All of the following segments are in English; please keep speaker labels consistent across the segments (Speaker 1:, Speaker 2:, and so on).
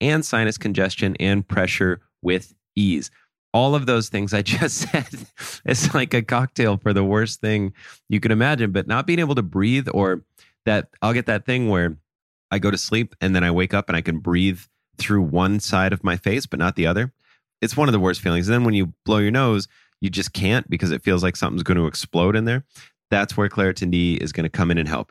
Speaker 1: and sinus congestion and pressure with ease. All of those things I just said, it's like a cocktail for the worst thing you can imagine. But not being able to breathe, or that I'll get that thing where I go to sleep and then I wake up and I can breathe through one side of my face, but not the other. It's one of the worst feelings. And then when you blow your nose, you just can't because it feels like something's going to explode in there. That's where Claritin D is going to come in and help.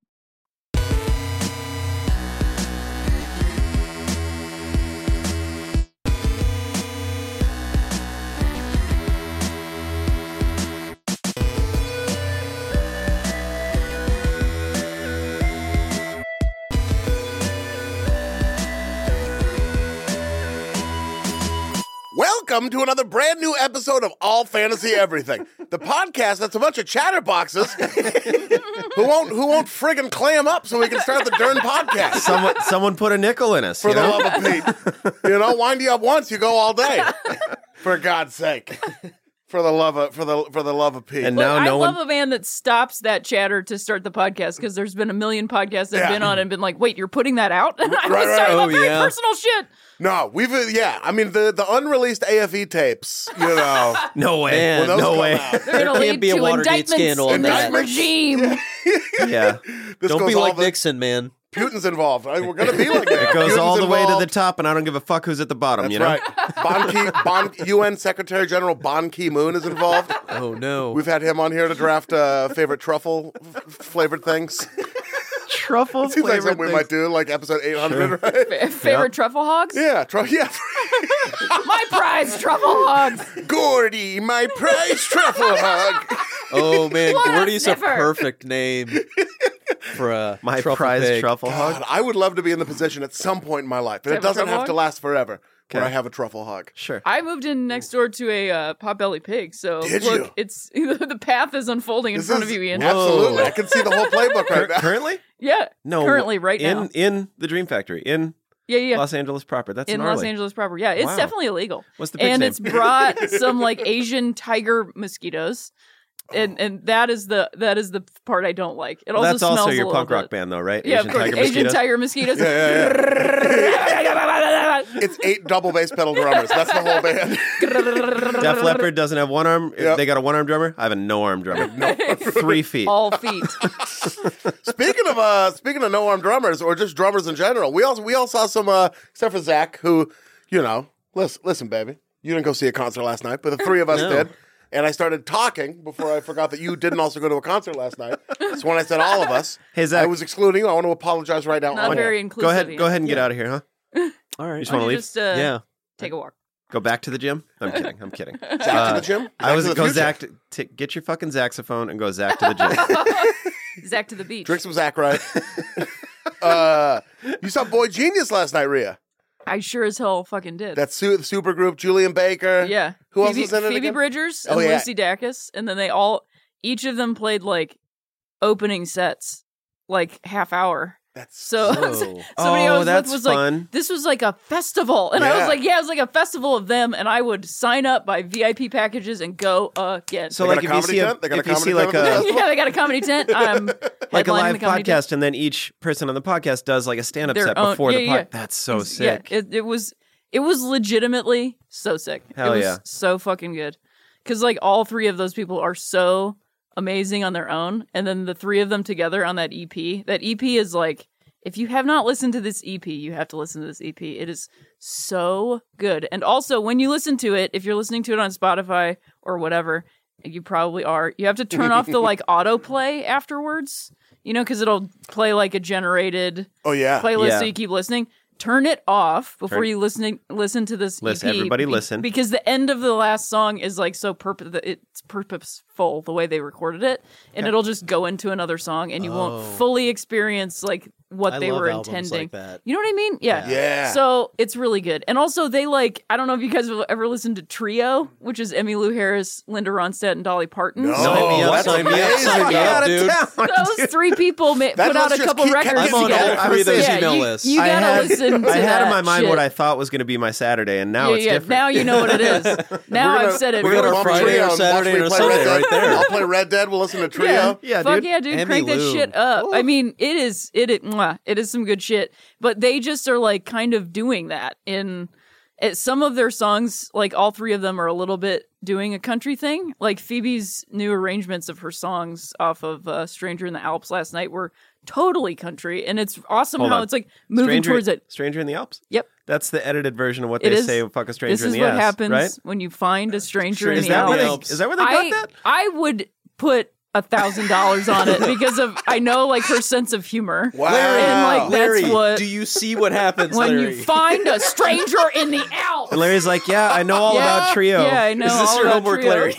Speaker 2: Welcome to another brand new episode of All Fantasy Everything, the podcast that's a bunch of chatterboxes who won't who won't friggin' clam up so we can start the darn podcast.
Speaker 3: someone someone put a nickel in us.
Speaker 2: For
Speaker 3: you
Speaker 2: the
Speaker 3: know?
Speaker 2: love of Pete, you know, wind you up once, you go all day. For God's sake, for the love of for the for the love of Pete.
Speaker 3: and
Speaker 2: Look,
Speaker 3: now
Speaker 4: I
Speaker 3: no
Speaker 4: love
Speaker 3: one.
Speaker 4: a man that stops that chatter to start the podcast because there's been a million podcasts that have
Speaker 2: Yeah.
Speaker 4: been on and been like, "Wait, you're putting that out?" And
Speaker 2: Right,
Speaker 4: I was
Speaker 2: right.
Speaker 4: talking about
Speaker 3: Oh,
Speaker 4: very
Speaker 3: yeah.
Speaker 4: personal shit.
Speaker 2: no, we've uh, yeah. I mean the the unreleased AFE tapes, you know.
Speaker 3: No way.
Speaker 2: When those
Speaker 3: no
Speaker 2: come
Speaker 3: way.
Speaker 2: out.
Speaker 4: They're
Speaker 5: There
Speaker 4: going to
Speaker 5: can't
Speaker 4: lead
Speaker 5: be a
Speaker 4: to
Speaker 5: Watergate
Speaker 4: indictments
Speaker 5: scandal on
Speaker 4: in
Speaker 2: that.
Speaker 4: that regime.
Speaker 3: yeah.
Speaker 2: This
Speaker 5: Don't
Speaker 2: goes
Speaker 5: be
Speaker 2: all
Speaker 5: like
Speaker 2: the,
Speaker 5: Nixon, man.
Speaker 2: Putin's involved. I mean, we're gonna be like that.
Speaker 3: It goes
Speaker 2: Putin's
Speaker 3: all the way to
Speaker 2: involved.
Speaker 3: the top, and I don't give a fuck who's at the bottom.
Speaker 2: That's
Speaker 3: you know.
Speaker 2: right. Ban Ki, Ban, UN Secretary General Ban Ki Moon is involved.
Speaker 5: Oh no.
Speaker 2: We've had him on here to draft uh, favorite truffle f- flavored things.
Speaker 3: Truffle
Speaker 2: Seems like
Speaker 3: flavored
Speaker 2: something we might do, like episode 800, right?
Speaker 4: Favorite truffle hogs?
Speaker 2: Yeah, tru- yeah.
Speaker 4: My prize, truffle hogs.
Speaker 2: Gordy, my prize truffle hug.
Speaker 5: Oh man,
Speaker 4: What a
Speaker 5: Gordy's a
Speaker 4: sniffer.
Speaker 5: perfect name for a
Speaker 3: My
Speaker 5: truffle
Speaker 3: prize
Speaker 5: pig.
Speaker 3: truffle hog.
Speaker 2: God, I would love to be in the position at some point in my life, and
Speaker 4: To
Speaker 2: it
Speaker 4: have a
Speaker 2: doesn't
Speaker 4: truffle
Speaker 2: have to
Speaker 4: hug?
Speaker 2: last forever when
Speaker 3: Okay.
Speaker 2: I have a truffle hug.
Speaker 3: Sure.
Speaker 4: I moved in next door to a uh, potbelly pig, so
Speaker 2: Did
Speaker 4: look,
Speaker 2: you?
Speaker 4: it's the path is unfolding in
Speaker 2: This
Speaker 4: front
Speaker 2: is-
Speaker 4: of you, Ian.
Speaker 2: Absolutely. I can see the whole playbook
Speaker 3: Cur-
Speaker 2: right now.
Speaker 3: currently?
Speaker 4: Yeah,
Speaker 3: No.
Speaker 4: currently right
Speaker 3: in,
Speaker 4: now.
Speaker 3: in the Dream Factory in
Speaker 4: Yeah, yeah.
Speaker 3: Los Angeles proper. That's
Speaker 4: in
Speaker 3: gnarly.
Speaker 4: Los Angeles proper. Yeah, it's
Speaker 3: Wow.
Speaker 4: definitely illegal.
Speaker 3: What's the pig's
Speaker 4: and
Speaker 3: name?
Speaker 4: it's brought some like Asian tiger mosquitoes. And and that is the that is the part I don't like. It
Speaker 3: Oh. Well,
Speaker 4: also
Speaker 3: that's
Speaker 4: smells
Speaker 3: also
Speaker 4: a
Speaker 3: your
Speaker 4: little
Speaker 3: punk rock
Speaker 4: bit.
Speaker 3: band, though, right?
Speaker 4: Yeah, of course,
Speaker 3: Tiger
Speaker 4: Asian
Speaker 3: Mosquitoes?
Speaker 4: tiger mosquitoes.
Speaker 2: It's eight double bass pedal drummers. That's the whole band.
Speaker 3: Def Leppard doesn't have one arm.
Speaker 2: Yep.
Speaker 3: They got a one arm drummer. I have a no arm drummer. no. Three feet.
Speaker 4: All feet.
Speaker 2: Speaking of uh, speaking of no arm drummers or just drummers in general, we also we all saw some uh, except for Zach, who you know, listen, listen, baby, you didn't go see a concert last night, but the three of us did. And I started talking before I forgot that you didn't also go to a concert last night. So when I said all of us,
Speaker 3: Hey, Zach.
Speaker 2: I was excluding you. I want to apologize right now.
Speaker 4: Not
Speaker 2: on
Speaker 4: very
Speaker 2: air.
Speaker 4: inclusive.
Speaker 3: Go ahead.
Speaker 4: Ian.
Speaker 3: Go ahead and get out of here, huh?
Speaker 5: All right.
Speaker 3: Just want to leave.
Speaker 4: Just uh,
Speaker 5: yeah.
Speaker 4: take a walk.
Speaker 3: Go back to the gym. I'm kidding. I'm kidding.
Speaker 2: Zach
Speaker 3: Uh,
Speaker 2: to the gym.
Speaker 3: I was
Speaker 2: to the
Speaker 3: go
Speaker 2: future.
Speaker 3: Zach. To, t- get your fucking saxophone and go Zach to the gym.
Speaker 4: Zach to the beach.
Speaker 2: Drink some Zach, right? uh, you saw Boy Genius last night, Ria.
Speaker 4: I sure as hell fucking did.
Speaker 2: That su- super group, Julian Baker.
Speaker 4: yeah.
Speaker 2: Who else
Speaker 4: Phoebe,
Speaker 2: was in it
Speaker 4: Phoebe
Speaker 2: again?
Speaker 4: Bridgers
Speaker 2: Oh,
Speaker 4: and
Speaker 2: yeah.
Speaker 4: Lucy Dacus, and then they all each of them played like opening sets, like half hour.
Speaker 2: That's
Speaker 4: So
Speaker 3: Whoa.
Speaker 4: somebody I
Speaker 1: oh,
Speaker 4: was
Speaker 1: that's
Speaker 4: with was like,
Speaker 1: fun.
Speaker 4: this was like a festival. And I
Speaker 2: Yeah.
Speaker 4: was like, yeah, it was like a festival of them. And I would sign up, buy VIP packages, and go again.
Speaker 1: so
Speaker 2: They got
Speaker 1: like
Speaker 2: a
Speaker 1: if you
Speaker 2: comedy
Speaker 1: see a,
Speaker 2: tent? They got a
Speaker 1: if you see
Speaker 2: comedy
Speaker 1: like
Speaker 2: tent at
Speaker 1: a
Speaker 2: the
Speaker 4: yeah, they got a comedy tent. I'm
Speaker 1: like a
Speaker 4: headlining
Speaker 1: live
Speaker 4: the comedy tent.
Speaker 1: podcast, and then each person on the podcast does like a stand-up
Speaker 4: Their
Speaker 1: set
Speaker 4: own-
Speaker 1: before the
Speaker 4: yeah,
Speaker 1: podcast.
Speaker 4: yeah.
Speaker 1: That's so
Speaker 4: Yeah,
Speaker 1: sick.
Speaker 4: it, it was it was legitimately so sick.
Speaker 1: Hell
Speaker 4: it was
Speaker 1: yeah.
Speaker 4: so fucking good. Cause like all three of those people are so amazing on their own. And then the three of them together on that EP. That EP is like if you have not listened to this EP, you have to listen to this EP. It is so good. And also when you listen to it, if you're listening to it on Spotify or whatever, you probably are, you have to turn off the like autoplay afterwards. You know, because it'll play like a generated
Speaker 2: oh yeah.
Speaker 4: playlist
Speaker 1: Yeah.
Speaker 4: so you keep listening. Turn it off before
Speaker 1: Turn-
Speaker 4: you listening listen to this.
Speaker 1: Listen,
Speaker 4: EP,
Speaker 1: everybody listen.
Speaker 4: because the end of the last song is like so purpose. It's purposeful the way they recorded it, and it'll just go into another song, and you
Speaker 3: Oh.
Speaker 4: won't fully experience like what
Speaker 3: I
Speaker 4: they
Speaker 3: love
Speaker 4: were
Speaker 3: albums
Speaker 4: intending.
Speaker 3: Like that.
Speaker 4: You know what I mean? Yeah.
Speaker 2: Yeah.
Speaker 4: So it's really good. And also, they like, I don't know if you guys have ever listened to Trio, which is Emmylou Harris, Linda Ronstadt, and Dolly Parton.
Speaker 2: No.
Speaker 4: So
Speaker 3: Sign me up,
Speaker 2: Oh, that's
Speaker 3: sign me up, sign me
Speaker 2: amazing.
Speaker 3: up, dude.
Speaker 4: those three people ma- put out
Speaker 2: must
Speaker 4: a
Speaker 2: just
Speaker 4: couple
Speaker 2: keep
Speaker 4: records
Speaker 2: getting
Speaker 3: I'm on
Speaker 4: together.
Speaker 3: all three of those
Speaker 4: Yeah,
Speaker 3: email
Speaker 4: you-
Speaker 3: lists.
Speaker 4: You
Speaker 1: I
Speaker 4: gotta
Speaker 1: had-
Speaker 4: listen to
Speaker 1: I had in my
Speaker 4: that
Speaker 1: mind what
Speaker 4: shit.
Speaker 1: I thought was going to be my Saturday, and now
Speaker 4: yeah,
Speaker 1: it's
Speaker 4: yeah.
Speaker 1: different.
Speaker 4: Now you know what it is. now
Speaker 2: We're gonna-
Speaker 4: I've said it.
Speaker 2: we're
Speaker 3: We got
Speaker 2: gonna
Speaker 3: our
Speaker 2: bump
Speaker 3: Friday
Speaker 2: Trio
Speaker 3: or
Speaker 2: and watch
Speaker 3: Saturday
Speaker 2: me
Speaker 3: or
Speaker 2: play
Speaker 3: Sunday
Speaker 2: Red Dead.
Speaker 3: right there.
Speaker 2: I'll play Red Dead. We'll listen to Trio.
Speaker 4: Yeah.
Speaker 1: Yeah,
Speaker 4: Fuck
Speaker 1: dude.
Speaker 4: yeah, dude!
Speaker 3: Emmy
Speaker 4: crank that
Speaker 3: Lou.
Speaker 4: shit up. I mean, it is it it, mwah, it is some good shit. But they just are like kind of doing that in it, some of their songs. Like all three of them are a little bit doing a country thing. Like Phoebe's new arrangements of her songs off of uh, "Stranger in the Alps" last night were totally country, and it's awesome
Speaker 1: Hold
Speaker 4: how
Speaker 1: on.
Speaker 4: it's like moving
Speaker 1: Stranger,
Speaker 4: towards it.
Speaker 1: Stranger in the Alps.
Speaker 4: Yep.
Speaker 1: That's the edited version of what
Speaker 4: It
Speaker 1: they
Speaker 4: is.
Speaker 1: say. Fuck a stranger
Speaker 4: This
Speaker 1: in
Speaker 4: is
Speaker 1: the
Speaker 4: what
Speaker 1: ass,
Speaker 4: happens
Speaker 1: right?
Speaker 4: when you find a stranger in
Speaker 1: Is
Speaker 4: the
Speaker 1: that, where
Speaker 4: Alps.
Speaker 1: they,
Speaker 3: Alps.
Speaker 1: is that where they
Speaker 4: I,
Speaker 1: got that?
Speaker 4: I would put a thousand dollars on it because of I know like her sense of humor.
Speaker 2: Wow.
Speaker 4: And like that's
Speaker 3: Larry,
Speaker 4: what
Speaker 3: do you see what happens,
Speaker 4: when
Speaker 3: Larry?
Speaker 4: you find a stranger in the Alps.
Speaker 1: And Larry's like, yeah, I know all
Speaker 4: Yeah.
Speaker 1: about Trio.
Speaker 4: Yeah, I know
Speaker 1: Is this
Speaker 4: all
Speaker 1: your
Speaker 4: about
Speaker 1: homework,
Speaker 4: Trio.
Speaker 1: Larry?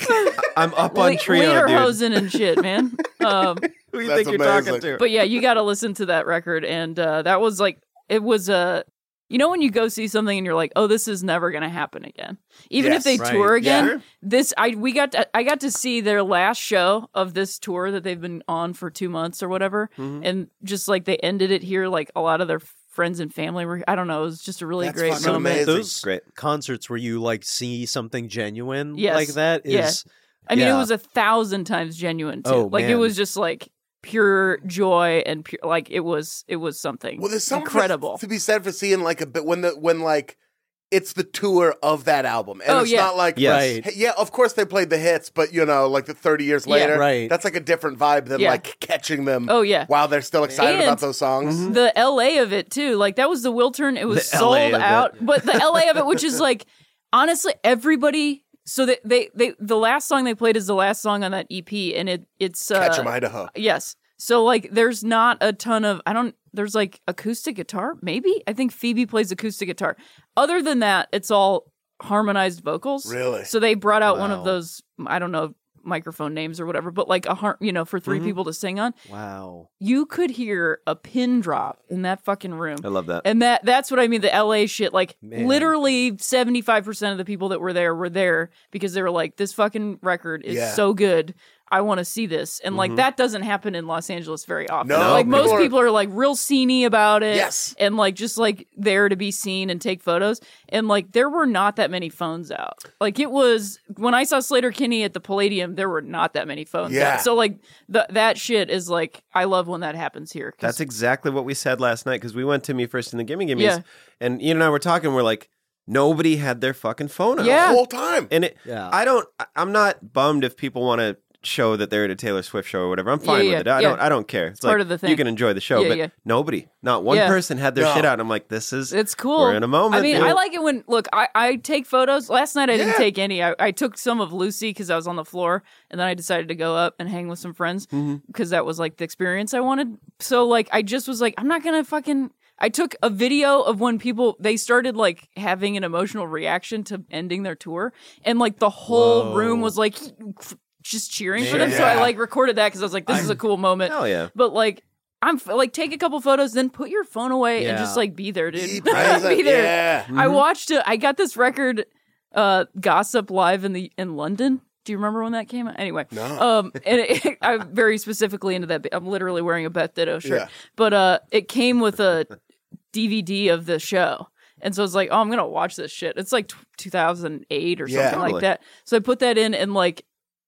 Speaker 1: I'm up on
Speaker 4: Le-
Speaker 1: Trio, dude.
Speaker 4: Lederhosen and shit, man.
Speaker 1: Who
Speaker 4: Um,
Speaker 1: do you
Speaker 2: That's
Speaker 1: think you're
Speaker 2: amazing.
Speaker 1: talking to?
Speaker 4: but yeah, you got to listen to that record, and uh, that was like it was a. You know when you go see something and you're like, "Oh, this is never going to happen again." Even if
Speaker 2: Yes.
Speaker 4: they
Speaker 3: Right.
Speaker 4: tour again,
Speaker 1: Sure.
Speaker 4: this I we got to, I got to see their last show of this tour that they've been on for 2 months or whatever
Speaker 3: Mm-hmm.
Speaker 4: and just like they ended it here like a lot of their friends and family were I don't know, it was just a really
Speaker 2: That's
Speaker 4: great
Speaker 2: fucking
Speaker 4: moment.
Speaker 2: amazing.
Speaker 3: Those
Speaker 1: Great.
Speaker 3: concerts where you like see something genuine
Speaker 4: Yes.
Speaker 3: like that is
Speaker 4: Yeah. I mean,
Speaker 3: Yeah.
Speaker 4: it was a thousand times genuine too.
Speaker 3: Oh,
Speaker 4: like it
Speaker 3: man.
Speaker 4: was just like pure joy and pure like it was it was something
Speaker 2: Well, there's something
Speaker 4: incredible.
Speaker 2: to be said for seeing like a bit when the when like it's the tour of that album, and
Speaker 4: Oh,
Speaker 2: it's
Speaker 4: yeah.
Speaker 2: not like
Speaker 1: Yes.
Speaker 3: Right.
Speaker 2: Hey, yeah, of course they played the hits, but you know, like the 30 years
Speaker 4: Yeah.
Speaker 2: later,
Speaker 3: Right.
Speaker 2: That's like a different vibe than
Speaker 4: Yeah.
Speaker 2: like catching them
Speaker 4: oh yeah.
Speaker 2: while they're still excited
Speaker 4: And-
Speaker 2: about those songs.
Speaker 3: Mhm.
Speaker 4: the LA of it too. Like that was the Wiltern. It was
Speaker 1: Mm-hmm. The
Speaker 4: sold
Speaker 1: LA of it.
Speaker 4: out, but the LA of it, which is like honestly everybody. So they, they they the last song they played is the last song on that EP, and it it's uh,
Speaker 2: Catch 'em, Idaho.
Speaker 4: Yes. So like there's not a ton of I don't there's like acoustic guitar maybe I think Phoebe plays acoustic guitar. Other than that, it's all harmonized vocals.
Speaker 2: Really?
Speaker 4: So they brought out one of
Speaker 3: Wow.
Speaker 4: those I don't know microphone names or whatever, but like a har- you know for 3
Speaker 1: Mm-hmm.
Speaker 4: people to sing on,
Speaker 3: wow.
Speaker 4: you could hear a pin drop in that fucking room.
Speaker 1: I love that.
Speaker 4: And that that's what I mean. The LA shit, like
Speaker 3: Man.
Speaker 4: literally seventy five percent of the people that were there were there because they were like, "This fucking record is
Speaker 2: Yeah. Mm-hmm.
Speaker 4: so good, I want to see this." And like that doesn't happen in Los Angeles very often.
Speaker 2: No,
Speaker 4: like
Speaker 2: people
Speaker 4: most
Speaker 2: are-
Speaker 4: people are like real sceney about it,
Speaker 2: Yes.
Speaker 4: and like just like there to be seen and take photos. And like there were not that many phones out. Like it was when I saw Slater Kinney at the Palladium, there were not that many phones.
Speaker 2: Yeah.
Speaker 4: out. So like the, that shit is like I love when that happens here. 'cause-
Speaker 1: That's exactly what we said last night because we went to me first in the Gimme Gimmes,
Speaker 4: Yeah.
Speaker 1: and Ian and I were talking. We're like, nobody had their fucking phone out.
Speaker 4: Yeah.
Speaker 2: The whole time.
Speaker 1: And it,
Speaker 3: Yeah.
Speaker 1: I don't. I- I'm not bummed if people want to show that they're at a Taylor Swift show or whatever. I'm fine
Speaker 4: Yeah, yeah,
Speaker 1: with it. I
Speaker 4: yeah.
Speaker 1: don't. I don't care. It's,
Speaker 4: part
Speaker 1: like,
Speaker 4: of the thing.
Speaker 1: You can enjoy the show,
Speaker 4: Yeah,
Speaker 1: but
Speaker 4: yeah.
Speaker 1: nobody, not one
Speaker 4: Yeah.
Speaker 1: person, had their
Speaker 2: No.
Speaker 1: shit out. I'm like, this is.
Speaker 4: It's cool.
Speaker 1: We're in a moment,
Speaker 4: I mean,
Speaker 1: dude.
Speaker 4: I like it when look. I, I take photos. Last night I didn't
Speaker 2: Yeah.
Speaker 4: take any. I, I took some of Lucy because I was on the floor, and then I decided to go up and hang with some friends because
Speaker 1: Mm-hmm.
Speaker 4: that was like the experience I wanted. So like I just was like, I'm not gonna fucking. I took a video of when people they started like having an emotional reaction to ending their tour, and like the whole
Speaker 3: Whoa.
Speaker 4: room was like just cheering for
Speaker 3: Yeah.
Speaker 4: them. So I
Speaker 2: Yeah.
Speaker 4: like recorded that because I was like, this is a cool moment.
Speaker 1: Hell yeah.
Speaker 4: But like, I'm f- like, take a couple photos, then put your phone away and
Speaker 3: Yeah.
Speaker 4: just like be there, dude.
Speaker 2: Be present.
Speaker 4: be there.
Speaker 2: Yeah.
Speaker 4: I watched. A, I got this record, uh, Gossip Live in the in London. Do you remember when that came out? Anyway,
Speaker 2: No.
Speaker 4: um, and it, I'm very specifically into that. I'm literally wearing a Beth Ditto shirt,
Speaker 2: Yeah.
Speaker 4: but uh, it came with a DVD of the show, and so I was like, oh, I'm gonna watch this shit. It's like t- 2008 or
Speaker 2: Yeah.
Speaker 4: something
Speaker 1: Totally.
Speaker 4: like that. So I put that in, and like,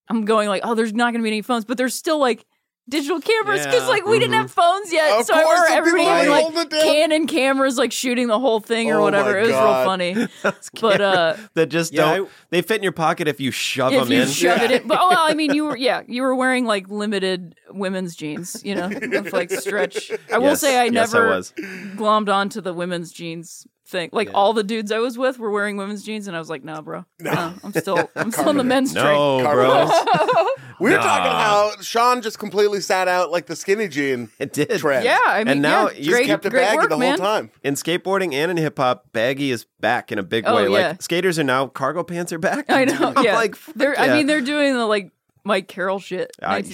Speaker 4: I'm going like, oh, there's not gonna be any phones, but there's still like digital cameras because
Speaker 3: Yeah.
Speaker 4: like we didn't have phones yet,
Speaker 2: Mm-hmm. Of
Speaker 4: so I
Speaker 2: course,
Speaker 4: remember
Speaker 2: the
Speaker 4: everybody
Speaker 2: people
Speaker 4: having,
Speaker 2: were
Speaker 4: like
Speaker 2: holding it down.
Speaker 4: Canon cameras like shooting the whole thing or
Speaker 2: Oh my
Speaker 4: whatever. It was real
Speaker 2: God.
Speaker 4: funny, but uh.
Speaker 1: that just
Speaker 3: Yeah,
Speaker 1: don't. they fit in your pocket if you shove
Speaker 4: if
Speaker 1: them
Speaker 4: you
Speaker 1: in.
Speaker 4: shove it in. But oh, well, I mean, you were yeah, you were wearing like limited women's jeans, you know, with, like stretch. I will
Speaker 1: Yes.
Speaker 4: say I
Speaker 1: Yes, I
Speaker 4: never
Speaker 1: was.
Speaker 4: glommed onto the women's jeans thing. Like all the dudes I was with were wearing women's jeans, and I was like, nah, bro, no, I'm still I'm still in the men's train.
Speaker 1: no,
Speaker 2: Carmen
Speaker 1: bro,
Speaker 2: We were talking how Sean just completely sat out like the skinny jean
Speaker 1: it did.
Speaker 2: trend.
Speaker 4: Yeah, I mean,
Speaker 1: And now
Speaker 4: yeah,
Speaker 1: you
Speaker 4: great,
Speaker 2: kept it
Speaker 4: great
Speaker 2: baggy
Speaker 4: work,
Speaker 2: the whole
Speaker 4: man.
Speaker 2: time.
Speaker 1: In skateboarding and in hip hop, baggy is back in a big
Speaker 4: Oh,
Speaker 1: way.
Speaker 4: yeah.
Speaker 1: Like skaters are now cargo pants are back.
Speaker 4: I know.
Speaker 1: I'm
Speaker 4: yeah,
Speaker 1: like,
Speaker 4: they're.
Speaker 1: yeah.
Speaker 4: I mean, they're doing the like Mike Carroll shit,
Speaker 1: I- they-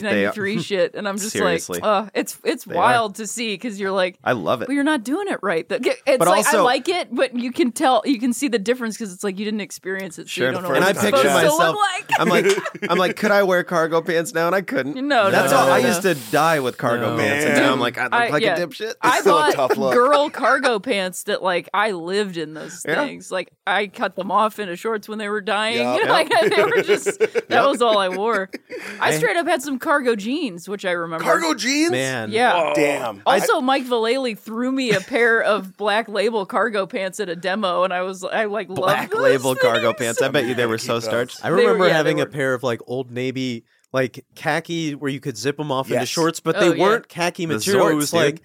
Speaker 4: 1993 shit, and I'm just
Speaker 1: Seriously.
Speaker 4: like, uh, it's it's
Speaker 1: are.
Speaker 4: wild to see because you're like,
Speaker 1: I love it.
Speaker 4: But you're not doing it right. The- It's
Speaker 1: But
Speaker 4: like I
Speaker 1: also-
Speaker 4: like it, but you can tell, you can see the difference because it's like you didn't experience it, so
Speaker 1: Sure,
Speaker 4: you
Speaker 1: the
Speaker 4: don't know.
Speaker 1: first And
Speaker 4: what
Speaker 1: I
Speaker 4: it's
Speaker 1: picture
Speaker 4: supposed to look
Speaker 1: myself-
Speaker 4: like.
Speaker 1: I'm like, I'm like, could I wear cargo pants now? And I couldn't.
Speaker 4: No, no,
Speaker 1: that's
Speaker 4: no,
Speaker 1: all.
Speaker 4: no,
Speaker 1: I
Speaker 4: no.
Speaker 1: used to die with cargo
Speaker 3: No.
Speaker 1: pants, and
Speaker 2: Man.
Speaker 1: now I'm like, I look
Speaker 4: I-
Speaker 1: like
Speaker 4: yeah.
Speaker 1: a dipshit.
Speaker 4: I
Speaker 2: still a
Speaker 4: bought
Speaker 2: tough look.
Speaker 4: girl cargo pants that like I lived in those
Speaker 1: Yeah.
Speaker 4: things. Like I cut them off into shorts when they were dying.
Speaker 2: Yeah.
Speaker 4: You know, like they were just that was all I wore. I straight up had some cargo jeans, which I remember.
Speaker 2: Cargo jeans?
Speaker 3: man.
Speaker 4: yeah.
Speaker 2: Damn.
Speaker 4: Also, Mike Vallely threw me a pair of black label cargo pants at a demo, and I was I like loved
Speaker 1: Black
Speaker 4: those
Speaker 1: label cargo
Speaker 4: things.
Speaker 1: pants. I bet you they were so
Speaker 2: those.
Speaker 1: starched.
Speaker 3: I
Speaker 4: They were-
Speaker 3: remember
Speaker 4: yeah, they
Speaker 3: having a
Speaker 4: were-
Speaker 3: pair of like old navy like khaki where you could zip them off into
Speaker 2: Yes.
Speaker 3: shorts, but
Speaker 4: Oh,
Speaker 3: they
Speaker 4: yeah.
Speaker 3: weren't khaki material.
Speaker 1: Zorts,
Speaker 3: it was
Speaker 1: dude.
Speaker 3: like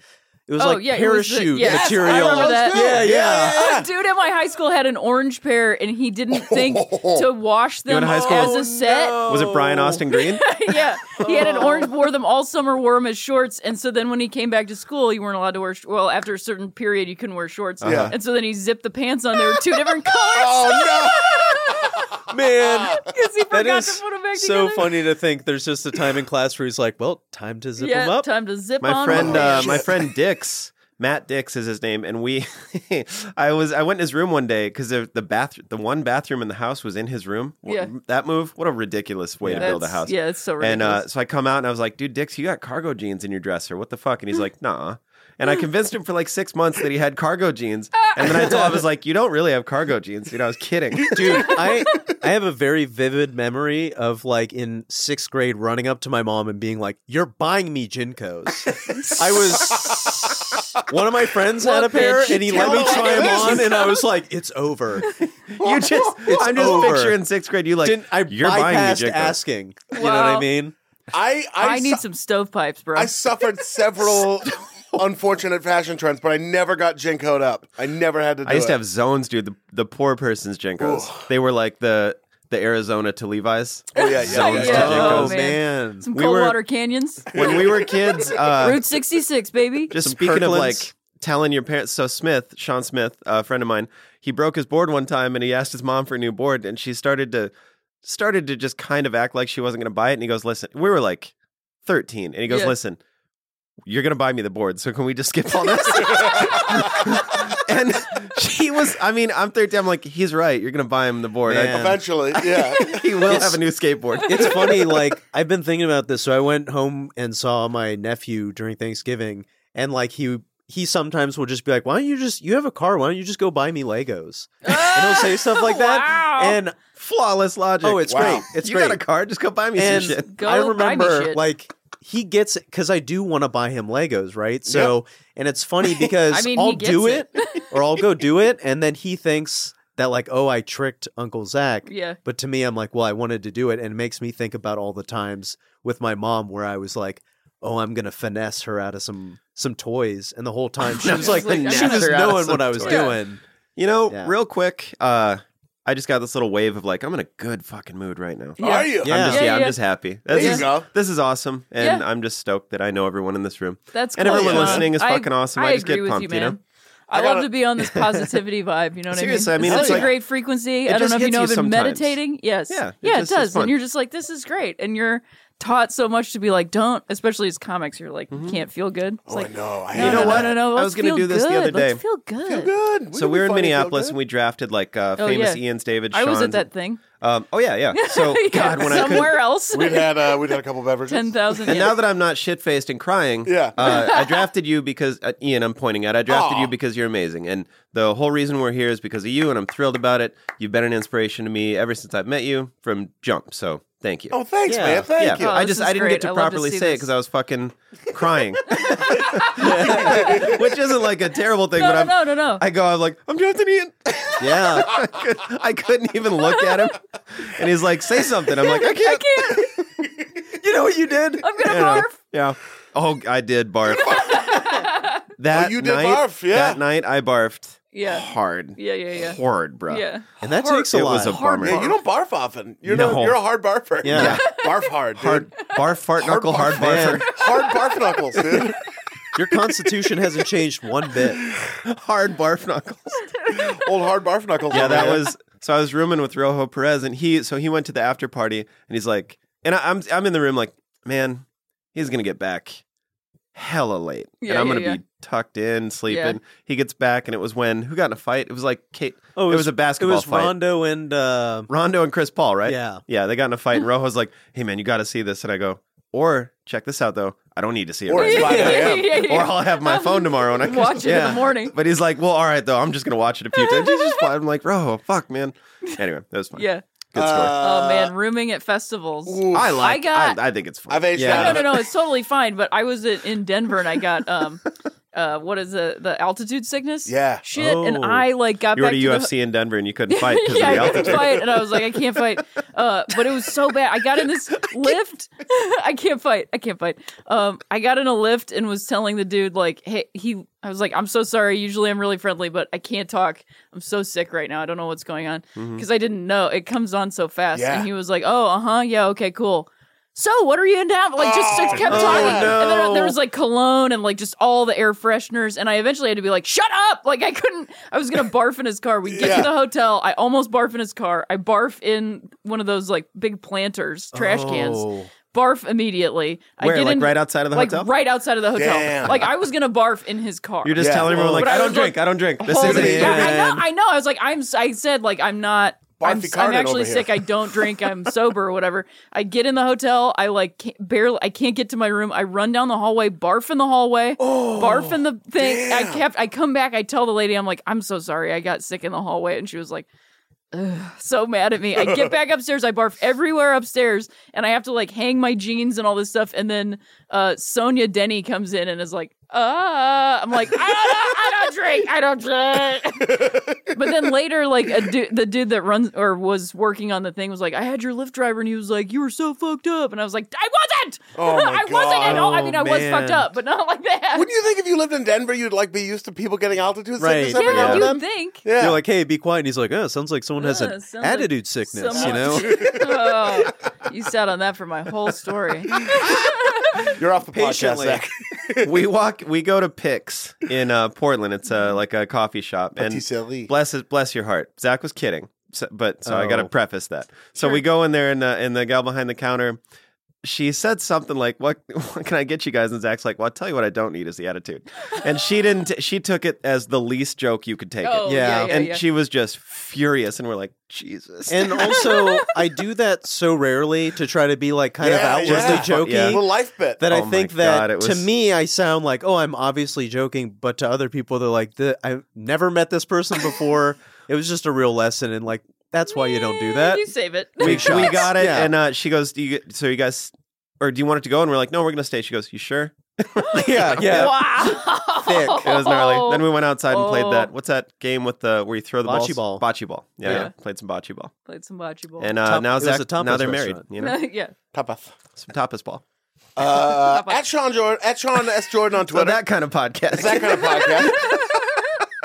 Speaker 3: it was
Speaker 4: Oh,
Speaker 3: like
Speaker 4: yeah, it was the-
Speaker 3: parachute
Speaker 4: yes, I
Speaker 3: material.
Speaker 4: remember that.
Speaker 3: Yeah, yeah.
Speaker 4: A dude at my high school had an orange pair, and he didn't think to wash
Speaker 1: went
Speaker 4: them
Speaker 1: to high school? Oh,
Speaker 4: as a set.
Speaker 1: Was it Brian Austin Green?
Speaker 4: yeah, he had an orange, wore them all summer, wore them as shorts, and so then when he came back to school, you weren't allowed to wear. sh- Well, after a certain period, you couldn't wear shorts.
Speaker 2: Yeah.
Speaker 4: and so then he zipped the pants on. There were two different colors
Speaker 2: Oh,
Speaker 3: Man.
Speaker 4: because he
Speaker 3: That
Speaker 4: forgot
Speaker 3: is
Speaker 4: to put them back
Speaker 3: so
Speaker 4: together.
Speaker 3: funny to think there's just a time in class where he's like, well, time to zip them
Speaker 4: Yeah,
Speaker 3: up.
Speaker 4: time to zip
Speaker 1: my
Speaker 4: on
Speaker 1: friend
Speaker 4: them.
Speaker 1: uh,
Speaker 2: Shit.
Speaker 1: my friend Dix Matt Dix is his name and we I was I went in his room one day cuz the, the bath the one bathroom in the house was in his room Wha-
Speaker 4: Yeah.
Speaker 1: that move what a ridiculous way to build a
Speaker 4: That's-
Speaker 1: house
Speaker 4: Yeah, it's so ridiculous.
Speaker 1: and uh, so I come out and I was like dude Dix you got cargo jeans in your dresser what the fuck and he's like nah and I convinced him for like six months that he had cargo jeans and then I told him I was like you don't really have cargo jeans dude I was kidding
Speaker 3: Dude, I I have a very vivid memory of like in sixth grade running up to my mom and being like, "You're buying me Jinkos." I was one of my friends had a
Speaker 4: What
Speaker 3: pair
Speaker 4: bitch?
Speaker 3: and he let me
Speaker 4: Tell
Speaker 3: try
Speaker 4: him.
Speaker 3: them on, and I was like, "It's over."
Speaker 1: you just I'm just
Speaker 3: over.
Speaker 1: picturing sixth grade you like
Speaker 3: Didn't I
Speaker 1: you're buying me
Speaker 3: bypassed
Speaker 1: Jinkos."
Speaker 3: asking? You know what I
Speaker 4: Wow.
Speaker 3: mean?
Speaker 2: no. I, uh, I,
Speaker 4: I need
Speaker 2: su-
Speaker 4: some stovepipes, bro.
Speaker 2: I suffered several unfortunate fashion trends, but I never got jinkoed up. I never had to do
Speaker 1: I used
Speaker 2: it.
Speaker 1: to have zones, dude. The, the poor person's Jinkos. They were like the the Arizona to Levi's.
Speaker 2: Oh, yeah, yeah,
Speaker 1: zones
Speaker 4: yeah, yeah.
Speaker 1: to
Speaker 4: Oh,
Speaker 1: Jinkos.
Speaker 4: man. some
Speaker 1: we were-
Speaker 4: Coldwater Canyons,
Speaker 1: When we were kids, uh,
Speaker 4: Route 66, baby.
Speaker 1: just
Speaker 3: Some
Speaker 1: speaking of
Speaker 3: Kirklands.
Speaker 1: like telling your parents. So Smith, Sean Smith, a friend of mine, he broke his board one time and he asked his mom for a new board, and she started to started to just kind of act like she wasn't going to buy it. And he goes, "Listen, we were like thirteen, and he goes,
Speaker 4: Yeah.
Speaker 1: "Listen." You're gonna buy me the board, so can we just skip all this? and she was—I mean, I'm 13. I'm like, he's right. You're gonna buy him the board. I-
Speaker 3: Man.
Speaker 2: Eventually, yeah.
Speaker 1: he will have a new skateboard.
Speaker 3: it's funny like i've been thinking about this so i went home and saw my nephew during thanksgiving and like he he sometimes will just be like why don't you just you have a car why don't you just go buy me legos and he'll say stuff like that
Speaker 4: Wow.
Speaker 3: and
Speaker 1: flawless logic.
Speaker 3: oh it's
Speaker 2: Wow.
Speaker 3: great it's
Speaker 1: you
Speaker 3: great
Speaker 1: got a car? Just go buy me
Speaker 3: and
Speaker 1: some shit.
Speaker 4: Go
Speaker 3: I
Speaker 4: buy me
Speaker 3: remember
Speaker 4: shit.
Speaker 3: like he gets because I do want to buy him Legos, right? So and it's funny because
Speaker 4: I mean, he
Speaker 3: I'll
Speaker 4: gets
Speaker 3: do
Speaker 4: it.
Speaker 3: it, or I'll go do it, and then he thinks that like, oh, I tricked Uncle Zach.
Speaker 4: Yeah.
Speaker 3: But to me, I'm like, well, I wanted to do it, and it makes me think about all the times with my mom where I was like, oh, I'm gonna finesse her out of some some toys, and the whole time she was like,
Speaker 4: Like,
Speaker 3: she
Speaker 4: finesse
Speaker 3: was
Speaker 4: her out
Speaker 1: of
Speaker 3: knowing
Speaker 1: some
Speaker 3: what I was
Speaker 4: toys.
Speaker 3: doing.
Speaker 1: You know,
Speaker 3: Yeah.
Speaker 1: real quick, uh, I just got this little wave of like, I'm in a good fucking mood right now.
Speaker 4: Yeah.
Speaker 2: Are you?
Speaker 3: Yeah.
Speaker 1: I'm just, yeah,
Speaker 4: Yeah,
Speaker 1: I'm
Speaker 4: yeah.
Speaker 1: just happy.
Speaker 2: There
Speaker 1: This
Speaker 2: you
Speaker 1: is,
Speaker 2: go.
Speaker 1: this is awesome, and
Speaker 4: Yeah.
Speaker 1: I'm just stoked that I know everyone in this room.
Speaker 4: That's cool.
Speaker 1: And everyone
Speaker 4: Sean.
Speaker 1: listening is
Speaker 4: I-
Speaker 1: fucking awesome.
Speaker 4: I,
Speaker 1: I just
Speaker 4: agree
Speaker 1: get
Speaker 4: with
Speaker 1: pumped,
Speaker 4: you,
Speaker 1: you know?
Speaker 4: man. I,
Speaker 2: gotta-
Speaker 4: love to be on this positivity vibe. You know what
Speaker 1: Seriously,
Speaker 4: I
Speaker 1: I
Speaker 4: mean?
Speaker 1: mean,
Speaker 4: It's
Speaker 1: it's
Speaker 4: such a
Speaker 1: like-
Speaker 4: great frequency.
Speaker 1: it
Speaker 4: I don't
Speaker 1: just
Speaker 4: know if you
Speaker 1: hits
Speaker 4: know
Speaker 1: you
Speaker 4: I've been
Speaker 1: sometimes.
Speaker 4: meditating. Yes.
Speaker 1: Yeah, it
Speaker 4: Yeah, it
Speaker 1: just is
Speaker 4: does.
Speaker 1: fun.
Speaker 4: And you're just like, this is great. And you're taught so much to be like, don't, especially as comics, you're like, you can't feel good. It's
Speaker 2: Oh,
Speaker 4: like,
Speaker 2: I know. I hate
Speaker 4: No, no,
Speaker 1: know
Speaker 4: no,
Speaker 1: what?
Speaker 4: No, no,
Speaker 1: I
Speaker 4: let's
Speaker 1: was gonna
Speaker 4: feel
Speaker 1: do this the
Speaker 4: good.
Speaker 1: other
Speaker 4: Let's
Speaker 1: day.
Speaker 4: feel good.
Speaker 2: Feel good.
Speaker 1: so we were in Minneapolis and we drafted like uh,
Speaker 4: Oh,
Speaker 1: famous
Speaker 4: yeah.
Speaker 1: Ian's David.
Speaker 4: I was
Speaker 1: Sean's-
Speaker 4: at that thing.
Speaker 1: Um, oh yeah, yeah. So
Speaker 4: Yeah,
Speaker 1: God, when I could,
Speaker 4: somewhere else,
Speaker 2: we'd had uh, we'd had a couple beverages.
Speaker 4: ten thousand.
Speaker 1: and now that I'm not shit faced and crying,
Speaker 2: Yeah.
Speaker 1: uh, I drafted you because uh, Ian. I'm pointing at. I drafted
Speaker 2: Aw.
Speaker 1: you because you're amazing, and the whole reason we're here is because of you, and I'm thrilled about it. You've been an inspiration to me ever since I've met you from jump. So thank you.
Speaker 2: oh, thanks,
Speaker 3: Yeah.
Speaker 2: man. Thank
Speaker 1: yeah,
Speaker 2: you.
Speaker 4: Oh,
Speaker 1: I
Speaker 4: this
Speaker 1: just
Speaker 4: is
Speaker 1: I didn't
Speaker 4: great.
Speaker 1: get to
Speaker 4: I love to
Speaker 1: properly
Speaker 4: see
Speaker 1: say it
Speaker 4: this.
Speaker 1: because I was fucking crying, which isn't like a terrible thing.
Speaker 4: no,
Speaker 1: but
Speaker 4: no,
Speaker 1: I'm,
Speaker 4: no, no, no.
Speaker 1: I go, I'm like, I'm drafting Ian.
Speaker 3: Yeah.
Speaker 1: I, could, I couldn't even look at him, and he's like, say something. I'm like, I can't.
Speaker 4: I can't.
Speaker 1: You know what you did?
Speaker 4: I'm gonna
Speaker 1: You know,
Speaker 4: barf.
Speaker 1: Yeah. Oh, I did barf. that
Speaker 2: Oh, you did
Speaker 1: night,
Speaker 2: barf, yeah.
Speaker 1: That night I barfed.
Speaker 4: Yeah.
Speaker 1: Hard.
Speaker 4: Yeah, yeah, yeah.
Speaker 1: Hard, bro.
Speaker 4: Yeah.
Speaker 3: And that takes a
Speaker 1: it
Speaker 3: lot.
Speaker 1: was a bummer.
Speaker 2: Yeah, you don't barf often. You're
Speaker 1: No.
Speaker 2: not, you're a hard barfer.
Speaker 3: Yeah. Yeah.
Speaker 2: barf hard, dude.
Speaker 1: Hard barf, fart knuckle, hard
Speaker 2: barf.
Speaker 1: barfer,
Speaker 2: hard barf knuckles, dude.
Speaker 3: Your constitution hasn't changed one bit.
Speaker 1: hard barf knuckles.
Speaker 2: Old hard barf knuckles.
Speaker 1: Yeah,
Speaker 2: over
Speaker 1: that
Speaker 2: here.
Speaker 1: was. So I was rooming with Rojo Perez, and he. So he went to the after party, and he's like, and I, I'm I'm in the room like, man, he's gonna get back hella late, and
Speaker 4: Yeah,
Speaker 1: I'm
Speaker 4: yeah,
Speaker 1: gonna
Speaker 4: yeah.
Speaker 1: be tucked in sleeping. He gets back, and it was when who got in a fight? It was like Kate.
Speaker 3: Oh,
Speaker 1: it was a
Speaker 3: It
Speaker 1: basketball
Speaker 3: was
Speaker 1: fight.
Speaker 3: Rondo and uh,
Speaker 1: Rondo and Chris Paul, right?
Speaker 3: Yeah.
Speaker 1: yeah. They got in a fight, and Rojo's like, hey man, you got to see this, and I go, or check this out though. I don't need to see it.
Speaker 2: Or
Speaker 1: right
Speaker 2: it's
Speaker 1: now."
Speaker 2: 5
Speaker 4: Yeah,
Speaker 2: a.m.
Speaker 4: yeah, yeah.
Speaker 1: Or I'll have my phone tomorrow and I can
Speaker 4: Watch it in
Speaker 1: Yeah.
Speaker 4: the morning.
Speaker 1: But he's like, well, all right though. I'm just gonna watch it a few times. He's just fine. I'm like, Rojo, fuck, man. Anyway, that was fun.
Speaker 4: Yeah.
Speaker 1: Good story.
Speaker 2: Uh,
Speaker 4: oh man, rooming at festivals.
Speaker 2: Ooh,
Speaker 1: Uh, I like.
Speaker 4: I got-
Speaker 1: I, I think it's fun.
Speaker 2: I've aged
Speaker 3: Yeah.
Speaker 4: No,
Speaker 2: out.
Speaker 4: no, no, it's totally fine. But I was in- in Denver and I got um, uh, what is the the altitude sickness?
Speaker 2: Yeah.
Speaker 4: Shit, and
Speaker 3: Oh.
Speaker 4: I like got
Speaker 1: you were
Speaker 4: back
Speaker 1: at a
Speaker 4: to the-
Speaker 1: UFC in Denver and you couldn't fight because
Speaker 4: yeah,
Speaker 1: of the
Speaker 4: I couldn't
Speaker 1: altitude.
Speaker 4: fight, and I was like, I can't fight. Uh, but it was so bad. I got in this lift. I can't fight. I can't fight. Um, I got in a lift and was telling the dude like, hey, he. I was like, I'm so sorry. Usually I'm really friendly, but I can't talk. I'm so sick right now. I don't know what's going on because I didn't know it comes on so fast.
Speaker 2: Mm-hmm. Yeah.
Speaker 4: And he was like, Oh, uh huh, yeah, okay, cool. So what are you in down? Like just
Speaker 2: Oh,
Speaker 4: kept
Speaker 2: no.
Speaker 4: talking, and
Speaker 1: no.
Speaker 4: then uh, there was like cologne and like just all the air fresheners, and I eventually had to be like, "Shut up!" Like I couldn't. I was gonna barf in his car. We get
Speaker 2: Yeah.
Speaker 4: to the hotel. I almost barf in his car. I barf in one of those like big planters, trash cans.
Speaker 3: Oh.
Speaker 4: Barf immediately. I
Speaker 1: Where?
Speaker 4: get
Speaker 1: Like
Speaker 4: in,
Speaker 1: right outside of the
Speaker 4: like
Speaker 1: hotel?
Speaker 4: right outside of the hotel.
Speaker 2: Damn.
Speaker 4: Like I was gonna barf in his car.
Speaker 1: You're just
Speaker 2: Yeah.
Speaker 1: telling everyone like,
Speaker 4: But I
Speaker 1: I don't
Speaker 4: was
Speaker 1: drink.
Speaker 4: like,
Speaker 1: I don't drink. This
Speaker 4: Hold
Speaker 1: isn't
Speaker 4: it.
Speaker 1: it.
Speaker 4: Yeah, I know. I know. I was like, I'm. I said like I'm not. I'm,
Speaker 2: Barfy
Speaker 4: I'm
Speaker 2: Cardin
Speaker 4: actually
Speaker 2: over here.
Speaker 4: sick. I don't drink. I'm sober or whatever. I get in the hotel. I like can't, barely. I can't get to my room. I run down the hallway, barf in the hallway,
Speaker 2: Oh,
Speaker 4: barf in the thing. I kept. I come back. I tell the lady, I'm like, I'm so sorry. I got sick in the hallway, and she was like. Ugh, so mad at me. I get back upstairs. I barf everywhere upstairs, and I have to like hang my jeans and all this stuff. And then uh, Sonia Denny comes in and is like, "Uh," I'm like, "I don't, know. I don't drink. I don't drink." But then later, like a du- the dude that runs or was working on the thing was like, "I had your Lyft driver," and he was like, "You were so fucked up," and I was like, "I wasn't.
Speaker 2: Oh, my
Speaker 4: I wasn't at all. I
Speaker 1: God.
Speaker 4: mean, I was
Speaker 1: Oh,
Speaker 4: fucked
Speaker 1: man.
Speaker 4: up, but not like that."
Speaker 2: Wouldn't you think if you lived in Denver, you'd like be used to people getting altitude
Speaker 3: Right.
Speaker 2: sickness every
Speaker 4: yeah,
Speaker 2: now and
Speaker 4: you
Speaker 2: then?
Speaker 4: think?
Speaker 2: Yeah.
Speaker 3: You're like, hey, be quiet. And he's like, oh, sounds like someone has
Speaker 4: Yeah,
Speaker 3: an
Speaker 4: sounds like
Speaker 3: attitude sickness, you know?
Speaker 4: someone- oh, you sat on that for my whole story.
Speaker 2: You're off the podcast,
Speaker 3: Patiently.
Speaker 2: Zach.
Speaker 1: we walk we go to Pix in uh, Portland. It's uh, like a coffee shop.
Speaker 2: Patisserie.
Speaker 1: And bless his- bless your heart. Zach was kidding. So, but so I got to
Speaker 3: Oh.
Speaker 1: preface that. So we go in there and the, and the gal behind the counter she said something like, "What, what can I get you guys?" And Zach's like, "Well, I'll tell you what I don't need is the attitude." And she didn't. She took it as the least joke you could take
Speaker 4: Oh,
Speaker 1: it.
Speaker 4: yeah,
Speaker 3: Yeah.
Speaker 4: yeah,
Speaker 1: and
Speaker 4: yeah.
Speaker 1: she was just furious. And we're like, "Jesus!"
Speaker 3: And also, I do that so rarely to try to be like kind
Speaker 2: Yeah,
Speaker 3: of outwardly
Speaker 2: yeah.
Speaker 3: jokey
Speaker 1: Yeah.
Speaker 2: Little life bit.
Speaker 3: that
Speaker 1: Oh
Speaker 3: I
Speaker 1: my
Speaker 3: think
Speaker 1: God,
Speaker 3: that
Speaker 1: it
Speaker 3: to
Speaker 1: was-
Speaker 3: me I sound like, oh, I'm obviously joking, but to other people they're like, "Th- I've never met this person before. it was just a real lesson, and like that's why you don't do that.
Speaker 4: You save it.
Speaker 1: we, we
Speaker 3: shots.
Speaker 1: got it.
Speaker 3: Yeah.
Speaker 1: And uh, she goes, do you, "So you guys, or do you want it to go?" And we're like, "No, we're gonna stay." She goes, "You sure?"
Speaker 3: yeah, yeah.
Speaker 4: Wow.
Speaker 1: It
Speaker 3: Thick.
Speaker 1: was gnarly. Then we went outside and
Speaker 4: Oh.
Speaker 1: played that. What's that game with the where you throw the
Speaker 3: Bocce
Speaker 1: balls?
Speaker 3: ball.
Speaker 1: Bocce ball. Yeah,
Speaker 4: Yeah.
Speaker 1: yeah. Played some bocce ball.
Speaker 4: Played some bocce ball.
Speaker 1: And uh,
Speaker 3: Top-
Speaker 1: now
Speaker 3: it was a
Speaker 1: Zach,
Speaker 3: tapas
Speaker 1: now they're married.
Speaker 3: restaurant.
Speaker 1: You know,
Speaker 4: yeah.
Speaker 2: Tapas.
Speaker 1: some tapas ball.
Speaker 2: Uh, at Sean Jordan, at Sean S Jordan on
Speaker 1: So
Speaker 2: Twitter.
Speaker 1: that kind of podcast.
Speaker 2: It's that kind of podcast.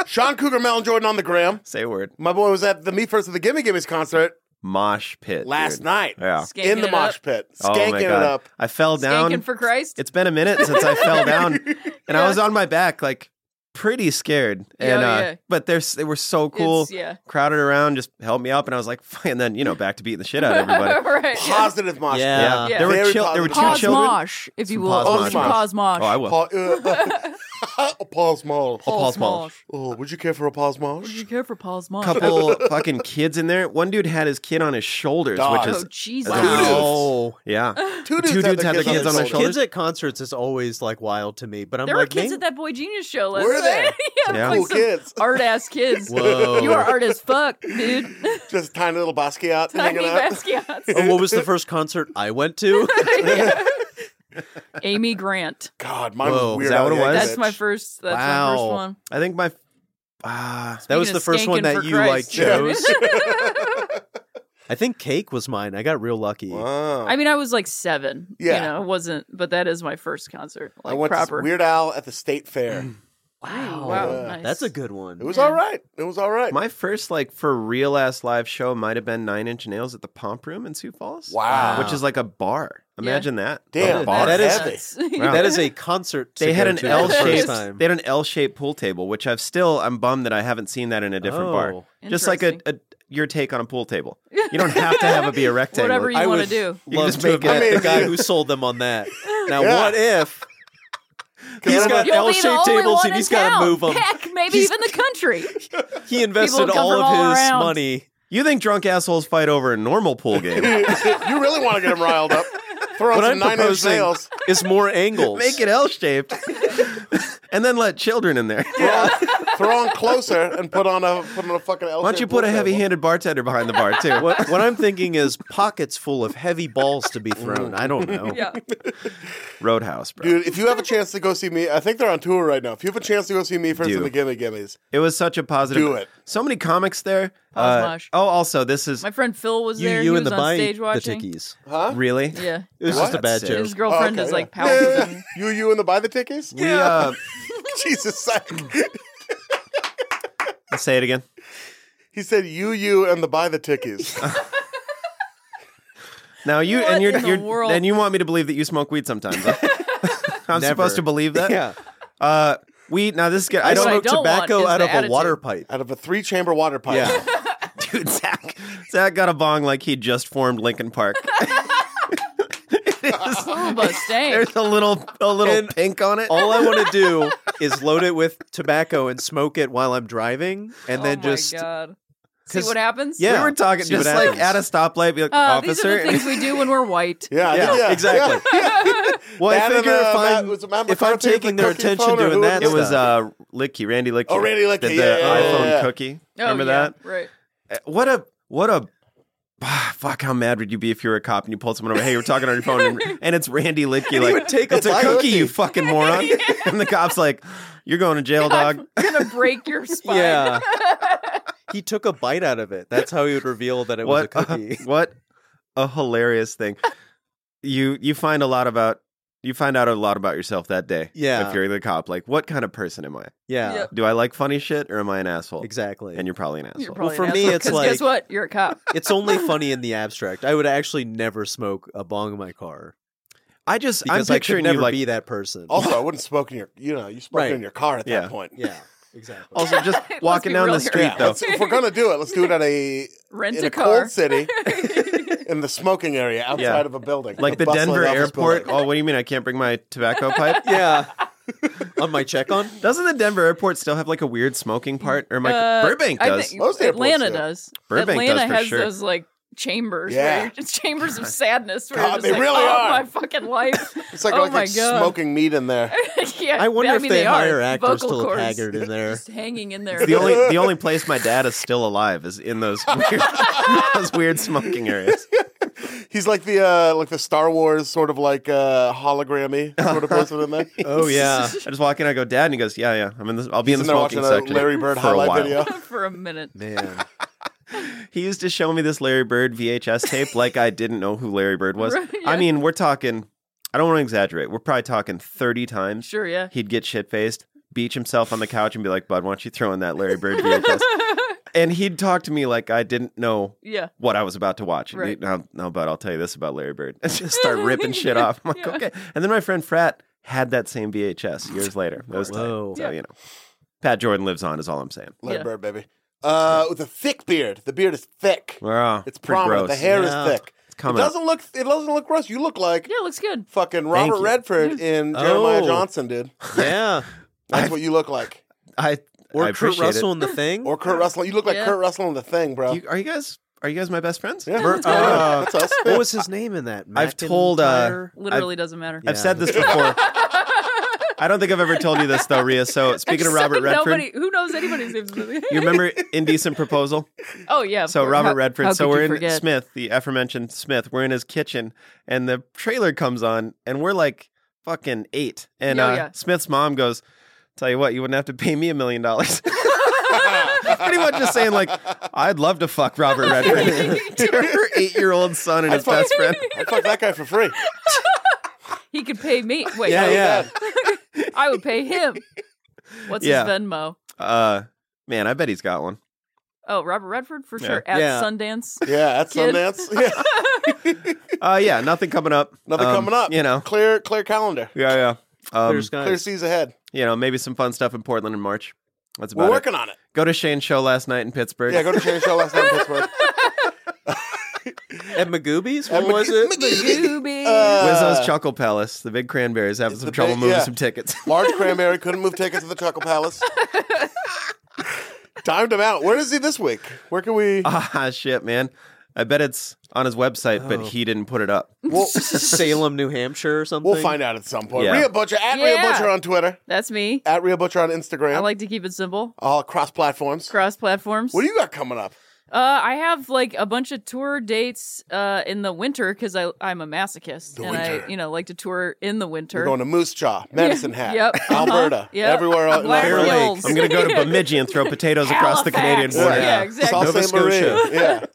Speaker 2: Sean Cougar Mellon Jordan on the gram.
Speaker 1: Say a word.
Speaker 2: My boy was at the Me First of the Gimme Gimmes concert
Speaker 1: Mosh pit.
Speaker 2: last
Speaker 1: dude.
Speaker 2: night.
Speaker 1: Yeah.
Speaker 4: Skanking
Speaker 2: In the
Speaker 4: it
Speaker 2: mosh
Speaker 4: up.
Speaker 2: pit.
Speaker 1: Oh my
Speaker 2: Skanking it
Speaker 1: God.
Speaker 2: up.
Speaker 1: I fell down.
Speaker 4: Skanking for Christ.
Speaker 1: it's been a minute since I fell down, and I was on my back like. pretty scared.
Speaker 4: Yeah,
Speaker 1: And
Speaker 4: oh,
Speaker 1: uh,
Speaker 4: yeah.
Speaker 1: but they're s- they were so cool,
Speaker 4: It's, yeah.
Speaker 1: crowded around, just held me up, and I was like, and then you know, back to beating the shit out of everybody.
Speaker 4: right. yeah.
Speaker 2: Positive mosh.
Speaker 3: Yeah.
Speaker 2: pit.
Speaker 1: Yeah.
Speaker 4: Yeah.
Speaker 1: There were
Speaker 2: Very
Speaker 1: chil- there were two
Speaker 2: positive.
Speaker 4: Pause
Speaker 1: children.
Speaker 4: mosh, if you
Speaker 3: Some
Speaker 4: will.
Speaker 3: pause
Speaker 4: Oh,
Speaker 2: mosh.
Speaker 4: some pause mosh.
Speaker 1: Oh, I will.
Speaker 2: Pa- uh, a pause mosh.
Speaker 1: pause mosh.
Speaker 2: Oh, would you care for a pause
Speaker 4: Would
Speaker 2: mosh?
Speaker 4: you care for pause mosh?
Speaker 1: couple fucking kids in there. One dude had his kid on his shoulders,
Speaker 2: Dog.
Speaker 1: which
Speaker 4: Oh,
Speaker 1: is
Speaker 4: Jesus.
Speaker 2: Wow. Dude.
Speaker 1: wow. Yeah.
Speaker 2: Two
Speaker 1: Two dudes had their
Speaker 3: Kids,
Speaker 1: Kids on their
Speaker 3: kids
Speaker 1: shoulders?
Speaker 3: at concerts is always like wild to me, but I'm
Speaker 4: There were
Speaker 3: like,
Speaker 4: kids
Speaker 3: man,
Speaker 4: at that Boy Genius show last
Speaker 2: Were
Speaker 4: night.
Speaker 2: there?
Speaker 4: yeah,
Speaker 1: Yeah.
Speaker 4: like
Speaker 2: Cool
Speaker 4: some
Speaker 2: kids.
Speaker 4: Art ass kids.
Speaker 3: Whoa.
Speaker 4: You are art as fuck, dude.
Speaker 2: Just tiny little Basquiat
Speaker 4: Tiny
Speaker 2: hanging out.
Speaker 4: Basquiat's.
Speaker 3: oh, what was the first concert I went to?
Speaker 4: Amy Grant.
Speaker 2: God, mine
Speaker 3: Whoa.
Speaker 2: was weird.
Speaker 3: Is
Speaker 1: that
Speaker 2: Al
Speaker 1: what it was?
Speaker 4: That's
Speaker 2: Yankovic.
Speaker 4: my first. That's my
Speaker 3: Wow.
Speaker 4: first one.
Speaker 1: I think my ah
Speaker 3: that was
Speaker 4: Speaking
Speaker 3: the
Speaker 4: of
Speaker 3: first one
Speaker 4: skanking
Speaker 3: that
Speaker 4: for
Speaker 3: you
Speaker 4: Christ.
Speaker 3: like chose. I think Cake was mine. I got real lucky.
Speaker 2: Wow.
Speaker 4: I mean, I was like seven.
Speaker 2: Yeah.
Speaker 4: you know, it wasn't. But that is my first concert, like
Speaker 2: I went
Speaker 4: proper.
Speaker 2: to Weird Al at the State Fair.
Speaker 1: Hmm.
Speaker 4: Wow, wow,
Speaker 2: Yeah.
Speaker 4: nice.
Speaker 3: That's a good one.
Speaker 2: It was
Speaker 4: Yeah.
Speaker 2: all right. It was all right.
Speaker 1: my first like for real ass live show might have been Nine Inch Nails at the Pomp Room in Sioux Falls.
Speaker 2: Wow.
Speaker 1: which is like a bar. Imagine that.
Speaker 2: Damn,
Speaker 1: a bar.
Speaker 3: that is-
Speaker 4: That's-
Speaker 1: Wow.
Speaker 3: That is a concert. to
Speaker 1: They had
Speaker 3: go
Speaker 1: an
Speaker 3: to
Speaker 1: L
Speaker 3: for the first
Speaker 1: shaped.
Speaker 3: time.
Speaker 1: They had an L shaped pool table, which I've still. I'm bummed that I haven't seen that in a different bar.
Speaker 3: Oh.
Speaker 1: Just like a, a your take on a pool table. You don't have to have it be a rectangle.
Speaker 4: whatever you
Speaker 3: I
Speaker 4: want to
Speaker 3: was-
Speaker 4: do.
Speaker 1: You
Speaker 3: Love
Speaker 1: can just
Speaker 3: to
Speaker 1: make
Speaker 3: have met
Speaker 1: it.
Speaker 2: mean-
Speaker 3: the guy who sold them on that. Now,
Speaker 2: Yeah.
Speaker 3: what if he's
Speaker 2: You'll
Speaker 4: You'll
Speaker 3: got
Speaker 4: be the
Speaker 3: L-shaped
Speaker 4: only
Speaker 3: tables
Speaker 4: one
Speaker 3: and
Speaker 4: in
Speaker 3: he's got
Speaker 4: town.
Speaker 3: to move them?
Speaker 4: Heck, maybe
Speaker 3: He's-
Speaker 4: even the country.
Speaker 3: He invested
Speaker 4: come
Speaker 3: all of
Speaker 4: from all
Speaker 3: his
Speaker 4: around.
Speaker 3: money.
Speaker 1: You think drunk assholes fight over a normal pool game?
Speaker 2: you really want to get him riled up. Throw him
Speaker 3: What
Speaker 2: some
Speaker 3: I'm
Speaker 2: nine inch
Speaker 3: proposing
Speaker 2: nails.
Speaker 3: is more angles.
Speaker 1: Make it L shaped, and then let children in there.
Speaker 2: Throw him closer and put on a put on a fucking L.
Speaker 1: Why don't you put a heavy handed bartender behind the bar too?
Speaker 3: What, what I'm thinking is pockets full of heavy balls to be thrown. I don't know.
Speaker 4: yeah,
Speaker 1: Roadhouse, bro.
Speaker 2: Dude, if you have a chance to go see me, I think they're on tour right now. If you have a chance to go see me first
Speaker 1: Do.
Speaker 2: in the Gimme Gimmes,
Speaker 1: It was such a positive.
Speaker 2: Do it.
Speaker 1: So many comics there.
Speaker 4: Pause mosh.
Speaker 1: oh, also this is
Speaker 4: my friend Phil was
Speaker 3: You,
Speaker 4: there.
Speaker 3: you
Speaker 4: he
Speaker 3: and
Speaker 4: was
Speaker 3: the
Speaker 4: on
Speaker 3: bike,
Speaker 4: stage
Speaker 3: the
Speaker 4: watching.
Speaker 3: tickies.
Speaker 2: huh?
Speaker 1: really.
Speaker 4: Yeah,
Speaker 3: It was just a
Speaker 1: That's
Speaker 3: bad
Speaker 1: sick.
Speaker 3: joke.
Speaker 4: his girlfriend
Speaker 2: Oh, Okay,
Speaker 4: is
Speaker 2: yeah.
Speaker 4: like pouting.
Speaker 2: you, you, and the buy the tickies.
Speaker 1: We uh,
Speaker 2: Jesus, psych.
Speaker 1: uh, say it again.
Speaker 2: He said, "You, you, and the buy the tickies."
Speaker 1: Now you
Speaker 4: What
Speaker 1: and you're,
Speaker 4: in the
Speaker 1: you're
Speaker 4: world?
Speaker 1: and you want me to believe that you smoke weed sometimes. huh? I'm
Speaker 3: Never.
Speaker 1: supposed to believe that.
Speaker 3: Yeah.
Speaker 1: Uh, we now this guy. I
Speaker 3: I
Speaker 4: What
Speaker 1: don't
Speaker 4: I
Speaker 3: smoked
Speaker 4: don't want
Speaker 3: tobacco
Speaker 4: is
Speaker 3: out
Speaker 4: the
Speaker 3: of a water
Speaker 4: attitude.
Speaker 3: pipe.
Speaker 2: Out of a three chamber water pipe.
Speaker 3: Yeah.
Speaker 1: dude. Zach, Zach got a bong like he just formed Lincoln Park.
Speaker 4: Ooh, but stank.
Speaker 1: There's a little a little
Speaker 3: And
Speaker 1: pink on it.
Speaker 3: All I want to do is load it with tobacco and smoke it while I'm driving, and
Speaker 4: oh
Speaker 3: then
Speaker 4: my
Speaker 3: just
Speaker 4: God. see
Speaker 3: 'cause-
Speaker 4: what happens.
Speaker 3: yeah.
Speaker 1: we were talking
Speaker 3: See what
Speaker 1: just like
Speaker 3: happens.
Speaker 1: at a stoplight, be like
Speaker 4: Uh, these
Speaker 1: officer.
Speaker 4: are the things we do when we're white.
Speaker 2: Yeah, I
Speaker 3: Yeah,
Speaker 2: think- yeah.
Speaker 3: exactly. Well,
Speaker 2: That
Speaker 3: I
Speaker 2: and,
Speaker 3: figure
Speaker 2: uh,
Speaker 3: if
Speaker 2: that
Speaker 3: I'm,
Speaker 2: was Matt
Speaker 3: if I'm
Speaker 2: McCarthy with
Speaker 3: taking
Speaker 2: the
Speaker 3: their
Speaker 2: cookie
Speaker 3: attention
Speaker 2: phone or
Speaker 3: doing
Speaker 2: who
Speaker 3: that,
Speaker 1: it was
Speaker 3: stuff.
Speaker 1: uh, Licky, Randy Licky.
Speaker 2: Oh, Randy Licky,
Speaker 1: Did the
Speaker 2: yeah, yeah,
Speaker 1: iPhone
Speaker 2: yeah, yeah.
Speaker 1: cookie.
Speaker 4: Oh,
Speaker 1: Remember
Speaker 4: yeah,
Speaker 1: that?
Speaker 4: Right.
Speaker 1: Uh, What a what a ah, fuck! How mad would you be if you were a cop and you pulled someone over? Hey, you were talking on your phone, and, and it's Randy Licky. like,
Speaker 3: would take a
Speaker 1: it's a,
Speaker 3: bite.
Speaker 1: cookie, you fucking moron. And the cop's like, "You're going to jail, dog."
Speaker 4: I'm gonna break your spine.
Speaker 3: yeah. he took a bite out of it. That's how he would reveal that it was a
Speaker 1: What?
Speaker 3: cookie.
Speaker 1: what a hilarious thing. You you find a lot about you find out a lot about yourself that day.
Speaker 3: Yeah.
Speaker 1: if you're the cop, like, what kind of person am I?
Speaker 3: yeah,
Speaker 4: Yep.
Speaker 1: Do I like funny shit or am I an asshole?
Speaker 3: exactly.
Speaker 1: And you're probably an asshole.
Speaker 4: You're probably
Speaker 3: for
Speaker 4: an
Speaker 3: me,
Speaker 4: asshole,
Speaker 3: it's
Speaker 4: 'cause
Speaker 3: like-
Speaker 4: guess what? You're a cop.
Speaker 3: it's only funny in the abstract. I would actually never smoke a bong in my car
Speaker 1: I just
Speaker 3: because
Speaker 1: I'm
Speaker 3: I could
Speaker 1: picturing you
Speaker 3: never
Speaker 1: like
Speaker 3: be that person.
Speaker 2: Also, I wouldn't smoke in your. You know, you smoke
Speaker 3: Right.
Speaker 2: in your car at
Speaker 1: Yeah.
Speaker 2: that point.
Speaker 3: yeah, exactly.
Speaker 1: also just
Speaker 4: Let's
Speaker 1: walking
Speaker 4: be
Speaker 1: down
Speaker 4: real
Speaker 1: the
Speaker 4: here.
Speaker 1: street
Speaker 4: Yeah.
Speaker 1: though.
Speaker 2: Let's- if we're gonna do it, let's do it at a
Speaker 4: Rent
Speaker 2: in
Speaker 4: a,
Speaker 2: a
Speaker 4: car.
Speaker 2: cold city in the smoking area outside
Speaker 1: Yeah.
Speaker 2: of a building,
Speaker 1: Like
Speaker 2: A
Speaker 1: the
Speaker 2: bustling
Speaker 1: Denver
Speaker 2: office
Speaker 1: airport.
Speaker 2: building.
Speaker 1: Oh, what do you mean I can't bring my tobacco pipe?
Speaker 3: yeah, on my check on.
Speaker 1: Doesn't the Denver airport still have like a weird smoking part? Or my
Speaker 4: Uh,
Speaker 1: Burbank
Speaker 4: I
Speaker 1: does.
Speaker 4: think
Speaker 2: Most airports
Speaker 4: Atlanta
Speaker 2: do.
Speaker 4: does.
Speaker 1: Burbank does
Speaker 4: Atlanta
Speaker 1: for
Speaker 4: has
Speaker 1: sure.
Speaker 4: those like chambers.
Speaker 2: Yeah.
Speaker 4: where you're just chambers of sadness. Where
Speaker 2: God,
Speaker 4: you're just
Speaker 2: they
Speaker 4: like,
Speaker 2: really
Speaker 4: oh,
Speaker 2: are.
Speaker 4: my fucking life.
Speaker 2: It's like
Speaker 4: oh
Speaker 2: like
Speaker 4: my
Speaker 2: it's
Speaker 4: God.
Speaker 2: smoking meat in there.
Speaker 4: yeah,
Speaker 3: I wonder
Speaker 4: I
Speaker 3: if
Speaker 4: mean,
Speaker 3: they,
Speaker 4: they
Speaker 3: hire
Speaker 4: are.
Speaker 3: actors
Speaker 4: Vocal
Speaker 3: to look
Speaker 4: cords
Speaker 3: haggard in there.
Speaker 4: just hanging in there.
Speaker 1: the only the only place my dad is still alive is in those weird, those weird smoking areas.
Speaker 2: He's like the uh like the Star Wars sort of like uh hologrammy sort of person in there.
Speaker 3: Oh yeah,
Speaker 1: I just walk in, I go, Dad, and he goes, Yeah, yeah, I'm in this. I'll be in
Speaker 2: He's
Speaker 1: the
Speaker 2: in there
Speaker 1: smoking
Speaker 2: watching a
Speaker 1: section
Speaker 2: Larry Bird
Speaker 1: for a while.
Speaker 2: highlight video.
Speaker 4: for a minute.
Speaker 3: man.
Speaker 1: He used to show me this Larry Bird VHS tape, like I didn't know who Larry Bird was.
Speaker 4: Right, yeah.
Speaker 1: I mean, we're talking. I don't want to exaggerate. We're probably talking thirty times.
Speaker 4: Sure, yeah.
Speaker 1: he'd get shit faced, beach himself on the couch, and be like, "Bud, why don't you throw in that Larry Bird VHS?" and he'd talk to me like I didn't know
Speaker 4: Yeah.
Speaker 1: what I was about to watch. And
Speaker 4: Right.
Speaker 1: he- No, no, but I'll tell you this about Larry Bird, and just start ripping shit off. I'm like,
Speaker 4: Yeah.
Speaker 1: okay. And then my friend Frat had that same VHS years later. That was tight.
Speaker 3: Whoa.
Speaker 1: So you know, Pat Jordan lives on, is all I'm saying.
Speaker 2: Let
Speaker 4: Yeah.
Speaker 2: it burn, baby. Uh, with a thick beard. The beard is thick.
Speaker 1: Wow,
Speaker 2: It's
Speaker 1: pretty
Speaker 2: prominent. The
Speaker 1: gross.
Speaker 2: hair
Speaker 3: Yeah.
Speaker 2: is thick.
Speaker 1: It's
Speaker 2: It
Speaker 1: coming. up.
Speaker 2: doesn't look. It doesn't look gross. You look like
Speaker 4: Yeah, Mm. it looks good.
Speaker 2: fucking
Speaker 3: Thank
Speaker 2: Robert
Speaker 3: you.
Speaker 2: Redford in Jeremiah
Speaker 3: Oh.
Speaker 2: Johnson, dude.
Speaker 3: yeah.
Speaker 2: That's what you look like.
Speaker 1: I I
Speaker 3: Or Kurt
Speaker 1: appreciate it.
Speaker 3: Russell in the thing.
Speaker 2: Or Kurt Russell. You look like
Speaker 4: Yeah.
Speaker 2: Kurt Russell in the thing, bro.
Speaker 1: You- are you guys are you guys my best friends?
Speaker 2: yeah,
Speaker 3: Mer-
Speaker 2: Yeah, that's us.
Speaker 3: what was his name in that?
Speaker 1: I've told, uh,
Speaker 3: McIntyre?
Speaker 4: Literally doesn't matter.
Speaker 3: Yeah.
Speaker 1: I've said this before. I don't think I've ever told you this though, Rhea. So speaking of
Speaker 4: Except
Speaker 1: Robert Redford,
Speaker 4: nobody who knows anybody's name.
Speaker 1: you remember Indecent Proposal?
Speaker 4: Oh yeah. of
Speaker 1: So
Speaker 4: course.
Speaker 1: Robert
Speaker 4: How-
Speaker 1: Redford.
Speaker 4: how
Speaker 1: so
Speaker 4: could
Speaker 1: we're
Speaker 4: you
Speaker 1: in
Speaker 4: forget?
Speaker 1: Smith, the aforementioned Smith. We're in his kitchen, and the trailer comes on, and we're like fucking eight. And
Speaker 4: Yeah,
Speaker 1: uh,
Speaker 4: yeah.
Speaker 1: Smith's mom goes, "Tell you what, you wouldn't have to pay me a million dollars." Pretty much just saying like, "I'd love to fuck Robert Redford to her eight-year-old son and his
Speaker 2: I'd fuck-
Speaker 1: best friend."
Speaker 2: I fuck that guy for free.
Speaker 4: He could pay me. Wait,
Speaker 3: Yeah,
Speaker 4: no,
Speaker 3: yeah.
Speaker 4: I would pay him. What's
Speaker 1: Yeah.
Speaker 4: his Venmo?
Speaker 1: Uh, man, I bet he's got one.
Speaker 4: Oh, Robert Redford for
Speaker 1: Yeah.
Speaker 4: sure. At
Speaker 3: Yeah.
Speaker 4: Sundance.
Speaker 2: Yeah, that's
Speaker 4: Kid.
Speaker 2: Sundance. Yeah,
Speaker 1: Uh, yeah, nothing coming up.
Speaker 2: nothing
Speaker 1: Um,
Speaker 2: coming up.
Speaker 1: You know,
Speaker 2: clear, clear calendar,
Speaker 1: yeah, yeah. Um,
Speaker 3: Clear skies.
Speaker 2: clear seas ahead.
Speaker 1: you know, maybe some fun stuff in Portland in March. That's about
Speaker 2: We're
Speaker 1: it.
Speaker 2: working on it.
Speaker 1: Go to Shane's show last night in Pittsburgh.
Speaker 2: Yeah, go to Shane's show last night in Pittsburgh.
Speaker 3: At Magoobies?
Speaker 2: At
Speaker 3: What was
Speaker 2: Mag-
Speaker 3: it?
Speaker 4: Goobies.
Speaker 2: Uh,
Speaker 1: Wizzo's Chuckle Palace, the Big Cranberries, having
Speaker 2: It's
Speaker 1: some
Speaker 2: the
Speaker 1: trouble
Speaker 2: big-
Speaker 1: moving
Speaker 2: yeah.
Speaker 1: some tickets.
Speaker 2: Large cranberry couldn't move tickets to the Chuckle Palace. Timed him out. Where is he this week? Where can we?
Speaker 1: ah, shit, man. I bet it's on his website, but
Speaker 3: Oh.
Speaker 1: he didn't put it up.
Speaker 2: We'll,
Speaker 3: Salem, New Hampshire or something?
Speaker 2: we'll find out at some point.
Speaker 1: Yeah.
Speaker 2: Rhea Butcher at Rhea
Speaker 4: Yeah.
Speaker 2: Butcher on Twitter,
Speaker 4: That's me.
Speaker 2: at Rhea Butcher on Instagram.
Speaker 4: I like to keep it simple.
Speaker 2: all cross platforms.
Speaker 4: Cross platforms.
Speaker 2: What do you got coming up?
Speaker 4: Uh, I have like a bunch of tour dates uh, in the winter because I I'm a masochist
Speaker 2: The
Speaker 4: and
Speaker 2: winter.
Speaker 4: I you know like to tour in the winter.
Speaker 2: We're going to Moose Jaw, Medicine Hat,
Speaker 4: Yep. Uh-huh.
Speaker 2: Alberta,
Speaker 4: Yep.
Speaker 2: everywhere else.
Speaker 4: Black
Speaker 1: Fair
Speaker 4: Hills.
Speaker 1: Lakes. I'm going to go to Bemidji and throw potatoes across the Canadian
Speaker 4: Halifax.
Speaker 1: border.
Speaker 4: Yeah,
Speaker 2: Yeah.
Speaker 4: exactly.
Speaker 2: Sault
Speaker 1: Nova
Speaker 2: Ste. Marie.
Speaker 1: Scotia.
Speaker 2: Yeah.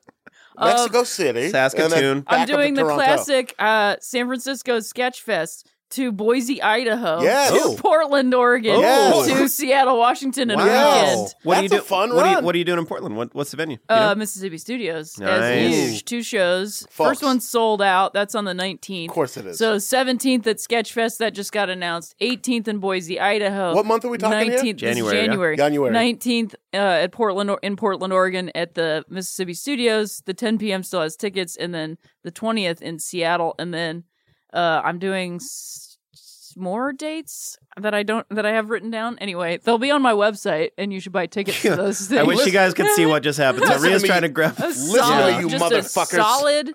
Speaker 4: Uh,
Speaker 2: Mexico City.
Speaker 1: Saskatoon.
Speaker 2: and then
Speaker 1: I'm
Speaker 2: back
Speaker 4: I'm
Speaker 2: up to
Speaker 4: doing the
Speaker 2: Toronto.
Speaker 4: classic uh, San Francisco Sketch Fest to Boise, Idaho,
Speaker 2: Yes.
Speaker 4: to
Speaker 2: Oh.
Speaker 4: Portland, Oregon,
Speaker 2: Yes.
Speaker 4: to Seattle, Washington, and
Speaker 2: Wow.
Speaker 4: weekend.
Speaker 1: What
Speaker 2: Oh, That's
Speaker 1: are you doing?
Speaker 2: a fun
Speaker 1: what, Are you,
Speaker 2: run.
Speaker 1: what are you doing in Portland? What, what's the venue? You
Speaker 4: Uh,
Speaker 1: know?
Speaker 4: Mississippi Studios,
Speaker 1: Nice.
Speaker 4: as huge, two shows.
Speaker 2: Folks.
Speaker 4: First one sold out. That's on the 19th.
Speaker 2: Of course it is.
Speaker 4: So 17th at Sketchfest that just got announced. 18th in Boise, Idaho.
Speaker 2: What month are we talking here?
Speaker 4: 19th, this is
Speaker 1: January, yeah.
Speaker 4: January.
Speaker 2: January.
Speaker 4: 19th uh, at Portland or- in Portland, Oregon at the Mississippi Studios. The 10 p.m. still has tickets, and then the 20th in Seattle, and then uh, I'm doing s- s- more dates that I don't that I have written down. Anyway, they'll be on my website, and you should buy tickets to those things.
Speaker 1: I wish you guys could see what just happened. So
Speaker 2: Listen to
Speaker 1: Rhea's
Speaker 2: me.
Speaker 1: trying to grab.
Speaker 4: A
Speaker 2: Listen to
Speaker 4: solid,
Speaker 2: me, you
Speaker 4: just
Speaker 2: motherfuckers.
Speaker 4: A solid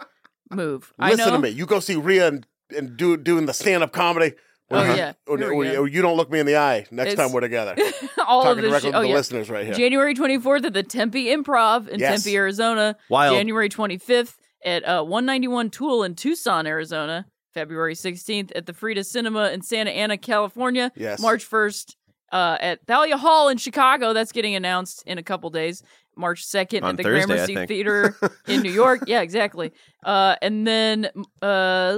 Speaker 4: move. I
Speaker 2: Listen
Speaker 4: know.
Speaker 2: to me. You go see Rhea and, and do doing the stand up comedy. Or,
Speaker 4: Oh,
Speaker 2: you-
Speaker 4: yeah.
Speaker 2: or,
Speaker 4: Here
Speaker 2: or-
Speaker 4: we go.
Speaker 2: or you don't look me in the eye next
Speaker 4: It's-
Speaker 2: time we're together.
Speaker 4: All
Speaker 2: Talking
Speaker 4: of this.
Speaker 2: directly
Speaker 4: shit.
Speaker 2: to
Speaker 4: Oh
Speaker 2: the
Speaker 4: yeah.
Speaker 2: listeners right here.
Speaker 4: January 24th at the Tempe Improv in
Speaker 2: Yes.
Speaker 4: Tempe, Arizona.
Speaker 1: Wild.
Speaker 4: January 25th at uh, 191 Tool in Tucson, Arizona. February 16th at the Frida Cinema in Santa Ana, California.
Speaker 2: Yes.
Speaker 4: March 1st uh, at Thalia Hall in Chicago. That's getting announced in a couple days. March 2nd
Speaker 1: On
Speaker 4: at the
Speaker 1: Thursday, I
Speaker 4: Gramercy
Speaker 1: think.
Speaker 4: Theater in New York. Yeah, exactly. Uh, and then uh,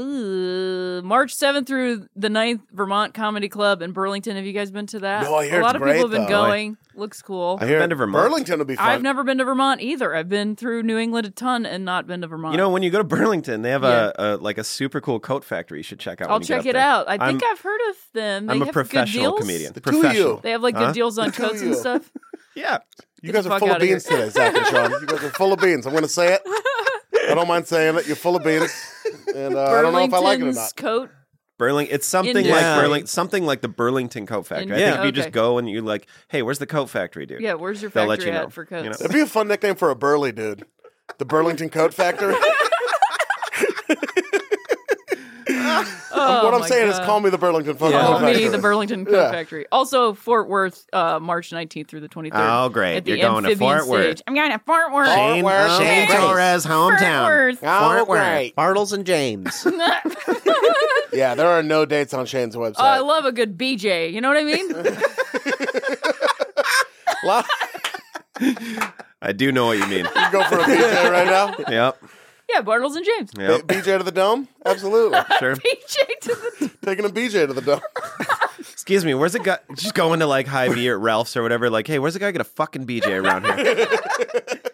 Speaker 4: March 7th through the 9th, Vermont Comedy Club in Burlington. Have you guys been to that?
Speaker 2: No, I hear
Speaker 4: A lot
Speaker 2: it's
Speaker 4: of people have
Speaker 2: great,
Speaker 4: been
Speaker 2: though.
Speaker 4: going. Looks cool.
Speaker 2: I hear
Speaker 1: been to Vermont.
Speaker 2: Burlington will be fun.
Speaker 4: I've never been to Vermont either. I've been through New England a ton and not been to Vermont.
Speaker 1: You know, when you go to Burlington, they have
Speaker 4: Yeah.
Speaker 1: a, a like a super cool coat factory. You should check out.
Speaker 4: I'll
Speaker 1: when you get
Speaker 4: check
Speaker 1: up
Speaker 4: it
Speaker 1: there.
Speaker 4: out. I
Speaker 1: I'm-
Speaker 4: think i have heard of them. They
Speaker 1: I'm
Speaker 4: have
Speaker 1: a professional
Speaker 4: good deals.
Speaker 1: comedian.
Speaker 2: The two of you.
Speaker 1: professional.
Speaker 4: They have like
Speaker 1: Huh?
Speaker 4: good deals on
Speaker 2: The two of
Speaker 4: coats and
Speaker 2: you.
Speaker 4: stuff.
Speaker 1: Yeah.
Speaker 2: you
Speaker 4: Get
Speaker 2: guys
Speaker 4: the
Speaker 2: are
Speaker 4: fuck
Speaker 2: full of
Speaker 4: outta
Speaker 2: beans
Speaker 4: here.
Speaker 2: today, Zach and Sean. You guys are full of beans. I'm going to say it. I don't mind saying it. You're full of beans. And uh, I don't know if I like it or
Speaker 4: Burlington's
Speaker 2: not.
Speaker 4: coat.
Speaker 1: Burlington. It's something
Speaker 4: Industry.
Speaker 1: like
Speaker 3: Yeah.
Speaker 1: Burling, something like the Burlington Coat Factory. I
Speaker 4: Industry.
Speaker 1: think if you
Speaker 4: Okay.
Speaker 1: just go and you like, hey, where's the coat factory, dude?
Speaker 4: Yeah, where's your
Speaker 1: They'll
Speaker 4: factory
Speaker 1: let you
Speaker 4: at
Speaker 1: know,
Speaker 4: for
Speaker 1: you know.
Speaker 4: coats?
Speaker 2: That'd be a fun nickname for a burly dude. The Burlington Coat Factory.
Speaker 4: Oh,
Speaker 2: what I'm
Speaker 4: my
Speaker 2: saying is
Speaker 4: God.
Speaker 2: call me the Burlington Coat
Speaker 4: Call
Speaker 2: Factory.
Speaker 4: me the Burlington Coat
Speaker 2: Yeah.
Speaker 4: Factory. Also, Fort Worth, uh, March 19th through the 23rd.
Speaker 1: Oh, great.
Speaker 4: At the
Speaker 1: You're going to
Speaker 4: Amphibian
Speaker 1: Fort Worth.
Speaker 4: Stage. I'm going to Fort Worth.
Speaker 1: Shane,
Speaker 2: Worth.
Speaker 1: Shane
Speaker 2: Fort Worth.
Speaker 1: Torres hometown.
Speaker 4: Fort Worth.
Speaker 3: Oh,
Speaker 2: All right.
Speaker 3: Bartles and James.
Speaker 2: Yeah, there are no dates on Shane's
Speaker 4: Oh, I
Speaker 2: website.
Speaker 4: love a good BJ. You know what I mean?
Speaker 2: Lot-
Speaker 1: I do know what you mean.
Speaker 2: you go for a BJ right now?
Speaker 1: yep.
Speaker 4: yeah, Bartles and James.
Speaker 1: Yep.
Speaker 2: B- BJ to the dome? Absolutely.
Speaker 1: Sure.
Speaker 4: BJ to the
Speaker 2: Taking a BJ to the dome.
Speaker 1: Excuse me. Where's the guy? Just going to like Hy-Vee or Ralph's or whatever. Like, hey, where's the guy get a fucking BJ around here?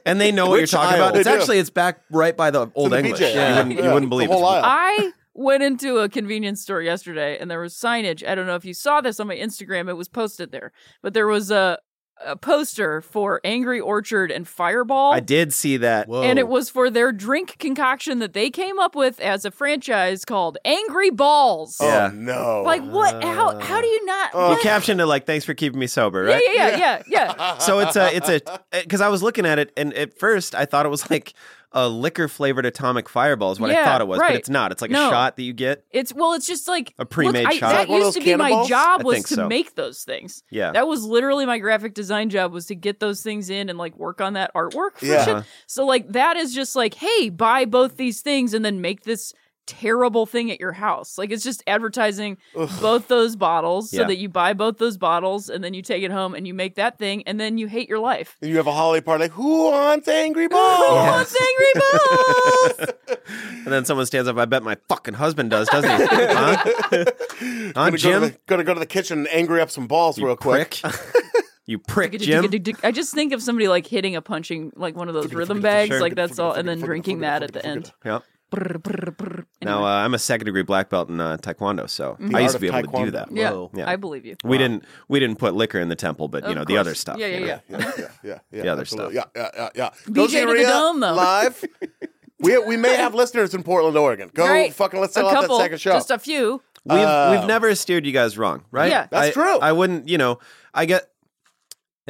Speaker 1: And they know what
Speaker 3: Which
Speaker 1: you're talking about.
Speaker 3: aisle?
Speaker 1: It's
Speaker 2: They do.
Speaker 1: actually it's back right by the old
Speaker 2: the
Speaker 1: English.
Speaker 2: BJ.
Speaker 1: You
Speaker 3: Yeah.
Speaker 1: wouldn't, you
Speaker 2: Yeah.
Speaker 1: wouldn't believe
Speaker 2: The whole
Speaker 1: it.
Speaker 2: aisle.
Speaker 4: I went into a convenience store yesterday and there was signage. I don't know if you saw this on my Instagram, it was posted there, but there was a a poster for Angry Orchard and Fireball.
Speaker 1: I did see that.
Speaker 3: Whoa.
Speaker 4: And it was for their drink concoction that they came up with as a franchise called Angry Balls.
Speaker 2: Oh
Speaker 1: Yeah.
Speaker 2: no!
Speaker 4: Like what? How how do you not?
Speaker 2: Oh.
Speaker 1: You
Speaker 4: what?
Speaker 1: captioned it like "Thanks for keeping me sober,"
Speaker 4: Yeah,
Speaker 1: right?
Speaker 4: yeah, yeah, yeah, yeah.
Speaker 1: So it's a it's a because I was looking at it and at first I thought it was like a liquor flavored atomic fireball is what I
Speaker 4: Yeah,
Speaker 1: thought it was,
Speaker 4: right.
Speaker 1: but it's not. It's like
Speaker 4: No.
Speaker 1: a shot that you get.
Speaker 4: It's well, it's just like
Speaker 1: A pre-made
Speaker 4: look, I-
Speaker 1: shot.
Speaker 4: that
Speaker 1: Like
Speaker 2: one of
Speaker 4: used to
Speaker 2: those
Speaker 4: be my
Speaker 2: cannonballs?
Speaker 4: job
Speaker 1: I
Speaker 4: was
Speaker 1: think
Speaker 4: to
Speaker 1: so.
Speaker 4: make those things.
Speaker 1: Yeah.
Speaker 4: That was literally my graphic design job was to get those things in and like work on that artwork. For
Speaker 2: Yeah.
Speaker 4: shit. So like that is just like, hey, buy both these things and then make this terrible thing at your house. Like it's just advertising both those bottles so
Speaker 1: Yeah.
Speaker 4: that you buy both those bottles and then you take it home and you make that thing and then you hate your life.
Speaker 2: you have a holiday party. Like, who wants Angry Balls?
Speaker 4: Who wants angry balls?
Speaker 1: and then someone stands up. I bet my fucking husband does, doesn't he? huh? huh,
Speaker 2: Gonna go,
Speaker 1: Jim?
Speaker 2: to the, gonna go to the kitchen and angry up some balls real quick.
Speaker 1: Prick. you prick, Jim.
Speaker 4: I just think of somebody like hitting a punching like one of those rhythm bags, like that's all, and then drinking that at the end.
Speaker 1: Yeah.
Speaker 4: Brr, brr, brr.
Speaker 1: Now uh, I'm a second degree black belt in uh, taekwondo, so I
Speaker 2: Mm-hmm. art
Speaker 1: used to
Speaker 2: of
Speaker 1: be able to do
Speaker 2: taekwondo.
Speaker 1: that.
Speaker 4: Anyway. yeah,
Speaker 3: Whoa.
Speaker 1: Yeah.
Speaker 4: I believe you.
Speaker 1: We didn't we didn't put liquor in the temple, but you
Speaker 4: Of
Speaker 1: know the
Speaker 4: course.
Speaker 1: other stuff.
Speaker 4: Yeah, yeah,
Speaker 1: you know.
Speaker 4: yeah.
Speaker 2: Yeah, yeah, yeah, yeah.
Speaker 1: The other
Speaker 2: absolutely.
Speaker 1: stuff.
Speaker 2: Yeah, yeah, yeah, yeah.
Speaker 4: BJ to the
Speaker 2: Rhea
Speaker 4: dome, though.
Speaker 2: live. we we may have listeners in Portland, Oregon. Go
Speaker 4: Right.
Speaker 2: fucking let's
Speaker 4: a
Speaker 2: sell out
Speaker 4: couple,
Speaker 2: that second show.
Speaker 4: Just a few.
Speaker 1: We've
Speaker 2: Um,
Speaker 1: we've never steered you guys wrong, right?
Speaker 4: Yeah.
Speaker 2: That's
Speaker 1: I-
Speaker 2: true.
Speaker 1: I wouldn't, you know, I get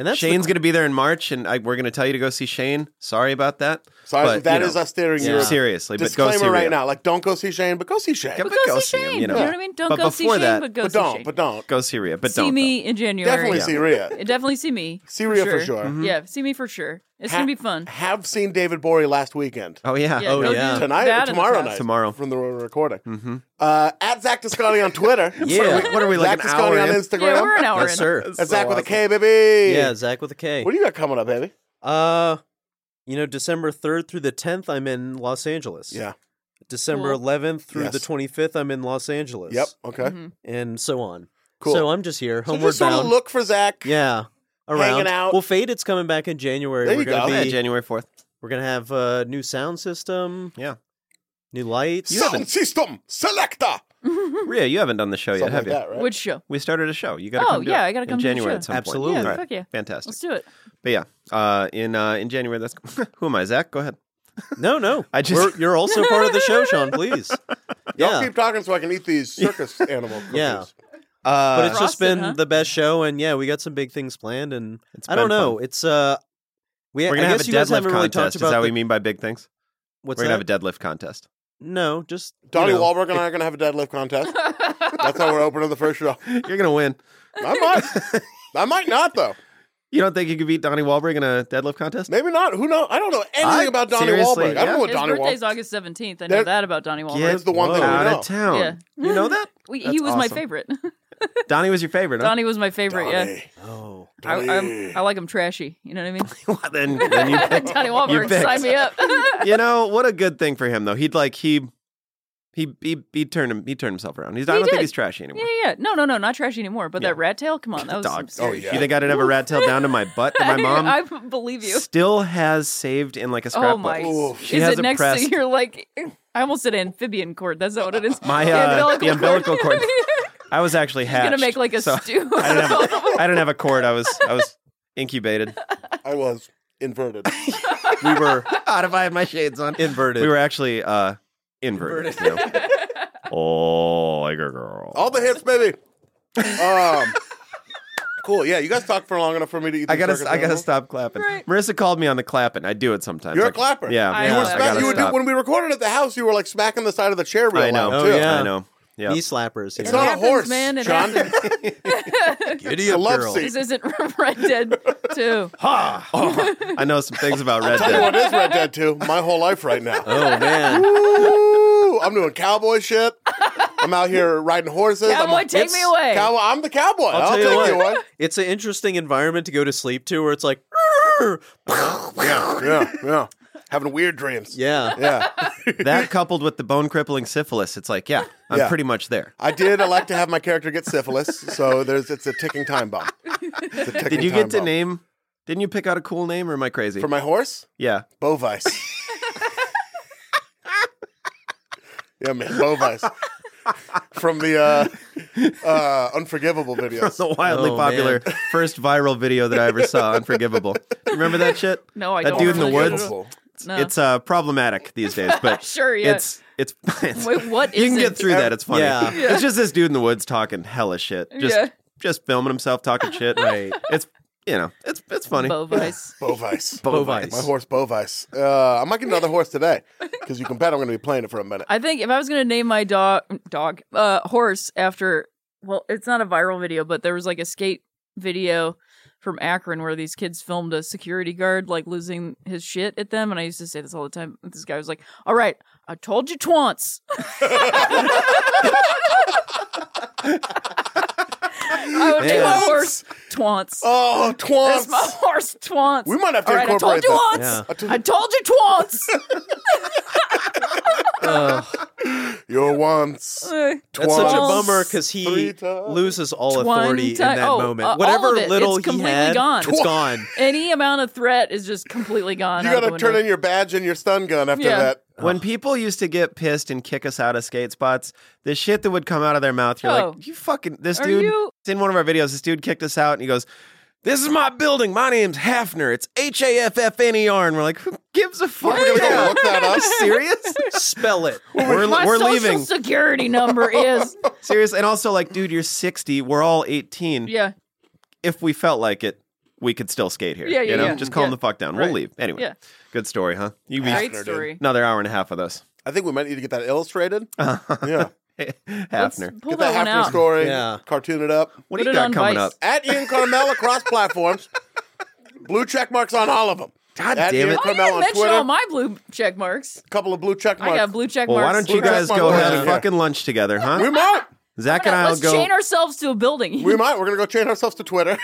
Speaker 3: and that's
Speaker 1: Shane's
Speaker 3: the,
Speaker 1: going to be there in March, and I, we're going to tell you to go see Shane. Sorry about that.
Speaker 2: Sorry,
Speaker 1: but,
Speaker 2: that
Speaker 1: you
Speaker 2: is
Speaker 1: know,
Speaker 2: us steering
Speaker 3: Yeah.
Speaker 2: you.
Speaker 1: seriously. But go
Speaker 2: Disclaimer
Speaker 1: see
Speaker 2: right
Speaker 1: Rio.
Speaker 2: now, like don't go see Shane, but go see Shane.
Speaker 1: Yeah,
Speaker 4: But
Speaker 1: but
Speaker 4: go,
Speaker 1: go
Speaker 4: see
Speaker 1: see him,
Speaker 4: Shane.
Speaker 1: you know.
Speaker 4: what I mean? Don't
Speaker 1: But
Speaker 4: go see
Speaker 1: before
Speaker 4: Shane,
Speaker 1: that-
Speaker 4: but go
Speaker 2: but
Speaker 4: see
Speaker 2: don't,
Speaker 4: Shane.
Speaker 2: but don't.
Speaker 1: Go see Ria, but
Speaker 4: see
Speaker 1: don't
Speaker 4: me in January.
Speaker 2: Definitely see Rhea.
Speaker 4: Yeah, Definitely see me.
Speaker 2: See Rhea for
Speaker 4: sure.
Speaker 2: sure.
Speaker 4: Yeah, see me for sure. It's
Speaker 2: Ha-
Speaker 4: gonna be fun.
Speaker 2: Have seen David Bory last weekend.
Speaker 1: though. Oh yeah.
Speaker 4: Yeah,
Speaker 3: oh,
Speaker 4: go
Speaker 3: yeah.
Speaker 4: do
Speaker 2: Tonight
Speaker 4: that
Speaker 2: or
Speaker 4: in the
Speaker 2: tomorrow
Speaker 4: past.
Speaker 2: night?
Speaker 1: Tomorrow.
Speaker 2: From the recording.
Speaker 1: Mm-hmm.
Speaker 2: Uh, at Zach Descani on Twitter.
Speaker 3: Yeah.
Speaker 1: What, are we, what are we
Speaker 2: Zach
Speaker 1: like an hour?
Speaker 2: Descani on
Speaker 1: in?
Speaker 2: Instagram.
Speaker 4: Yeah, we're an hour
Speaker 3: yes,
Speaker 4: in.
Speaker 3: sir.
Speaker 2: At Zach with a
Speaker 1: awesome.
Speaker 2: K, baby.
Speaker 3: Yeah, Zach with a K.
Speaker 2: What do you got coming up, baby?
Speaker 3: Uh, you know, December third through the tenth, I'm in Los Angeles.
Speaker 2: Yeah.
Speaker 3: December
Speaker 4: Cool.
Speaker 3: eleventh through the
Speaker 2: Yes.
Speaker 3: twenty fifth, I'm in Los Angeles.
Speaker 2: Yep. Okay.
Speaker 4: Mhm.
Speaker 3: And so on.
Speaker 2: Cool.
Speaker 3: So I'm just here,
Speaker 2: So
Speaker 3: homeward
Speaker 2: just sort
Speaker 3: bound.
Speaker 2: of look for Zach.
Speaker 3: yeah. Around.
Speaker 2: hanging out.
Speaker 3: Well, Fade, it's coming back in January.
Speaker 2: There
Speaker 3: we're
Speaker 2: you
Speaker 3: gonna
Speaker 2: go.
Speaker 3: be
Speaker 1: Yeah, January fourth.
Speaker 3: we're gonna have a new sound system.
Speaker 1: Yeah.
Speaker 3: New lights.
Speaker 2: Sound system selector.
Speaker 4: Hmm.
Speaker 1: Ria, you haven't done the show yet,
Speaker 2: Something
Speaker 1: have
Speaker 2: like
Speaker 1: you?
Speaker 2: that, right?
Speaker 4: Which show?
Speaker 1: We started a show. You got to
Speaker 4: Oh,
Speaker 1: come. do
Speaker 4: yeah,
Speaker 1: it
Speaker 4: I gotta come
Speaker 1: in
Speaker 4: to the
Speaker 1: January
Speaker 4: show.
Speaker 1: at some
Speaker 3: Absolutely.
Speaker 4: Yeah,
Speaker 1: point. All right,
Speaker 4: fuck yeah.
Speaker 1: Fantastic.
Speaker 4: Let's do it.
Speaker 1: But yeah, uh, in uh, in January, that's who am I? Zach, go ahead.
Speaker 3: No, no.
Speaker 1: I just-
Speaker 3: We're- you're also part of the show, Sean. Please.
Speaker 2: Y'all
Speaker 3: yeah.
Speaker 2: keep talking so I can eat these circus animal cookies.
Speaker 3: Yeah.
Speaker 1: Uh,
Speaker 3: but it's just
Speaker 4: Frosted,
Speaker 3: been
Speaker 4: huh?
Speaker 3: the best show, and yeah, we got some big things planned, and
Speaker 1: It's
Speaker 3: I don't
Speaker 1: been
Speaker 3: know.
Speaker 1: fun.
Speaker 3: It's uh, we
Speaker 1: we're
Speaker 3: I
Speaker 1: gonna
Speaker 3: guess
Speaker 1: have a
Speaker 3: you guys
Speaker 1: deadlift
Speaker 3: haven't really
Speaker 1: contest.
Speaker 3: talked
Speaker 1: Is
Speaker 3: about
Speaker 1: that
Speaker 3: the,
Speaker 1: what you mean by big things?
Speaker 3: what's
Speaker 1: we're gonna
Speaker 3: that?
Speaker 1: have a deadlift contest.
Speaker 3: no, just you
Speaker 2: Donnie
Speaker 3: know,
Speaker 2: Wahlberg and I are going to have a deadlift contest. That's how we're opening the first show.
Speaker 1: You're gonna win.
Speaker 2: I might. I might not, though.
Speaker 1: You don't think you could beat Donnie Wahlberg in a deadlift contest?
Speaker 2: Maybe not. Who knows? I don't know anything
Speaker 1: I-
Speaker 2: about Donnie
Speaker 1: seriously,
Speaker 2: Wahlberg. I don't
Speaker 1: yeah.
Speaker 2: know what
Speaker 4: His
Speaker 2: Donnie
Speaker 4: birthday's
Speaker 2: Wahlberg
Speaker 4: August seventeenth. I know
Speaker 2: There-
Speaker 4: that about Donnie Wahlberg.
Speaker 2: There's the one thing we
Speaker 1: out
Speaker 2: know.
Speaker 1: of town.
Speaker 4: Yeah.
Speaker 1: You know that?
Speaker 4: We, he
Speaker 1: That's
Speaker 4: was my
Speaker 1: awesome.
Speaker 4: favorite.
Speaker 1: Donnie was your favorite, huh?
Speaker 4: Donnie was my favorite.
Speaker 2: Donnie.
Speaker 3: Oh,
Speaker 4: Yeah, I,
Speaker 2: Donnie.
Speaker 4: I'm, I like him trashy. You know what I mean?
Speaker 1: Well, then, then you, picked-
Speaker 4: Donnie
Speaker 1: you
Speaker 4: Wahlberg,
Speaker 1: picked.
Speaker 4: sign me up.
Speaker 1: you know what a good thing for him though. He'd like he he he, he turned him he turned himself around. He's I
Speaker 4: He
Speaker 1: don't think
Speaker 4: did.
Speaker 1: he's trashy anymore.
Speaker 4: yeah, yeah. No, no, no, not trashy anymore. But
Speaker 1: Yeah.
Speaker 4: that rat tail, come on, that was some
Speaker 1: Dog.
Speaker 4: serious
Speaker 2: Oh, yeah.
Speaker 4: shit.
Speaker 1: You think I'd have a rat tail down to my butt that my mom
Speaker 4: I, I believe you.
Speaker 1: still has saved in like a scrapbook.
Speaker 4: Oh my!
Speaker 2: Ooh.
Speaker 1: She
Speaker 4: is
Speaker 1: has
Speaker 4: it
Speaker 1: a
Speaker 4: next
Speaker 1: press.
Speaker 4: to your like? I almost said amphibian cord. That's not what it is.
Speaker 1: My,
Speaker 4: The
Speaker 1: uh, the umbilical cord. I was actually
Speaker 4: She's
Speaker 1: hatched.
Speaker 4: gonna make like a
Speaker 1: so
Speaker 4: stew.
Speaker 1: I didn't, have, I didn't have a cord. I was I was incubated.
Speaker 2: I was inverted.
Speaker 3: we were
Speaker 1: God, if I had my shades on.
Speaker 3: inverted.
Speaker 1: We were actually uh inverted. you know. oh, like a girl.
Speaker 2: All the hits, baby. Um, cool. Yeah, you guys talked for long enough for me to eat.
Speaker 1: I
Speaker 2: these
Speaker 1: gotta,
Speaker 2: circus
Speaker 1: I gotta
Speaker 2: animals.
Speaker 1: stop clapping.
Speaker 4: Right.
Speaker 1: Marissa called me on the clapping. I do it sometimes.
Speaker 2: You're a
Speaker 1: Like,
Speaker 2: clapper.
Speaker 1: Yeah,
Speaker 4: I
Speaker 1: yeah.
Speaker 4: You were
Speaker 1: I
Speaker 4: smack-
Speaker 2: Smack-
Speaker 1: gotta
Speaker 2: you would do,
Speaker 1: stop.
Speaker 2: when we recorded at the house, you were like smacking the side of the chair real
Speaker 1: I know.
Speaker 2: loud
Speaker 3: Oh,
Speaker 2: too.
Speaker 3: yeah.
Speaker 1: I know. Yeah.
Speaker 3: knee slappers.
Speaker 2: It's
Speaker 4: It
Speaker 2: not a
Speaker 4: happens,
Speaker 2: horse,
Speaker 4: man. It
Speaker 2: John.
Speaker 4: happens.
Speaker 3: Giddy
Speaker 2: I
Speaker 3: up,
Speaker 2: love
Speaker 3: girl.
Speaker 2: seeing-
Speaker 4: this isn't Red Dead Two.
Speaker 1: Oh, I know some things about Red
Speaker 2: Tell you
Speaker 1: Dead.
Speaker 2: what is Red Dead 2, my whole life right now.
Speaker 3: Oh man,
Speaker 2: Ooh,
Speaker 3: Oh.
Speaker 2: I'm doing cowboy shit. I'm out here riding horses. I'm
Speaker 4: Cowboy,
Speaker 2: a-
Speaker 4: take
Speaker 2: it's-
Speaker 4: me away.
Speaker 2: Cowboy, I'm the cowboy. I'll,
Speaker 3: tell you
Speaker 2: take
Speaker 3: what.
Speaker 2: you away.
Speaker 3: it's an interesting environment to go to sleep to, where it's like,
Speaker 2: Yeah, yeah, yeah. Having weird dreams.
Speaker 3: yeah,
Speaker 2: Yeah.
Speaker 1: That coupled with the bone crippling syphilis, it's like, yeah, I'm
Speaker 2: Yeah.
Speaker 1: pretty much there.
Speaker 2: I did elect to have my character get syphilis, so there's it's a ticking time bomb. It's a ticking
Speaker 1: Did you
Speaker 2: time
Speaker 1: get to
Speaker 2: bomb.
Speaker 1: name? Didn't you pick out a cool name, or am I crazy?
Speaker 2: for my horse?
Speaker 1: yeah,
Speaker 2: Bovice. yeah, man, Bovice. from the uh, uh, Unforgivable videos.
Speaker 1: the wildly
Speaker 3: Oh,
Speaker 1: popular first viral video that I ever saw, Unforgivable. Remember that shit?
Speaker 4: No, I
Speaker 1: That
Speaker 4: don't.
Speaker 1: dude in the
Speaker 4: remember
Speaker 1: woods?
Speaker 4: that.
Speaker 2: Unforgivable.
Speaker 4: No.
Speaker 1: It's uh, problematic these days, but
Speaker 4: Sure, yeah.
Speaker 1: it's it's, it's
Speaker 4: Wait, what
Speaker 1: you can
Speaker 4: is
Speaker 1: get
Speaker 4: it?
Speaker 1: through that. It's funny.
Speaker 3: Yeah.
Speaker 4: Yeah.
Speaker 1: It's just this dude in the woods talking hella shit, just
Speaker 4: Yeah.
Speaker 1: just filming himself talking shit.
Speaker 3: Right.
Speaker 1: It's you know it's it's funny.
Speaker 4: Bovice.
Speaker 2: Bovice.
Speaker 1: Bovice.
Speaker 2: My horse, Bovice. Uh, I might get another horse today because you can bet I'm going to be playing it for a minute.
Speaker 4: I think if I was gonna name my dog dog uh horse after well, it's not a viral video, but there was like a skate video from Akron where these kids filmed a security guard like losing his shit at them, and I used to say this all the time. This guy was like, "All right, I told you twance." I would name my
Speaker 3: Man.
Speaker 4: horse twance.
Speaker 2: Oh,
Speaker 4: That's
Speaker 2: twants.
Speaker 4: my horse twance.
Speaker 2: We might have to
Speaker 4: all right, I
Speaker 2: incorporate
Speaker 4: told you
Speaker 2: that.
Speaker 4: once.
Speaker 3: Yeah.
Speaker 4: I told you twance.
Speaker 2: Your once.
Speaker 4: Uh,
Speaker 3: That's such a
Speaker 4: Twice.
Speaker 3: bummer because he
Speaker 2: Three times.
Speaker 3: loses all
Speaker 4: One
Speaker 3: authority in
Speaker 4: time-
Speaker 3: that
Speaker 4: oh,
Speaker 3: moment.
Speaker 4: uh, all
Speaker 3: Whatever
Speaker 4: of it.
Speaker 3: little
Speaker 4: It's
Speaker 3: he
Speaker 4: completely
Speaker 3: had,
Speaker 4: gone.
Speaker 3: it's gone.
Speaker 4: any amount of threat is just completely gone.
Speaker 2: You got
Speaker 4: out the
Speaker 2: to turn
Speaker 4: window.
Speaker 2: in your badge and your stun gun after
Speaker 4: Yeah.
Speaker 2: that.
Speaker 1: When people used to get pissed and kick us out of skate spots, the shit that would come out of their mouth, you're
Speaker 4: Oh.
Speaker 1: like, you fucking, this
Speaker 4: Are
Speaker 1: dude,
Speaker 4: you-
Speaker 1: it's in one of our videos, this dude kicked us out and he goes, this is my building. My name's Hafner. It's H A F F N E R. And we're like, who gives a fuck?
Speaker 2: We're gonna go look that
Speaker 1: Are
Speaker 2: up.
Speaker 1: you serious?
Speaker 3: Spell it.
Speaker 1: we're
Speaker 4: My
Speaker 1: we're
Speaker 4: social
Speaker 1: leaving.
Speaker 4: security number is
Speaker 1: Serious. And also, like, dude, you're 60. We're all 18.
Speaker 4: yeah.
Speaker 1: If we felt like it, we could still skate here.
Speaker 4: Yeah, yeah,
Speaker 1: you know,
Speaker 4: yeah.
Speaker 1: just calm
Speaker 4: Yeah.
Speaker 1: the fuck down.
Speaker 4: Right.
Speaker 1: We'll leave. Anyway,
Speaker 4: Yeah.
Speaker 1: good story, huh? You be
Speaker 4: Great
Speaker 2: dude.
Speaker 4: story.
Speaker 1: another hour and a half of those.
Speaker 2: I think we might need to get that illustrated. Yeah.
Speaker 4: Let's
Speaker 1: Hafner.
Speaker 4: pull
Speaker 2: get
Speaker 4: that,
Speaker 2: that
Speaker 4: one
Speaker 2: Hafner
Speaker 4: out.
Speaker 2: story.
Speaker 3: Yeah.
Speaker 2: Cartoon it up.
Speaker 1: What
Speaker 4: Put
Speaker 1: do you
Speaker 4: it
Speaker 1: got
Speaker 4: on
Speaker 1: coming
Speaker 4: Vice.
Speaker 1: up?
Speaker 2: At Ian Carmel across platforms. Blue check marks on all of them.
Speaker 1: God
Speaker 2: At
Speaker 1: damn
Speaker 2: Ian
Speaker 1: it.
Speaker 4: I
Speaker 2: Carmel
Speaker 4: didn't
Speaker 2: on
Speaker 4: mention all
Speaker 2: Twitter.
Speaker 4: Oh, my blue check marks.
Speaker 2: couple of blue check
Speaker 4: I
Speaker 2: marks.
Speaker 4: got blue check
Speaker 1: Well,
Speaker 4: marks.
Speaker 1: why don't you
Speaker 4: for-
Speaker 1: guys
Speaker 2: my
Speaker 1: go
Speaker 2: order.
Speaker 1: have
Speaker 2: Yeah.
Speaker 1: fucking lunch together,
Speaker 2: we
Speaker 1: huh?
Speaker 2: might.
Speaker 1: Zach and I will
Speaker 4: Let's
Speaker 1: go.
Speaker 4: chain ourselves to a building.
Speaker 2: We might. We're gonna go chain ourselves to Twitter,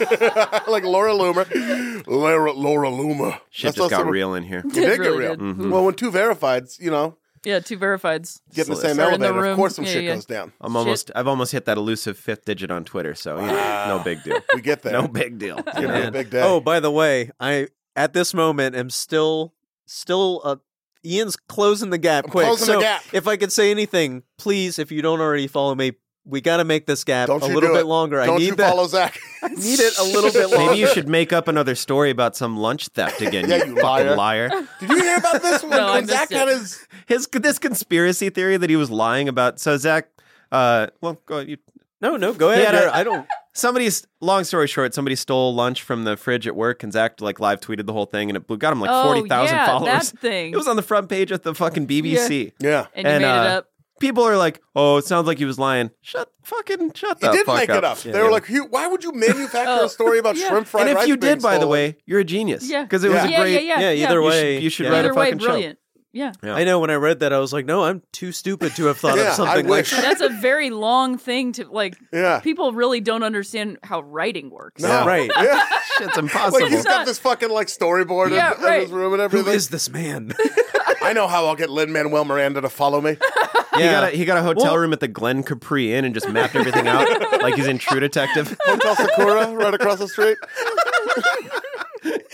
Speaker 2: like Laura Loomer. Laura, Laura Loomer.
Speaker 1: Shit
Speaker 2: That's
Speaker 1: just got
Speaker 2: also-
Speaker 1: real in here.
Speaker 2: It
Speaker 4: It
Speaker 2: did get
Speaker 4: really
Speaker 2: real.
Speaker 4: did.
Speaker 1: Mm-hmm.
Speaker 4: Mhm.
Speaker 2: Well, when two verifieds, you know,
Speaker 4: yeah, two verifieds.
Speaker 2: get in the
Speaker 1: Slits.
Speaker 2: same
Speaker 4: Are in the
Speaker 2: elevator,
Speaker 4: room.
Speaker 2: of course some
Speaker 4: Yeah,
Speaker 2: shit
Speaker 4: yeah.
Speaker 2: goes down.
Speaker 1: I'm almost. I've almost hit that elusive fifth digit on Twitter, so you know, no big deal.
Speaker 2: We get there.
Speaker 1: No big deal.
Speaker 2: It's gonna be a
Speaker 1: Man.
Speaker 2: big day.
Speaker 3: Oh, by the way, I at this moment am still still uh, Ian's closing the gap
Speaker 2: I'm
Speaker 3: quick.
Speaker 2: closing the
Speaker 3: so
Speaker 2: gap.
Speaker 3: if I could say anything, please, if you don't already follow me, we got to make this gap
Speaker 2: don't
Speaker 3: a
Speaker 2: you
Speaker 3: little
Speaker 2: do
Speaker 3: bit
Speaker 2: it.
Speaker 3: longer.
Speaker 2: Don't
Speaker 3: I need
Speaker 2: you
Speaker 3: that.
Speaker 2: follow Zach?
Speaker 3: Need it a little bit longer.
Speaker 1: Maybe you should make up another story about some lunch theft again.
Speaker 2: Yeah,
Speaker 1: you
Speaker 2: you
Speaker 1: fucking
Speaker 2: liar.
Speaker 1: liar.
Speaker 2: Did you hear about this? When,
Speaker 4: I
Speaker 2: when
Speaker 4: missed
Speaker 2: Zach
Speaker 4: it.
Speaker 2: had his
Speaker 1: His this conspiracy theory that he was lying about. So Zach, uh, well, go ahead, you
Speaker 3: No, no, go ahead.
Speaker 1: Yeah,
Speaker 3: You're-
Speaker 1: no.
Speaker 3: I don't.
Speaker 1: Somebody's long story short, somebody stole lunch from the fridge at work, and Zach like live tweeted the whole thing, and it blew, got him like
Speaker 4: Oh,
Speaker 1: forty thousand
Speaker 4: yeah,
Speaker 1: followers.
Speaker 4: that thing.
Speaker 1: It was on the front page of the fucking BBC.
Speaker 2: yeah.
Speaker 4: And you
Speaker 1: And,
Speaker 4: made
Speaker 1: uh,
Speaker 4: it up.
Speaker 1: People are like, "Oh, it sounds like he was lying." Shut fucking shut
Speaker 2: He
Speaker 1: the
Speaker 2: did
Speaker 1: Oh, fuck
Speaker 2: make
Speaker 1: up.
Speaker 2: it up.
Speaker 1: Yeah.
Speaker 2: they were like, "You- "Why would you manufacture
Speaker 4: Oh,
Speaker 2: a story about
Speaker 4: yeah.
Speaker 2: shrimp fried
Speaker 1: and if
Speaker 2: rice?"
Speaker 1: you
Speaker 2: being
Speaker 1: did, by the
Speaker 2: stolen?
Speaker 1: way, you're a genius.
Speaker 4: Yeah,
Speaker 1: because it was a
Speaker 4: yeah,
Speaker 1: great.
Speaker 4: yeah, yeah,
Speaker 3: yeah, either
Speaker 1: You should-
Speaker 3: way,
Speaker 1: you should
Speaker 3: yeah.
Speaker 1: write
Speaker 4: Either
Speaker 1: a
Speaker 4: way,
Speaker 1: fucking show.
Speaker 4: brilliant. Yeah.
Speaker 1: Yeah.
Speaker 3: I know when I read that, I was like, no, I'm too stupid to have thought
Speaker 2: Yeah, I
Speaker 3: of something like
Speaker 2: wish.
Speaker 3: that.
Speaker 4: That's a very long thing to like.
Speaker 2: yeah,
Speaker 4: People really don't understand how writing works.
Speaker 2: No.
Speaker 3: Right.
Speaker 2: yeah.
Speaker 1: Shit's
Speaker 2: Like
Speaker 1: impossible.
Speaker 2: he's got
Speaker 4: not-
Speaker 2: this fucking like storyboard
Speaker 4: Yeah,
Speaker 2: in,
Speaker 4: right.
Speaker 2: in his room and
Speaker 3: Who
Speaker 2: everything.
Speaker 3: is this man?
Speaker 2: I know how I'll get Lin Manuel Miranda to follow me.
Speaker 1: He got a, he got a hotel
Speaker 3: Well-
Speaker 1: room at the Glen Capri Inn and just mapped everything out like he's in True Detective.
Speaker 2: Hotel Sakura, right across the street.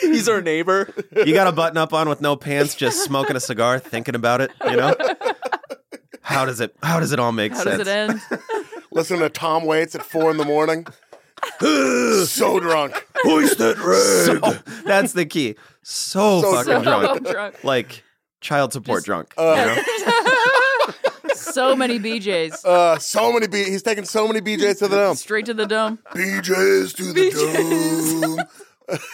Speaker 3: He's our neighbor.
Speaker 1: You got a button up on with no pants, just smoking a cigar, thinking about it. You know. How does it? How does it all make
Speaker 4: How
Speaker 1: sense?
Speaker 4: does it end?
Speaker 2: Listen to Tom Waits at four in the morning. so drunk.
Speaker 3: Hoisted red.
Speaker 1: So- that's the key. So,
Speaker 2: So
Speaker 1: fucking drunk.
Speaker 4: drunk. Oh,
Speaker 1: Like child support drunk.
Speaker 2: Uh,
Speaker 4: so many BJs.
Speaker 2: uh, so many B. He's taking so many BJ's to the dome.
Speaker 4: Straight to the dome.
Speaker 2: BJ's to the
Speaker 4: BJ's.
Speaker 2: dome.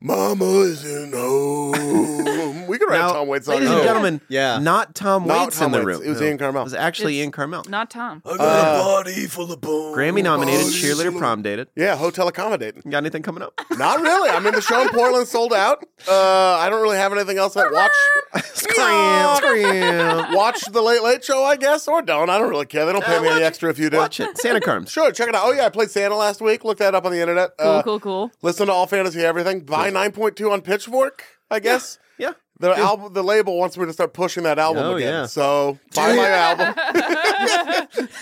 Speaker 2: Mama isn't home. We could write
Speaker 1: Now,
Speaker 2: a Tom Waits song.
Speaker 1: ladies and
Speaker 2: too.
Speaker 1: gentlemen,
Speaker 3: Yeah.
Speaker 1: not Tom
Speaker 2: Not
Speaker 1: Waits
Speaker 2: Tom
Speaker 1: in the
Speaker 2: Waits.
Speaker 1: room.
Speaker 2: It was
Speaker 1: No.
Speaker 2: Ian Carmel.
Speaker 1: It was actually
Speaker 4: It's
Speaker 1: Ian Carmel.
Speaker 4: Not Tom.
Speaker 3: I
Speaker 2: Uh,
Speaker 3: body full of bones.
Speaker 1: Grammy nominated,
Speaker 2: Oh,
Speaker 1: cheerleader
Speaker 2: yeah.
Speaker 1: prom dated.
Speaker 2: Yeah, hotel accommodating.
Speaker 1: You Got anything coming up?
Speaker 2: Not really. I mean, the show in Portland sold out. Uh, I don't really have anything else. I watch
Speaker 1: Scram, scram.
Speaker 2: watch the Late Late Show, I guess, or don't. I don't really care. They don't pay me any extra if you do.
Speaker 1: Watch it. Santa Carms.
Speaker 2: Sure, check it out. Oh yeah, I played Santa last week. Look that up on the internet.
Speaker 4: Cool,
Speaker 2: Uh,
Speaker 4: cool, cool.
Speaker 2: Listen to all fantasy everything. Buy nine point two on Pitchfork. I guess
Speaker 1: Yeah.
Speaker 2: The album, the label wants me to start pushing that album
Speaker 3: Oh,
Speaker 2: again.
Speaker 3: yeah.
Speaker 2: So buy my album.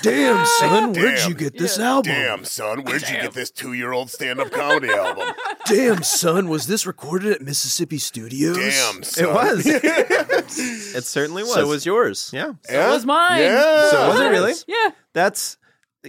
Speaker 3: Damn, son, where'd
Speaker 2: Damn.
Speaker 3: you get this album?
Speaker 2: Damn, son, where'd you get this two-year-old stand-up comedy album?
Speaker 3: Damn, son, was this recorded at Mississippi Studios?
Speaker 2: Damn, son.
Speaker 1: It was. it certainly was.
Speaker 3: So was yours.
Speaker 1: yeah.
Speaker 2: Yeah?
Speaker 4: was mine.
Speaker 2: Yeah.
Speaker 1: So was it really?
Speaker 4: yeah.
Speaker 1: That's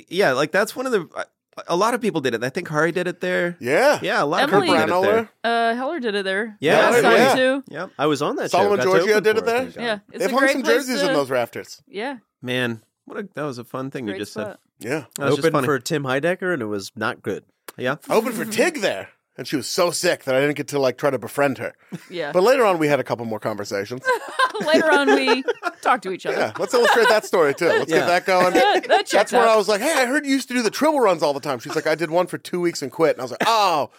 Speaker 1: yeah, like that's one of the a lot of people did it. I think Hari did it there.
Speaker 2: Yeah.
Speaker 1: Yeah, a lot
Speaker 4: Emily-
Speaker 1: of people did it there.
Speaker 2: Branower.
Speaker 4: Uh, Heller did it there.
Speaker 1: Yeah,
Speaker 4: last
Speaker 1: Heller,
Speaker 4: time
Speaker 2: yeah.
Speaker 4: too.
Speaker 1: Yep.
Speaker 3: I was on that show.
Speaker 2: Solomon
Speaker 3: Got to
Speaker 2: Giorgio
Speaker 3: open
Speaker 2: did
Speaker 3: for
Speaker 2: it there?
Speaker 3: thank God.
Speaker 4: Yeah, it's
Speaker 2: They've
Speaker 4: a
Speaker 2: hung
Speaker 4: great
Speaker 2: some
Speaker 4: place
Speaker 2: jerseys
Speaker 4: to-
Speaker 2: in those rafters.
Speaker 4: Yeah,
Speaker 1: Man, what a that was a fun thing you
Speaker 4: great
Speaker 1: just
Speaker 4: spot.
Speaker 2: Yeah.
Speaker 1: said. That was just
Speaker 3: Opened
Speaker 1: funny.
Speaker 3: for Tim Heidecker, and it was not good.
Speaker 1: yeah.
Speaker 2: I opened for Tig there, and she was so sick that I didn't get to like try to befriend her.
Speaker 4: Yeah.
Speaker 2: But later on, we had a couple more conversations.
Speaker 4: Later on, we talked to each other.
Speaker 2: Yeah, let's illustrate that story too. Let's
Speaker 3: Yeah.
Speaker 2: get that going.
Speaker 4: Yeah, that
Speaker 2: That's
Speaker 4: checks
Speaker 2: where
Speaker 4: out.
Speaker 2: I was like, "Hey, I heard you used to do the triple runs all the time." She's like, "I did one for two weeks and quit," and I was like, "Oh,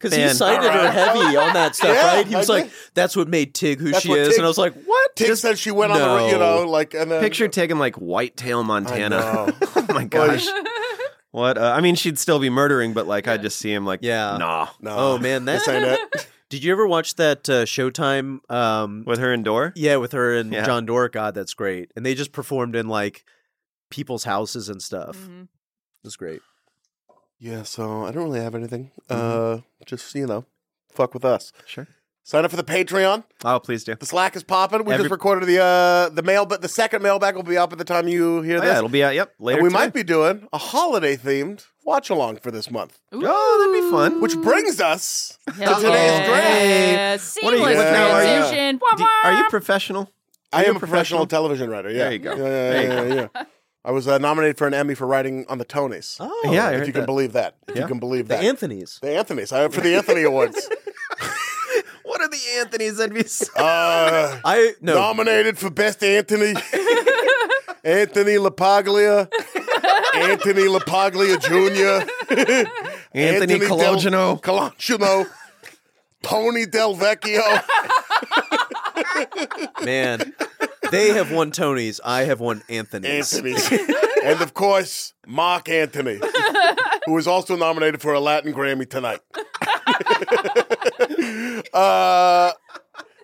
Speaker 3: Because he
Speaker 1: Man.
Speaker 3: cited her heavy on that stuff,
Speaker 2: Yeah,
Speaker 3: right? He was
Speaker 2: I
Speaker 3: like,
Speaker 2: did.
Speaker 3: "That's what made Tig who
Speaker 2: That's
Speaker 3: she
Speaker 2: what
Speaker 3: is,"
Speaker 2: Tig-
Speaker 3: and I was like, "What?"
Speaker 2: Tig
Speaker 3: Just-
Speaker 2: said she went on the,
Speaker 3: no.
Speaker 2: you know, like and then
Speaker 1: Picture taking like Whitetail, Montana.
Speaker 2: know.
Speaker 1: oh my gosh. what? Uh, I mean, she'd still be murdering, but like, I'd just see him like,
Speaker 3: Yeah.
Speaker 1: nah.
Speaker 2: No,
Speaker 3: Oh man, that
Speaker 2: this ain't it.
Speaker 3: Did you ever watch that uh, Showtime? Um,
Speaker 1: With her indoor?
Speaker 3: yeah, with her and
Speaker 1: Yeah.
Speaker 3: John Dorick. God, that's great. And they just performed in like people's houses and stuff.
Speaker 2: Mm.
Speaker 4: Mhm.
Speaker 3: That's great.
Speaker 2: Yeah, so I don't really have anything.
Speaker 3: Mm-hmm.
Speaker 2: Uh, just you know, fuck with us.
Speaker 1: Sure.
Speaker 2: Sign up for the Patreon.
Speaker 1: Oh, please do.
Speaker 2: The Slack is popping. We
Speaker 1: Every-
Speaker 2: just recorded the uh the mail, but the second mailbag will be up at the time you hear
Speaker 1: Oh,
Speaker 2: this.
Speaker 1: yeah, it'll be out. Yep. Later.
Speaker 2: and we
Speaker 1: today.
Speaker 2: might be doing a holiday themed watch along for this month,
Speaker 1: Oh, that'd be fun.
Speaker 2: which brings us
Speaker 4: Hell
Speaker 2: today's
Speaker 4: yeah.
Speaker 1: What are you-
Speaker 4: Seamless
Speaker 2: what now are you-
Speaker 4: transition. Wah,
Speaker 1: Do- are you
Speaker 4: wah.
Speaker 1: professional?
Speaker 2: I
Speaker 1: You're
Speaker 2: am
Speaker 1: a
Speaker 2: a professional television writer. Yeah.
Speaker 1: There you go.
Speaker 2: Yeah, yeah, yeah, yeah, yeah. I was uh, nominated for an Emmy for writing on the Tonys.
Speaker 3: Oh,
Speaker 1: yeah, I
Speaker 2: if
Speaker 1: heard
Speaker 2: you can
Speaker 1: that.
Speaker 2: believe that. If
Speaker 1: Yeah.
Speaker 2: you can believe
Speaker 3: the
Speaker 2: that.
Speaker 3: Anthony's.
Speaker 2: the Anthony's. I for the Anthony Awards.
Speaker 1: What are the Anthony's? That'd be so-
Speaker 2: Uh,
Speaker 3: I no.
Speaker 2: Nominated for Best Anthony. Anthony LaPaglia. Anthony LaPaglia Jr.
Speaker 1: Anthony
Speaker 2: Del-
Speaker 1: Colangelo.
Speaker 2: Colangelo. Tony Del Vecchio.
Speaker 3: man, they have won Tonys. I have won Anthony's.
Speaker 2: Anthony's. and of course, Mark Anthony, who is also nominated for a Latin Grammy tonight. uh,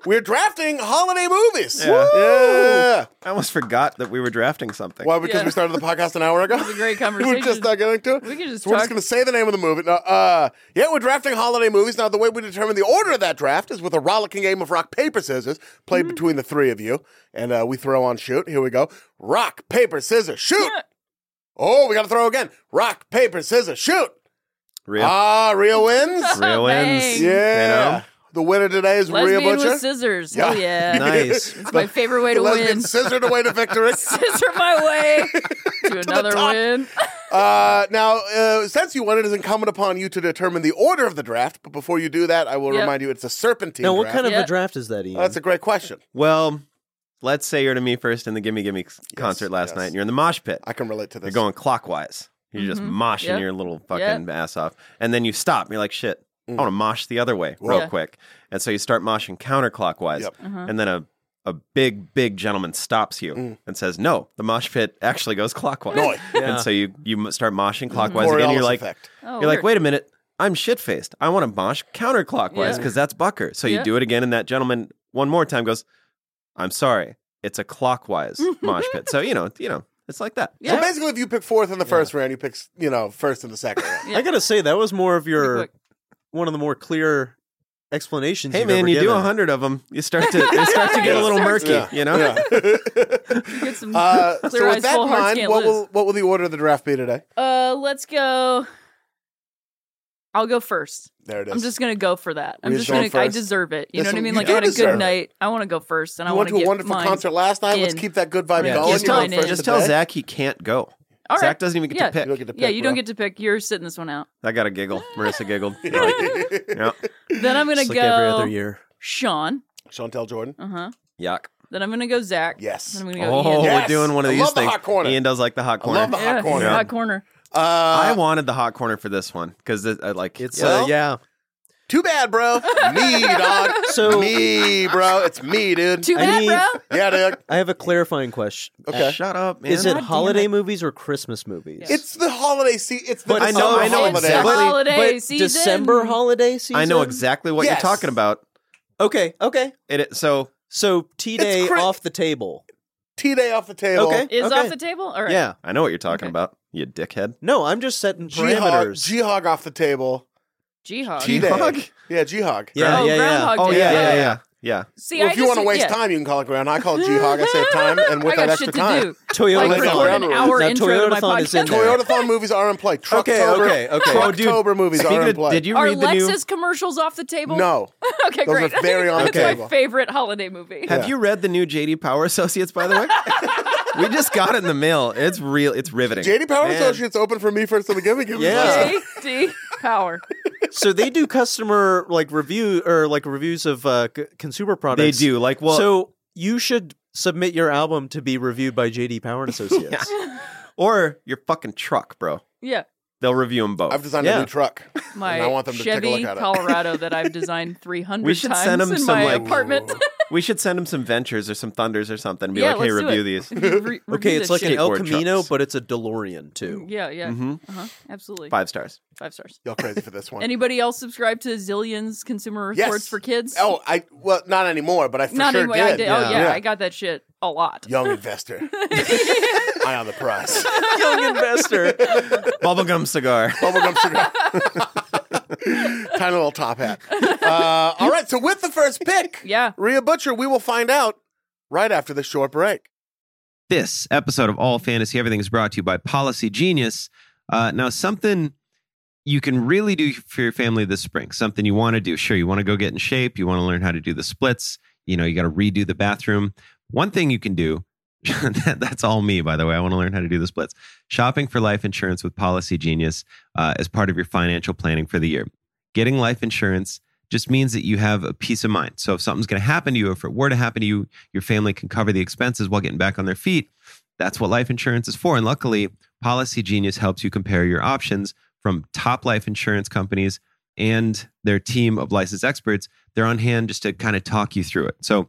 Speaker 2: we're drafting holiday movies.
Speaker 1: Yeah.
Speaker 2: Yeah.
Speaker 1: I almost forgot that we were drafting something.
Speaker 2: Why? Because
Speaker 4: Yeah.
Speaker 2: we started the podcast an hour ago?
Speaker 4: It was a great
Speaker 2: We're
Speaker 4: conversation.
Speaker 2: just not getting to it.
Speaker 4: We could just
Speaker 2: so we're just
Speaker 4: talk-
Speaker 2: going to say the name of the movie. Now, uh, yeah, we're drafting holiday movies. Now, the way we determine the order of that draft is with a rollicking game of rock, paper, scissors played
Speaker 4: Mm-hmm.
Speaker 2: between the three of you. And uh, we throw on shoot. Here we go. Rock, paper, scissors, shoot. Oh, we got to throw again. Rock, paper, scissors, shoot.
Speaker 1: Real.
Speaker 2: Ah, Rhea wins.
Speaker 4: Oh,
Speaker 1: Real
Speaker 4: Bang.
Speaker 1: wins.
Speaker 2: yeah.
Speaker 1: You know?
Speaker 2: The winner today is
Speaker 4: Lesbian
Speaker 2: Rhea Butcher.
Speaker 4: with scissors.
Speaker 2: Yeah.
Speaker 4: Hell yeah.
Speaker 3: Nice.
Speaker 4: It's my favorite way
Speaker 2: The
Speaker 4: to
Speaker 2: lesbian
Speaker 4: win.
Speaker 2: scissored away to victory.
Speaker 4: Scissor my way to another
Speaker 2: top.
Speaker 4: win.
Speaker 2: Uh, now, uh, since you won, it is incumbent upon you to determine the order of the draft. But before you do that, I will
Speaker 4: Yep.
Speaker 2: remind you it's a serpentine.
Speaker 3: Now, what
Speaker 2: draft.
Speaker 3: kind of
Speaker 4: Yeah.
Speaker 3: a draft is that, Ian?
Speaker 2: Well, that's a great question.
Speaker 1: Well, let's say you're to me first in the Gimme Gimme concert last
Speaker 2: yes.
Speaker 1: night and you're in the mosh pit.
Speaker 2: I can relate to
Speaker 1: You're
Speaker 2: this.
Speaker 1: going clockwise. You're just
Speaker 4: Mhm.
Speaker 1: moshing
Speaker 4: Yep.
Speaker 1: your little fucking ass off. And then you stop. And you're like, shit,
Speaker 2: Mm.
Speaker 1: I want to mosh the other way real
Speaker 4: Yeah. Uh-huh.
Speaker 1: quick. And so you start moshing counterclockwise.
Speaker 2: Yep.
Speaker 1: And then a, a big, big gentleman stops you
Speaker 2: Mm.
Speaker 1: and says, no, the mosh pit actually goes clockwise.
Speaker 2: Noi.
Speaker 3: Yeah.
Speaker 1: And so you, you m- start moshing clockwise
Speaker 2: Coriolis
Speaker 1: again. And you're like,
Speaker 2: Mm-hmm. effect.
Speaker 4: Oh,
Speaker 1: you're like,
Speaker 4: weird.
Speaker 1: wait a minute. I'm shit faced. I want to mosh counterclockwise
Speaker 4: Yeah.
Speaker 1: because that's Bucker. So
Speaker 4: Yeah.
Speaker 1: you do it again, and that gentleman one more time goes, "I'm sorry, it's a clockwise mosh pit." So you know, you know, it's like that.
Speaker 2: So
Speaker 4: Yeah.
Speaker 2: basically, if you pick fourth in the first round, you pick you know first in the second round.
Speaker 3: I gotta say that was more of your
Speaker 4: quick.
Speaker 3: one of the more clear explanations.
Speaker 1: Hey
Speaker 3: you've
Speaker 1: man,
Speaker 3: ever
Speaker 1: you do a
Speaker 3: given.
Speaker 1: hundred of them, you start to you start to get a little murky.
Speaker 2: Yeah.
Speaker 1: You know,
Speaker 4: You get some
Speaker 2: Uh,
Speaker 4: clear
Speaker 2: so with
Speaker 4: eyes,
Speaker 2: that
Speaker 4: full
Speaker 2: in
Speaker 4: hearts
Speaker 2: mind,
Speaker 4: can't
Speaker 2: what
Speaker 4: lose.
Speaker 2: will what will the order of the draft be today?
Speaker 4: Uh, let's go. I'll go first.
Speaker 2: There it is.
Speaker 4: I'm just gonna go for that. I'm
Speaker 2: We're
Speaker 4: just
Speaker 2: going
Speaker 4: gonna. I
Speaker 2: first.
Speaker 4: deserve it. You
Speaker 2: Yes,
Speaker 4: know what I
Speaker 2: you
Speaker 4: mean? Like
Speaker 2: do
Speaker 4: I had a
Speaker 2: deserve it.
Speaker 4: good night. I want to go first, and I
Speaker 2: you
Speaker 4: want
Speaker 2: went
Speaker 4: to
Speaker 2: to a
Speaker 4: get
Speaker 2: wonderful
Speaker 4: mine.
Speaker 2: concert last night. Let's
Speaker 4: in.
Speaker 2: keep that good vibe
Speaker 4: Yeah.
Speaker 2: going.
Speaker 4: Just
Speaker 2: You're on
Speaker 4: tell- mine in.
Speaker 2: first
Speaker 1: just tell
Speaker 2: today.
Speaker 1: Zach he can't go.
Speaker 4: All right.
Speaker 1: Zach doesn't even get
Speaker 4: Yeah.
Speaker 1: to pick.
Speaker 2: You don't get to pick,
Speaker 4: yeah, you
Speaker 2: bro.
Speaker 4: don't get to pick. You're sitting this one out.
Speaker 1: I got a giggle. Marissa giggled. Like, yeah,
Speaker 4: Then I'm gonna
Speaker 3: It's like
Speaker 4: go
Speaker 3: every other year.
Speaker 4: Sean.
Speaker 2: Chantel Jordan.
Speaker 4: Uh huh.
Speaker 1: yuck.
Speaker 4: Then I'm gonna go Zach.
Speaker 2: Yes.
Speaker 4: Then I'm gonna go
Speaker 1: Oh,
Speaker 4: Ian.
Speaker 2: Yes.
Speaker 1: we're doing one of
Speaker 2: I
Speaker 1: these
Speaker 2: love the
Speaker 1: things.
Speaker 2: hot corner.
Speaker 1: Ian does like the hot
Speaker 2: I
Speaker 1: corner.
Speaker 2: love the
Speaker 4: Yeah,
Speaker 2: hot corner.
Speaker 4: Hot corner.
Speaker 2: Uh,
Speaker 1: I wanted the hot corner for this one because I like
Speaker 3: It's
Speaker 1: yeah.
Speaker 3: uh, yeah.
Speaker 2: Too bad, bro. Me, dog.
Speaker 3: So-
Speaker 2: me, bro. It's me, dude.
Speaker 4: Too
Speaker 3: I
Speaker 4: bad,
Speaker 3: need-
Speaker 4: bro.
Speaker 2: yeah, dude.
Speaker 3: I have a clarifying question. Uh,
Speaker 2: Okay.
Speaker 1: Shut up, man.
Speaker 3: Is it
Speaker 4: God damn
Speaker 3: holiday
Speaker 4: it.
Speaker 3: movies or Christmas movies?
Speaker 4: Yeah.
Speaker 2: It's the holiday season. It's the
Speaker 3: But I
Speaker 1: know-
Speaker 2: summer
Speaker 1: I know
Speaker 2: holidays.
Speaker 4: exactly- Holiday
Speaker 3: but
Speaker 4: season.
Speaker 3: December holiday season.
Speaker 1: I know exactly what
Speaker 2: Yes.
Speaker 1: you're talking about.
Speaker 3: Okay, okay.
Speaker 1: And it, so
Speaker 3: So T Day
Speaker 2: cra-
Speaker 3: off the table.
Speaker 2: T day off the table.
Speaker 3: Okay.
Speaker 4: Is
Speaker 3: okay.
Speaker 4: off the table? All right.
Speaker 3: Yeah.
Speaker 1: I know what you're talking
Speaker 4: Okay.
Speaker 1: about, you dickhead.
Speaker 3: No, I'm just setting
Speaker 2: G hog.
Speaker 3: parameters.
Speaker 2: G hog off the table.
Speaker 4: G-Hog.
Speaker 2: T
Speaker 1: Groundhog?
Speaker 2: day. Yeah, G hog.
Speaker 3: yeah,
Speaker 4: oh,
Speaker 3: yeah, yeah.
Speaker 4: Groundhog Day.
Speaker 1: yeah.
Speaker 4: See,
Speaker 2: Well,
Speaker 4: I
Speaker 2: if you
Speaker 4: just-
Speaker 2: want to waste
Speaker 4: yeah.
Speaker 2: time, you can call it groundhog. I call it G hog. I save time, and with
Speaker 4: I
Speaker 2: that
Speaker 4: got
Speaker 2: extra
Speaker 4: shit
Speaker 2: time,
Speaker 4: to do.
Speaker 3: Toyota
Speaker 4: Like record an
Speaker 2: Groundhog.
Speaker 4: hour
Speaker 3: Now,
Speaker 4: intro to my
Speaker 3: Toyotathon is in
Speaker 4: podcast.
Speaker 3: there.
Speaker 2: Toyota Thon movies are in play. Trucktober,
Speaker 3: Okay, okay, okay.
Speaker 2: Trucktober
Speaker 3: Oh, dude,
Speaker 2: movies
Speaker 1: Speaking
Speaker 2: are in
Speaker 1: of,
Speaker 2: play.
Speaker 1: did you
Speaker 4: Are
Speaker 1: read the new?
Speaker 4: Lexus commercials off the table?
Speaker 2: no,
Speaker 4: okay,
Speaker 2: Those
Speaker 4: great.
Speaker 2: are very on the
Speaker 4: That's
Speaker 2: table.
Speaker 4: my favorite holiday movie.
Speaker 1: Have you read the new JD Power Associates? By the way, we just got it in the mail. It's real. It's riveting.
Speaker 2: JD Power
Speaker 1: Man.
Speaker 2: Associates open for me first on the giving. Give me
Speaker 3: Yeah.
Speaker 2: some.
Speaker 4: JD Power.
Speaker 3: so they do customer like review or like reviews of uh, c- consumer
Speaker 1: They
Speaker 3: products.
Speaker 1: do like well.
Speaker 3: so you should submit your album to be reviewed by JD Power and Associates.
Speaker 1: or your fucking truck, bro.
Speaker 4: Yeah,
Speaker 1: They'll review them both.
Speaker 2: I've designed a
Speaker 3: Yeah.
Speaker 2: new truck.
Speaker 4: my
Speaker 2: And I want them to take a
Speaker 4: Chevy
Speaker 2: look at it.
Speaker 4: Colorado that I've designed 300
Speaker 1: We should
Speaker 4: times
Speaker 1: send 'em
Speaker 4: in
Speaker 1: some,
Speaker 4: my
Speaker 1: like-
Speaker 4: apartment.
Speaker 1: we should send them some ventures or some thunders or something. And be
Speaker 4: yeah,
Speaker 1: like, hey,
Speaker 4: let's do
Speaker 1: review
Speaker 4: it.
Speaker 1: these.
Speaker 4: Re- review
Speaker 3: okay,
Speaker 4: this
Speaker 3: it's like an
Speaker 4: shit.
Speaker 3: El
Speaker 1: Skateboard
Speaker 3: Camino,
Speaker 1: trucks.
Speaker 3: but it's a DeLorean too.
Speaker 4: Yeah, yeah,
Speaker 1: Mhm.
Speaker 4: uh-huh. absolutely.
Speaker 1: Five
Speaker 4: Five.
Speaker 1: stars.
Speaker 4: stars.
Speaker 2: Y'all crazy for this one?
Speaker 4: Anybody else subscribe to Zillion's Consumer
Speaker 2: Yes.
Speaker 4: Reports for Kids?
Speaker 2: oh, I well, not anymore, but I for
Speaker 4: not
Speaker 2: sure
Speaker 4: anyway.
Speaker 2: did.
Speaker 4: I did. Oh
Speaker 3: Yeah.
Speaker 4: yeah,
Speaker 2: Yeah.
Speaker 4: I got that shit a lot.
Speaker 2: Young investor, eye on the prize.
Speaker 3: Young investor.
Speaker 1: Bubblegum cigar.
Speaker 2: Bubblegum cigar. Tiny little top hat. Uh, all right, so with the first pick,
Speaker 4: Yeah.
Speaker 2: Rhea Butcher, we will find out right after this short break.
Speaker 6: This episode of All Fantasy Everything is brought to you by Policy Genius. Uh, now, something you can really do for your family this spring, something you want to do. Sure, you want to go get in shape, you want to learn how to do the splits, you know, you got to redo the bathroom. One thing you can do, that, that's all me, by the way, I want to learn how to do the splits. Shopping for life insurance with Policy Genius uh, as part of your financial planning for the year. Getting life insurance just means that you have a peace of mind. So if something's going to happen to you, if it were to happen to you, your family can cover the expenses while getting back on their feet. That's what life insurance is for. And luckily, Policy Genius helps you compare your options from top life insurance companies and their team of licensed experts. They're on hand just to kind of talk you through it. So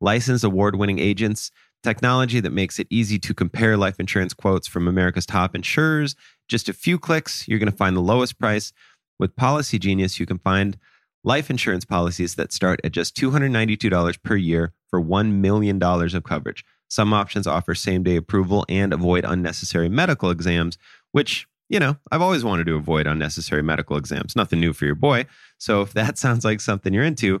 Speaker 6: licensed award winning agents, technology that makes it easy to compare life insurance quotes from America's top insurers just a few clicks, you're going to find the lowest price. With Policy Genius, you can find life insurance policies that start at just $292 per year for $1 million of coverage. Some options offer same day approval and avoid unnecessary medical exams, which, you know, I've always wanted to avoid unnecessary medical exams. Nothing new for your boy. So if that sounds like something you're into,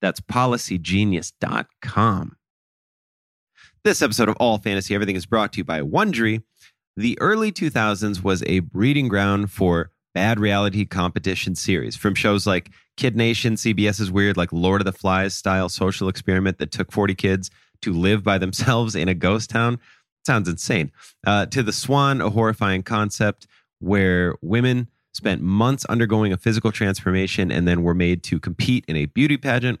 Speaker 6: That's policygenius.com. This episode of All Fantasy Everything is brought to you by Wondery. The early 2000s was a breeding ground for bad reality competition series from shows like Kid Nation, CBS's weird, like Lord of the Flies style social experiment that took 40 kids to live by themselves in a ghost town. Sounds insane. Uh, to The Swan, a horrifying concept where women spent months undergoing a physical transformation and then were made to compete in a beauty pageant.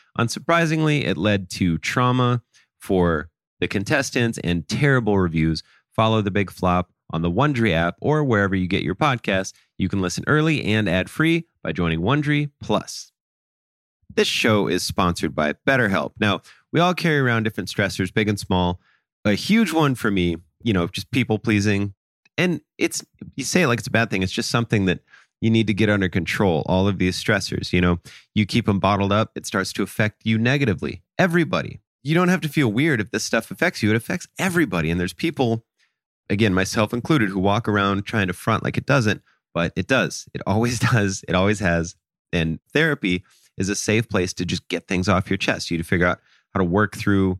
Speaker 6: Unsurprisingly, it led to trauma for the contestants and terrible reviews. Follow the big flop on the Wondery app or wherever you get your podcasts. You can listen early and ad free by joining Wondery Plus. This show is sponsored by BetterHelp. Now, we all carry around different stressors, big and small. a huge one for me, you know, just people pleasing. And it's, you say it like it's a bad thing. It's just something that you need to get under control. All of these stressors, you know, you keep them bottled up, it starts to affect you negatively. Everybody. You don't have to feel weird if this stuff affects you. It affects everybody. And there's people, again, myself included, who walk around trying to front like it doesn't, but it does. It always does. It always has. And therapy is a safe place to just get things off your chest. You to figure out how to work through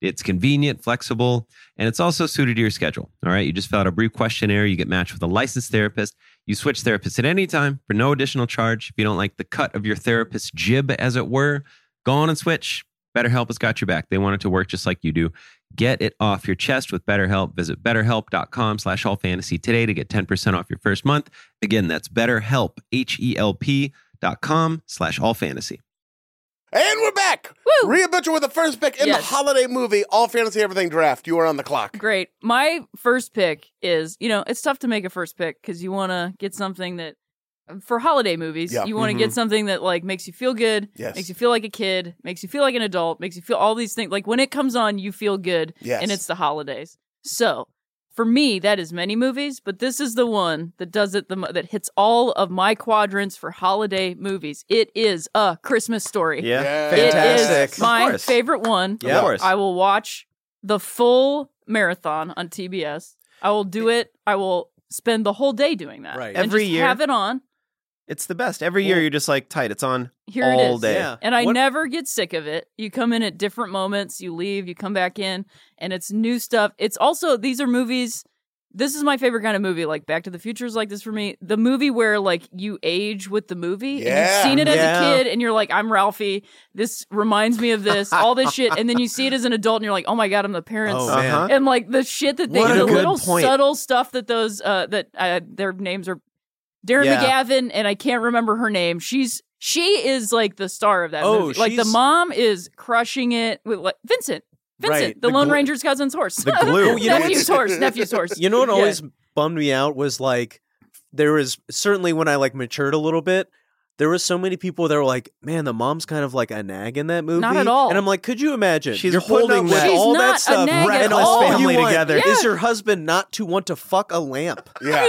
Speaker 6: It's convenient, flexible, and it's also suited to your schedule. All right. You just fill out a brief questionnaire. You get matched with a licensed therapist. You switch therapists at any time for no additional charge. If you don't like the cut of your therapist's jib, as it were, go on and switch. BetterHelp has got your back. They want it to work just like you do. Get it off your chest with BetterHelp. Visit betterhelp.com slash all fantasy today to get 10% off your first month. Again, that's betterhelp, H-E-L-P dot com slash all fantasy.
Speaker 2: And we're back.
Speaker 4: Woo!
Speaker 2: Rhea Butcher with the first pick in
Speaker 4: Yes.
Speaker 2: the holiday movie, All Fantasy Everything Draft. You are on the clock.
Speaker 4: Great. My first pick is, you know, it's tough to make a first pick because you want to get something that, for holiday movies,
Speaker 2: Yeah. Mm-hmm.
Speaker 4: you want to get something that like makes you feel good,
Speaker 2: Yes.
Speaker 4: makes you feel like a kid, makes you feel like an adult, makes you feel all these things. Like when it comes on, you feel good,
Speaker 2: Yes.
Speaker 4: and it's the holidays. So for me, that is many movies, but this is the one that does it the mo- that hits all of my quadrants for holiday movies. It is a Christmas story.
Speaker 1: Yeah.
Speaker 2: Yeah.
Speaker 4: It
Speaker 1: Fantastic.
Speaker 4: is my
Speaker 1: of course.
Speaker 4: favorite one.
Speaker 1: Yeah. Of course.
Speaker 4: I will watch the full marathon on TBS. I will do it. I will spend the whole day doing that.
Speaker 3: Right.
Speaker 4: And
Speaker 1: Every
Speaker 4: just
Speaker 1: year?
Speaker 4: Have it on.
Speaker 1: It's the best. Every year you're just like, tight, it's on
Speaker 4: Here it
Speaker 1: all
Speaker 4: is.
Speaker 1: day.
Speaker 3: Yeah.
Speaker 4: And I
Speaker 3: What-
Speaker 4: never get sick of it. You come in at different moments, you leave, you come back in, and it's new stuff. It's also, these are movies. This is my favorite kind of movie. Like Back to the Future is like this for me. The movie where like you age with the movie and
Speaker 2: Yeah.
Speaker 4: you've seen it as
Speaker 3: Yeah.
Speaker 4: a kid and you're like, I'm Ralphie. This reminds me of this, all this shit. And then you see it as an adult and you're like, oh my God, I'm the parents.
Speaker 3: Oh,
Speaker 1: Uh-huh.
Speaker 3: man.
Speaker 4: And like the shit that they,
Speaker 1: What a
Speaker 4: the
Speaker 1: good
Speaker 4: little
Speaker 1: point.
Speaker 4: subtle stuff that those, uh, that uh, their names are Darren
Speaker 3: Yeah.
Speaker 4: McGavin, and I can't remember her name. She's she is like the star of that
Speaker 3: Oh,
Speaker 4: movie. Like the
Speaker 3: she's-
Speaker 4: mom is crushing it with like Vincent. Vincent,
Speaker 3: Right,
Speaker 4: the,
Speaker 3: the
Speaker 4: Lone
Speaker 3: glue-
Speaker 4: Ranger's cousin's horse.
Speaker 1: The glue.
Speaker 3: Oh, you know
Speaker 2: what's-
Speaker 4: nephew's horse. Nephew's horse.
Speaker 3: You know what
Speaker 4: Yeah.
Speaker 3: always bummed me out was like there was certainly when I like matured a little bit, there was so many people that were like, "Man, the mom's kind of like a nag in that movie."
Speaker 4: at all.
Speaker 3: And I'm like, "Could you imagine?
Speaker 1: She's
Speaker 3: You're putting
Speaker 1: holding
Speaker 3: up with
Speaker 1: that-
Speaker 4: She's
Speaker 3: all
Speaker 4: not a
Speaker 3: that stuff,
Speaker 4: nag at
Speaker 3: and
Speaker 4: all.
Speaker 3: all
Speaker 1: Family
Speaker 3: you want
Speaker 1: together.
Speaker 4: Yeah.
Speaker 3: is your husband not to want to fuck a lamp.
Speaker 2: Yeah.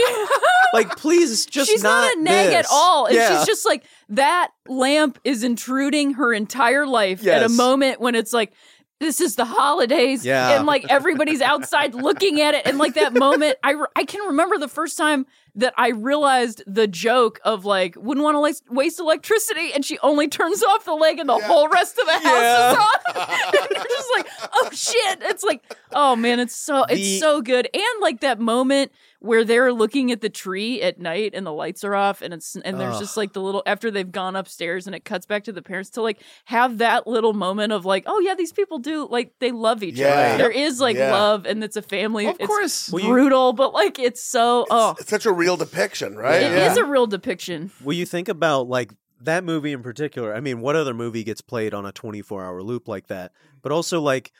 Speaker 3: Like, please, just
Speaker 4: she's not, a nag
Speaker 3: this.
Speaker 4: at all. And
Speaker 3: yeah.
Speaker 4: she's just like, that lamp is intruding her entire life at a
Speaker 3: Yes.
Speaker 4: moment when it's like, this is the holidays.
Speaker 3: Yeah.
Speaker 4: And like everybody's outside looking at it. And like that moment, I, re- I can remember the first time that I realized the joke of like, wouldn't want to la- waste electricity. And she only turns off the leg and the whole rest of the house is
Speaker 3: Yeah.
Speaker 4: on. You're just like, oh shit. It's like, oh man, it's so, it's
Speaker 3: The-
Speaker 4: so good. And like that moment where they're looking at the tree at night and the lights are off and it's and there's
Speaker 3: Ugh.
Speaker 4: just like the little after they've gone upstairs and it cuts back to the parents to like have that little moment of like oh yeah these people do like they love each
Speaker 2: Yeah.
Speaker 4: other there is like
Speaker 2: Yeah.
Speaker 4: love and it's a family
Speaker 1: Of
Speaker 4: it's
Speaker 1: course.
Speaker 3: Well, you-
Speaker 4: brutal but like it's so oh
Speaker 2: It's such a real depiction, right?
Speaker 4: it
Speaker 3: Yeah.
Speaker 4: is a real depiction
Speaker 3: Well, you think about like that movie in particular. I mean, what other movie gets played on a 24 hour loop like that?
Speaker 4: Mm-hmm.
Speaker 3: But also, like,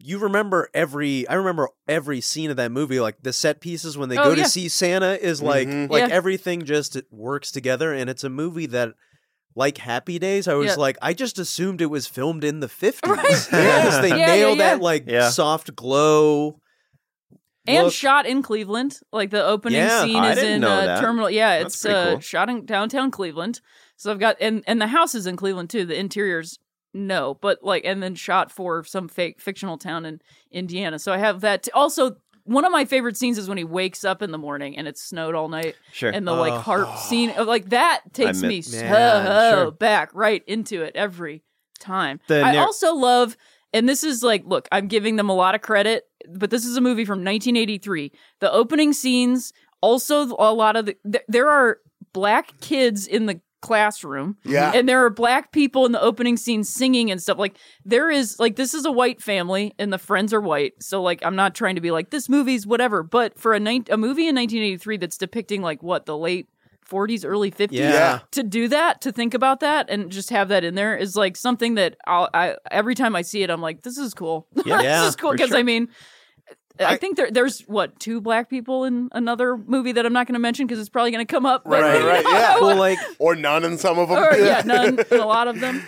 Speaker 3: you remember every, I remember every scene of that movie, like the set pieces when they
Speaker 4: Oh,
Speaker 3: go
Speaker 4: yeah. Mm-hmm.
Speaker 3: to see Santa is like,
Speaker 2: Mhm.
Speaker 3: like
Speaker 4: Yeah.
Speaker 3: everything just it works together. And it's a movie that, like Happy Days, I was
Speaker 4: Yeah.
Speaker 3: like, I just assumed it was filmed in the
Speaker 4: Right.
Speaker 3: 50s.
Speaker 1: Yeah.
Speaker 3: Because they
Speaker 4: Yeah, yeah,
Speaker 3: nail
Speaker 4: yeah.
Speaker 3: that, like,
Speaker 1: Yeah.
Speaker 3: soft glow.
Speaker 4: and
Speaker 3: look.
Speaker 4: shot in Cleveland. Like the opening
Speaker 3: Yeah,
Speaker 4: scene
Speaker 1: I
Speaker 4: is
Speaker 1: didn't
Speaker 4: in
Speaker 1: know
Speaker 4: uh,
Speaker 1: that.
Speaker 4: Terminal. Yeah,
Speaker 1: That's
Speaker 4: it's
Speaker 1: pretty
Speaker 4: uh,
Speaker 1: cool.
Speaker 4: shot in downtown Cleveland. So I've got and and the house is in Cleveland too. The interiors, no, but like and then shot for some fake fictional town in Indiana. So I have that. T- also, one of my favorite scenes is when he wakes up in the morning and it's snowed all night,
Speaker 1: Sure.
Speaker 4: and the like
Speaker 3: Oh.
Speaker 4: harp scene of like that takes
Speaker 1: meant-
Speaker 4: me so
Speaker 3: Man, sure.
Speaker 4: back right into it every time.
Speaker 1: The
Speaker 4: I
Speaker 1: narr-
Speaker 4: also love, and this is like, look, I'm giving them a lot of credit, but this is a movie from 1983. The opening scenes, also a lot of the, th- there are black kids in the classroom.
Speaker 2: Yeah.
Speaker 4: And there are black people in the opening scene singing and stuff. Like there is like this is a white family and the friends are white. So like I'm not trying to be like this movie's whatever, but for a nine a movie in 1983 that's depicting like what the late 40s early 50s
Speaker 2: Yeah.
Speaker 4: to do that to think about that and just have that in there is like something that I'll, I every time I see it I'm like this is cool.
Speaker 3: Yeah,
Speaker 4: this is cool
Speaker 3: for
Speaker 4: because I
Speaker 3: sure.
Speaker 4: mean I,
Speaker 3: I-
Speaker 4: think there, there's what two black people in another movie that I'm not going to mention because it's probably going to come up. but-
Speaker 2: Right, right, right, yeah.
Speaker 3: Well, like,
Speaker 2: or none in some of them.
Speaker 4: Or, yeah, none, and a lot of them.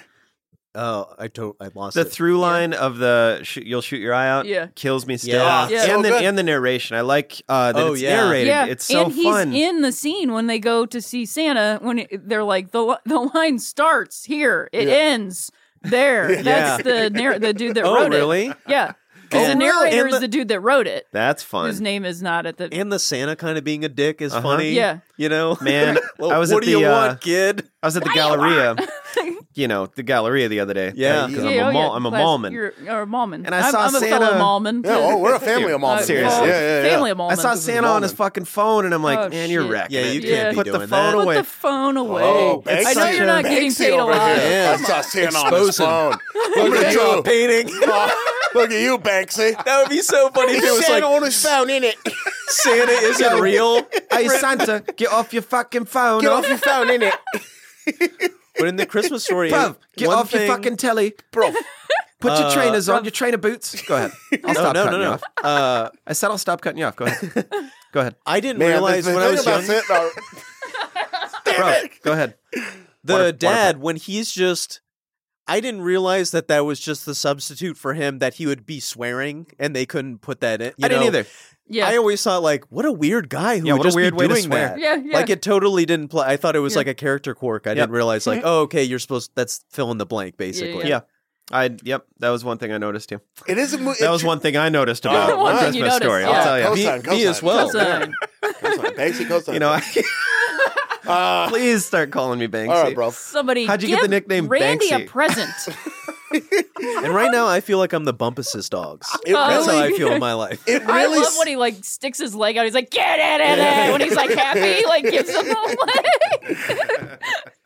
Speaker 3: oh, I don't, I lost
Speaker 1: the
Speaker 3: it.
Speaker 1: through line of the sh- "you'll shoot your eye out"
Speaker 4: Yeah.
Speaker 1: kills me still.
Speaker 3: Yeah.
Speaker 4: Yeah.
Speaker 2: So
Speaker 1: And the
Speaker 2: good.
Speaker 1: and the narration, I like uh, that
Speaker 3: Oh,
Speaker 1: it's
Speaker 3: yeah.
Speaker 1: narrated.
Speaker 4: Yeah,
Speaker 1: It's so
Speaker 4: and he's
Speaker 1: fun.
Speaker 4: in the scene when they go to see Santa. When it, they're like, the li- the line starts here, it
Speaker 2: Yeah.
Speaker 4: ends there. That's the narr- the dude that
Speaker 3: oh,
Speaker 4: wrote
Speaker 3: really?
Speaker 4: it. Yeah, because
Speaker 3: Oh,
Speaker 4: the
Speaker 3: really?
Speaker 4: narrator is
Speaker 3: And the-
Speaker 4: the dude that wrote it,
Speaker 1: That's fun.
Speaker 4: whose name is not at the.
Speaker 3: And the Santa kind of being a dick is
Speaker 1: Uh-huh.
Speaker 3: funny.
Speaker 4: Yeah.
Speaker 3: You know?
Speaker 1: Man,
Speaker 3: Well,
Speaker 1: I was
Speaker 3: what
Speaker 1: at
Speaker 3: do
Speaker 1: the
Speaker 3: you
Speaker 1: uh,
Speaker 3: want, kid?
Speaker 1: I was at the Galleria. you know, the Galleria the other day.
Speaker 3: Yeah.
Speaker 1: because I'm
Speaker 4: Yeah, oh,
Speaker 1: a mall.
Speaker 4: yeah,
Speaker 1: I'm a
Speaker 4: class-
Speaker 1: mallman.
Speaker 4: You're, you're a mallman,
Speaker 1: And I
Speaker 4: I'm-
Speaker 1: saw
Speaker 4: I'm, a fellow
Speaker 1: Santa-
Speaker 4: mallman.
Speaker 2: Yeah, oh, we're a family of mom.
Speaker 4: Uh,
Speaker 1: Seriously.
Speaker 4: well,
Speaker 2: Yeah, yeah, yeah.
Speaker 4: family of mallman.
Speaker 1: I saw Santa on his fucking phone, and I'm like,
Speaker 4: Oh,
Speaker 1: man, you're
Speaker 4: shit.
Speaker 1: wrecking.
Speaker 3: Yeah,
Speaker 1: it.
Speaker 3: you
Speaker 4: Yeah.
Speaker 3: can't be
Speaker 1: Put
Speaker 3: doing
Speaker 1: the
Speaker 3: that.
Speaker 1: phone
Speaker 4: Put
Speaker 1: away.
Speaker 4: the phone away.
Speaker 2: Oh, Banksy.
Speaker 4: I know you're not getting
Speaker 2: Banksy
Speaker 4: paid a
Speaker 2: over
Speaker 4: lot.
Speaker 2: Here.
Speaker 3: Yeah.
Speaker 2: I saw Santa on his
Speaker 3: Expose him.
Speaker 2: phone.
Speaker 3: I'm
Speaker 2: Look
Speaker 3: gonna
Speaker 2: at
Speaker 3: draw a
Speaker 2: you.
Speaker 3: painting.
Speaker 2: Oh, Look at you, Banksy.
Speaker 3: that would be so funny if it was like
Speaker 2: on his phone, innit?
Speaker 3: Santa isn't real.
Speaker 1: hey Santa, get off your fucking phone.
Speaker 2: Get off your phone, innit?
Speaker 3: But in the Christmas story,
Speaker 1: Bruv, get
Speaker 3: one
Speaker 1: off
Speaker 3: thing-
Speaker 1: your fucking telly.
Speaker 2: Bro,
Speaker 1: Put your
Speaker 3: Uh,
Speaker 1: trainers on, your trainer boots. Go ahead. I'll
Speaker 3: No,
Speaker 1: stop
Speaker 3: no,
Speaker 1: cutting
Speaker 3: no,
Speaker 1: you
Speaker 3: no.
Speaker 1: off.
Speaker 3: Uh,
Speaker 1: I said I'll stop cutting you off. Go ahead. Go ahead.
Speaker 3: I didn't
Speaker 2: man,
Speaker 3: realize
Speaker 2: the
Speaker 3: when
Speaker 2: thing
Speaker 3: I was
Speaker 2: about
Speaker 3: young.
Speaker 2: Santa,
Speaker 1: Bro, go ahead.
Speaker 3: the
Speaker 1: Water- water
Speaker 3: dad when he's just i didn't realize that that was just the substitute for him that he would be swearing and they couldn't put that in you
Speaker 1: I didn't
Speaker 3: know?
Speaker 1: either.
Speaker 4: Yeah,
Speaker 3: i always thought like what a weird guy who
Speaker 1: Yeah,
Speaker 3: would
Speaker 1: what a
Speaker 3: just
Speaker 1: weird
Speaker 3: be
Speaker 1: way to
Speaker 3: doing
Speaker 1: swear.
Speaker 3: that
Speaker 4: yeah, yeah.
Speaker 3: like it totally didn't play i thought it was
Speaker 4: Yeah.
Speaker 3: like a character quirk i
Speaker 1: Yep.
Speaker 3: didn't realize like oh okay you're supposed that's fill in the blank basically
Speaker 4: Yeah.
Speaker 1: Yeah. I yep, that was one thing I noticed too.
Speaker 2: it is a movie.
Speaker 1: That was one thing I noticed
Speaker 2: Oh,
Speaker 1: about
Speaker 2: one
Speaker 1: my
Speaker 2: thing
Speaker 1: Christmas
Speaker 4: you
Speaker 1: story.
Speaker 4: noticed, yeah.
Speaker 1: I'll tell you.
Speaker 2: Cosign,
Speaker 3: Me-
Speaker 2: cosign.
Speaker 3: me as well.
Speaker 1: Oh,
Speaker 4: Cosign.
Speaker 2: Cosign. Banksy, cosign.
Speaker 1: You know,
Speaker 2: Uh,
Speaker 1: please start calling me Banksy.
Speaker 2: all right, bro.
Speaker 4: Somebody
Speaker 1: How'd you
Speaker 4: give
Speaker 1: get the nickname
Speaker 4: Randy a
Speaker 1: Banksy?
Speaker 4: present.
Speaker 3: and right now i feel like i'm the bumpus's dogs
Speaker 2: It
Speaker 3: that's how
Speaker 2: really,
Speaker 3: i feel in my life
Speaker 2: it
Speaker 4: I
Speaker 2: really,
Speaker 4: Oh, love when he like sticks his leg out. He's like, "Get it in there!" When he's like happy, he, like gives him the leg.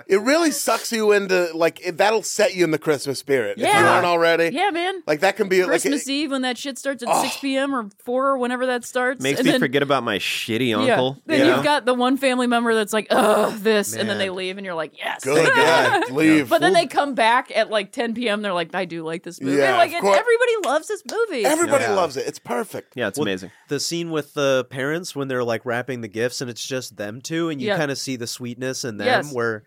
Speaker 2: it really sucks you into like it, that'll set you in the Christmas spirit if you
Speaker 4: Yeah.
Speaker 2: aren't already.
Speaker 4: yeah, man.
Speaker 2: Like that can be
Speaker 4: Christmas
Speaker 2: like it-
Speaker 4: Eve when that shit starts at
Speaker 2: Oh.
Speaker 4: six p.m. or four or whenever that starts.
Speaker 1: Makes
Speaker 4: and
Speaker 1: me
Speaker 4: then,
Speaker 1: forget about my shitty
Speaker 4: Yeah.
Speaker 1: uncle.
Speaker 4: Then
Speaker 1: you know?
Speaker 4: you've got the one family member that's like, "Ugh, this," and then
Speaker 3: Man.
Speaker 4: they leave, and you're like, "Yes."
Speaker 2: good guy. Leave.
Speaker 4: But then they come back at like 10 p.m. They're like, "I do like this movie."
Speaker 2: Yeah,
Speaker 4: like
Speaker 2: of
Speaker 4: it,
Speaker 2: course.
Speaker 4: everybody loves this movie.
Speaker 2: Everybody
Speaker 3: Yeah.
Speaker 2: loves it. It's perfect.
Speaker 1: yeah, it's amazing.
Speaker 3: the scene with the parents when they're like wrapping the gifts and it's just them two and you
Speaker 4: Yeah.
Speaker 3: kind of see the sweetness in them
Speaker 4: Yes.
Speaker 3: where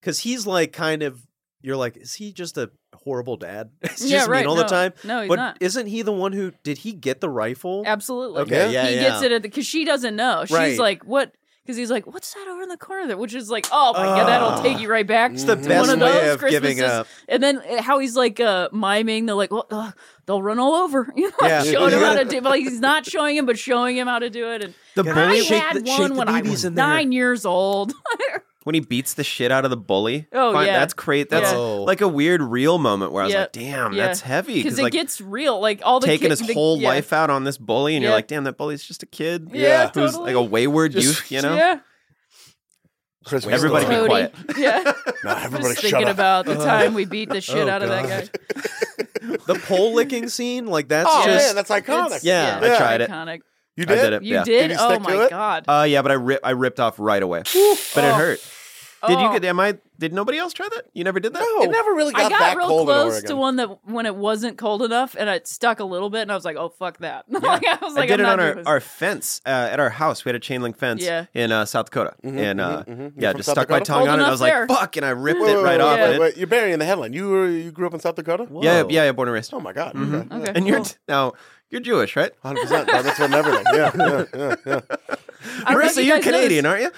Speaker 3: because he's like kind of you're like is he just a horrible dad He's
Speaker 4: yeah,
Speaker 3: just
Speaker 4: right.
Speaker 3: mean all
Speaker 4: no,
Speaker 3: the time
Speaker 4: No, he's
Speaker 3: but
Speaker 4: not.
Speaker 3: isn't he the one who did he get the rifle
Speaker 4: Absolutely.
Speaker 3: Okay, yeah,
Speaker 4: he
Speaker 3: yeah.
Speaker 4: gets it at the because she doesn't know. She's
Speaker 3: Right.
Speaker 4: like, what? Because he's like, what's that over in the corner there? Which is like, oh my god, that'll
Speaker 3: Ugh.
Speaker 4: take you right back.
Speaker 3: Ah. it's the
Speaker 4: to
Speaker 3: best
Speaker 4: one of
Speaker 3: way
Speaker 4: those
Speaker 3: of giving
Speaker 4: Christmases.
Speaker 3: up
Speaker 4: And then uh, how he's like uh, miming, they're like, well, ugh, they'll run all over. You know,
Speaker 3: Yeah.
Speaker 4: showing him
Speaker 3: You
Speaker 4: how to
Speaker 3: gotta-
Speaker 4: do. Like he's not showing him, but showing him how to do it. And
Speaker 1: The
Speaker 3: Gotta
Speaker 4: I
Speaker 1: bully
Speaker 3: shake
Speaker 4: had
Speaker 3: the- shake
Speaker 4: one
Speaker 3: the
Speaker 4: when I
Speaker 3: babies
Speaker 4: was
Speaker 3: in there.
Speaker 4: nine years old.
Speaker 1: when he beats the shit out of the bully.
Speaker 4: Oh,
Speaker 1: fine,
Speaker 4: yeah.
Speaker 1: that's great. That's
Speaker 3: Yeah.
Speaker 1: like a weird real moment where I was
Speaker 4: Yeah.
Speaker 1: like, damn,
Speaker 4: Yeah.
Speaker 1: that's heavy.
Speaker 4: Because it
Speaker 1: like
Speaker 4: gets real. Like all the
Speaker 1: taking
Speaker 4: kid-
Speaker 1: his
Speaker 4: the-
Speaker 1: whole
Speaker 4: yeah.
Speaker 1: life out on this bully, and
Speaker 4: Yeah.
Speaker 1: you're like, damn, that bully's just a kid.
Speaker 4: Yeah, yeah
Speaker 1: Who's like
Speaker 4: totally.
Speaker 1: a wayward
Speaker 3: Just-
Speaker 1: youth, you know?
Speaker 4: Yeah,
Speaker 2: Christmas.
Speaker 1: Everybody be
Speaker 2: story.
Speaker 4: Toady.
Speaker 1: quiet. Uh-huh.
Speaker 4: Yeah,
Speaker 2: No, everybody
Speaker 4: just
Speaker 2: shut
Speaker 4: thinking
Speaker 2: up.
Speaker 4: about the time we beat the shit
Speaker 3: Oh,
Speaker 4: out of that
Speaker 3: God.
Speaker 4: guy.
Speaker 3: the pole licking scene like that's
Speaker 2: oh
Speaker 3: just
Speaker 2: man, that's iconic.
Speaker 4: It's-
Speaker 3: Yeah.
Speaker 1: I tried it.
Speaker 4: Iconic.
Speaker 2: You
Speaker 1: I
Speaker 2: did?
Speaker 1: did it.
Speaker 4: You
Speaker 1: yeah.
Speaker 4: did?
Speaker 2: Did he
Speaker 4: oh
Speaker 2: stick to
Speaker 4: my
Speaker 2: it?
Speaker 4: god!
Speaker 1: Uh, yeah, but I rip, I ripped off right away, but it
Speaker 4: Oh.
Speaker 1: hurt. Did you
Speaker 4: Oh.
Speaker 1: get? Am I? Did nobody else try that? You never did that?
Speaker 2: It never really got,
Speaker 4: I got
Speaker 2: that
Speaker 4: real
Speaker 2: cold in
Speaker 4: close
Speaker 2: Oregon.
Speaker 4: to one that when it wasn't cold enough and it stuck a little bit, and I was like, "Oh fuck that!" like, I was like,
Speaker 1: I did
Speaker 4: am
Speaker 1: it
Speaker 4: not
Speaker 1: on
Speaker 4: doing
Speaker 1: our,
Speaker 4: this.
Speaker 1: our fence uh, at our house. We had a chain link fence
Speaker 4: Yeah.
Speaker 1: in uh, South Dakota, and uh,
Speaker 2: mhm, mhm. You're
Speaker 1: yeah,
Speaker 2: from
Speaker 1: just
Speaker 2: South
Speaker 1: stuck my
Speaker 2: Dakota?
Speaker 1: tongue
Speaker 4: Old
Speaker 1: on it. and I
Speaker 4: enough
Speaker 1: was
Speaker 4: there.
Speaker 1: like, "Fuck!" and I ripped
Speaker 2: Wait,
Speaker 1: it
Speaker 2: wait,
Speaker 1: right
Speaker 2: wait,
Speaker 1: off.
Speaker 2: wait,
Speaker 1: it.
Speaker 2: wait. You're burying the headline. You were you grew up in South Dakota?
Speaker 1: Yeah, Mm-hmm.
Speaker 3: Whoa.
Speaker 1: yeah, yeah, born and raised.
Speaker 2: Oh my god.
Speaker 4: Okay.
Speaker 1: And you're
Speaker 4: cool.
Speaker 1: now you're Jewish, right?
Speaker 2: Hundred percent. That's what everything. Yeah, yeah, yeah, yeah.
Speaker 4: I don't know if
Speaker 1: Marissa,
Speaker 4: you
Speaker 1: you're
Speaker 4: guys know this.
Speaker 1: Canadian, aren't you?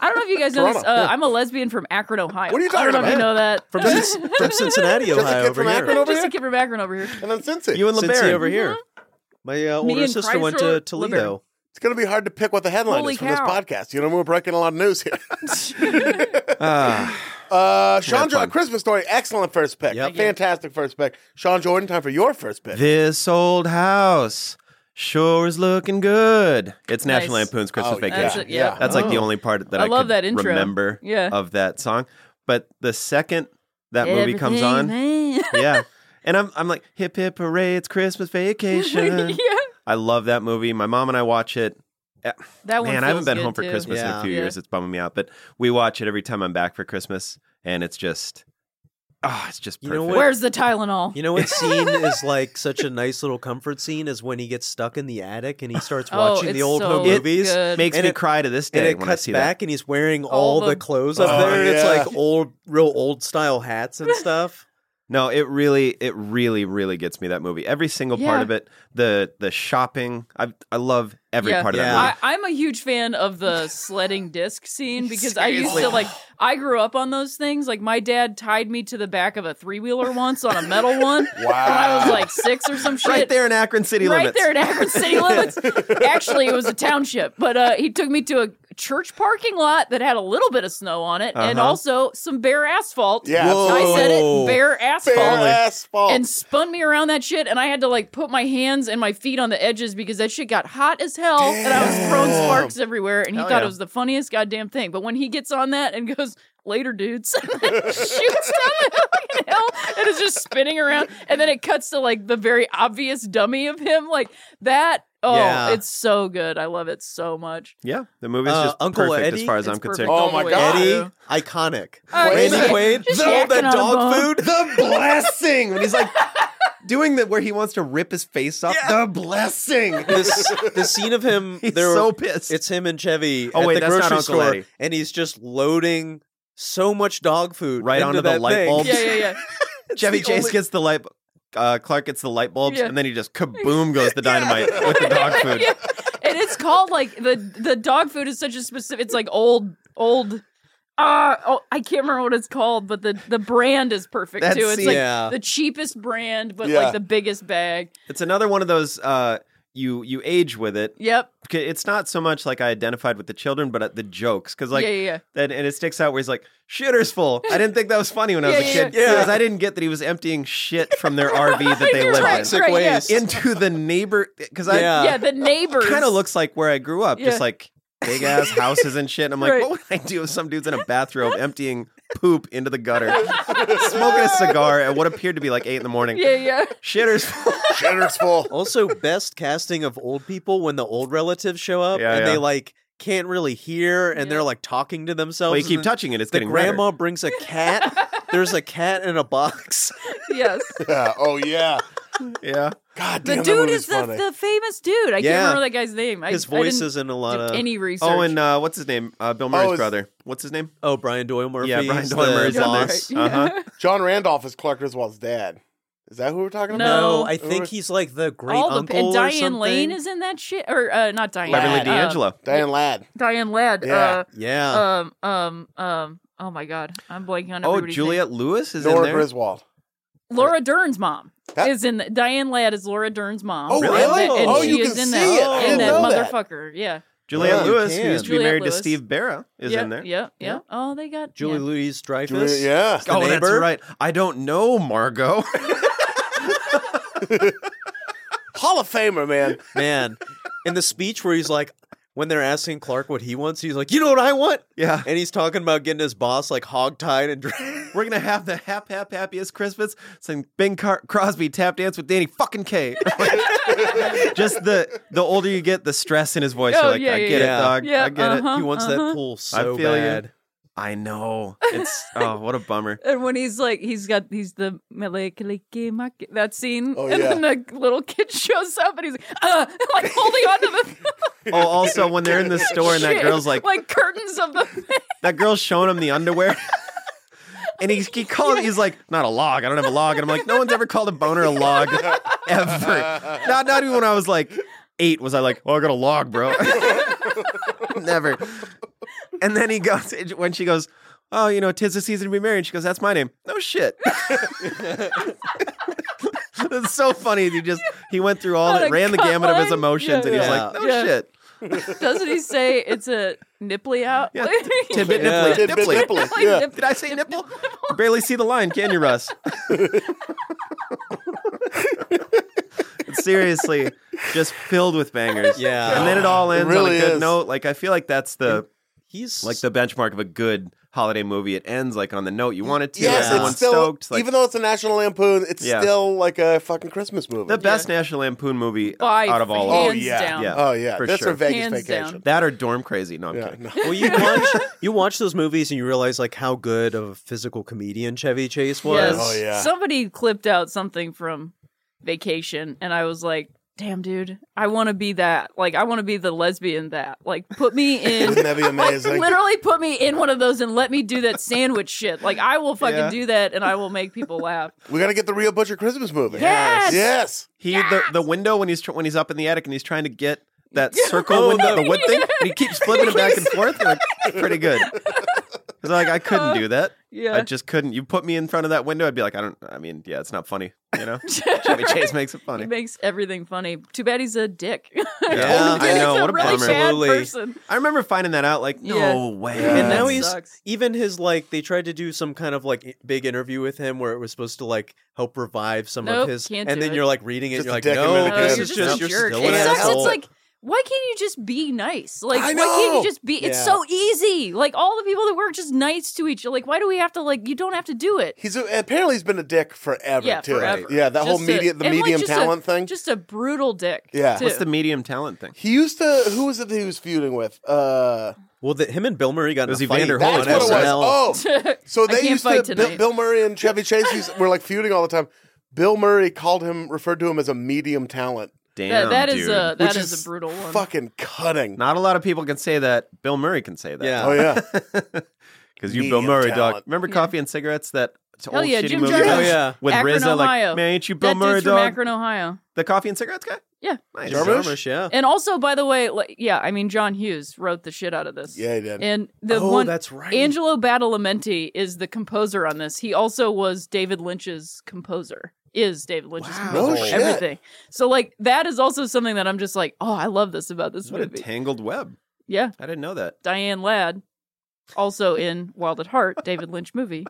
Speaker 4: I don't know if you guys know this.
Speaker 2: Toronto,
Speaker 4: Uh, I'm a lesbian from Akron, Ohio.
Speaker 2: What are you talking
Speaker 4: I don't know if you
Speaker 2: about?
Speaker 4: know that.
Speaker 3: from, Cin- from cincinnati
Speaker 2: Just a
Speaker 3: ohio
Speaker 2: kid
Speaker 3: over
Speaker 2: from
Speaker 3: here
Speaker 2: Akron over
Speaker 4: just
Speaker 2: here,
Speaker 4: a kid from Akron over here.
Speaker 2: and then Cincy.
Speaker 1: You and
Speaker 3: Cincy
Speaker 1: LeBaron.
Speaker 3: over here my uh,
Speaker 4: Mm-hmm. Me
Speaker 3: older
Speaker 4: and
Speaker 3: sister went to
Speaker 4: Chrysler
Speaker 3: toledo
Speaker 4: Liberty.
Speaker 2: it's going to be hard to pick what the headline
Speaker 4: Holy
Speaker 2: is from this
Speaker 4: cow.
Speaker 2: podcast. You know, we're breaking a lot of news here.
Speaker 1: Ah,
Speaker 2: Uh, Sean,
Speaker 1: fun.
Speaker 2: a Christmas story. Excellent first pick.
Speaker 3: Yep.
Speaker 2: Fantastic first pick. Sean Jordan, time for your first pick.
Speaker 1: this old house "Sure is looking good." It's National
Speaker 4: Nice.
Speaker 1: Lampoon's Christmas
Speaker 2: Oh,
Speaker 1: Vacation.
Speaker 4: That's
Speaker 1: That's,
Speaker 2: Yeah,
Speaker 4: it. Yeah.
Speaker 2: yeah.
Speaker 1: like the
Speaker 3: Oh.
Speaker 1: only part that
Speaker 4: I
Speaker 1: I,
Speaker 4: love
Speaker 1: could
Speaker 4: that intro.
Speaker 1: remember
Speaker 4: Yeah.
Speaker 1: of that song. But the second Uh, that movie comes on,
Speaker 4: Everything,
Speaker 1: yeah. And I'm I'm like hip hip hooray! It's Christmas
Speaker 4: man.
Speaker 1: vacation.
Speaker 4: yeah.
Speaker 1: I love that movie. My mom and I watch it.
Speaker 4: That one.
Speaker 1: Man, I haven't
Speaker 4: feels
Speaker 1: been home
Speaker 4: good,
Speaker 1: for
Speaker 4: too.
Speaker 1: Christmas in a
Speaker 3: Yeah.
Speaker 1: few
Speaker 4: Yeah.
Speaker 1: years. It's bumming me out. But we watch it every time I'm back for Christmas, and it's just, oh, it's just
Speaker 3: You
Speaker 1: perfect.
Speaker 3: know what?
Speaker 4: Where's the Tylenol?
Speaker 3: You know what scene is like such a nice little comfort scene is when he gets stuck in the attic and he starts
Speaker 4: Oh,
Speaker 3: watching
Speaker 4: it's
Speaker 3: the old
Speaker 4: so
Speaker 3: home
Speaker 4: good.
Speaker 3: movies.
Speaker 4: Good.
Speaker 1: Makes
Speaker 3: And
Speaker 1: me
Speaker 3: it-
Speaker 1: cry to this
Speaker 3: And
Speaker 1: day
Speaker 3: it
Speaker 1: when I
Speaker 3: cuts
Speaker 1: see
Speaker 3: back and he's wearing
Speaker 4: All
Speaker 3: all,
Speaker 4: the-
Speaker 3: the clothes up
Speaker 2: Oh,
Speaker 3: there. and It's
Speaker 2: yeah.
Speaker 3: like old, real old style hats and stuff.
Speaker 1: that. No, it really, it really, really gets me that movie. Every single
Speaker 4: Yeah.
Speaker 1: part of it. The the shopping. I I love every
Speaker 4: Yeah.
Speaker 1: part of
Speaker 3: Yeah.
Speaker 1: that movie.
Speaker 4: I, I'm a huge fan of the sledding disc scene because I used to
Speaker 1: Seriously.
Speaker 4: like I grew up on those things. Like my dad tied me to the back of a three wheeler once on a metal one when I was like six or some shit.
Speaker 1: Right there in Akron city
Speaker 4: right
Speaker 1: limits.
Speaker 4: there in Akron city limits. Actually, it was a township, but uh, he took me to a church parking lot that had a little bit of snow on it, and
Speaker 1: Uh-huh.
Speaker 4: also some bare asphalt.
Speaker 2: Yeah, Whoa.
Speaker 4: I said it,
Speaker 3: Whoa.
Speaker 4: bare asphalt,
Speaker 2: Bare
Speaker 1: Oh.
Speaker 2: asphalt.
Speaker 4: and spun me around that shit. And I had to like put my hands and my feet on the edges because that shit got hot as hell, and I was throwing sparks everywhere. And he
Speaker 1: Hell
Speaker 4: thought
Speaker 1: yeah.
Speaker 4: it was the funniest goddamn thing. But when he gets on that and goes. Later, dudes. shoots down the fucking hill and is just spinning around, and then it cuts to like the very obvious dummy of him, like that. Oh,
Speaker 3: Yeah.
Speaker 4: it's so good. I love it so much.
Speaker 1: yeah, the movie's
Speaker 3: Uh,
Speaker 1: just
Speaker 3: Uncle
Speaker 1: perfect as
Speaker 3: Eddie?
Speaker 1: far as I'm
Speaker 4: It's perfect
Speaker 1: concerned.
Speaker 2: Oh
Speaker 4: all the
Speaker 2: my
Speaker 4: way
Speaker 2: God.
Speaker 4: through.
Speaker 3: Eddie, iconic.
Speaker 4: Oh,
Speaker 2: Wait.
Speaker 3: Randy Quaid,
Speaker 4: Just
Speaker 3: the, the
Speaker 4: yakking on a
Speaker 3: dog
Speaker 4: bone.
Speaker 3: food.
Speaker 1: the blessing when he's like doing the where he wants to rip his face off. The blessing.
Speaker 3: This the scene of him.
Speaker 1: He's
Speaker 3: there,
Speaker 1: so pissed.
Speaker 3: It's him and Chevy
Speaker 1: Oh,
Speaker 3: at
Speaker 1: wait,
Speaker 3: the
Speaker 1: that's not
Speaker 3: grocery
Speaker 1: Uncle
Speaker 3: store,
Speaker 1: Eddie.
Speaker 3: and he's just loading so much dog food
Speaker 1: Right
Speaker 3: into
Speaker 1: onto the
Speaker 3: that
Speaker 1: light
Speaker 3: thing.
Speaker 1: bulb.
Speaker 4: Yeah, yeah, yeah.
Speaker 1: Chevy
Speaker 3: the
Speaker 1: Chase
Speaker 3: only-
Speaker 1: gets the light. bu- Uh, Clark gets the light bulbs,
Speaker 4: Yeah.
Speaker 1: and then he just kaboom goes the dynamite with the dog food.
Speaker 4: Yeah. And it's called like the the dog food is such a specific. It's like old old. Uh, oh, I can't remember what it's called, but the the brand is perfect
Speaker 1: That
Speaker 4: too. It's
Speaker 1: scene-
Speaker 4: like
Speaker 3: Yeah.
Speaker 4: the cheapest brand, but
Speaker 2: Yeah.
Speaker 4: like the biggest bag.
Speaker 1: It's another one of those uh, you you age with it.
Speaker 4: Yep.
Speaker 1: 'Kay, It's not so much like I identified with the children, but at the jokes because like
Speaker 4: yeah, yeah, yeah.
Speaker 1: Then, and it sticks out where he's like, "Shitter's full." I didn't think that was funny when I was
Speaker 4: Yeah,
Speaker 1: a
Speaker 4: yeah,
Speaker 1: kid.
Speaker 3: yeah.
Speaker 1: because I didn't get that he was emptying shit from their RV that they
Speaker 4: You're
Speaker 1: live
Speaker 4: right,
Speaker 3: Toxic
Speaker 4: right, yeah.
Speaker 3: waste.
Speaker 1: in into the neighbor. Because I
Speaker 3: Yeah.
Speaker 4: yeah, the neighbors
Speaker 1: kind of looks like where I grew up,
Speaker 4: Yeah.
Speaker 1: just like big ass houses and shit. And I'm like,
Speaker 4: Right.
Speaker 1: what would I do if some dude's in a bathrobe emptying poop into the gutter, smoking a cigar at what appeared to be like eight in the morning?
Speaker 4: Yeah, yeah.
Speaker 1: Shitters.
Speaker 2: Shitter's full.
Speaker 3: Also, best casting of old people when the old relatives show up
Speaker 1: Yeah,
Speaker 3: and
Speaker 1: yeah.
Speaker 3: they like can't really hear and they're like talking to themselves.
Speaker 1: well, you
Speaker 3: and
Speaker 1: keep
Speaker 3: then
Speaker 1: touching it. It's
Speaker 3: The
Speaker 1: getting
Speaker 3: grandma brings a cat. There's a cat in a box.
Speaker 4: Yes.
Speaker 2: Yeah. Oh yeah.
Speaker 1: redder. Yeah.
Speaker 2: God damn.
Speaker 4: The
Speaker 2: that
Speaker 4: dude
Speaker 2: movie's
Speaker 4: is the,
Speaker 2: funny.
Speaker 4: the famous dude. I
Speaker 3: Yeah.
Speaker 4: can't remember that guy's name. I,
Speaker 3: His
Speaker 4: I didn't
Speaker 3: voice is in a lot
Speaker 4: do
Speaker 3: of.
Speaker 4: any research.
Speaker 1: Oh, and uh, what's his name? Uh, Bill Murray's
Speaker 2: it's-
Speaker 1: brother. What's his name?
Speaker 3: oh, Brian Doyle Murphy.
Speaker 1: yeah, Brian
Speaker 3: is
Speaker 1: Doyle
Speaker 3: the
Speaker 1: Murray's in there.
Speaker 3: boss.
Speaker 4: Yeah.
Speaker 1: Uh-huh.
Speaker 2: John Randolph is Clark Griswold's dad. Is that who we're talking about?
Speaker 4: No.
Speaker 3: No, I think he's like the great
Speaker 4: All the
Speaker 3: uncle
Speaker 4: and
Speaker 3: or
Speaker 4: Diane Lane
Speaker 3: something.
Speaker 4: is in that shit, or uh, not Diane.
Speaker 1: Beverly
Speaker 4: uh,
Speaker 3: Ladd.
Speaker 1: D'Angelo.
Speaker 2: Diane Ladd.
Speaker 4: Diane Ladd.
Speaker 2: Yeah.
Speaker 3: Yeah.
Speaker 4: Uh, um. Um. Um. Oh my God, I'm blanking on.
Speaker 1: oh,
Speaker 4: everybody's
Speaker 1: Juliet Lewis is
Speaker 2: Nora
Speaker 1: in there.
Speaker 2: Griswold.
Speaker 4: name. Laura Dern's mom
Speaker 2: That-
Speaker 4: is in. The, Diane Ladd is Laura Dern's mom.
Speaker 2: Oh,
Speaker 4: And
Speaker 2: really?
Speaker 4: that- And,
Speaker 3: Oh,
Speaker 4: she
Speaker 2: you
Speaker 4: is
Speaker 2: can
Speaker 4: in
Speaker 2: see
Speaker 4: that.
Speaker 2: it. I
Speaker 4: In
Speaker 2: didn't
Speaker 4: that
Speaker 2: know that.
Speaker 4: motherfucker. Yeah.
Speaker 1: Juliet
Speaker 3: Yeah, you
Speaker 1: Lewis, who
Speaker 3: can.
Speaker 1: used to be
Speaker 4: Juliet
Speaker 1: married
Speaker 4: Lewis.
Speaker 1: to Steve Barra, is
Speaker 4: yep,
Speaker 1: in there.
Speaker 4: Yep. Yep. Oh, they got
Speaker 3: Julie
Speaker 4: yeah.
Speaker 3: Louise
Speaker 2: Julia-
Speaker 3: Dreyfus.
Speaker 2: Yeah.
Speaker 3: The
Speaker 1: oh, that's
Speaker 3: neighbor?
Speaker 1: right. I don't know, Margot.
Speaker 2: Hall of Famer, man.
Speaker 3: Man. In the speech where he's like, when they're asking Clark what he wants, he's like, you know what I want?
Speaker 1: yeah.
Speaker 3: And he's talking about getting his boss like hogtied and
Speaker 1: We're gonna have the hap hap happiest Christmas since Bing Car- Crosby tap dance with Danny fucking K. Just the the older you get, the stress in his voice.
Speaker 4: Oh,
Speaker 1: You're like,
Speaker 4: yeah,
Speaker 1: I
Speaker 4: yeah,
Speaker 1: get
Speaker 3: yeah.
Speaker 1: it, dog.
Speaker 4: Yeah,
Speaker 1: I get
Speaker 4: uh-huh.
Speaker 1: it.
Speaker 3: he wants
Speaker 4: uh-huh.
Speaker 3: that pool so
Speaker 1: feel you.
Speaker 3: bad.
Speaker 1: I know. It's oh, what a bummer.
Speaker 4: And when he's like, he's got, he's the Maliki Maki, that scene.
Speaker 2: Oh,
Speaker 4: and
Speaker 2: yeah.
Speaker 4: then the little kid shows up and he's like, uh, like holding on to the
Speaker 1: Oh, also when they're in the store and that
Speaker 4: shit,
Speaker 1: girl's like,
Speaker 4: like curtains of the.
Speaker 1: that girl's showing him the underwear. And he, he called he's like, not a log. I don't have a log. And I'm like, no one's ever called a boner a log ever. Not not even when I was like eight was I like, oh I got a log, bro. Never. And then he goes when she goes, Oh, you know, tis the season to be married. She goes, That's my name. No shit. That's so funny. He just he went through all
Speaker 4: What
Speaker 1: that
Speaker 4: a
Speaker 1: ran the gamut of his
Speaker 4: cut.
Speaker 1: emotions and he was
Speaker 3: Yeah.
Speaker 1: like, No
Speaker 4: Yeah.
Speaker 1: shit.
Speaker 4: Doesn't he say it's a nipply out?
Speaker 1: Yeah,
Speaker 4: Like-
Speaker 1: Tidbit
Speaker 3: Yeah.
Speaker 1: nipply.
Speaker 2: Did Bit
Speaker 1: nipply.
Speaker 2: Ripley.
Speaker 4: like
Speaker 2: Yeah.
Speaker 4: nip-
Speaker 1: Did I say nipple? Barely see the line, can you, Russ? it's seriously just filled with bangers.
Speaker 3: Yeah.
Speaker 1: and then it all
Speaker 2: It
Speaker 1: ends
Speaker 2: really
Speaker 1: on a good
Speaker 2: is.
Speaker 1: note. Like I feel like that's the
Speaker 3: He's
Speaker 1: like the benchmark of a good holiday movie. It ends like on the note you want it to.
Speaker 2: Yes,
Speaker 1: Everyone's
Speaker 2: it's still,
Speaker 1: stoked. Like
Speaker 2: even though it's a National Lampoon, it's
Speaker 1: Yeah.
Speaker 2: still like a fucking Christmas movie.
Speaker 1: the best National Lampoon movie
Speaker 4: By
Speaker 1: out of all of
Speaker 2: Oh,
Speaker 1: them.
Speaker 4: hands
Speaker 2: yeah.
Speaker 4: down.
Speaker 1: Yeah.
Speaker 2: oh yeah,
Speaker 1: for
Speaker 2: that's
Speaker 1: sure.
Speaker 2: a Vegas
Speaker 4: Hands
Speaker 2: vacation.
Speaker 1: That or Dorm Crazy. No, I'm
Speaker 2: Yeah,
Speaker 1: kidding.
Speaker 2: no.
Speaker 3: well, you watch you watch those movies and you realize like how good of a physical comedian Chevy Chase
Speaker 4: Yes.
Speaker 3: was.
Speaker 2: Oh, yeah.
Speaker 4: Somebody clipped out something from vacation, and I was like, "Damn, dude, I want to be that. Like, I want to be the lesbian that. Like, put me in."
Speaker 2: Wouldn't that be amazing?
Speaker 4: Literally put me in one of those and let me do that sandwich shit. Like I will fucking
Speaker 1: Yeah.
Speaker 4: do that and I will make people laugh.
Speaker 2: we gotta get the Real Butcher Christmas movie.
Speaker 4: Yes!
Speaker 2: yes.
Speaker 1: He the, the window when he's tr- when he's up in the attic and he's trying to get that circle
Speaker 4: Oh,
Speaker 1: window, the wood thing, and he keeps flipping it back and forth. Like, it's pretty good. Because like I couldn't do that.
Speaker 4: Yeah.
Speaker 1: I just couldn't. You put me in front of that window, I'd be like, I don't. I mean, yeah, it's not funny. You know, Chevy Chase makes it
Speaker 4: He
Speaker 1: funny.
Speaker 4: makes everything funny. Too bad he's a dick.
Speaker 1: Yeah, I
Speaker 4: He's
Speaker 1: know.
Speaker 4: a
Speaker 1: What a
Speaker 4: really
Speaker 1: bummer.
Speaker 4: bad
Speaker 3: Absolutely.
Speaker 4: person.
Speaker 1: I remember finding that out. Like, no
Speaker 4: Yeah.
Speaker 1: way.
Speaker 2: Yeah.
Speaker 3: And now
Speaker 4: That
Speaker 3: he's
Speaker 4: sucks.
Speaker 3: even his like they tried to do some kind of like i- big interview with him where it was supposed to like help revive some
Speaker 4: Nope,
Speaker 3: of his
Speaker 4: can't do
Speaker 3: and then
Speaker 4: it.
Speaker 3: you're like reading it
Speaker 2: Just
Speaker 3: you're
Speaker 2: a
Speaker 3: like
Speaker 2: dick him
Speaker 3: no
Speaker 2: in the good.
Speaker 4: Oh,
Speaker 3: this
Speaker 4: you're
Speaker 3: is
Speaker 4: just
Speaker 3: just
Speaker 4: a
Speaker 3: you're
Speaker 4: jerk.
Speaker 3: still
Speaker 4: it
Speaker 3: an
Speaker 4: sucks.
Speaker 3: asshole.
Speaker 4: It's like, why can't you just be nice? Like,
Speaker 2: I
Speaker 4: why can't
Speaker 2: know.
Speaker 4: you just be? It's
Speaker 3: Yeah.
Speaker 4: so easy. Like all the people that work just nice to each. Like, why do we have to? Like, you don't have to do it.
Speaker 2: He's a, apparently he's been a dick forever
Speaker 4: Yeah,
Speaker 2: too.
Speaker 4: forever.
Speaker 2: Yeah, that whole
Speaker 4: Just a-
Speaker 2: media the
Speaker 4: and, like,
Speaker 2: medium
Speaker 4: just a-
Speaker 2: talent thing.
Speaker 4: Just a brutal dick.
Speaker 2: Yeah.
Speaker 4: too.
Speaker 1: What's the medium talent thing?
Speaker 2: He used to. Who was it that he was feuding with? Uh,
Speaker 3: well the, him and Bill Murray got in
Speaker 1: Was
Speaker 3: a
Speaker 1: he
Speaker 3: fight
Speaker 1: Vander Holy
Speaker 2: that's
Speaker 3: on
Speaker 2: what it was.
Speaker 3: SNL.
Speaker 2: Oh, so
Speaker 4: I
Speaker 2: they
Speaker 4: can't
Speaker 2: used
Speaker 4: fight
Speaker 2: to. Bill,
Speaker 4: tonight.
Speaker 2: Bill Murray and Chevy Chase used, were like feuding all the time. Bill Murray called him, referred to him as a medium talent,
Speaker 1: Damn,
Speaker 4: That- that is uh,
Speaker 1: dude.
Speaker 4: a
Speaker 2: which
Speaker 4: that is, a brutal one.
Speaker 2: Fucking cutting.
Speaker 1: Not a lot of people can say that. Bill Murray can say that.
Speaker 3: Yeah.
Speaker 2: Oh yeah,
Speaker 1: Because you, Bill
Speaker 2: Medium
Speaker 1: Murray, dog.
Speaker 2: talent.
Speaker 1: Remember
Speaker 4: Yeah.
Speaker 1: Coffee and Cigarettes? That t-
Speaker 4: Hell
Speaker 1: old
Speaker 4: yeah,
Speaker 1: shitty
Speaker 4: Jim
Speaker 1: movie.
Speaker 4: Jarmusch.
Speaker 3: Oh, yeah.
Speaker 1: With
Speaker 4: Akron,
Speaker 1: RZA,
Speaker 4: Ohio.
Speaker 1: like, man, ain't you Bill
Speaker 4: that
Speaker 1: Murray,
Speaker 4: dude's from
Speaker 1: dog?
Speaker 4: Akron, Ohio.
Speaker 1: The Coffee and Cigarettes guy?
Speaker 4: Yeah.
Speaker 1: Nice.
Speaker 2: Jarmusch?
Speaker 3: Jarmusch, yeah
Speaker 4: And also, by the way, like, yeah, I mean, John Hughes wrote the shit out of this.
Speaker 2: yeah, he did.
Speaker 4: And the
Speaker 3: oh
Speaker 4: one.
Speaker 3: that's right
Speaker 4: Angelo Badalamenti is the composer on this. He also was David Lynch's composer. Is David Lynch's
Speaker 3: Wow.
Speaker 4: composer
Speaker 3: No
Speaker 4: for
Speaker 3: shit.
Speaker 4: everything? So like that is also something that I'm just like, oh, I love this about this
Speaker 1: What a
Speaker 4: movie.
Speaker 1: tangled web.
Speaker 4: yeah,
Speaker 1: I didn't know that.
Speaker 4: Diane Ladd, also in Wild at Heart, David Lynch movie,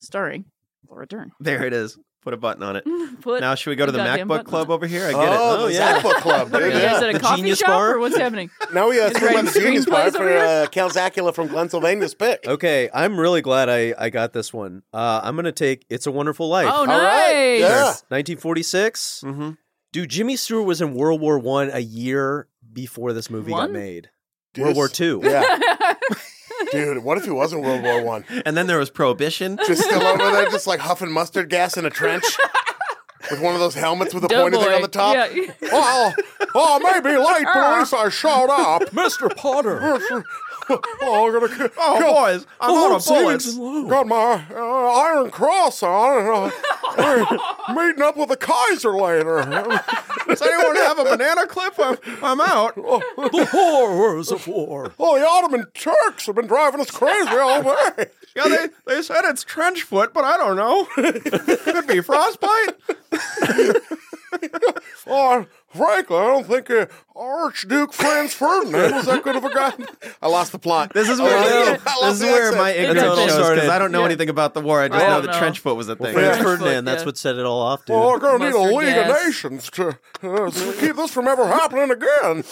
Speaker 4: starring Laura Dern.
Speaker 1: There it is. Put a button on it.
Speaker 4: Put
Speaker 1: Now, should we go to the Mac
Speaker 4: Goddamn button
Speaker 1: Book Club
Speaker 4: on
Speaker 1: over here? I get it.
Speaker 2: oh, the
Speaker 3: yeah.
Speaker 2: Zach Book Club.
Speaker 4: What are
Speaker 2: Dude.
Speaker 4: you guys
Speaker 2: Yeah.
Speaker 4: at a
Speaker 3: The
Speaker 4: coffee
Speaker 3: Genius
Speaker 4: shop
Speaker 3: Bar?
Speaker 4: or what's happening?
Speaker 2: Now we uh,
Speaker 4: He's
Speaker 2: talk about
Speaker 4: writing
Speaker 2: the genius
Speaker 4: screenplays
Speaker 2: bar
Speaker 4: over
Speaker 2: for
Speaker 4: here.
Speaker 2: uh, Cal Zacula from Pennsylvania's pick.
Speaker 3: okay I'm really glad I I got this one uh I'm gonna take It's a Wonderful Life
Speaker 4: Oh,
Speaker 2: All
Speaker 4: nice.
Speaker 2: right. Yeah.
Speaker 3: 1946
Speaker 1: Mm-hmm.
Speaker 3: Dude, Jimmy Stewart was in World War One a year before this movie
Speaker 4: One?
Speaker 3: got made.
Speaker 2: Dude,
Speaker 3: World War
Speaker 2: this-
Speaker 3: Two.
Speaker 2: Yeah, dude. What if he wasn't World War One?
Speaker 1: And then there was Prohibition.
Speaker 2: Just still over there, just like huffing mustard gas in a trench with one of those helmets with a pointy thing
Speaker 4: Doughboy.
Speaker 2: on the top.
Speaker 4: Yeah.
Speaker 2: Oh, oh, maybe late, but at least I showed up.
Speaker 3: Mr. Potter.
Speaker 2: Oh, I'm gonna ki-
Speaker 1: Oh,
Speaker 2: kill-
Speaker 1: boys, I'm out of bullets.
Speaker 2: Got my uh, Iron Cross on. and, uh, meeting up with the Kaiser later.
Speaker 1: Does anyone have a banana clip? I'm, I'm out.
Speaker 3: The horrors of war.
Speaker 2: Oh, the Ottoman Turks have been driving us crazy all day.
Speaker 1: Yeah, they, they said it's trench foot, but I don't know. Could be frostbite.
Speaker 2: Oh, frankly, I don't think uh, Archduke Franz Ferdinand was that good of a guy. I lost the plot.
Speaker 1: This is where,
Speaker 2: Oh, I
Speaker 4: no.
Speaker 2: lost the- I lost
Speaker 1: this is
Speaker 2: the
Speaker 1: where
Speaker 2: accent.
Speaker 1: my ignorance
Speaker 3: all
Speaker 1: shows because
Speaker 3: started.
Speaker 1: I don't know
Speaker 4: Yeah.
Speaker 1: anything about the war. I just
Speaker 4: I
Speaker 1: know
Speaker 4: don't
Speaker 1: that
Speaker 4: know.
Speaker 1: trench foot was a thing.
Speaker 3: Franz
Speaker 2: Yeah.
Speaker 3: Ferdinand.
Speaker 4: Yeah.
Speaker 3: That's what set it all off, dude.
Speaker 2: Oh, we're gonna need a
Speaker 4: Mustard
Speaker 2: League
Speaker 4: gas.
Speaker 2: of Nations to uh, to keep this from ever happening again.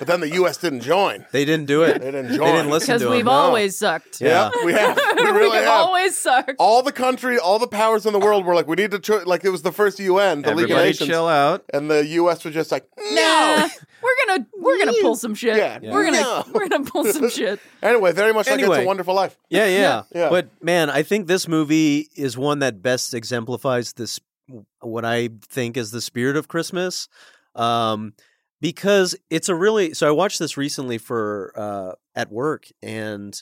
Speaker 2: But then the U.S. didn't join.
Speaker 3: They didn't do it.
Speaker 2: They didn't
Speaker 3: They
Speaker 2: join.
Speaker 3: didn't listen
Speaker 4: Because
Speaker 3: to him.
Speaker 4: we've always sucked.
Speaker 3: Yeah.
Speaker 2: we have. We really
Speaker 4: We've
Speaker 2: have.
Speaker 4: always sucked.
Speaker 2: all the country, all the powers in the world were like, we need to, cho- like, it was the first UN, the League of
Speaker 1: Everybody
Speaker 2: Nations,
Speaker 1: chill out.
Speaker 2: and the U.S. was just like,
Speaker 4: Nah,
Speaker 2: no.
Speaker 4: we're gonna we're gonna pull some shit.
Speaker 2: Yeah.
Speaker 4: We're gonna
Speaker 2: No.
Speaker 4: we're gonna pull some shit.
Speaker 2: Anyway, very much like
Speaker 3: Anyway.
Speaker 2: It's a Wonderful Life.
Speaker 3: Yeah, yeah.
Speaker 2: Yeah.
Speaker 3: But man, I think this movie is one that best exemplifies this what I think is the spirit of Christmas. Um because it's a really so I watched this recently for uh at work and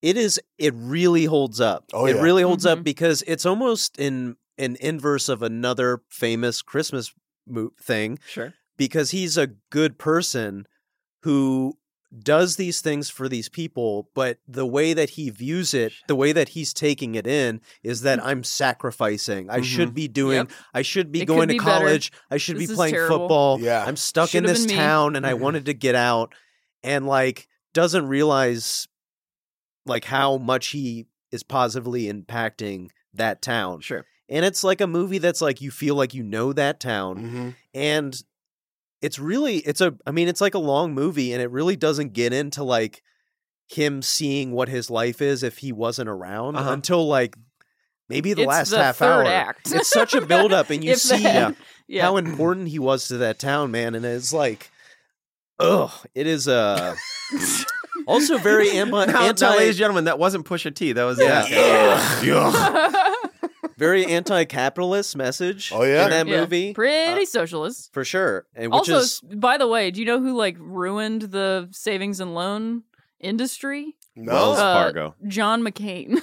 Speaker 3: it is it really holds up.
Speaker 2: Oh,
Speaker 3: it
Speaker 2: yeah.
Speaker 3: really holds
Speaker 4: Mhm.
Speaker 3: up because it's almost in an inverse of another famous Christmas mo- thing
Speaker 1: Sure.
Speaker 3: because he's a good person who does these things for these people, but the way that he views it, the way that he's taking it in, is that I'm sacrificing. I should be doing.
Speaker 4: Mm-hmm. Yep.
Speaker 3: I should be
Speaker 4: It could
Speaker 3: going
Speaker 4: be
Speaker 3: to
Speaker 4: better.
Speaker 3: college. I should
Speaker 4: This
Speaker 3: be
Speaker 4: is
Speaker 3: playing
Speaker 4: terrible.
Speaker 3: football.
Speaker 2: Yeah.
Speaker 3: I'm stuck
Speaker 4: Should've
Speaker 3: in this
Speaker 4: been me. Mm-hmm.
Speaker 3: town, and I
Speaker 1: Mhm.
Speaker 3: wanted to get out, and like doesn't realize like how much he is positively impacting that town
Speaker 1: Sure.
Speaker 3: And it's like a movie that's like you feel like you know that town
Speaker 2: Mhm.
Speaker 3: and it's really it's a i mean it's like a long movie and it really doesn't get into like him seeing what his life is if he wasn't around
Speaker 1: Uh-huh.
Speaker 3: until like maybe the
Speaker 4: It's
Speaker 3: last
Speaker 4: the
Speaker 3: half
Speaker 4: third
Speaker 3: hour
Speaker 4: act.
Speaker 3: it's such a buildup and you
Speaker 4: If
Speaker 3: see
Speaker 4: that. yeah.
Speaker 3: how important he was to that town man and it's like ugh it is uh also very am-
Speaker 1: Now, now,
Speaker 3: anti
Speaker 1: ladies and gentlemen, that wasn't Pusha T. That was uh,
Speaker 3: Yeah.
Speaker 1: yeah.
Speaker 3: very anti-capitalist message
Speaker 2: Oh, yeah?
Speaker 3: in that
Speaker 4: Yeah.
Speaker 3: movie
Speaker 4: Pretty socialist.
Speaker 3: for sure and which
Speaker 4: Also,
Speaker 3: is
Speaker 4: s- by the way, do you know who like ruined the savings and loan industry?
Speaker 2: No,
Speaker 1: Wells
Speaker 4: Uh,
Speaker 1: Fargo.
Speaker 4: John McCain.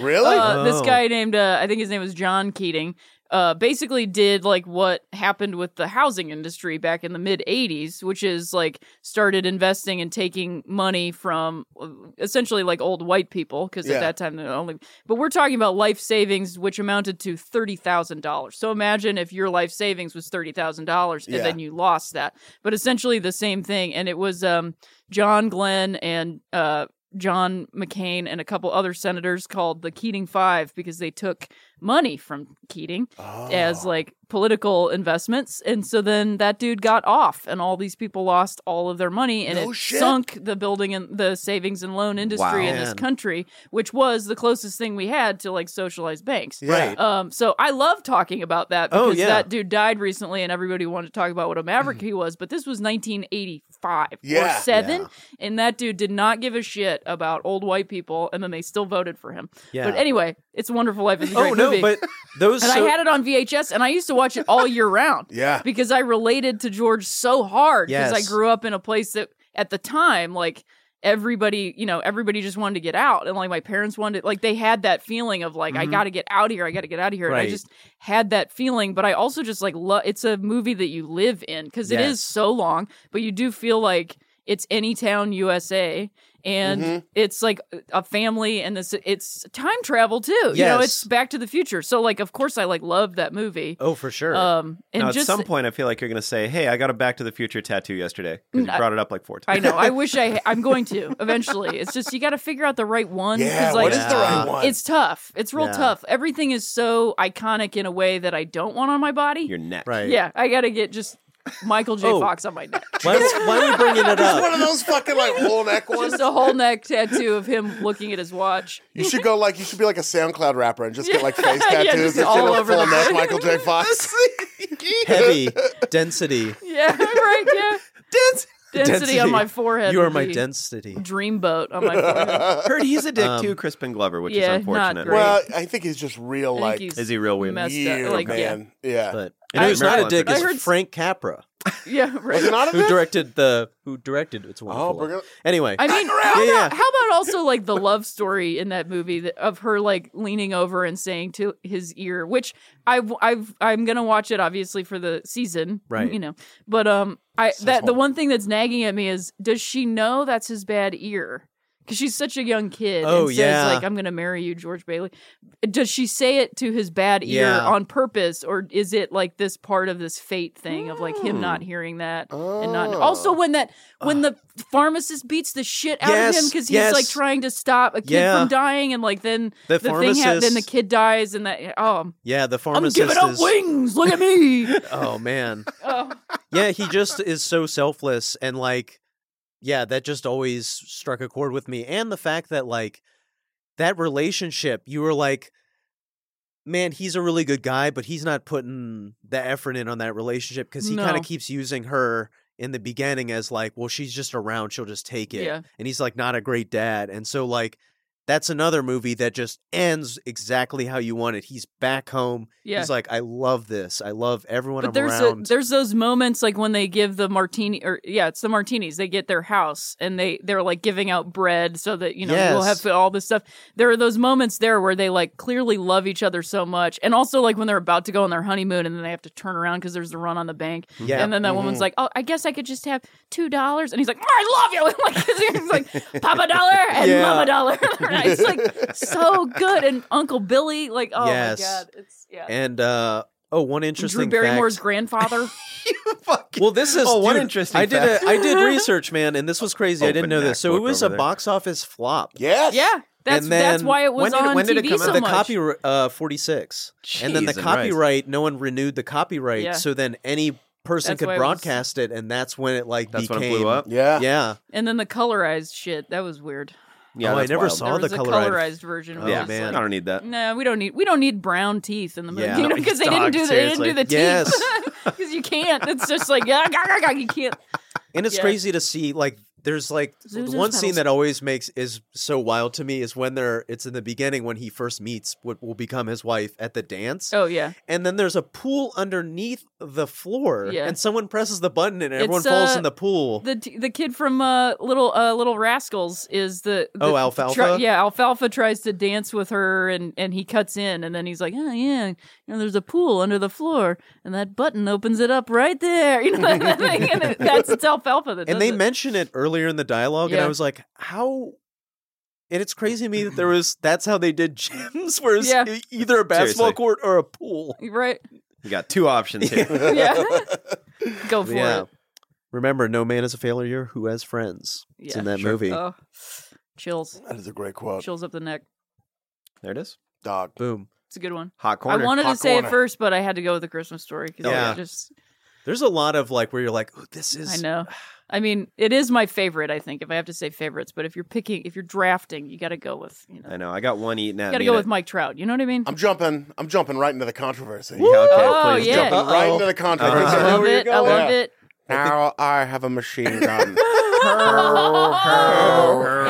Speaker 2: really?
Speaker 4: Uh, This
Speaker 3: Oh.
Speaker 4: guy named, uh, I think his name was John Keating, uh, basically did like what happened with the housing industry back in the mid 80s, which is like started investing and taking money from uh, essentially like old white people because
Speaker 2: Yeah.
Speaker 4: at that time they only. But we're talking about life savings, which amounted to $30,000. So imagine if your life savings was $30,000 and
Speaker 2: Yeah.
Speaker 4: then you lost that. But essentially the same thing. And it was um, John Glenn and uh, John McCain and a couple other senators called the Keating Five because they took money from Keating
Speaker 2: Oh.
Speaker 4: as like political investments. And so then that dude got off, and all these people lost all of their money, and
Speaker 2: No
Speaker 4: it
Speaker 2: shit.
Speaker 4: sunk the building and the savings and loan industry
Speaker 1: Wow.
Speaker 4: in this
Speaker 3: Man.
Speaker 4: country, which was the closest thing we had to like socialized banks.
Speaker 2: Yeah.
Speaker 4: Um, so I love talking about that
Speaker 3: Oh,
Speaker 4: because
Speaker 3: yeah. Mm-hmm.
Speaker 4: that dude died recently, and everybody wanted to talk about what a maverick he was. But this was 1985
Speaker 2: Yeah.
Speaker 4: or seven, and that dude did not give a shit about old white people, and then they still voted for him.
Speaker 3: yeah
Speaker 4: But anyway, it's a Wonderful Life. It's a
Speaker 3: oh
Speaker 4: great
Speaker 3: no
Speaker 4: movie.
Speaker 3: but those
Speaker 4: and
Speaker 3: so-
Speaker 4: I had it on VHS, and I used to watch it all year round
Speaker 2: Yeah.
Speaker 4: because I related to George so hard because
Speaker 3: Yes.
Speaker 4: I grew up in a place that at the time, like everybody, you know, everybody just wanted to get out, and like my parents wanted, like they had that feeling of like I got to get out of here, I got to get out of here, and
Speaker 3: Mm-hmm. Right.
Speaker 4: I just had that feeling. But I also just like love. It's a movie that you live in because it
Speaker 3: Yes.
Speaker 4: is so long, but you do feel like it's any town USA. And
Speaker 3: Mm-hmm.
Speaker 2: Mhm.
Speaker 4: it's like a family, and this it's time travel too. You know,
Speaker 3: Yes.
Speaker 4: it's Back to the Future. So like, of course, I like loved that movie.
Speaker 3: oh for sure
Speaker 4: Um, and
Speaker 1: Now, at
Speaker 4: just
Speaker 1: some point, I feel like you're going to say, "Hey, I got a Back to the Future tattoo yesterday." 'cause you
Speaker 4: Mm, I-
Speaker 1: brought it up like four times.
Speaker 4: I know. I wish I. I'm going to eventually. It's just you got to figure out the right one. 'cause,
Speaker 2: Yeah,
Speaker 4: like,
Speaker 2: what is the right
Speaker 3: uh,
Speaker 2: one?
Speaker 4: It's tough. It's real
Speaker 3: Yeah.
Speaker 4: tough. Everything is so iconic in a way that I don't want on my body.
Speaker 1: Your neck.
Speaker 3: right
Speaker 4: yeah, I got to get just Michael J.
Speaker 3: Oh.
Speaker 4: Fox on my neck.
Speaker 3: Why, why are we bringing it
Speaker 2: It's one
Speaker 3: up?
Speaker 2: of those fucking like whole neck ones.
Speaker 4: Just a whole neck tattoo of him looking at his watch.
Speaker 2: You should go like you should be like a SoundCloud rapper and just get like face
Speaker 4: Yeah,
Speaker 2: tattoos
Speaker 4: just
Speaker 2: and
Speaker 4: all
Speaker 2: shit up
Speaker 4: over
Speaker 2: full
Speaker 4: the-
Speaker 2: neck Michael J. Fox.
Speaker 3: Heavy density.
Speaker 4: Yeah, right. Yeah, density, on
Speaker 3: Density.
Speaker 4: my forehead.
Speaker 3: You are
Speaker 4: would
Speaker 3: my
Speaker 4: be
Speaker 3: density.
Speaker 4: dreamboat on my forehead.
Speaker 1: Heard he's a dick
Speaker 3: Um,
Speaker 1: too, Crispin Glover, which
Speaker 4: yeah,
Speaker 1: is
Speaker 4: not
Speaker 1: unfortunate.
Speaker 4: great.
Speaker 2: well, I think he's just real
Speaker 4: I
Speaker 2: like
Speaker 4: think he's
Speaker 1: Is he real weird?
Speaker 4: messed
Speaker 2: year
Speaker 4: up. Like, yeah,
Speaker 2: man. Yeah.
Speaker 3: But
Speaker 1: I-
Speaker 3: and who's not a
Speaker 1: I
Speaker 3: dick is
Speaker 4: heard-
Speaker 3: Frank Capra,
Speaker 4: yeah, right.
Speaker 2: Was it not a
Speaker 3: who
Speaker 2: bit?
Speaker 3: directed the who directed It's
Speaker 2: Oh,
Speaker 3: Wonderful.
Speaker 2: we're
Speaker 3: Life.
Speaker 2: gonna,
Speaker 3: Anyway,
Speaker 4: I mean, how,
Speaker 3: Yeah,
Speaker 4: about,
Speaker 3: yeah.
Speaker 4: how about also like the love story in that movie that, of her like leaning over and saying to his ear, which I've I've I'm gonna watch it obviously for the season,
Speaker 3: Right.
Speaker 4: You know, but um, I that the one thing that's nagging at me is does she know that's his bad ear? Because she's such a young kid.
Speaker 3: Oh,
Speaker 4: and says,
Speaker 3: yeah.
Speaker 4: Like I'm gonna marry you, George Bailey. Does she say it to his bad ear
Speaker 3: Yeah.
Speaker 4: on purpose, or is it like this part of this fate thing of like him
Speaker 3: Hmm.
Speaker 4: not hearing that and not?
Speaker 2: Oh.
Speaker 4: Also, when that when the pharmacist beats the shit out
Speaker 3: Yes,
Speaker 4: of him because he's
Speaker 3: yes.
Speaker 4: like trying to stop a kid
Speaker 3: Yeah.
Speaker 4: from dying, and like then
Speaker 3: The
Speaker 4: the, thing ha- then the
Speaker 3: pharmacist-
Speaker 4: kid dies, and that oh,
Speaker 3: yeah, the
Speaker 4: I'm
Speaker 3: pharmacist
Speaker 4: giving up
Speaker 3: is,
Speaker 4: wings. Look at me.
Speaker 3: Oh man.
Speaker 4: oh,
Speaker 3: Yeah, he just is so selfless and like yeah, that just always struck a chord with me and the fact that like that relationship, you were like man, he's a really good guy, but he's not putting the effort in on that relationship cuz he kind
Speaker 4: No.
Speaker 3: of keeps using her in the beginning as like, well, she's just around, she'll just take it.
Speaker 4: Yeah.
Speaker 3: And he's like not a great dad. And so like that's another movie that just ends exactly how you want it. He's back home.
Speaker 4: yeah.
Speaker 3: He's like, I love this. I love everyone
Speaker 4: but
Speaker 3: I'm
Speaker 4: there's
Speaker 3: around.
Speaker 4: A, there's those moments like when they give the martini or yeah it's the martinis they get their house and they they're like giving out bread so that you know we'll
Speaker 3: Yes.
Speaker 4: have all this stuff there are those moments there where they like clearly love each other so much and also like when they're about to go on their honeymoon and then they have to turn around because there's the run on the bank
Speaker 3: Yeah. Mm-hmm.
Speaker 4: and then that woman's like oh I guess I could just have two dollars and he's like I love you like 'cause he's like Papa Dollar and
Speaker 3: Yeah.
Speaker 4: Mama Dollar it's like so good and Uncle Billy like oh
Speaker 3: Yes.
Speaker 4: my god it's yeah
Speaker 3: And uh oh, one
Speaker 4: Drew
Speaker 3: interesting
Speaker 4: Barrymore's
Speaker 3: fact.
Speaker 4: grandfather
Speaker 3: well, this is
Speaker 1: Oh, one
Speaker 3: dude,
Speaker 1: interesting
Speaker 3: I did
Speaker 1: fact.
Speaker 3: a, I did research, man, and this was crazy. I
Speaker 1: Open
Speaker 3: didn't know this. So it
Speaker 1: MacBook
Speaker 3: was
Speaker 1: over
Speaker 3: a
Speaker 1: there.
Speaker 3: box office flop.
Speaker 2: yes.
Speaker 4: Yeah, That's
Speaker 3: And then-
Speaker 4: that's why it
Speaker 1: When
Speaker 4: was
Speaker 1: did-
Speaker 4: on
Speaker 1: when did it
Speaker 4: TV
Speaker 1: come out?
Speaker 4: so
Speaker 3: the
Speaker 4: much.
Speaker 3: copy uh, 46 and then the
Speaker 1: Jesus Christ.
Speaker 3: copyright no one renewed the copyright
Speaker 4: Yeah.
Speaker 3: so then any person
Speaker 4: That's
Speaker 3: could
Speaker 4: why it was-
Speaker 3: broadcast it and that's when it like
Speaker 1: That's when
Speaker 3: became
Speaker 1: it blew up.
Speaker 2: Yeah.
Speaker 3: yeah
Speaker 4: and then the colorized shit that was weird.
Speaker 1: Yeah,
Speaker 3: Oh, I
Speaker 1: that's
Speaker 3: never
Speaker 1: wild.
Speaker 3: saw
Speaker 4: there
Speaker 3: the
Speaker 4: was a
Speaker 3: colorized-
Speaker 4: colorized version.
Speaker 1: Oh,
Speaker 4: where
Speaker 1: yeah,
Speaker 4: it's
Speaker 1: man.
Speaker 4: like,
Speaker 1: I don't need that.
Speaker 4: No, we don't need we don't need brown teeth in the movie,
Speaker 3: Yeah.
Speaker 4: you know, because they didn't
Speaker 1: Dog,
Speaker 4: do the, they didn't do the teeth.
Speaker 3: Yes.
Speaker 4: because you can't. It's just like yeah, gah, gah, gah, you can't.
Speaker 3: and it's
Speaker 4: Yeah.
Speaker 3: crazy to see like there's like
Speaker 4: Zoos
Speaker 3: the
Speaker 4: and
Speaker 3: one scene
Speaker 4: petals.
Speaker 3: that always makes is so wild to me is when they're it's in the beginning when he first meets what will become his wife at the dance
Speaker 4: Oh yeah,
Speaker 3: and then there's a pool underneath the floor
Speaker 4: Yeah.
Speaker 3: and someone presses the button and everyone
Speaker 4: It's,
Speaker 3: falls
Speaker 4: uh,
Speaker 3: in the pool
Speaker 4: the t- the kid from uh, little uh, little rascals is the, the
Speaker 3: Oh, Alfalfa?
Speaker 4: try- yeah, alfalfa tries to dance with her, and and he cuts in, and then he's like, oh yeah, you know, there's a pool under the floor, and that button opens it up right there. You know, that thing, and it- that's it's alfalfa that does
Speaker 3: and they
Speaker 4: it.
Speaker 3: mention it earlier in the dialogue and i
Speaker 4: Yeah.
Speaker 3: was like how and it's crazy to me that there was that's how they did gyms where it's
Speaker 4: Yeah.
Speaker 3: e- either a basketball
Speaker 1: Seriously.
Speaker 3: court or a pool
Speaker 4: right.
Speaker 1: You got two options here.
Speaker 4: Yeah, go for it.
Speaker 3: remember no man is a failure who has friends it's
Speaker 4: Yeah,
Speaker 3: in that
Speaker 1: sure.
Speaker 3: movie
Speaker 4: Oh, chills,
Speaker 2: That is a great quote.
Speaker 4: chills up the neck.
Speaker 1: there it is.
Speaker 2: Dog.
Speaker 3: boom
Speaker 4: It's a good one.
Speaker 1: Hot corner.
Speaker 4: I wanted to
Speaker 2: Hot
Speaker 4: say
Speaker 2: corner.
Speaker 4: it first, but I had to go with the Christmas story because
Speaker 3: Oh, Yeah.
Speaker 4: just
Speaker 3: there's a lot of like where you're like oh, this is
Speaker 4: I know. I mean, it is my favorite. I think if I have to say favorites, but if you're picking, if you're drafting, you got to go with you know,
Speaker 1: I know. I got one eating at
Speaker 4: you got to
Speaker 1: me
Speaker 4: go
Speaker 1: that-
Speaker 4: with Mike Trout. You know what I mean?
Speaker 2: I'm jumping. I'm jumping right into the controversy.
Speaker 1: Yeah, okay,
Speaker 4: Oh,
Speaker 1: please
Speaker 4: yeah.
Speaker 1: jump in.
Speaker 2: Jumping right
Speaker 3: Uh-oh.
Speaker 2: into the
Speaker 1: Uh-huh.
Speaker 4: I
Speaker 2: controversy.
Speaker 3: know
Speaker 4: love
Speaker 3: where you're
Speaker 4: it. I
Speaker 3: going.
Speaker 4: love it.
Speaker 2: Now I have a machine gun.
Speaker 4: In the first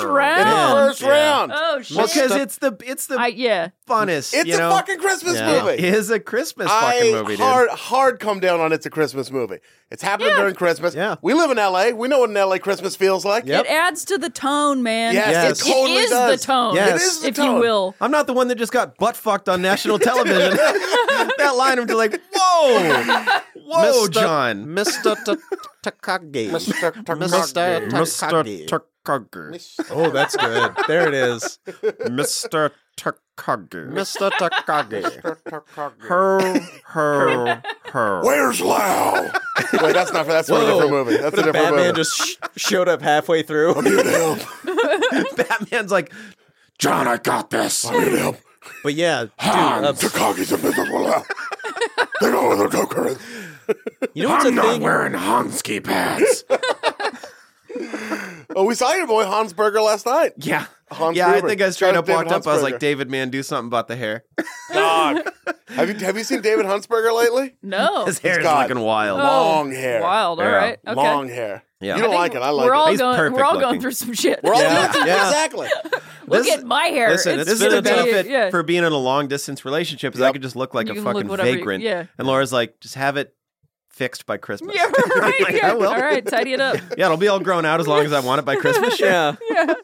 Speaker 2: In the
Speaker 4: round.
Speaker 2: first
Speaker 1: Yeah.
Speaker 2: round.
Speaker 4: Oh shit!
Speaker 1: Well, because it's the it's the
Speaker 4: I, yeah,
Speaker 1: funnest.
Speaker 2: it's
Speaker 1: you
Speaker 2: a
Speaker 1: know?
Speaker 2: fucking Christmas
Speaker 3: Yeah.
Speaker 2: movie.
Speaker 1: It is a Christmas
Speaker 2: I
Speaker 1: fucking movie, dude.
Speaker 2: hard hard come down on it's a Christmas movie. It's happening during Christmas.
Speaker 3: Yeah.
Speaker 2: We live in LA. We know what an LA Christmas feels like.
Speaker 3: Yep.
Speaker 4: it adds to the tone, man.
Speaker 2: Yes,
Speaker 3: Yes.
Speaker 4: It-
Speaker 2: it totally
Speaker 4: it is
Speaker 2: does.
Speaker 4: the tone.
Speaker 3: Yes.
Speaker 2: It is the
Speaker 4: if
Speaker 2: tone.
Speaker 4: you will.
Speaker 1: I'm not the one that just got butt fucked on national television. that line, I'm just like, whoa, whoa,
Speaker 3: Mr.
Speaker 1: John,
Speaker 3: mr T- takagi
Speaker 2: Mr.
Speaker 3: Takagi. Mr.
Speaker 1: Tucker,
Speaker 3: oh that's good there it is
Speaker 1: Mr. Tucker,
Speaker 3: mr takagi
Speaker 1: her, her, her.
Speaker 2: Where's Lau? Wait, that's not for that's for a different movie. That's a different
Speaker 3: batman
Speaker 2: movie.
Speaker 3: just sh- showed up halfway through
Speaker 1: Batman's like,
Speaker 7: John, I got this. I need help.
Speaker 3: but yeah dude,
Speaker 1: uh,
Speaker 7: Han,
Speaker 3: obs-
Speaker 7: Takagi's a miserable elf. they go with the Joker.
Speaker 3: you know what's a
Speaker 7: I'm not
Speaker 3: thing
Speaker 7: wearing Hansky pads.
Speaker 2: Oh, we saw your boy Hans Berger last night.
Speaker 1: yeah.
Speaker 2: Hans
Speaker 1: yeah,
Speaker 2: Gruber.
Speaker 1: I think I straight
Speaker 2: Shout out
Speaker 1: up walked
Speaker 2: David
Speaker 1: up. I was
Speaker 2: Huntsberger.
Speaker 1: like, David, man, do something about the hair.
Speaker 2: Dog. have you have you seen David Huntsberger lately?
Speaker 4: No.
Speaker 1: His hair is
Speaker 2: God.
Speaker 1: looking wild.
Speaker 4: Oh,
Speaker 2: Long hair.
Speaker 4: Wild. All
Speaker 1: Yeah.
Speaker 4: right. Okay.
Speaker 2: Long hair.
Speaker 1: Yeah.
Speaker 2: You
Speaker 4: I
Speaker 2: don't
Speaker 4: think
Speaker 2: like it. I like
Speaker 4: we're all
Speaker 2: it.
Speaker 1: He's
Speaker 4: going.
Speaker 1: perfect
Speaker 4: We're all
Speaker 1: looking.
Speaker 4: going through some shit.
Speaker 2: We're all
Speaker 3: Yeah.
Speaker 2: doing it.
Speaker 3: Yeah.
Speaker 2: exactly.
Speaker 4: Look
Speaker 1: This-
Speaker 4: at my hair.
Speaker 1: Listen, it's,
Speaker 4: it's
Speaker 1: been a
Speaker 4: so big.
Speaker 1: benefit
Speaker 4: yeah.
Speaker 1: for being in a long distance relationship is I
Speaker 2: Yep.
Speaker 1: could just look like
Speaker 4: You
Speaker 1: a
Speaker 4: can look
Speaker 1: fucking
Speaker 4: whatever you-
Speaker 1: vagrant.
Speaker 4: yeah.
Speaker 1: And Laura's like, just have it fixed by Christmas.
Speaker 4: Yeah, right.
Speaker 1: Like, I
Speaker 4: yeah.
Speaker 1: will.
Speaker 4: All right, tidy it up.
Speaker 1: Yeah, it'll be all grown out as long as I want it by Christmas. Sure.
Speaker 3: yeah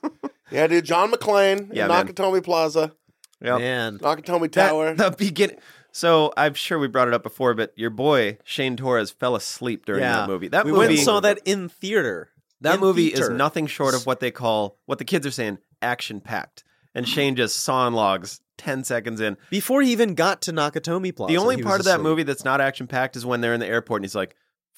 Speaker 2: Yeah, dude. John McClane
Speaker 1: Yeah,
Speaker 2: in
Speaker 1: man.
Speaker 2: Nakatomi Plaza,
Speaker 1: Yep.
Speaker 3: man
Speaker 2: Nakatomi
Speaker 1: That-
Speaker 2: Tower.
Speaker 1: the beginning. So I'm sure we brought it up before, but your boy Shane Torres fell asleep during
Speaker 3: Yeah.
Speaker 1: that movie. That
Speaker 3: we
Speaker 1: movie,
Speaker 3: went and saw that in theater.
Speaker 1: that
Speaker 3: In
Speaker 1: movie is
Speaker 3: theater.
Speaker 1: nothing short of what they call what the kids are saying action packed. And
Speaker 2: Mm-hmm.
Speaker 1: Shane just saw in logs ten seconds in.
Speaker 3: Before he even got to Nakatomi Plaza,
Speaker 1: The only
Speaker 3: he was
Speaker 1: part of that
Speaker 3: asleep.
Speaker 1: movie that's not action packed is when they're in the airport and he's like,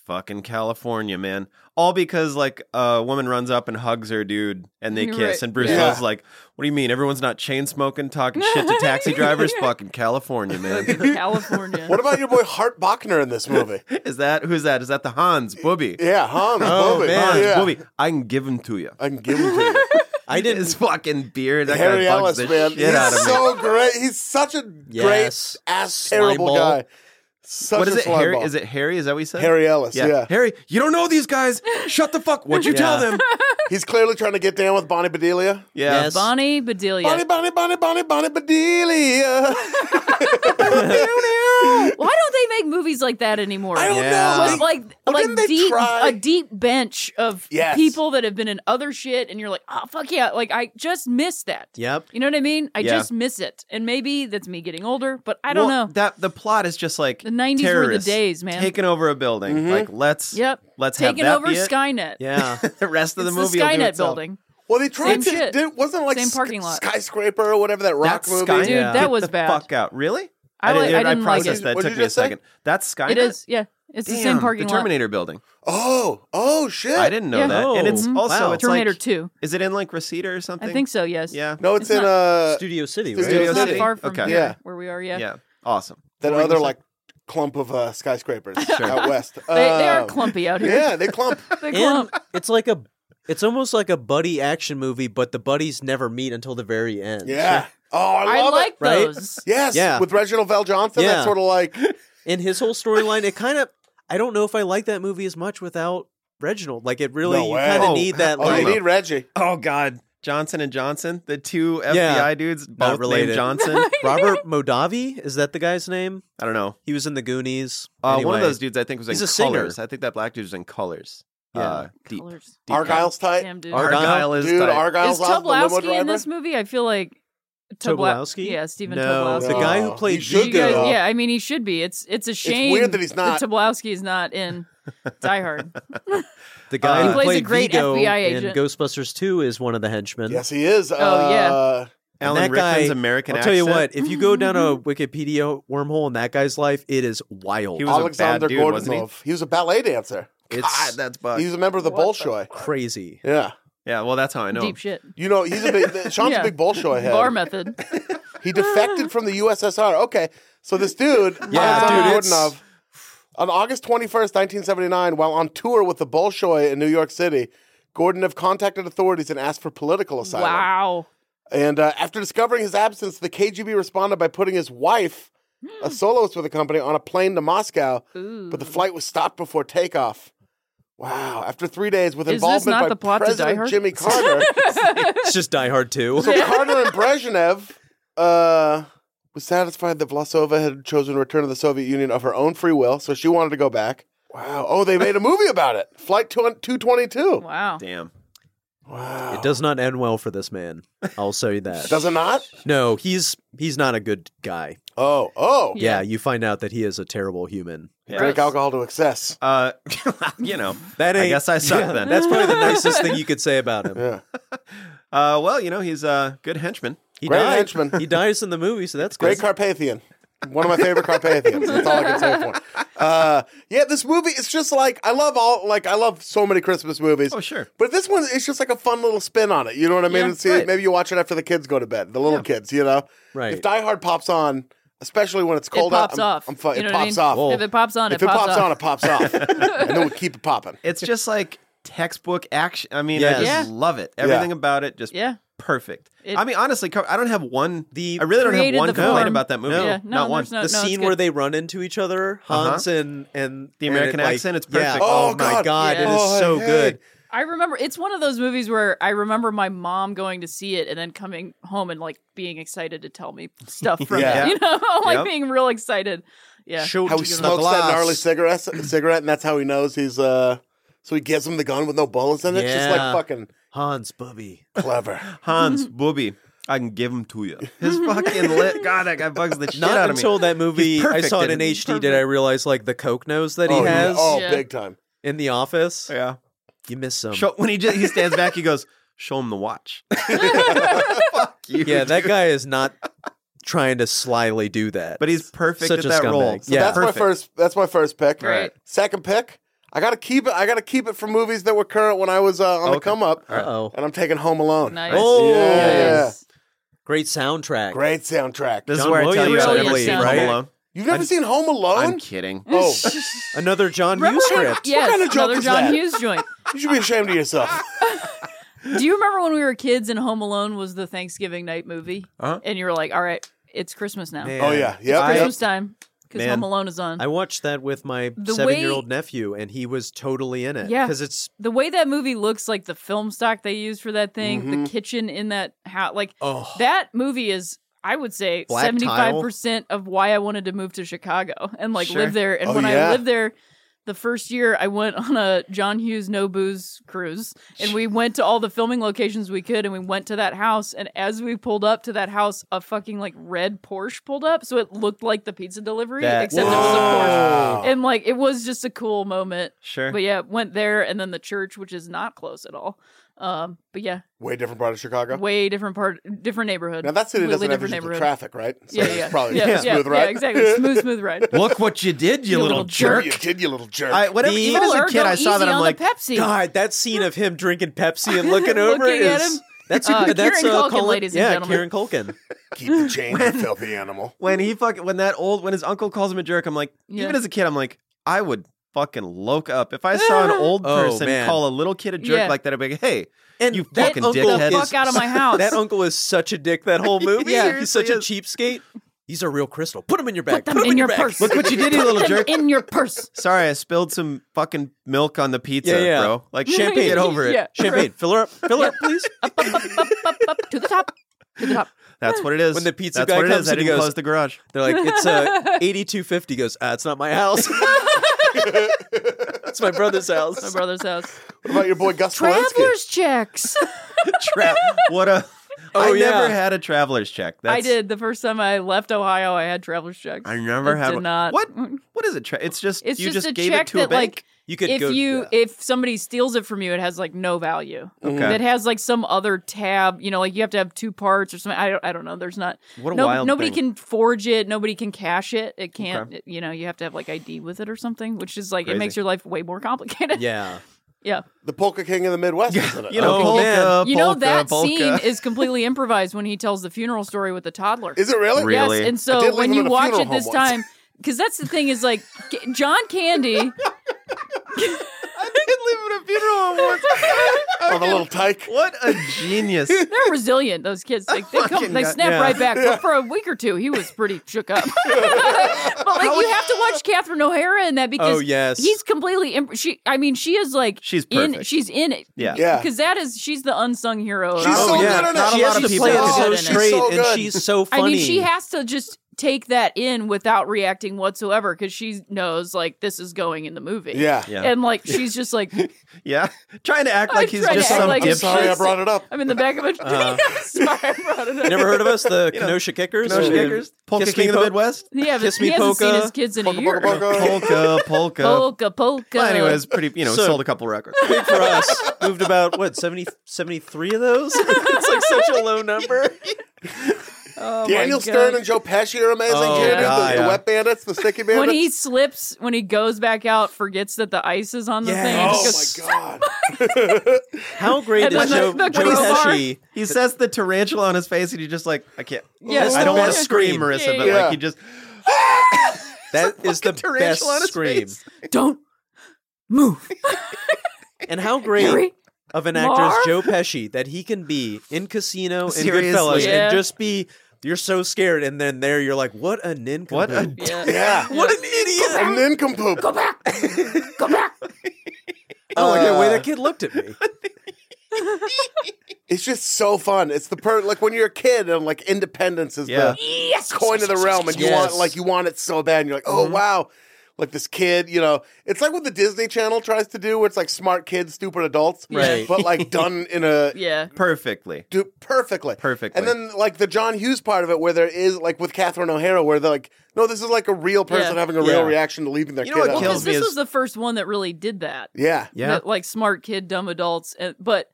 Speaker 1: "Fucking California, man!" All because like a woman runs up and hugs her dude, and they
Speaker 4: You're
Speaker 1: kiss.
Speaker 4: right.
Speaker 1: And Bruce
Speaker 2: Yeah.
Speaker 1: Willis is like, "What do you mean? Everyone's not chain smoking, talking shit to taxi drivers? Fucking California, man!"
Speaker 4: California.
Speaker 2: what about your boy Hart Bachner in this movie?
Speaker 1: Is that who's that? Is that the Hans Booby?
Speaker 2: Yeah, Hans.
Speaker 3: Oh,
Speaker 2: Bobby.
Speaker 3: man.
Speaker 2: Oh, yeah.
Speaker 1: Booby, I can give him to you.
Speaker 2: I can give him to you.
Speaker 3: I didn't.
Speaker 1: His fucking beard. That
Speaker 2: Harry
Speaker 1: guy bugs
Speaker 2: Ellis,
Speaker 1: the
Speaker 2: man.
Speaker 1: shit out of
Speaker 2: He's
Speaker 1: me.
Speaker 2: so great. He's such a
Speaker 3: Yes.
Speaker 2: great ass
Speaker 3: Slime
Speaker 2: terrible
Speaker 3: ball.
Speaker 2: guy. Such
Speaker 1: what is
Speaker 2: a
Speaker 1: it?
Speaker 2: slime
Speaker 1: Harry?
Speaker 2: ball.
Speaker 1: Is it Harry? Is that what he said?
Speaker 2: Harry Ellis? Yeah.
Speaker 1: Yeah. Harry, you don't know these guys. Shut the fuck. What'd you tell
Speaker 3: Yeah.
Speaker 1: them?
Speaker 2: He's clearly trying to get down with Bonnie Bedelia.
Speaker 1: Yeah.
Speaker 3: Yes.
Speaker 4: Bonnie Bedelia.
Speaker 2: Bonnie, Bonnie, Bonnie, Bonnie, Bonnie Bedelia.
Speaker 4: Why don't they make movies like that anymore?
Speaker 2: I don't
Speaker 3: Yeah.
Speaker 2: know.
Speaker 4: But like,
Speaker 2: Well, didn't they
Speaker 4: like deep,
Speaker 2: try-
Speaker 4: a deep bench of
Speaker 2: Yes.
Speaker 4: people that have been in other shit, and you're like, oh fuck yeah! Like I just miss that.
Speaker 3: Yep.
Speaker 4: You know what I mean? I
Speaker 1: Yeah.
Speaker 4: just miss it, and maybe that's me getting older, but I don't
Speaker 1: Well,
Speaker 4: know.
Speaker 1: That the plot is just like
Speaker 4: The 90s were the
Speaker 1: terrorists
Speaker 4: days, man.
Speaker 1: Taking over a building.
Speaker 3: Mm-hmm.
Speaker 1: Like let's
Speaker 4: Yep.
Speaker 1: let's have
Speaker 4: taking
Speaker 1: that
Speaker 4: over
Speaker 1: be it.
Speaker 4: Skynet.
Speaker 3: Yeah.
Speaker 1: The rest of the
Speaker 4: It's
Speaker 1: movie will do
Speaker 4: Skynet
Speaker 1: itself.
Speaker 4: building.
Speaker 2: well, they tried
Speaker 4: Same
Speaker 2: to.
Speaker 4: shit.
Speaker 2: Did, wasn't it like
Speaker 4: Same
Speaker 2: sk-
Speaker 4: parking lot.
Speaker 2: skyscraper or whatever that rock
Speaker 1: That's
Speaker 2: movie?
Speaker 1: Skynet.
Speaker 4: Dude, that
Speaker 1: Get
Speaker 4: was
Speaker 1: the
Speaker 4: bad.
Speaker 1: Fuck out. Really?
Speaker 4: I like- I
Speaker 1: I
Speaker 4: didn't like
Speaker 1: processed
Speaker 4: it.
Speaker 1: that.
Speaker 2: What'd
Speaker 1: took
Speaker 2: you
Speaker 1: me a
Speaker 2: just say?
Speaker 1: second. That's Skynet.
Speaker 4: It is. Yeah. It's the
Speaker 1: Damn,
Speaker 4: same parking
Speaker 1: The
Speaker 4: lot.
Speaker 1: Terminator building.
Speaker 2: Oh, oh Oh shit!
Speaker 1: I didn't know
Speaker 4: Yeah.
Speaker 1: that. And it's
Speaker 4: Oh,
Speaker 1: also
Speaker 3: wow.
Speaker 1: it's
Speaker 4: Terminator
Speaker 1: like,
Speaker 4: 2.
Speaker 1: is it in like Reseda or something?
Speaker 4: I think so, yes.
Speaker 1: Yeah.
Speaker 2: No, it's,
Speaker 4: It's
Speaker 2: in
Speaker 4: not-
Speaker 2: uh
Speaker 3: Studio City,
Speaker 2: Studio
Speaker 3: right?
Speaker 1: Studio
Speaker 4: It's not
Speaker 1: City?
Speaker 4: far from
Speaker 1: Okay.
Speaker 4: here,
Speaker 2: Yeah.
Speaker 4: where we are, yeah.
Speaker 1: Yeah. Awesome.
Speaker 2: that
Speaker 1: What were you
Speaker 2: other
Speaker 1: gonna
Speaker 2: like clump of uh, skyscrapers
Speaker 1: Sure.
Speaker 2: out west.
Speaker 4: They, they are
Speaker 2: Um,
Speaker 4: clumpy out here.
Speaker 2: Yeah, they clump.
Speaker 4: They
Speaker 3: And
Speaker 4: clump.
Speaker 3: it's like a, it's almost like a buddy action movie, but the buddies never meet until the very end.
Speaker 2: Yeah. Oh, I
Speaker 4: I,
Speaker 2: love
Speaker 4: like
Speaker 2: it.
Speaker 3: right?
Speaker 4: those.
Speaker 2: Yes,
Speaker 3: Yeah.
Speaker 2: with Reginald Val Johnson,
Speaker 3: Yeah.
Speaker 2: that's sort of like oh,
Speaker 3: And his whole storyline, it kind of, I don't know if I like that movie as much without Reginald. Like it really,
Speaker 2: No
Speaker 3: you
Speaker 2: way.
Speaker 3: kind of
Speaker 1: Oh,
Speaker 3: need that.
Speaker 2: oh,
Speaker 3: like,
Speaker 2: you need Reggie.
Speaker 1: Oh God, Johnson and Johnson, the two FBI
Speaker 3: Yeah.
Speaker 1: dudes, both
Speaker 3: Not
Speaker 1: named
Speaker 3: related.
Speaker 1: Johnson.
Speaker 3: Robert Modavi is that the guy's name?
Speaker 1: I don't know.
Speaker 3: He was in the Goonies.
Speaker 1: Uh, One
Speaker 3: Anyway.
Speaker 1: of those dudes, I think, was in
Speaker 3: He's a singer.
Speaker 1: Colors. I think that black dude was in Colors.
Speaker 3: Yeah.
Speaker 1: Uh, deep,
Speaker 4: Colors.
Speaker 1: deep
Speaker 2: Argyle's tight.
Speaker 4: Damn, dude.
Speaker 3: Argyle.
Speaker 1: Argyle is
Speaker 2: Dude,
Speaker 1: tight.
Speaker 2: Argyle's
Speaker 4: Is
Speaker 2: off the limo
Speaker 4: Tobolowski
Speaker 2: driver.
Speaker 4: in this movie? I feel like
Speaker 3: Tobolowski?
Speaker 4: Yeah, Stephen
Speaker 3: No,
Speaker 4: Tobolowski.
Speaker 3: the guy who
Speaker 2: Oh,
Speaker 3: played
Speaker 2: he should
Speaker 4: You
Speaker 2: be,
Speaker 4: guys-
Speaker 2: though.
Speaker 4: yeah, I mean he should be. It's it's a shame.
Speaker 2: weird that he's not.
Speaker 4: Tobolowski is not in Die Hard.
Speaker 3: the guy
Speaker 1: He
Speaker 3: who
Speaker 4: plays a
Speaker 3: played
Speaker 4: great
Speaker 3: Vigo
Speaker 4: FBI
Speaker 3: in
Speaker 4: agent.
Speaker 3: Ghostbusters Two is one of the henchmen.
Speaker 2: Yes, he is. Oh
Speaker 4: yeah.
Speaker 2: uh,
Speaker 1: Alan
Speaker 3: that guy-
Speaker 1: Rickman's American
Speaker 3: I'll tell you
Speaker 1: accent.
Speaker 3: what, if you go down a Wikipedia wormhole in that guy's life, it is wild.
Speaker 1: He was a
Speaker 2: Alexander
Speaker 1: bad dude, wasn't he?
Speaker 2: Gordonov. He was a ballet dancer.
Speaker 1: God,
Speaker 3: it's
Speaker 1: that's bugged.
Speaker 2: He was a member of the Bolshoi.
Speaker 3: crazy.
Speaker 2: Yeah.
Speaker 1: Yeah, well, that's how I know. him.
Speaker 4: Deep shit.
Speaker 2: You know, he's a big Sean's
Speaker 4: Yeah.
Speaker 2: a big Bolshoi head.
Speaker 4: Bar method.
Speaker 2: He defected from the USSR. Okay. So this dude, Alexander
Speaker 3: dude, it's-
Speaker 2: Gordonov, on August 21st, 1979, while on tour with the Bolshoi in New York City, Gordonov contacted authorities and asked for political asylum.
Speaker 4: wow.
Speaker 2: And uh, after discovering his absence, the KGB responded by putting his wife,
Speaker 4: Hmm.
Speaker 2: a soloist with the company, on a plane to Moscow,
Speaker 4: Ooh.
Speaker 2: but the flight was stopped before takeoff. Wow. After three days, with
Speaker 4: Is this
Speaker 2: involvement
Speaker 4: not
Speaker 2: by
Speaker 4: the plot to Die
Speaker 2: President
Speaker 4: Hard?
Speaker 2: Jimmy Carter,
Speaker 3: It's just Die Hard Two.
Speaker 2: so Carter and Brezhnev uh, was satisfied that Vlasova had chosen to return to the Soviet Union of her own free will, so she wanted to go back. Wow. Oh, they made a movie about it. Flight 2- 222.
Speaker 4: wow.
Speaker 1: Damn.
Speaker 2: Wow.
Speaker 3: It does not end well for this man. I'll say that.
Speaker 2: Does it not?
Speaker 3: No, he's he's not a good guy.
Speaker 2: Oh, oh.
Speaker 4: Yeah.
Speaker 3: Yeah. you find out that he is a terrible human.
Speaker 1: Yeah.
Speaker 2: Drink alcohol to excess.
Speaker 1: Uh, you know,
Speaker 3: That
Speaker 1: I guess I suck then.
Speaker 3: That's probably the nicest thing you could say about him.
Speaker 2: Yeah.
Speaker 1: uh, well, you know, he's a good henchman.
Speaker 3: He
Speaker 2: Great
Speaker 3: died.
Speaker 2: henchman.
Speaker 3: He dies in the movie, so that's
Speaker 2: Great
Speaker 3: good.
Speaker 2: Carpathian. One of my favorite Carpathians. That's all I can say for. it. Uh, yeah, this movie. It's just like I love all. Like I love so many Christmas movies.
Speaker 1: Oh, sure.
Speaker 2: But this one, it's just like a fun little spin on it. You know what I mean?
Speaker 4: Yeah,
Speaker 2: And see,
Speaker 1: right.
Speaker 2: maybe you watch it after the kids go to bed. The little kids, you know.
Speaker 3: Right.
Speaker 2: If Die Hard pops on, especially when it's cold
Speaker 4: it pops
Speaker 2: out, I'm-
Speaker 4: off.
Speaker 2: I'm, fu-
Speaker 4: You know
Speaker 2: it
Speaker 4: what I
Speaker 2: pops
Speaker 4: mean?
Speaker 2: off.
Speaker 4: If it pops on,
Speaker 2: If it pops on, it pops off, and then we keep it popping.
Speaker 1: It's just like textbook action. I mean, I
Speaker 3: Yes.
Speaker 1: just
Speaker 4: Yeah.
Speaker 1: love it. Everything about it, just
Speaker 4: Yeah.
Speaker 1: perfect.
Speaker 4: It-
Speaker 1: I mean, honestly, Car- I don't have one.
Speaker 3: The-
Speaker 1: I really don't have
Speaker 4: Created
Speaker 1: one
Speaker 4: the
Speaker 1: complaint
Speaker 4: form.
Speaker 1: about that movie.
Speaker 4: Yeah, no,
Speaker 1: not one.
Speaker 4: there's no-
Speaker 3: the
Speaker 4: it's
Speaker 3: scene
Speaker 4: good.
Speaker 3: where they run into each other,
Speaker 1: Uh-huh.
Speaker 3: Hans and and
Speaker 1: The
Speaker 3: and
Speaker 1: American
Speaker 3: it, like-
Speaker 1: accent, it's
Speaker 3: yeah.
Speaker 1: perfect.
Speaker 3: Oh,
Speaker 2: Oh,
Speaker 3: my
Speaker 2: God.
Speaker 3: god, it is
Speaker 2: Yeah.
Speaker 3: so
Speaker 2: Oh, hey.
Speaker 3: good.
Speaker 4: I remember it's one of those movies where I remember my mom going to see it and then coming home and like being excited to tell me stuff from
Speaker 2: Yeah.
Speaker 4: it. You know, like
Speaker 1: Yep.
Speaker 4: being real excited. Yeah.
Speaker 2: How he smokes that gnarly cigarette, cigarette, and that's how he knows he's. uh So he gives him the gun with no bullets in it. It's just
Speaker 3: Yeah.
Speaker 2: like fucking
Speaker 3: Hans, Bubby.
Speaker 2: clever.
Speaker 1: Hans
Speaker 3: Mm-hmm.
Speaker 1: Booby. I can give him to you. His fucking lip. God, that guy bugs the shit
Speaker 3: Not
Speaker 1: out of me.
Speaker 3: until that movie
Speaker 1: He's perfect
Speaker 3: I saw it
Speaker 1: in
Speaker 3: in
Speaker 1: it.
Speaker 3: HD did I realize like the coke nose that he
Speaker 2: oh,
Speaker 3: has
Speaker 2: Yeah. Oh,
Speaker 4: Yeah.
Speaker 2: big time.
Speaker 3: in the office.
Speaker 1: Yeah.
Speaker 3: You miss some.
Speaker 1: Show, when he just, he stands back, he goes, "Show him the watch." Fuck you.
Speaker 3: yeah, that
Speaker 1: dude.
Speaker 3: guy is not trying to slyly do that.
Speaker 1: But he's perfect
Speaker 3: Such
Speaker 1: at
Speaker 3: a
Speaker 1: that
Speaker 3: scumbag.
Speaker 1: role.
Speaker 3: So Yeah.
Speaker 2: that's
Speaker 1: perfect.
Speaker 2: my first. That's my first pick.
Speaker 4: Right.
Speaker 2: Second pick. I gotta keep it. I gotta keep it for movies that were current when I was uh, on the
Speaker 1: Okay.
Speaker 2: come up.
Speaker 3: uh oh.
Speaker 2: And I'm taking Home Alone.
Speaker 4: Nice.
Speaker 3: Oh,
Speaker 2: Yeah.
Speaker 4: Nice.
Speaker 3: Great soundtrack.
Speaker 2: Great soundtrack.
Speaker 1: This
Speaker 3: John
Speaker 1: is where I tell you
Speaker 3: Williams,
Speaker 1: I
Speaker 4: I
Speaker 1: never
Speaker 4: believe,
Speaker 1: seen Home
Speaker 4: right?
Speaker 1: Alone.
Speaker 2: You've never seen Home Alone?
Speaker 1: I'm kidding.
Speaker 2: Oh,
Speaker 3: Another John
Speaker 4: Remember
Speaker 3: Hughes
Speaker 4: when-
Speaker 3: script.
Speaker 4: Yes,
Speaker 2: kind of joke
Speaker 4: another
Speaker 2: is
Speaker 4: John
Speaker 2: that?
Speaker 4: Hughes joint.
Speaker 2: you should be ashamed of yourself.
Speaker 4: Do you remember when we were kids and Home Alone was the Thanksgiving night movie?
Speaker 1: Uh-huh.
Speaker 4: And you were like, all right, it's Christmas now.
Speaker 3: Man.
Speaker 2: Oh yeah, yeah.
Speaker 4: Christmas time. Because
Speaker 1: Man.
Speaker 4: Home Alone is on.
Speaker 3: I watched that with my
Speaker 4: Mm-hmm. The
Speaker 3: seven year old
Speaker 4: way-
Speaker 3: nephew and he was totally in it.
Speaker 4: Yeah.
Speaker 3: Because it's
Speaker 4: the way that movie looks like the film stock they use for that thing, the kitchen in that house, like
Speaker 3: Oh.
Speaker 4: that movie is, I would say,
Speaker 3: Black
Speaker 4: seventy five percent of why I wanted to move to Chicago and like
Speaker 1: Sure.
Speaker 4: live there. And
Speaker 2: Oh,
Speaker 4: when
Speaker 2: yeah.
Speaker 4: I lived there. The first year I went on a John Hughes no booze cruise and we went to all the filming locations we could and we went to that house and as we pulled up to that house a fucking like red Porsche pulled up so it looked like the pizza delivery
Speaker 1: That-
Speaker 4: except it was a Porsche and like it was just a cool moment
Speaker 1: Sure.
Speaker 4: but yeah, went there and then the church, which is not close at all. Um, but yeah,
Speaker 2: Way different part of Chicago.
Speaker 4: way different part, different neighborhood.
Speaker 2: now that city
Speaker 4: Completely
Speaker 2: doesn't have issues with traffic, right? So
Speaker 4: yeah,
Speaker 2: it's
Speaker 4: yeah,
Speaker 2: probably
Speaker 4: yeah,
Speaker 2: a
Speaker 4: yeah,
Speaker 2: smooth
Speaker 4: yeah,
Speaker 2: ride.
Speaker 4: exactly. Smooth, smooth ride.
Speaker 1: Look what you did, you,
Speaker 4: You
Speaker 1: little,
Speaker 4: little
Speaker 2: Sure,
Speaker 1: jerk.
Speaker 4: jerk. E
Speaker 2: you did, you little jerk.
Speaker 1: I, whatever,
Speaker 3: The-
Speaker 1: even as a
Speaker 4: Or
Speaker 1: kid,
Speaker 4: go
Speaker 1: I saw
Speaker 4: easy
Speaker 1: that. I'm
Speaker 4: on the
Speaker 1: like,
Speaker 4: Pepsi.
Speaker 3: God, that scene of him drinking Pepsi and looking over
Speaker 4: Looking at
Speaker 3: is
Speaker 4: him.
Speaker 3: that's
Speaker 4: Uh,
Speaker 3: that's
Speaker 4: Kieran Culkin,
Speaker 3: Cullen-
Speaker 4: ladies and
Speaker 3: yeah,
Speaker 4: gentlemen.
Speaker 3: Kieran Culkin.
Speaker 2: Keep the change, you filthy animal.
Speaker 1: when he fucking when that old when his uncle calls him a jerk, I'm like,
Speaker 4: Yeah.
Speaker 1: even as a kid, I'm like, I would fucking loke up if I saw an old
Speaker 3: Oh,
Speaker 1: person
Speaker 3: man.
Speaker 1: call a little kid a jerk
Speaker 4: Yeah.
Speaker 1: like that. I'd be like, hey,
Speaker 3: And
Speaker 1: You
Speaker 3: that
Speaker 1: fucking
Speaker 3: uncle
Speaker 1: dickhead.
Speaker 4: Get the
Speaker 3: is-
Speaker 4: fuck out of my house.
Speaker 3: That uncle is such a dick. That whole movie.
Speaker 1: Yeah.
Speaker 3: he's such a
Speaker 1: seriously
Speaker 3: cheapskate. He's a real crystal. Put him in your bag.
Speaker 4: Put them
Speaker 3: him
Speaker 4: in your
Speaker 3: bag.
Speaker 4: purse.
Speaker 1: look what you did, you little
Speaker 4: Put them
Speaker 1: jerk.
Speaker 4: in your purse.
Speaker 1: Sorry, I spilled some fucking milk on the pizza,
Speaker 3: Yeah, yeah.
Speaker 1: bro. Like
Speaker 4: Champagne.
Speaker 1: get over it.
Speaker 4: Yeah.
Speaker 3: Champagne. Fill her up. Fill her up, please.
Speaker 4: Up, up, up, up, up, up, to the top. To the top.
Speaker 1: That's what it is.
Speaker 3: When the pizza
Speaker 1: That's
Speaker 3: guy
Speaker 1: what it is.
Speaker 3: comes
Speaker 1: I
Speaker 3: and he
Speaker 1: didn't
Speaker 3: goes-
Speaker 1: close the garage.
Speaker 3: They're like, it's uh, eighty-two fifty. Goes, ah, it's not my house. it's my brother's house.
Speaker 4: My brother's house.
Speaker 2: What about your boy Gus Polanski?
Speaker 4: Traveler's checks.
Speaker 1: Tra- what a. I
Speaker 3: Oh, yeah.
Speaker 1: never had a traveler's check. That's,
Speaker 4: I did the first time I left Ohio. I had traveler's checks.
Speaker 1: I never
Speaker 4: I
Speaker 1: had
Speaker 4: did
Speaker 1: one.
Speaker 4: not. Mm.
Speaker 1: What? What is it? Tra- it's just
Speaker 4: It's
Speaker 1: you
Speaker 4: just
Speaker 1: just,
Speaker 4: a
Speaker 1: gave
Speaker 4: check
Speaker 1: it to a
Speaker 4: that,
Speaker 1: bank.
Speaker 4: like,
Speaker 3: You could
Speaker 4: if
Speaker 3: go.
Speaker 4: you
Speaker 3: yeah.
Speaker 4: if somebody steals it from you, it has like no value.
Speaker 1: okay.
Speaker 4: That has like some other tab. You know, like you have to have two parts or something. I don't. I don't know. There's not.
Speaker 1: What a
Speaker 4: no,
Speaker 1: wild
Speaker 4: nobody
Speaker 1: thing.
Speaker 4: can forge it. Nobody can cash it. It can't. You know, you have to have like ID with it or something, which is like
Speaker 1: Crazy.
Speaker 4: it makes your life way more complicated.
Speaker 3: yeah.
Speaker 4: yeah.
Speaker 2: The Polka King of the Midwest, isn't it?
Speaker 1: You know,
Speaker 3: Oh,
Speaker 1: polka,
Speaker 3: man.
Speaker 4: you know
Speaker 1: polka,
Speaker 4: that
Speaker 1: polka.
Speaker 4: scene is completely improvised when he tells the funeral story with the toddler.
Speaker 2: Is it really?
Speaker 1: Really?
Speaker 4: Yes,
Speaker 2: I
Speaker 4: and
Speaker 2: did
Speaker 4: so
Speaker 2: leave
Speaker 4: when
Speaker 2: him
Speaker 4: you
Speaker 2: in a
Speaker 4: watch
Speaker 2: funeral
Speaker 4: it this
Speaker 2: home once.
Speaker 4: time, because that's the thing is like K- John Candy.
Speaker 1: I live in a funeral home once.
Speaker 2: On the little tyke.
Speaker 1: What a genius.
Speaker 4: They're resilient. Those kids, like, they come, they
Speaker 1: got-
Speaker 4: snap
Speaker 3: yeah.
Speaker 4: right back. But for a week or two, he was pretty shook up. but like, you have to watch Catherine O'Hara in that because
Speaker 3: Oh, yes.
Speaker 4: he's completely. Imp- she, I mean, she is like
Speaker 1: She's
Speaker 4: in.
Speaker 1: perfect.
Speaker 4: She's in it.
Speaker 1: Yeah.
Speaker 2: Yeah.
Speaker 4: because that is she's the unsung hero. of
Speaker 2: She's
Speaker 3: Oh,
Speaker 4: all
Speaker 2: so
Speaker 4: of
Speaker 2: good
Speaker 4: it.
Speaker 2: at it.
Speaker 1: not a
Speaker 3: she
Speaker 1: lot
Speaker 3: has
Speaker 1: of
Speaker 3: to
Speaker 1: people
Speaker 3: play
Speaker 4: are
Speaker 3: it
Speaker 4: good
Speaker 3: so
Speaker 4: in it.
Speaker 3: straight,
Speaker 2: She's so
Speaker 3: and
Speaker 2: good.
Speaker 3: she's so
Speaker 4: I
Speaker 3: funny.
Speaker 4: mean, she has to just take that in without reacting whatsoever because she knows like this is going in the movie.
Speaker 2: Yeah.
Speaker 1: Yeah.
Speaker 4: and like she's just like
Speaker 1: Yeah. Trying to act like he's
Speaker 4: trying to
Speaker 1: just
Speaker 4: act
Speaker 1: some
Speaker 4: like
Speaker 2: I'm
Speaker 4: it's
Speaker 1: dipshit.
Speaker 2: sorry I brought it up.
Speaker 4: I'm in the back of a. sorry, I brought it up.
Speaker 3: Never heard of us, the Kenosha Kickers.
Speaker 1: Kenosha
Speaker 3: Yeah.
Speaker 1: Kickers? Polka
Speaker 3: Kiss
Speaker 1: King
Speaker 3: Me
Speaker 1: of the
Speaker 3: Polka?
Speaker 1: Midwest?
Speaker 4: Yeah, but
Speaker 3: Kiss
Speaker 4: he
Speaker 3: Me
Speaker 4: hasn't seen
Speaker 3: Polka.
Speaker 4: his kids in a
Speaker 2: Polka,
Speaker 4: year.
Speaker 2: polka, polka.
Speaker 1: Polka, polka.
Speaker 4: Polka, polka.
Speaker 1: Well, anyways, pretty, you know,
Speaker 3: So-
Speaker 1: sold a couple records.
Speaker 3: Big for us. Moved about what 70, 73 of those. it's like such a low number.
Speaker 4: Oh my
Speaker 2: Daniel
Speaker 4: God.
Speaker 2: Stern and Joe Pesci are amazing.
Speaker 3: Oh,
Speaker 2: Janet,
Speaker 3: God,
Speaker 2: the, the
Speaker 3: yeah.
Speaker 2: Wet Bandits, the Sticky Bandits.
Speaker 4: When he slips, when he goes back out, forgets that the ice is on the
Speaker 3: Yes.
Speaker 4: thing.
Speaker 3: Oh,
Speaker 4: He
Speaker 2: oh
Speaker 4: goes,
Speaker 2: my God.
Speaker 3: How great
Speaker 4: And
Speaker 3: is
Speaker 4: then
Speaker 3: Joe,
Speaker 4: the- the
Speaker 3: Joe
Speaker 4: crowbar.
Speaker 3: Pesci?
Speaker 1: He says the tarantula on his face, and you're just like, I can't.
Speaker 4: Yeah,
Speaker 1: I don't
Speaker 3: the
Speaker 1: want to
Speaker 3: best
Speaker 1: scream,
Speaker 3: scream.
Speaker 1: Marissa, but
Speaker 2: Yeah.
Speaker 1: like, you just.
Speaker 3: That is the
Speaker 1: fucking
Speaker 3: best
Speaker 1: tarantula on his
Speaker 3: scream.
Speaker 1: face.
Speaker 4: Don't move.
Speaker 3: And how
Speaker 4: Harry.
Speaker 3: great of an actor
Speaker 4: Marv?
Speaker 3: is Joe Pesci that he can be in Casino and
Speaker 1: Seriously.
Speaker 3: Goodfellas
Speaker 4: Yeah.
Speaker 3: and just be you're so scared, and then there you're like, what a nincompoop.
Speaker 1: What a.
Speaker 4: Yeah.
Speaker 2: Yeah.
Speaker 3: What an idiot!
Speaker 2: And then complete.
Speaker 3: Oh, like the way that kid looked at me.
Speaker 2: It's just so fun. It's the per like when you're a kid and like independence is
Speaker 1: Yeah.
Speaker 2: the coin of the realm, and you
Speaker 3: Yes. Mm-hmm.
Speaker 2: want like you want it so bad, and you're like, oh wow, like this kid, you know, it's like what the Disney Channel tries to do, where it's like smart kids, stupid adults,
Speaker 3: Right.
Speaker 2: But like done in a
Speaker 4: Yeah.
Speaker 1: Perfectly.
Speaker 2: do perfectly,
Speaker 1: Perfectly.
Speaker 2: And then like the John Hughes part of it, where there is like with Catherine O'Hara, where they're like, no, this is like a real person
Speaker 4: Yeah.
Speaker 2: having a real
Speaker 3: Yeah.
Speaker 2: reaction to leaving their
Speaker 1: You know
Speaker 2: kid.
Speaker 1: what
Speaker 2: out.
Speaker 1: kills-
Speaker 4: Because
Speaker 1: Tells me
Speaker 4: this
Speaker 1: is-
Speaker 4: was the first one that really did that.
Speaker 2: yeah,
Speaker 3: Yeah.
Speaker 4: That, like smart kid, dumb adults, and, but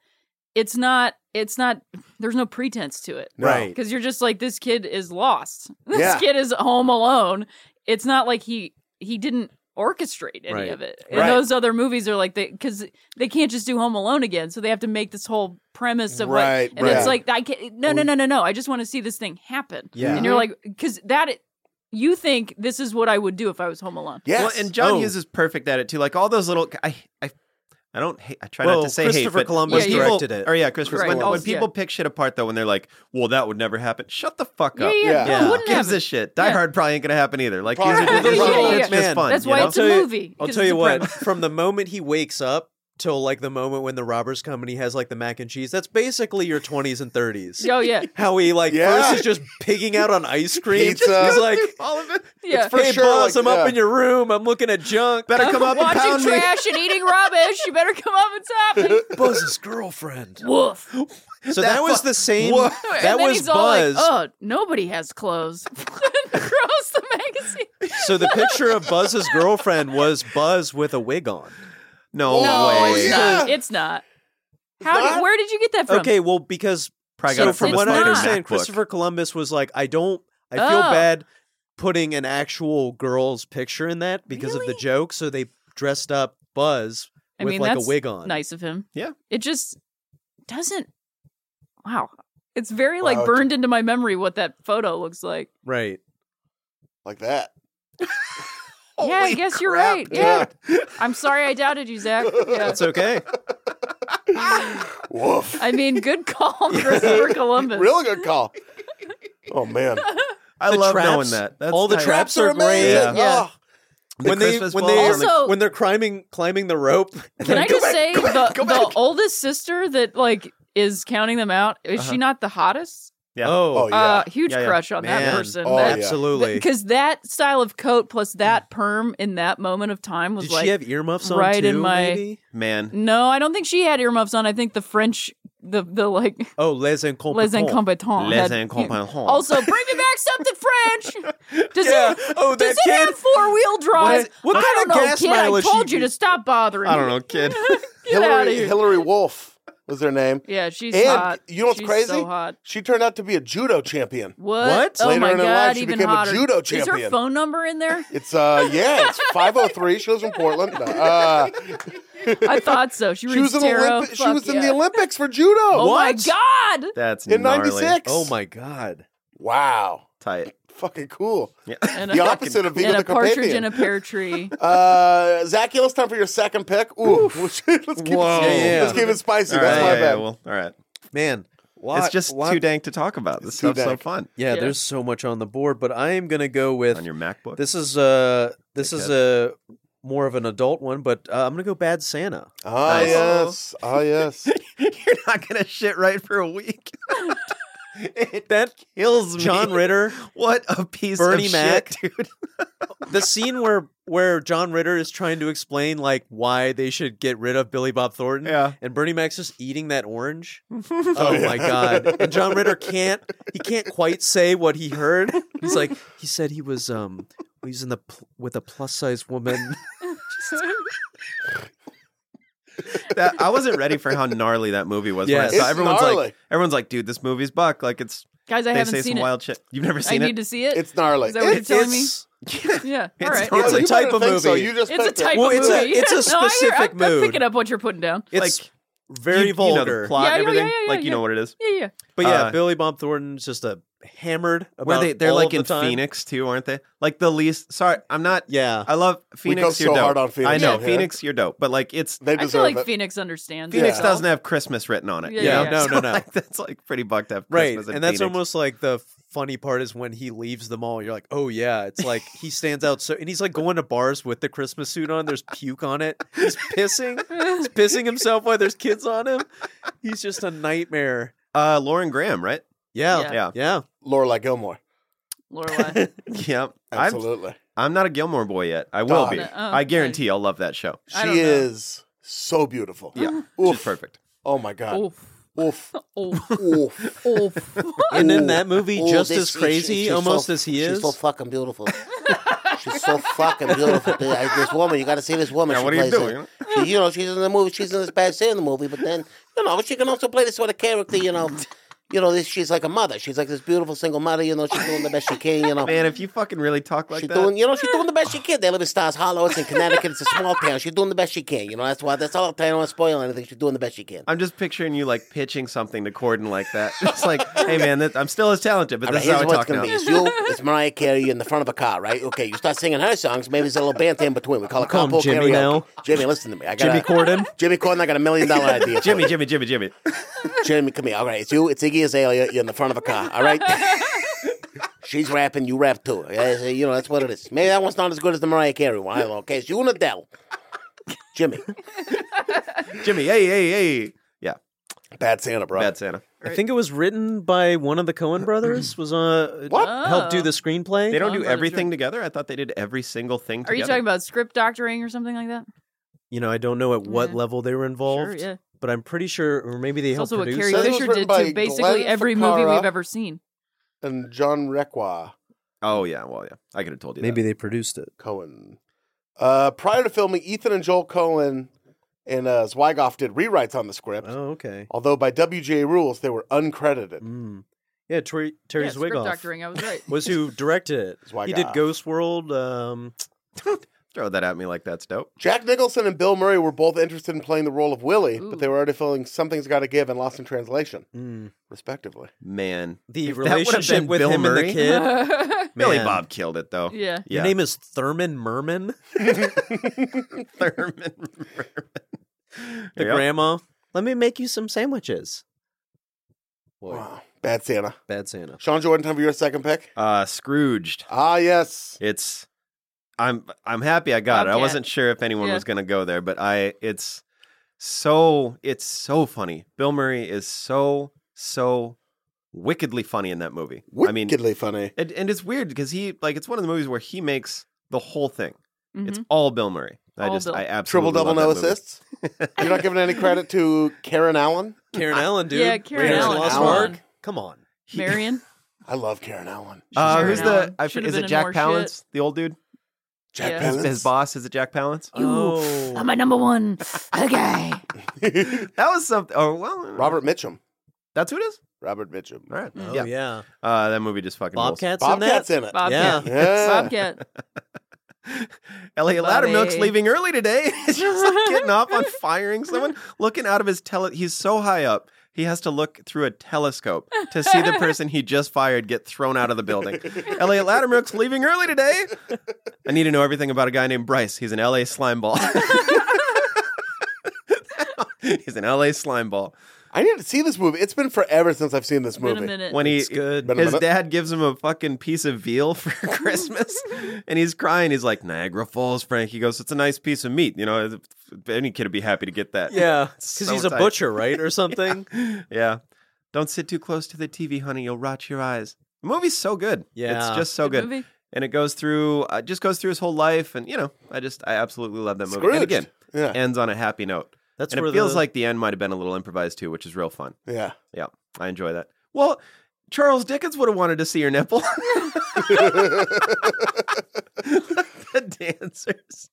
Speaker 4: it's not. It's not. There's no pretense to it.
Speaker 2: No.
Speaker 3: Right.
Speaker 4: because you're just like this kid is lost this
Speaker 2: Yeah.
Speaker 4: kid is home alone it's not like he he didn't orchestrate any
Speaker 3: Right.
Speaker 4: of it and
Speaker 2: Right.
Speaker 4: those other movies are like they because they can't just do home alone again so they have to make this whole premise of
Speaker 2: Right,
Speaker 4: what and
Speaker 2: right.
Speaker 4: it's like i can't no no no no no i just want to see this thing happen
Speaker 3: Yeah.
Speaker 4: and you're like because that you think this is what i would do if i was home alone
Speaker 2: Yes.
Speaker 1: Well, and John
Speaker 3: Oh.
Speaker 1: Hughes is perfect at it too. Like all those little, I, I, I don't hate. I try not
Speaker 3: Well,
Speaker 1: to say hate.
Speaker 3: Christopher
Speaker 1: but
Speaker 3: Columbus
Speaker 1: when people,
Speaker 3: directed it.
Speaker 1: Or yeah, Christopher.
Speaker 4: Right.
Speaker 1: When, when
Speaker 4: Columbus,
Speaker 1: people
Speaker 4: yeah.
Speaker 1: pick shit apart though, when they're like, "Well, that would never happen." Shut the fuck
Speaker 4: yeah
Speaker 1: up.
Speaker 4: yeah,
Speaker 2: Yeah.
Speaker 4: no, it
Speaker 3: Yeah.
Speaker 4: wouldn't
Speaker 1: Gives
Speaker 4: happen.
Speaker 1: a shit. Die
Speaker 4: Yeah.
Speaker 1: Hard probably ain't gonna happen either. Like these
Speaker 2: Probably.
Speaker 1: are just,
Speaker 4: Yeah, yeah, yeah.
Speaker 1: it's just
Speaker 3: "Oh, Man,
Speaker 1: fun.
Speaker 4: that's
Speaker 1: you
Speaker 4: why
Speaker 1: know?
Speaker 4: it's a
Speaker 3: I'll tell you-
Speaker 4: movie
Speaker 3: I'll
Speaker 4: 'cause
Speaker 3: tell
Speaker 4: it's
Speaker 3: you
Speaker 4: a
Speaker 3: what,
Speaker 4: premise.
Speaker 3: from the moment he wakes up till like the moment when the robbers come and he has like the mac and cheese, that's basically your 20s and 30s.
Speaker 4: oh yeah
Speaker 3: How he like
Speaker 2: Yeah.
Speaker 3: first is just pigging out on ice cream.
Speaker 2: Pizza.
Speaker 3: He's like,
Speaker 1: all of it.
Speaker 4: yeah
Speaker 2: for
Speaker 3: hey
Speaker 2: sure,
Speaker 3: boss,
Speaker 2: like,
Speaker 3: I'm
Speaker 2: yeah.
Speaker 3: up in your room. I'm looking at junk.
Speaker 1: Better come up and pound
Speaker 4: watching
Speaker 1: me.
Speaker 4: trash and eating rubbish you better come up and stop me
Speaker 3: Buzz's girlfriend.
Speaker 4: woof
Speaker 3: So that, was the same.
Speaker 1: Whoa.
Speaker 4: And
Speaker 3: That
Speaker 4: then
Speaker 3: was
Speaker 4: he's all like,
Speaker 3: Buzz.
Speaker 4: oh, nobody has clothes across the magazine.
Speaker 3: So the picture of Buzz's girlfriend was Buzz with a wig on.
Speaker 1: No,
Speaker 2: Oh,
Speaker 1: way.
Speaker 2: yeah.
Speaker 4: It's not. How? Did,
Speaker 2: not?
Speaker 4: where did you get that from?
Speaker 3: Okay, well because
Speaker 1: Probably got
Speaker 3: so
Speaker 1: it from
Speaker 3: from
Speaker 4: his
Speaker 3: what I
Speaker 4: fucking
Speaker 3: understand,
Speaker 1: MacBook.
Speaker 3: Christopher Columbus was like, I don't, I feel
Speaker 4: Oh.
Speaker 3: bad putting an actual girl's picture in that because of the joke. So they dressed up Buzz
Speaker 4: I
Speaker 3: with
Speaker 4: mean,
Speaker 3: like a
Speaker 4: that's
Speaker 3: wig on.
Speaker 4: Nice of him.
Speaker 1: Yeah.
Speaker 4: It just doesn't. Wow. It's very like
Speaker 2: Wow.
Speaker 4: burned into my memory what that photo looks like.
Speaker 3: Right.
Speaker 2: like that.
Speaker 4: yeah, I
Speaker 1: Holy
Speaker 4: guess you're
Speaker 1: crap,
Speaker 4: right. Yeah. I'm sorry I doubted you, Zach. Yeah.
Speaker 3: That's okay.
Speaker 2: Woof.
Speaker 4: I mean, good call, Christopher Columbus.
Speaker 2: Real good call. Oh man,
Speaker 1: I
Speaker 3: The
Speaker 1: love knowing
Speaker 3: traps-
Speaker 1: that. That's
Speaker 3: all the
Speaker 1: tight.
Speaker 3: traps are
Speaker 2: amazing.
Speaker 3: great.
Speaker 4: Yeah.
Speaker 2: Oh,
Speaker 1: The
Speaker 3: when they
Speaker 1: Christmas
Speaker 3: when
Speaker 1: balls
Speaker 3: they
Speaker 1: and the-
Speaker 4: Also-
Speaker 3: when they're climbing climbing the rope.
Speaker 4: Can I just
Speaker 2: back,
Speaker 4: say
Speaker 2: go back,
Speaker 4: the,
Speaker 2: go back.
Speaker 4: the oldest sister that like is counting them out? Is she not the hottest?
Speaker 1: yeah.
Speaker 2: oh yeah.
Speaker 4: Uh, huge
Speaker 1: Yeah, yeah.
Speaker 4: crush on that
Speaker 3: Man.
Speaker 4: person.
Speaker 2: Oh,
Speaker 4: that,
Speaker 2: yeah.
Speaker 3: absolutely.
Speaker 4: Because that style of coat plus that perm in that moment of time was
Speaker 3: Did
Speaker 4: like
Speaker 3: she have earmuffs on
Speaker 4: right
Speaker 3: too?
Speaker 4: in my-
Speaker 3: maybe?
Speaker 1: man.
Speaker 4: No, I don't think she had earmuffs on. I think the French, the the like
Speaker 3: Oh, les incompetents.
Speaker 4: les incompetents.
Speaker 1: Les
Speaker 4: had-
Speaker 1: incompetents.
Speaker 4: Also, bring me back something French. Does
Speaker 3: Yeah.
Speaker 4: it?
Speaker 3: Oh,
Speaker 4: does
Speaker 3: that
Speaker 4: it
Speaker 3: kid.
Speaker 4: have four wheel drive?
Speaker 3: what
Speaker 4: I
Speaker 3: kind
Speaker 4: don't
Speaker 3: of
Speaker 4: know,
Speaker 3: gas
Speaker 4: kid.
Speaker 3: mileage
Speaker 4: I told
Speaker 3: you-
Speaker 4: you to stop bothering.
Speaker 1: I don't
Speaker 4: me.
Speaker 1: know, kid.
Speaker 4: Get out of
Speaker 2: Hillary
Speaker 4: here.
Speaker 2: Hillary Wolf was their name.
Speaker 4: Yeah, she's
Speaker 2: And
Speaker 4: hot.
Speaker 2: you know what's
Speaker 4: she's
Speaker 2: crazy?
Speaker 4: So hot.
Speaker 2: She turned out to be a judo champion.
Speaker 4: What?
Speaker 3: What?
Speaker 4: Oh
Speaker 2: Later
Speaker 4: my
Speaker 2: in her
Speaker 4: god!
Speaker 2: life, she
Speaker 4: even
Speaker 2: became a
Speaker 4: hotter.
Speaker 2: judo
Speaker 4: Is her
Speaker 2: champion.
Speaker 4: phone number in there?
Speaker 2: It's uh yeah, it's 503. She lives in Portland. No, Uh,
Speaker 4: I thought so. She,
Speaker 2: she was in
Speaker 4: reads tarot.
Speaker 2: Olympi- she
Speaker 4: Fuck
Speaker 2: was in
Speaker 4: yeah.
Speaker 2: the Olympics for judo.
Speaker 4: Oh my
Speaker 3: What?
Speaker 4: god!
Speaker 1: That's
Speaker 2: In
Speaker 1: gnarly.
Speaker 2: '96.
Speaker 3: Oh my god.
Speaker 2: Wow.
Speaker 1: Tight.
Speaker 2: Fucking cool.
Speaker 4: And
Speaker 2: The
Speaker 4: a,
Speaker 2: opposite of Vigo
Speaker 4: and
Speaker 2: the
Speaker 4: a partridge in
Speaker 2: Carpathian.
Speaker 4: a pear tree.
Speaker 2: Uh, Zach, it's time for your second pick. Ooh, let's keep it,
Speaker 1: Whoa.
Speaker 3: Yeah, yeah.
Speaker 2: let's keep it spicy.
Speaker 1: All
Speaker 2: That's
Speaker 1: right,
Speaker 2: my
Speaker 1: yeah,
Speaker 2: bad.
Speaker 1: yeah, well, all right.
Speaker 3: Man. lot-
Speaker 1: It's just
Speaker 3: lot-
Speaker 1: too dank to talk about. This
Speaker 2: It's too
Speaker 1: stuff's so
Speaker 2: dank.
Speaker 1: fun.
Speaker 3: Yeah,
Speaker 4: Yeah.
Speaker 3: there's so much on the board, but I am gonna go with
Speaker 1: On your MacBook.
Speaker 3: this is uh this is a more of an adult one, but uh, I'm gonna go Bad Santa.
Speaker 2: Ah
Speaker 1: Nice.
Speaker 2: yes, ah yes.
Speaker 1: You're not gonna shit right for a week. it
Speaker 3: That
Speaker 1: kills me.
Speaker 3: John Ritter,
Speaker 1: What a piece
Speaker 3: Bernie
Speaker 1: of
Speaker 3: Mac.
Speaker 1: shit, dude.
Speaker 3: the scene where where John Ritter is trying to explain like why they should get rid of Billy Bob Thornton,
Speaker 1: Yeah.
Speaker 3: and Bernie Mac's just eating that orange. oh my god! And John Ritter can't he can't quite say what he heard. He's like he said he was um he's in the pl- with a plus size woman.
Speaker 1: That, I wasn't ready for how gnarly that movie was. when I
Speaker 3: Yes.
Speaker 1: saw-
Speaker 2: It's
Speaker 1: everyone's
Speaker 2: gnarly.
Speaker 1: like, everyone's like, dude, this movie's buck. Like it's
Speaker 4: Guys, I
Speaker 1: they
Speaker 4: haven't
Speaker 1: say
Speaker 4: seen
Speaker 1: some
Speaker 4: it.
Speaker 1: wild shit. You've never
Speaker 4: I
Speaker 1: seen
Speaker 4: need
Speaker 1: it?
Speaker 4: to see it.
Speaker 2: It's gnarly.
Speaker 4: Is that what you're telling me?
Speaker 3: It's-
Speaker 4: Yeah.
Speaker 1: It's
Speaker 4: all right.
Speaker 1: not-
Speaker 3: It's a
Speaker 2: you
Speaker 3: type
Speaker 2: better
Speaker 3: of
Speaker 2: think So.
Speaker 3: movie.
Speaker 2: You just
Speaker 4: It's a
Speaker 2: picked it.
Speaker 4: type
Speaker 3: Well,
Speaker 4: of
Speaker 3: it's a-
Speaker 4: movie.
Speaker 3: it's a
Speaker 4: no, I hear-
Speaker 3: specific
Speaker 4: I'm
Speaker 3: mood.
Speaker 4: picking up what you're putting down.
Speaker 3: It's
Speaker 1: Like,
Speaker 3: very
Speaker 1: You- you know the
Speaker 3: vulgar.
Speaker 1: plot
Speaker 4: Yeah,
Speaker 1: and
Speaker 4: yeah,
Speaker 1: everything.
Speaker 4: yeah, yeah,
Speaker 1: like you
Speaker 4: yeah.
Speaker 1: know what it is.
Speaker 4: Yeah, yeah.
Speaker 3: But yeah,
Speaker 1: Uh,
Speaker 3: Billy Bob Thornton's just a hammered about
Speaker 1: Where they they're
Speaker 3: all of
Speaker 1: like
Speaker 3: the
Speaker 1: in
Speaker 3: time.
Speaker 1: Phoenix too, aren't they? Like the least. Sorry, I'm not.
Speaker 3: Yeah.
Speaker 1: I love Phoenix.
Speaker 2: go
Speaker 1: you're
Speaker 2: so
Speaker 1: dope.
Speaker 2: hard on Phoenix
Speaker 1: I know
Speaker 2: out here.
Speaker 1: Phoenix. You're dope, but like it's
Speaker 2: They
Speaker 4: I feel
Speaker 2: deserve
Speaker 4: like
Speaker 2: it.
Speaker 4: Phoenix understands.
Speaker 1: Phoenix
Speaker 4: itself.
Speaker 1: doesn't have Christmas written on it.
Speaker 4: Yeah,
Speaker 1: you
Speaker 4: yeah,
Speaker 1: know?
Speaker 4: yeah.
Speaker 3: No, no,
Speaker 1: So,
Speaker 3: no.
Speaker 1: like, that's like pretty bucked to have
Speaker 3: right.
Speaker 1: Christmas in
Speaker 3: And that's
Speaker 1: Phoenix.
Speaker 3: almost like the funny part is when he leaves the mall. You're like, oh yeah, it's like he stands out so, and he's like going to bars with the Christmas suit on. There's puke on it. He's pissing. He's pissing himself while there's kids on him. He's just a nightmare.
Speaker 1: uh, Lauren Graham, right?
Speaker 3: Yeah,
Speaker 4: Yeah.
Speaker 1: Yeah,
Speaker 3: yeah.
Speaker 2: Lorelai Gilmore.
Speaker 4: Lorelai.
Speaker 1: yeah. I'm
Speaker 2: Absolutely.
Speaker 1: I'm not a Gilmore boy yet. I will
Speaker 2: Dog.
Speaker 1: be.
Speaker 4: No, oh,
Speaker 1: I guarantee I'll love that show.
Speaker 4: I don't
Speaker 2: she
Speaker 4: know.
Speaker 2: is so beautiful.
Speaker 1: Yeah, she's
Speaker 2: Oof.
Speaker 1: perfect.
Speaker 2: Oh my god.
Speaker 4: Oof.
Speaker 2: Oof.
Speaker 4: Oof.
Speaker 2: Oof.
Speaker 4: Oof.
Speaker 3: And
Speaker 2: Ooh.
Speaker 3: in that movie,
Speaker 2: Ooh,
Speaker 3: just
Speaker 2: this-
Speaker 3: as
Speaker 2: she-
Speaker 3: crazy,
Speaker 2: she's
Speaker 3: almost
Speaker 2: so-
Speaker 3: as he
Speaker 2: she's
Speaker 3: is.
Speaker 2: so fucking beautiful. she's so fucking beautiful. dude. I- This woman, you got to see this woman.
Speaker 1: Yeah,
Speaker 2: she
Speaker 1: what are you
Speaker 2: plays
Speaker 1: doing?
Speaker 2: it. She, you know, she's in the movie. She's in this bad scene in the movie, but then you know, she can also play this sort of character. You know, you know, this, she's like a mother. She's like this beautiful single mother. You know, she's doing the best she can. You know.
Speaker 1: Man, if you fucking really talk like
Speaker 2: She's
Speaker 1: that,
Speaker 2: doing, you know, she's doing the best she can. They live in Stars Hollow. It's in Connecticut. It's a small town. She's doing the best she can. You know, that's why. That's all. I'm telling you. I don't want to spoil anything. She's doing the best she can.
Speaker 1: I'm just picturing you like pitching something to Corden like that. It's like, hey man, this, I'm still as talented, but
Speaker 2: All right,
Speaker 1: this is
Speaker 2: here's
Speaker 1: how I
Speaker 2: what's
Speaker 1: talk
Speaker 2: gonna
Speaker 1: now.
Speaker 2: be. It's you, it's Mariah Carey in the front of a car, right? Okay, you start singing her songs. Maybe there's a little band in between. We call it
Speaker 3: Call him
Speaker 2: carpool
Speaker 3: Jimmy
Speaker 2: karaoke.
Speaker 3: now.
Speaker 2: Jimmy, listen to me. I got
Speaker 3: Jimmy Corden.
Speaker 2: Jimmy Corden. I got a million dollar idea. for
Speaker 1: Jimmy,
Speaker 2: you.
Speaker 1: Jimmy, Jimmy, Jimmy.
Speaker 2: Jimmy, come here. All right, it's you. It's Iggy Azalea. You're in the front of a car. All right. She's rapping. You rap too. Yeah, so, You know that's what it is. Maybe that one's not as good as the Mariah Carey one. I don't know. Okay, it's you and Adele. Jimmy,
Speaker 1: Jimmy, hey, hey, hey. Yeah,
Speaker 2: bad Santa, bro.
Speaker 1: bad Santa.
Speaker 3: I think it was written by one of the Cohen brothers. Was uh
Speaker 4: What?
Speaker 3: helped
Speaker 4: Oh.
Speaker 3: do the screenplay?
Speaker 1: They don't do
Speaker 4: Sounds like a
Speaker 1: everything together. I thought they did every single thing
Speaker 4: Oh. Are
Speaker 1: together.
Speaker 4: you talking about script doctoring or something like that?
Speaker 3: you know, I don't know at what
Speaker 4: Yeah.
Speaker 3: level they were
Speaker 4: Sure,
Speaker 3: involved,
Speaker 4: yeah.
Speaker 3: but I'm pretty sure, or maybe they
Speaker 4: It's
Speaker 3: helped
Speaker 4: also what
Speaker 3: produce.
Speaker 4: Carrie
Speaker 3: it.
Speaker 2: Says it was
Speaker 4: Fisher
Speaker 2: written
Speaker 4: did
Speaker 2: by
Speaker 4: to basically
Speaker 2: Glenn
Speaker 4: every movie
Speaker 2: Ficarra.
Speaker 4: we've ever seen.
Speaker 2: And John Requa.
Speaker 1: Oh yeah, well yeah, I could have told you.
Speaker 3: Maybe
Speaker 1: Maybe
Speaker 3: they produced it.
Speaker 2: Cohen. Uh, prior to filming, Ethan and Joel Cohen and uh, Zweigoff did rewrites on the script,
Speaker 3: Oh, okay.
Speaker 2: although by WGA rules, they were uncredited.
Speaker 3: Mm. Yeah, Terry, Terry
Speaker 4: Yeah, script
Speaker 3: Zwigoff
Speaker 4: doctoring. I was right.
Speaker 3: was who directed it.
Speaker 2: Zweigoff.
Speaker 3: He did Ghost World. Um,
Speaker 1: Throw that at me like that's dope.
Speaker 2: Jack Nicholson and Bill Murray were both interested in playing the role of Willie, but they were already feeling something's got to give and lost in translation, respectively.
Speaker 1: Man,
Speaker 3: hmm, The
Speaker 1: If that would've
Speaker 3: relationship
Speaker 1: been
Speaker 3: with
Speaker 1: Bill
Speaker 3: him and
Speaker 1: Murray-
Speaker 3: the kid.
Speaker 1: Billy
Speaker 3: man.
Speaker 1: Bob killed it though.
Speaker 4: yeah.
Speaker 3: Your name is Thurman Merman,
Speaker 1: Thurman
Speaker 3: the grandma. Let me make you some sandwiches. Boy,
Speaker 2: Wow. Bad Santa.
Speaker 3: bad Santa.
Speaker 2: Sean Jordan, time for your second pick.
Speaker 1: Uh, Scrooged.
Speaker 2: Ah, yes.
Speaker 1: It's. I'm. I'm happy I got it. I
Speaker 4: Bobcat.
Speaker 1: wasn't sure if anyone
Speaker 4: Yeah.
Speaker 1: was gonna go there, but I. It's so. It's so funny. Bill Murray is so so wickedly funny in that movie. I mean,
Speaker 2: Wickedly funny.
Speaker 1: and, and it's weird because he like it's one of the movies where he makes the whole thing. It's
Speaker 4: Mhm.
Speaker 1: all Bill Murray. I
Speaker 4: All
Speaker 1: just.
Speaker 4: Bill.
Speaker 1: I absolutely
Speaker 2: Triple double, no
Speaker 1: love that movie.
Speaker 2: assists. You're not giving any credit to Karen Allen?
Speaker 3: Karen Allen, dude.
Speaker 4: Yeah, Karen
Speaker 3: Raiders of
Speaker 2: Allen,
Speaker 3: the Lost
Speaker 2: come
Speaker 3: Ark.
Speaker 4: on.
Speaker 3: Come on.
Speaker 4: Marion.
Speaker 2: I love Karen Allen.
Speaker 1: Uh,
Speaker 4: Sharon
Speaker 1: who's the?
Speaker 4: Allen.
Speaker 1: I,
Speaker 4: Should've
Speaker 1: is it
Speaker 4: been in
Speaker 1: Jack
Speaker 4: more
Speaker 1: Palance,
Speaker 4: shit.
Speaker 1: the old dude?
Speaker 2: Jack
Speaker 4: Yeah.
Speaker 1: His,
Speaker 2: Palance.
Speaker 1: his boss is it Jack Palance?
Speaker 4: You
Speaker 3: Oh.
Speaker 4: are my number one. Okay.
Speaker 1: That was something. Oh well,
Speaker 2: Robert Mitchum.
Speaker 1: That's who it is.
Speaker 2: Robert Mitchum.
Speaker 1: All right.
Speaker 3: Oh,
Speaker 1: yeah.
Speaker 3: yeah.
Speaker 1: Uh, that movie just fucking rules.
Speaker 3: Bobcats in that?
Speaker 2: Bobcat's in it.
Speaker 4: Bobcat.
Speaker 3: Yeah.
Speaker 2: Yeah.
Speaker 4: Bobcat.
Speaker 1: Elliot
Speaker 4: Bobby.
Speaker 1: Loudermilk's leaving early today. He's just like getting off on firing someone, looking out of his tele. He's so high up, he has to look through a telescope to see the person he just fired get thrown out of the building. Elliot Loudermilk's leaving early today. I need to know everything about a guy named Bryce. He's an LA slime ball. He's an LA slime ball.
Speaker 2: I need to see this movie. It's been forever since I've seen this
Speaker 4: Been a
Speaker 2: movie.
Speaker 4: minute.
Speaker 1: When he
Speaker 3: It's good.
Speaker 2: Been a
Speaker 1: His
Speaker 2: minute.
Speaker 1: dad gives him a fucking piece of veal for Christmas, and he's crying. He's like, Niagara Falls, Frank. He goes, It's a nice piece of meat. You know, any kid would be happy to get that.
Speaker 3: Yeah. Because
Speaker 1: So
Speaker 3: he's a
Speaker 1: tight.
Speaker 3: butcher, right? Or something.
Speaker 1: Yeah. Don't sit too close to the TV, honey. You'll rot your eyes. The movie's so good.
Speaker 3: Yeah.
Speaker 1: It's just so good.
Speaker 4: Movie.
Speaker 1: And it goes through, uh, just goes through his whole life. And, you know, I just, I absolutely love that movie. And
Speaker 2: Scrooged.
Speaker 1: again,
Speaker 2: Yeah.
Speaker 1: ends on a happy note.
Speaker 3: That's
Speaker 1: and
Speaker 3: where
Speaker 1: it feels
Speaker 3: the-
Speaker 1: like the end might have been a little improvised too, which is real fun.
Speaker 2: yeah.
Speaker 1: Yeah, I enjoy that. Well, Charles Dickens would have wanted to see your nipple. the dancers.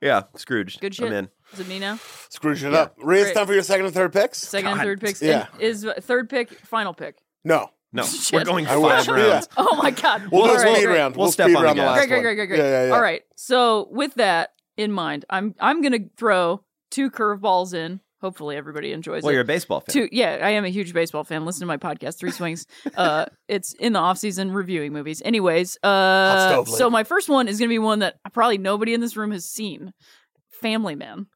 Speaker 1: Yeah, Scrooge.
Speaker 4: Good shit.
Speaker 1: I'm in.
Speaker 4: Is it me now?
Speaker 2: Scrooge it up. Rhea, it's
Speaker 4: Great.
Speaker 2: time for your second and third picks?
Speaker 4: Second and
Speaker 1: God.
Speaker 4: third picks.
Speaker 2: Yeah.
Speaker 4: And Is uh, third pick final pick?
Speaker 2: no.
Speaker 1: No,
Speaker 4: Shit.
Speaker 1: we're going
Speaker 2: I
Speaker 1: five
Speaker 2: wish.
Speaker 1: rounds.
Speaker 2: Yeah.
Speaker 4: Oh my god.
Speaker 2: We'll
Speaker 4: All
Speaker 2: do a
Speaker 4: right,
Speaker 2: speed
Speaker 4: great.
Speaker 2: round.
Speaker 1: We'll step
Speaker 2: speed
Speaker 1: on the
Speaker 2: round the
Speaker 1: gas.
Speaker 2: last
Speaker 4: Great, great,
Speaker 2: one.
Speaker 4: great, great, great.
Speaker 2: Yeah, yeah, yeah.
Speaker 4: All right. So with that in mind, I'm I'm gonna throw two curveballs in. Hopefully everybody enjoys
Speaker 1: Well,
Speaker 4: it.
Speaker 1: you're a baseball fan.
Speaker 4: Two, yeah, I am a huge baseball fan. Listen to my podcast, Three Swings. Uh, it's in the off season reviewing movies. Anyways, uh,
Speaker 2: stove
Speaker 4: so
Speaker 2: lid.
Speaker 4: my first one is going to be one that probably nobody in this room has seen: Family Man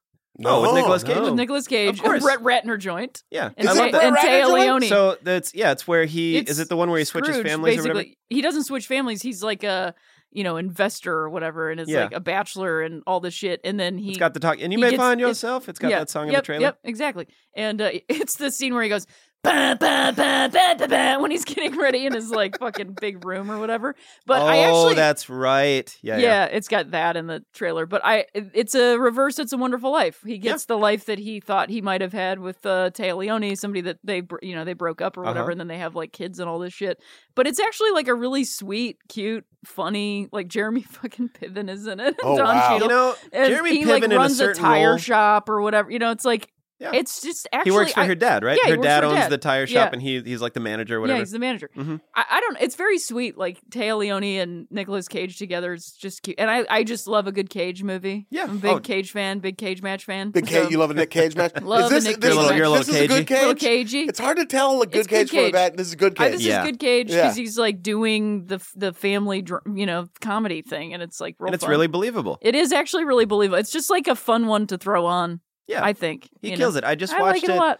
Speaker 1: Oh, with Nicolas Cage.
Speaker 4: with Nicolas Cage
Speaker 1: Of
Speaker 4: and
Speaker 1: course.
Speaker 4: Brett Ratner joint
Speaker 1: Yeah,
Speaker 4: and,
Speaker 1: I
Speaker 4: Ta-
Speaker 1: love
Speaker 2: it Brett
Speaker 4: and
Speaker 2: Ratner
Speaker 4: Taya
Speaker 2: joint?
Speaker 4: Leone.
Speaker 1: So that's yeah, it's where he
Speaker 4: It's
Speaker 1: is it the one where he switches
Speaker 4: Scrooge,
Speaker 1: families or whatever.
Speaker 4: basically. He doesn't switch families. He's like a you know investor or whatever, and is
Speaker 1: Yeah.
Speaker 4: like a bachelor and all this shit. And then he
Speaker 1: It's got the talk, and you
Speaker 4: he
Speaker 1: may
Speaker 4: gets-
Speaker 1: find
Speaker 4: it-
Speaker 1: yourself. It's got
Speaker 4: Yeah.
Speaker 1: that song in
Speaker 4: yep,
Speaker 1: the trailer.
Speaker 4: Yep, exactly. And uh, it's the scene where he goes "Ba, ba, ba, ba, ba, ba," when he's getting ready in his like fucking big room or whatever. But
Speaker 1: oh,
Speaker 4: I actually
Speaker 1: that's right. Yeah,
Speaker 4: yeah,
Speaker 1: yeah.
Speaker 4: it's got that in the trailer. But I it- it's a reverse it's a wonderful life. He gets the life that he thought he might have had with uh Taya Leone, somebody that they br- you know, they broke up or whatever
Speaker 1: Uh-huh.
Speaker 4: and then they have like kids and all this shit. But it's actually like a really sweet, cute, funny, like Jeremy fucking Piven is in it.
Speaker 2: Oh,
Speaker 4: Don
Speaker 2: wow.
Speaker 4: Cheadle
Speaker 1: You know,
Speaker 4: and
Speaker 1: Jeremy
Speaker 4: he
Speaker 1: Piven
Speaker 4: like
Speaker 1: in a
Speaker 4: runs a,
Speaker 1: certain
Speaker 4: tire
Speaker 1: role-
Speaker 4: shop or whatever. You know, it's like
Speaker 1: Yeah.
Speaker 4: it's just actually
Speaker 1: he works for
Speaker 4: I-
Speaker 1: her dad, right?
Speaker 4: yeah, he
Speaker 1: her
Speaker 4: works
Speaker 1: dad
Speaker 4: for
Speaker 1: owns
Speaker 4: dad.
Speaker 1: the tire shop,
Speaker 4: Yeah.
Speaker 1: and he he's like the manager or
Speaker 4: Yeah,
Speaker 1: whatever.
Speaker 4: he's the manager.
Speaker 1: Mhm.
Speaker 4: I, I don't. It's very sweet. Like Taya Leone and Nicolas Cage together is just cute, and I, I just love a good Cage movie.
Speaker 1: Yeah.
Speaker 4: I'm a big
Speaker 1: Oh.
Speaker 4: Cage fan, big Cage match fan.
Speaker 2: Big Cage, you love a Nick Cage match?
Speaker 4: Love
Speaker 2: is this,
Speaker 4: a Nick
Speaker 2: this,
Speaker 4: Cage
Speaker 2: this,
Speaker 4: match. You're a
Speaker 1: little-
Speaker 2: is a good
Speaker 4: a little
Speaker 2: Cage?
Speaker 4: cagey.
Speaker 2: It's hard to tell a good
Speaker 4: It's good
Speaker 2: Cage from a
Speaker 4: Cage.
Speaker 2: bad. This is a good
Speaker 4: I-
Speaker 2: Cage.
Speaker 4: this
Speaker 1: Yeah.
Speaker 4: is good Cage
Speaker 2: Yeah.
Speaker 4: because he's like doing the the family dr- you know comedy thing, and it's like real
Speaker 1: and it's
Speaker 4: fun.
Speaker 1: really believable.
Speaker 4: it is actually really believable. It's just like a fun one to throw on.
Speaker 1: Yeah.
Speaker 4: I think
Speaker 1: He
Speaker 4: you
Speaker 1: kills
Speaker 4: know?
Speaker 1: it. I just
Speaker 4: I
Speaker 1: watched
Speaker 4: like it a lot.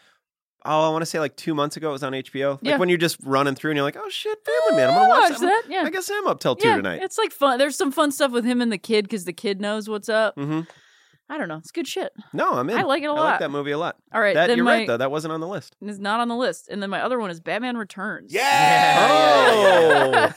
Speaker 1: Oh, I want to say like two months ago. It was on HBO. Like
Speaker 4: Yeah.
Speaker 1: when you're just running through and you're like, oh shit, Family Man. I'm
Speaker 4: I
Speaker 1: gonna watch,
Speaker 4: watched
Speaker 1: that. I'm-
Speaker 4: that. Yeah.
Speaker 1: I guess I'm up till two
Speaker 4: yeah,
Speaker 1: tonight.
Speaker 4: it's like fun. There's some fun stuff with him and the kid because the kid knows what's up.
Speaker 1: Mhm.
Speaker 4: I don't know. It's good shit.
Speaker 1: No, I'm in.
Speaker 4: I like it a
Speaker 1: I
Speaker 4: lot.
Speaker 1: like that movie a lot.
Speaker 4: All right,
Speaker 1: that
Speaker 4: then
Speaker 1: you're
Speaker 4: my
Speaker 1: right though. That wasn't on the list.
Speaker 4: is not on the list, and then my other one is Batman Returns.
Speaker 2: Yeah.
Speaker 3: Oh.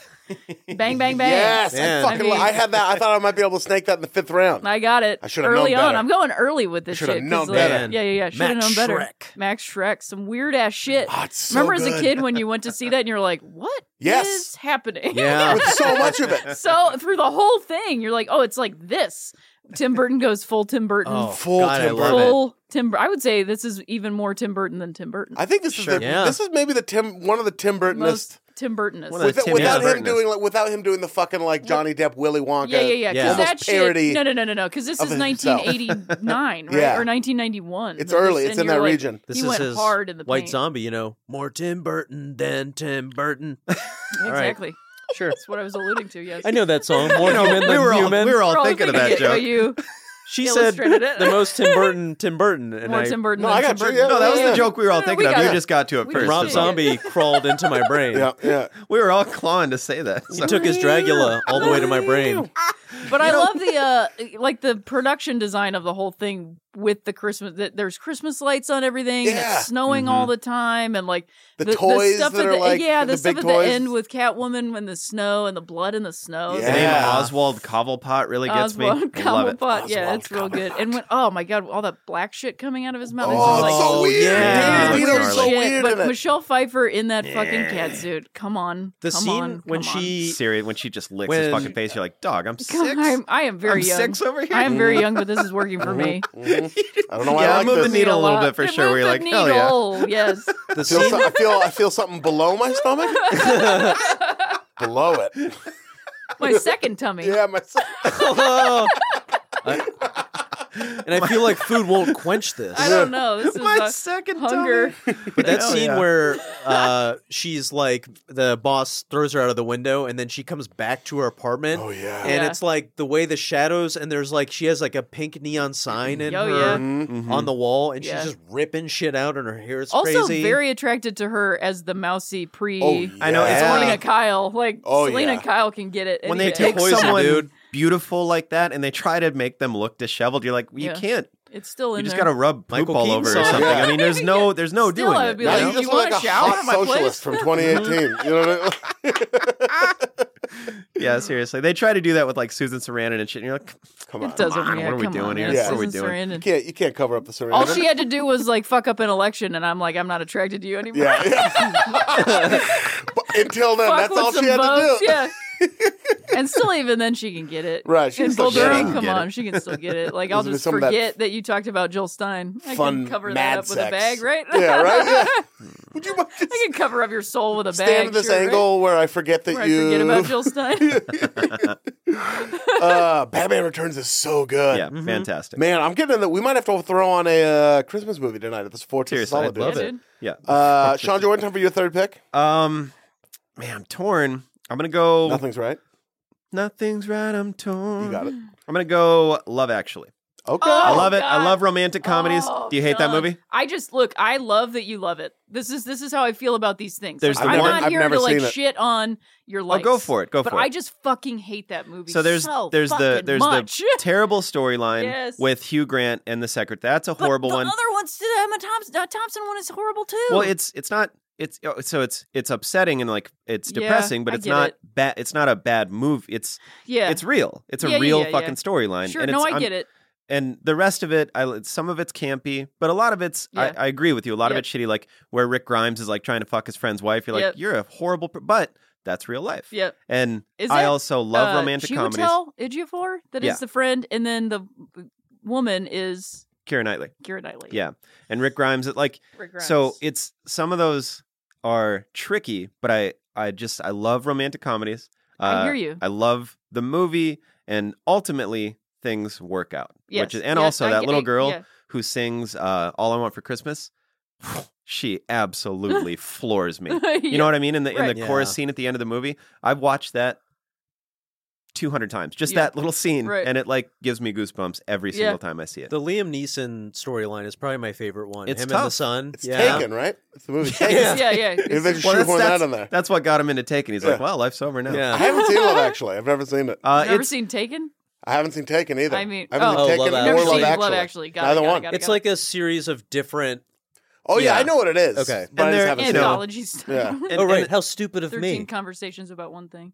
Speaker 4: bang bang bang.
Speaker 2: Yes, I
Speaker 3: Man.
Speaker 2: fucking.
Speaker 4: I mean-
Speaker 2: lo- I had that. I thought I might be able to snake that in the fifth round.
Speaker 4: I got it.
Speaker 2: I should've
Speaker 4: early
Speaker 2: known
Speaker 4: on.
Speaker 2: better.
Speaker 4: I'm going early with this
Speaker 2: Should've
Speaker 4: shit. 'cause,
Speaker 2: known
Speaker 4: like,
Speaker 2: better.
Speaker 4: Yeah, yeah, yeah. Should have
Speaker 3: Max
Speaker 4: known better.
Speaker 3: Schreck.
Speaker 4: Max Shrek, some weird ass shit.
Speaker 2: Ah, it's so
Speaker 4: Remember as a
Speaker 2: good.
Speaker 4: kid when you went to see that and you're like, what is
Speaker 2: Yes.
Speaker 4: happening?
Speaker 3: Yeah.
Speaker 2: with so much of it.
Speaker 4: so through the whole thing, you're like, oh, it's like this. Tim Burton goes full Tim Burton.
Speaker 3: Oh,
Speaker 2: Full
Speaker 3: God, I
Speaker 2: Tim
Speaker 3: love it.
Speaker 4: full Tim. Bur- I would say this is even more Tim Burton than Tim Burton.
Speaker 2: I think this is
Speaker 1: Sure.
Speaker 2: the,
Speaker 3: Yeah.
Speaker 2: this is maybe the Tim one of the Tim Burtonist
Speaker 4: Most- Tim Burton is.
Speaker 1: One of
Speaker 4: yeah,
Speaker 1: the-
Speaker 2: With-
Speaker 1: Tim
Speaker 2: without him
Speaker 1: Burton is-
Speaker 2: doing like, without him doing the fucking like Johnny Depp Willy Wonka.
Speaker 4: yeah, yeah.
Speaker 1: Yeah.
Speaker 4: Because that
Speaker 2: Almost parody
Speaker 4: shit. No, no, no, no, no. Because this
Speaker 2: of
Speaker 4: is
Speaker 2: himself.
Speaker 4: 1989, right?
Speaker 2: Yeah.
Speaker 4: Or 1991.
Speaker 2: It's
Speaker 4: This-
Speaker 2: early. It's
Speaker 4: and
Speaker 2: in
Speaker 4: you're
Speaker 2: that
Speaker 4: like,
Speaker 2: region.
Speaker 3: This
Speaker 4: he
Speaker 3: is
Speaker 4: went
Speaker 3: his
Speaker 4: hard in the
Speaker 3: White
Speaker 4: paint.
Speaker 3: Zombie, you know, more Tim Burton than Tim Burton. right.
Speaker 4: Exactly.
Speaker 3: Sure.
Speaker 4: That's what I was alluding to. Yes.
Speaker 3: I know that song, more
Speaker 1: You know,
Speaker 3: human
Speaker 1: we
Speaker 3: than
Speaker 1: were all,
Speaker 3: human.
Speaker 1: we were
Speaker 4: We're
Speaker 1: all
Speaker 4: all
Speaker 1: thinking of that
Speaker 4: it, but
Speaker 1: joke.
Speaker 4: You
Speaker 3: she said
Speaker 4: illustrated it.
Speaker 3: the most Tim Burton, Tim Burton, and
Speaker 4: more
Speaker 3: I,
Speaker 4: Tim Burton.
Speaker 2: No,
Speaker 4: than
Speaker 2: I got
Speaker 4: Tim
Speaker 2: you.
Speaker 4: Burton.
Speaker 2: Yeah,
Speaker 1: No, that was
Speaker 2: Yeah.
Speaker 1: the joke we were all
Speaker 4: No, no,
Speaker 1: thinking
Speaker 4: we
Speaker 1: of.
Speaker 4: got
Speaker 1: You
Speaker 4: it.
Speaker 1: just got to it
Speaker 4: We
Speaker 1: first.
Speaker 4: just
Speaker 3: Rob
Speaker 4: Yeah.
Speaker 3: Zombie crawled into my brain.
Speaker 2: yeah, yeah.
Speaker 1: We were all clawing to say that.
Speaker 3: He
Speaker 1: so-
Speaker 3: took his Dracula all the way to my brain.
Speaker 4: Ah, But I love the uh, like the production design of the whole thing with the Christmas. That there's Christmas lights on everything. And
Speaker 2: Yeah. Mm-hmm.
Speaker 4: it's snowing all the time, and like
Speaker 2: The toys
Speaker 4: stuff
Speaker 2: that
Speaker 4: at
Speaker 2: are,
Speaker 4: the,
Speaker 2: like,
Speaker 4: yeah,
Speaker 2: the
Speaker 4: the, stuff
Speaker 2: big
Speaker 4: at
Speaker 2: toys.
Speaker 4: the end with Catwoman and the snow and the blood in the snow.
Speaker 1: The name
Speaker 2: Yeah.
Speaker 1: Oswald Cobblepot really gets me.
Speaker 4: Oswald
Speaker 1: I love it.
Speaker 4: Cobblepot, yeah,
Speaker 2: Oswald
Speaker 4: it's real good. And when oh my god, all that black shit coming out of his mouth. It's
Speaker 2: Oh,
Speaker 4: just
Speaker 2: it's
Speaker 4: like,
Speaker 2: so
Speaker 3: Oh,
Speaker 2: weird.
Speaker 3: yeah.
Speaker 2: dude.
Speaker 4: weird
Speaker 2: Vito's so
Speaker 4: shit,
Speaker 2: weird
Speaker 4: but
Speaker 2: in it.
Speaker 4: Michelle Pfeiffer in that fucking cat suit. Come on,
Speaker 3: The
Speaker 4: come
Speaker 3: scene
Speaker 4: on,
Speaker 3: when
Speaker 4: come on.
Speaker 3: she
Speaker 1: Siri, when she just licks
Speaker 3: When-
Speaker 1: his fucking face, you're like, dog, I'm
Speaker 4: God,
Speaker 1: six.
Speaker 4: I'm, I am very
Speaker 1: I'm
Speaker 4: young.
Speaker 1: six over here.
Speaker 4: I am
Speaker 2: Mm-hmm.
Speaker 4: very young, but this is working for me.
Speaker 2: I don't know why
Speaker 1: Yeah,
Speaker 2: I
Speaker 1: I
Speaker 2: like
Speaker 1: moved the
Speaker 2: this.
Speaker 1: needle a little
Speaker 4: lot.
Speaker 1: bit for
Speaker 4: It
Speaker 1: sure.
Speaker 4: moved
Speaker 1: We're
Speaker 4: the
Speaker 1: like, hell yeah.
Speaker 4: needle, yes.
Speaker 3: The
Speaker 2: I feel,
Speaker 3: scene,
Speaker 2: so- I feel I feel something below my stomach. below it.
Speaker 4: My second tummy.
Speaker 2: Yeah, my.
Speaker 3: Oh. I- and I feel like food won't quench this.
Speaker 4: I don't know. This is
Speaker 1: My
Speaker 4: a
Speaker 1: second
Speaker 4: hunger.
Speaker 1: tummy.
Speaker 3: But that
Speaker 1: Hell
Speaker 3: scene
Speaker 1: yeah.
Speaker 3: where uh, she's like, the boss throws her out of the window, and then she comes back to her apartment.
Speaker 2: Oh yeah.
Speaker 3: And
Speaker 4: Yeah.
Speaker 3: it's like the way the shadows, and there's like she has like a pink neon sign in
Speaker 4: Oh,
Speaker 3: her
Speaker 4: yeah.
Speaker 1: Mhm.
Speaker 3: on the wall, and
Speaker 4: Yeah.
Speaker 3: she's just ripping shit out, and her hair is
Speaker 4: Also,
Speaker 3: crazy.
Speaker 4: very attracted to her as the mousy pre
Speaker 1: I know, it's
Speaker 2: Oh, yeah.
Speaker 4: Selena
Speaker 1: funny.
Speaker 4: Kyle. Like
Speaker 2: Oh,
Speaker 4: Selena
Speaker 2: yeah.
Speaker 4: Kyle can get it.
Speaker 1: when
Speaker 4: any
Speaker 1: they
Speaker 4: day.
Speaker 1: take
Speaker 3: Poison,
Speaker 1: someone
Speaker 3: dude.
Speaker 1: beautiful like that and they try to make them look disheveled, you're like, well, you
Speaker 4: Yeah.
Speaker 1: can't.
Speaker 4: it's still in
Speaker 1: You just
Speaker 4: there.
Speaker 1: got to rub poop
Speaker 3: Michael
Speaker 1: all
Speaker 3: Keaton
Speaker 1: over or
Speaker 3: song.
Speaker 1: something.
Speaker 2: Yeah.
Speaker 1: I mean, there's no, there's no
Speaker 4: Still,
Speaker 1: doing
Speaker 4: I
Speaker 1: it.
Speaker 4: would be
Speaker 1: you
Speaker 2: Now
Speaker 4: like,
Speaker 1: know?
Speaker 2: you just
Speaker 4: "You
Speaker 2: look
Speaker 4: want
Speaker 2: like
Speaker 4: a
Speaker 2: a
Speaker 4: shower
Speaker 2: hot
Speaker 4: in my
Speaker 2: socialist
Speaker 4: place?"
Speaker 2: from 2018. You know what I mean?
Speaker 1: yeah, seriously, they try to do that with like Susan Sarandon and shit, and you're like,
Speaker 2: Come on.
Speaker 4: It doesn't.
Speaker 1: Come on,
Speaker 4: yeah,
Speaker 1: what are we
Speaker 4: come
Speaker 1: doing
Speaker 4: on,
Speaker 1: here?
Speaker 4: yeah.
Speaker 1: What are we
Speaker 4: Susan
Speaker 1: doing?
Speaker 2: You
Speaker 4: Sarandon.
Speaker 2: can't. You can't cover up the Serena.
Speaker 4: All she had to do was like fuck up an election, and I'm like, I'm not attracted to you anymore.
Speaker 2: Yeah. but until then,
Speaker 4: Fuck
Speaker 2: that's
Speaker 4: with
Speaker 2: all
Speaker 4: some
Speaker 2: she had
Speaker 4: votes,
Speaker 2: to do.
Speaker 4: yeah. and still, even then, she can get it.
Speaker 2: Right, she can
Speaker 4: and
Speaker 2: still get
Speaker 4: Bulgari,
Speaker 2: it.
Speaker 4: come
Speaker 1: Get
Speaker 4: on,
Speaker 1: it.
Speaker 4: she can still get it. Like I'll
Speaker 2: There's
Speaker 4: just
Speaker 2: some of that
Speaker 4: forget that, you talked about Jill Stein. I
Speaker 2: Fun
Speaker 4: can cover
Speaker 2: mad
Speaker 4: that up with
Speaker 2: sex.
Speaker 4: a bag, right?
Speaker 2: Yeah. Right. Yeah. Would you mind just
Speaker 4: I can cover up your soul with a bag.
Speaker 2: stand at this
Speaker 4: sure, right?
Speaker 2: angle where I forget that
Speaker 4: Where I
Speaker 2: you?
Speaker 4: forget about Jill Stein.
Speaker 2: uh, Batman Returns is so good.
Speaker 1: yeah, fantastic.
Speaker 2: Man, I'm getting that. We might have to throw on a uh, Christmas movie tonight. It's fourth
Speaker 1: Seriously,
Speaker 2: solid.
Speaker 1: I'd love
Speaker 4: yeah,
Speaker 1: it.
Speaker 4: dude.
Speaker 1: Yeah.
Speaker 2: Uh, Sean Jordan, time for your third pick.
Speaker 1: Um, man, I'm torn. I'm gonna go.
Speaker 2: Nothing's right.
Speaker 1: Nothing's right. I'm torn.
Speaker 2: You got
Speaker 4: Mm-hmm.
Speaker 2: it.
Speaker 1: I'm gonna go. Love Actually.
Speaker 2: Okay.
Speaker 4: Oh,
Speaker 1: I love it. I
Speaker 4: God.
Speaker 1: love romantic comedies.
Speaker 4: Oh,
Speaker 1: Do you hate that
Speaker 4: God.
Speaker 1: movie?
Speaker 4: I just look. I love that you love it. This is this is how I feel about these things.
Speaker 1: There's
Speaker 4: I'm
Speaker 1: the
Speaker 4: not
Speaker 1: one-
Speaker 2: I've
Speaker 4: here
Speaker 2: never
Speaker 4: to like
Speaker 2: seen it.
Speaker 4: shit on your
Speaker 1: Oh,
Speaker 4: life.
Speaker 1: go for it. Go
Speaker 4: but
Speaker 1: for
Speaker 4: I
Speaker 1: it.
Speaker 4: just fucking hate that movie.
Speaker 1: so there's there's the
Speaker 4: fucking
Speaker 1: there's
Speaker 4: much.
Speaker 1: the terrible storyline
Speaker 4: Yes.
Speaker 1: with Hugh Grant and the secretary. That's a
Speaker 4: But
Speaker 1: horrible
Speaker 4: the
Speaker 1: one.
Speaker 4: other one's the Emma Thompson, uh, Thompson one is horrible too.
Speaker 1: Well, it's it's not it's oh, so it's it's upsetting and like it's
Speaker 4: Yeah,
Speaker 1: depressing, but
Speaker 4: I
Speaker 1: it's
Speaker 4: get
Speaker 1: not
Speaker 4: it.
Speaker 1: bad. It's not a bad move. It's
Speaker 4: yeah,
Speaker 1: it's real. It's a
Speaker 4: Yeah, yeah,
Speaker 1: real
Speaker 4: yeah, yeah.
Speaker 1: fucking storyline.
Speaker 4: sure.
Speaker 1: and
Speaker 4: No,
Speaker 1: it's,
Speaker 4: I
Speaker 1: I'm-
Speaker 4: get it.
Speaker 1: And the rest of it, I some of it's campy, but a lot of it's
Speaker 4: Yeah.
Speaker 1: I, I agree with you. A lot of
Speaker 4: Yep.
Speaker 1: it's shitty, like where Rick Grimes is like trying to fuck his friend's wife. You're like,
Speaker 4: Yep.
Speaker 1: you're a horrible, per-, but that's real life.
Speaker 4: Yeah,
Speaker 1: And
Speaker 4: Is
Speaker 1: I
Speaker 4: it,
Speaker 1: also love
Speaker 4: uh,
Speaker 1: romantic
Speaker 4: Chiwetel
Speaker 1: comedies.
Speaker 4: Ejiofor, that is
Speaker 1: Yeah.
Speaker 4: the friend, and then the woman is
Speaker 1: Keira Knightley,
Speaker 4: Kira Knightley.
Speaker 1: yeah, and Rick Grimes. It like
Speaker 4: Rick Grimes.
Speaker 1: So it's some of those are tricky, but I I just I love romantic comedies.
Speaker 4: I
Speaker 1: uh,
Speaker 4: hear you.
Speaker 1: I love the movie, and ultimately things work out.
Speaker 4: Yes,
Speaker 1: Which is, and
Speaker 4: yes,
Speaker 1: also
Speaker 4: I-
Speaker 1: that little
Speaker 4: I-
Speaker 1: girl
Speaker 4: yeah.
Speaker 1: who sings uh, "All I Want for Christmas." She absolutely floors me. You
Speaker 4: Yeah.
Speaker 1: know what I mean? In the in
Speaker 4: Right.
Speaker 1: the chorus
Speaker 3: Yeah.
Speaker 1: scene at the end of the movie, I've watched that two hundred times. Just
Speaker 4: Yeah.
Speaker 1: that little scene,
Speaker 4: Right.
Speaker 1: and it like gives me goosebumps every
Speaker 4: Yeah.
Speaker 1: single time I see it.
Speaker 3: The Liam Neeson storyline is probably my favorite one.
Speaker 1: It's
Speaker 3: Him and the
Speaker 1: tough.
Speaker 3: son.
Speaker 2: It's
Speaker 3: yeah.
Speaker 2: Taken, right? It's the movie
Speaker 4: yeah,
Speaker 2: Taken.
Speaker 4: yeah, yeah.
Speaker 2: If they just
Speaker 1: Well, that's-
Speaker 2: shoehorn that
Speaker 1: that's-
Speaker 2: in there.
Speaker 1: That's what got him into taking. He's like,
Speaker 2: Yeah.
Speaker 1: "Well, life's over now."
Speaker 2: I
Speaker 3: Yeah.
Speaker 2: haven't seen Love Actually. I've never seen it.
Speaker 1: Uh,
Speaker 4: Never
Speaker 1: it's- Uh,
Speaker 4: seen Taken.
Speaker 2: I haven't seen Taken either.
Speaker 4: I mean-
Speaker 2: I haven't
Speaker 3: oh.
Speaker 2: seen
Speaker 3: Oh,
Speaker 2: Taken
Speaker 3: Love
Speaker 2: or
Speaker 3: Actually.
Speaker 2: Love
Speaker 3: Never seen
Speaker 2: Actually.
Speaker 4: Love Actually. Got it,
Speaker 2: Neither
Speaker 4: got it,
Speaker 2: one.
Speaker 4: got it,
Speaker 3: It's
Speaker 4: got it.
Speaker 3: like a series of different.
Speaker 2: Oh yeah,
Speaker 1: Yeah.
Speaker 2: I know what it is.
Speaker 3: Okay.
Speaker 2: but I
Speaker 1: And
Speaker 2: just
Speaker 1: they're-
Speaker 2: haven't
Speaker 1: you
Speaker 2: seen
Speaker 1: know-
Speaker 2: it.
Speaker 4: anthology style.
Speaker 2: Yeah.
Speaker 1: And-
Speaker 3: oh right,
Speaker 1: and-
Speaker 3: how stupid of
Speaker 4: Thirteen
Speaker 3: me!
Speaker 4: conversations about one thing.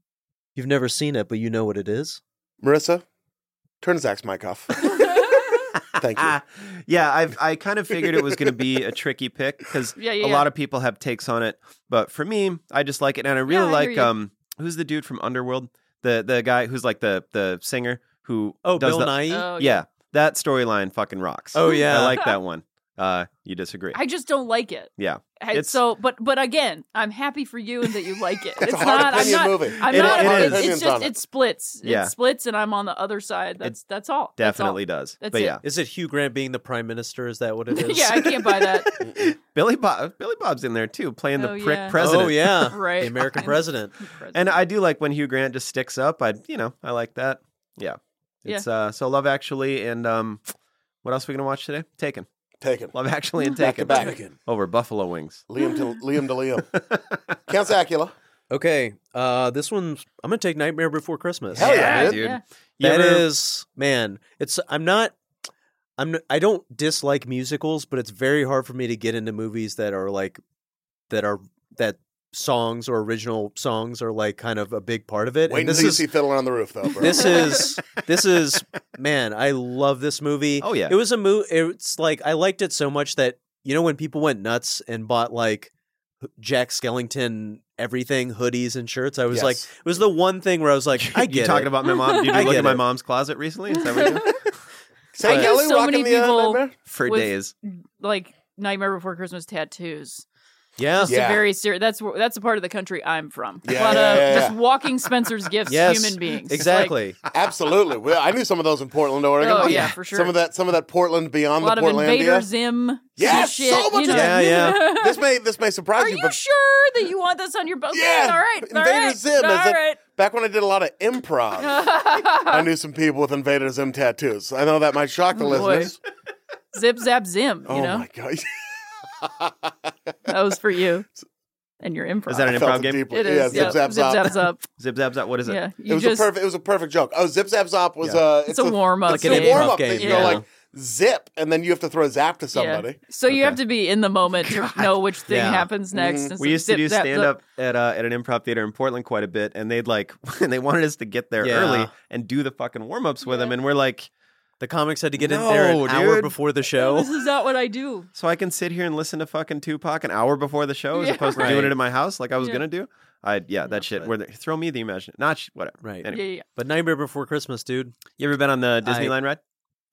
Speaker 3: You've never seen it, but you know what it is.
Speaker 2: Marissa, turn Zach's mic off. Thank you.
Speaker 1: Ah, yeah, I've, I kind of figured it was going to be a tricky pick because
Speaker 4: Yeah, yeah,
Speaker 1: a
Speaker 4: yeah.
Speaker 1: lot of people have takes on it. But for me, I just like it, and I
Speaker 4: Yeah, I
Speaker 1: really
Speaker 4: hear
Speaker 1: like
Speaker 4: you.
Speaker 1: um, who's the dude from Underworld? The the guy who's like the the singer who
Speaker 3: Oh,
Speaker 1: does
Speaker 3: Bill
Speaker 1: the
Speaker 3: Nye.
Speaker 4: Oh,
Speaker 1: yeah that storyline fucking rocks.
Speaker 3: Oh yeah,
Speaker 1: I like that one. uh, you disagree.
Speaker 4: I just don't like it.
Speaker 1: yeah.
Speaker 4: I-
Speaker 1: It's-
Speaker 4: so, but but again, I'm happy for you and that you like it. it's
Speaker 2: a hard
Speaker 4: not. I'm
Speaker 2: opinion
Speaker 4: not.
Speaker 2: movie.
Speaker 4: I'm
Speaker 1: It-
Speaker 4: not.
Speaker 1: it
Speaker 4: it's-
Speaker 1: is.
Speaker 4: it's
Speaker 2: Opinions on
Speaker 4: just
Speaker 2: it.
Speaker 4: it splits.
Speaker 1: Yeah.
Speaker 4: It splits, and I'm on the other side. That's that's all. That's all.
Speaker 1: Definitely does.
Speaker 4: That's
Speaker 1: but
Speaker 4: it.
Speaker 1: yeah,
Speaker 3: Is it Hugh Grant being the prime minister? Is that what it is?
Speaker 4: yeah, I can't buy that.
Speaker 1: Billy Bob Billy Bob's in there too, playing
Speaker 4: Oh,
Speaker 1: the prick
Speaker 4: yeah.
Speaker 1: president.
Speaker 3: Oh yeah,
Speaker 4: Right.
Speaker 3: The American president.
Speaker 1: And I do like when Hugh Grant just sticks up. I you know, I like that. Yeah. It's uh so Love Actually and um what else are we gonna watch today? Taken.
Speaker 2: Take it.
Speaker 1: Love Actually and
Speaker 2: Back to
Speaker 1: Taken.
Speaker 2: back.
Speaker 1: Over Buffalo Wings.
Speaker 2: Liam to Liam to Liam. Count Zacula.
Speaker 3: Okay, uh, this one I'm gonna take Nightmare Before Christmas.
Speaker 2: Hell yeah,
Speaker 4: Yeah,
Speaker 2: dude.
Speaker 4: yeah.
Speaker 1: You
Speaker 3: That is,
Speaker 1: ever-
Speaker 3: man. It's I'm not. I'm n- I don't dislike musicals, but it's very hard for me to get into movies that are like that are that songs or original songs are like kind of a big part of it.
Speaker 2: Wait
Speaker 3: and
Speaker 2: until
Speaker 3: this
Speaker 2: you
Speaker 3: is
Speaker 2: see Fiddler on the Roof, though, bro.
Speaker 3: this is this is man. I love this movie.
Speaker 1: Oh, yeah.
Speaker 3: it was a movie. It's like I liked it so much that you know when people went nuts and bought like Jack Skellington everything hoodies and shirts. I was
Speaker 2: Yes.
Speaker 3: like, it was the one thing where I was like, I
Speaker 1: you
Speaker 3: get
Speaker 1: talking
Speaker 3: it.
Speaker 1: about my mom? Did
Speaker 3: I
Speaker 1: you look
Speaker 3: get
Speaker 1: at my
Speaker 3: it.
Speaker 1: mom's closet recently? Is that what you do?
Speaker 2: Sam
Speaker 4: I
Speaker 2: Kelly
Speaker 4: know so
Speaker 2: rocking
Speaker 4: many
Speaker 2: the uh,
Speaker 4: people-
Speaker 2: nightmare.
Speaker 1: For
Speaker 4: With-
Speaker 1: days.
Speaker 4: like Nightmare Before Christmas tattoos.
Speaker 3: yeah.
Speaker 4: It's a very serious. That's where- that's a part of the country I'm from.
Speaker 2: Yeah,
Speaker 4: a lot
Speaker 2: yeah,
Speaker 4: of
Speaker 2: yeah,
Speaker 4: just
Speaker 2: yeah.
Speaker 4: walking Spencer's gifts,
Speaker 3: Yes,
Speaker 4: human beings. Like,
Speaker 3: Exactly.
Speaker 2: Absolutely. Well, I knew some of those in Portland, Oregon.
Speaker 4: Oh, yeah, for sure.
Speaker 2: Some of that, some of that Portland
Speaker 4: a
Speaker 2: beyond
Speaker 4: lot
Speaker 2: the
Speaker 4: of Invader
Speaker 2: Portlandia.
Speaker 4: Zim.
Speaker 2: Yes,
Speaker 4: shit,
Speaker 2: so much
Speaker 4: you
Speaker 2: of
Speaker 4: know?
Speaker 3: that. Yeah,
Speaker 2: This may this may surprise
Speaker 4: Are
Speaker 2: you,
Speaker 4: you
Speaker 2: but
Speaker 4: sure that you want this on your boat?
Speaker 2: yeah,
Speaker 4: all right, all
Speaker 2: Invader
Speaker 4: right,
Speaker 2: Zim.
Speaker 4: all
Speaker 2: is a-
Speaker 4: right.
Speaker 2: back when I did a lot of improv, I knew some people with Invader Zim tattoos. I know that might shock the
Speaker 4: Oh, boy.
Speaker 2: listeners.
Speaker 4: Zip zap zim. You
Speaker 2: Oh
Speaker 4: know
Speaker 2: my god,
Speaker 4: that was for you and your improv.
Speaker 1: Is that an
Speaker 2: I felt
Speaker 1: improv game?
Speaker 2: deeply.
Speaker 4: It is.
Speaker 2: Yeah,
Speaker 4: yeah.
Speaker 2: zip zap
Speaker 4: zip
Speaker 2: zap.
Speaker 4: zap zap.
Speaker 1: Zip zap zap, what is it?
Speaker 4: Yeah, you
Speaker 2: It was
Speaker 4: just
Speaker 2: a perfect. It was a perfect joke. Oh, zip zap zop was
Speaker 1: Yeah.
Speaker 2: uh,
Speaker 4: It's a warm-up
Speaker 2: It's
Speaker 3: game.
Speaker 2: a warm up
Speaker 3: Game,
Speaker 2: thing. You
Speaker 4: yeah.
Speaker 2: know, like zip, and then you have to throw zap to
Speaker 4: yeah.
Speaker 2: somebody.
Speaker 4: So you have to be in the moment to know which thing
Speaker 3: Yeah.
Speaker 4: happens next.
Speaker 2: Mm-hmm.
Speaker 4: and
Speaker 1: We
Speaker 4: so
Speaker 1: used to
Speaker 4: zip,
Speaker 1: do
Speaker 4: zap,
Speaker 1: stand
Speaker 4: zip.
Speaker 1: up at uh, at an improv theater in Portland quite a bit, and they'd like and they wanted us to get there
Speaker 3: Yeah.
Speaker 1: early and do the fucking warm ups with them, and we're like,
Speaker 3: The comics had to get in there an
Speaker 1: No,
Speaker 3: hour
Speaker 1: dude.
Speaker 3: before the
Speaker 4: This
Speaker 3: show.
Speaker 4: is not what I do.
Speaker 1: so I can sit here and listen to fucking Tupac an hour before the show as
Speaker 4: Yeah.
Speaker 1: opposed to
Speaker 3: Right.
Speaker 1: doing it in my house like I was
Speaker 4: Yeah.
Speaker 1: gonna do. I yeah, that shit.
Speaker 3: but-
Speaker 1: Where they, throw me the imagination, not sh- whatever.
Speaker 3: Right.
Speaker 4: Yeah,
Speaker 1: Anyway.
Speaker 4: yeah, yeah.
Speaker 3: But Nightmare Before Christmas, dude,
Speaker 1: You ever been on the
Speaker 3: I-
Speaker 1: Disney line ride?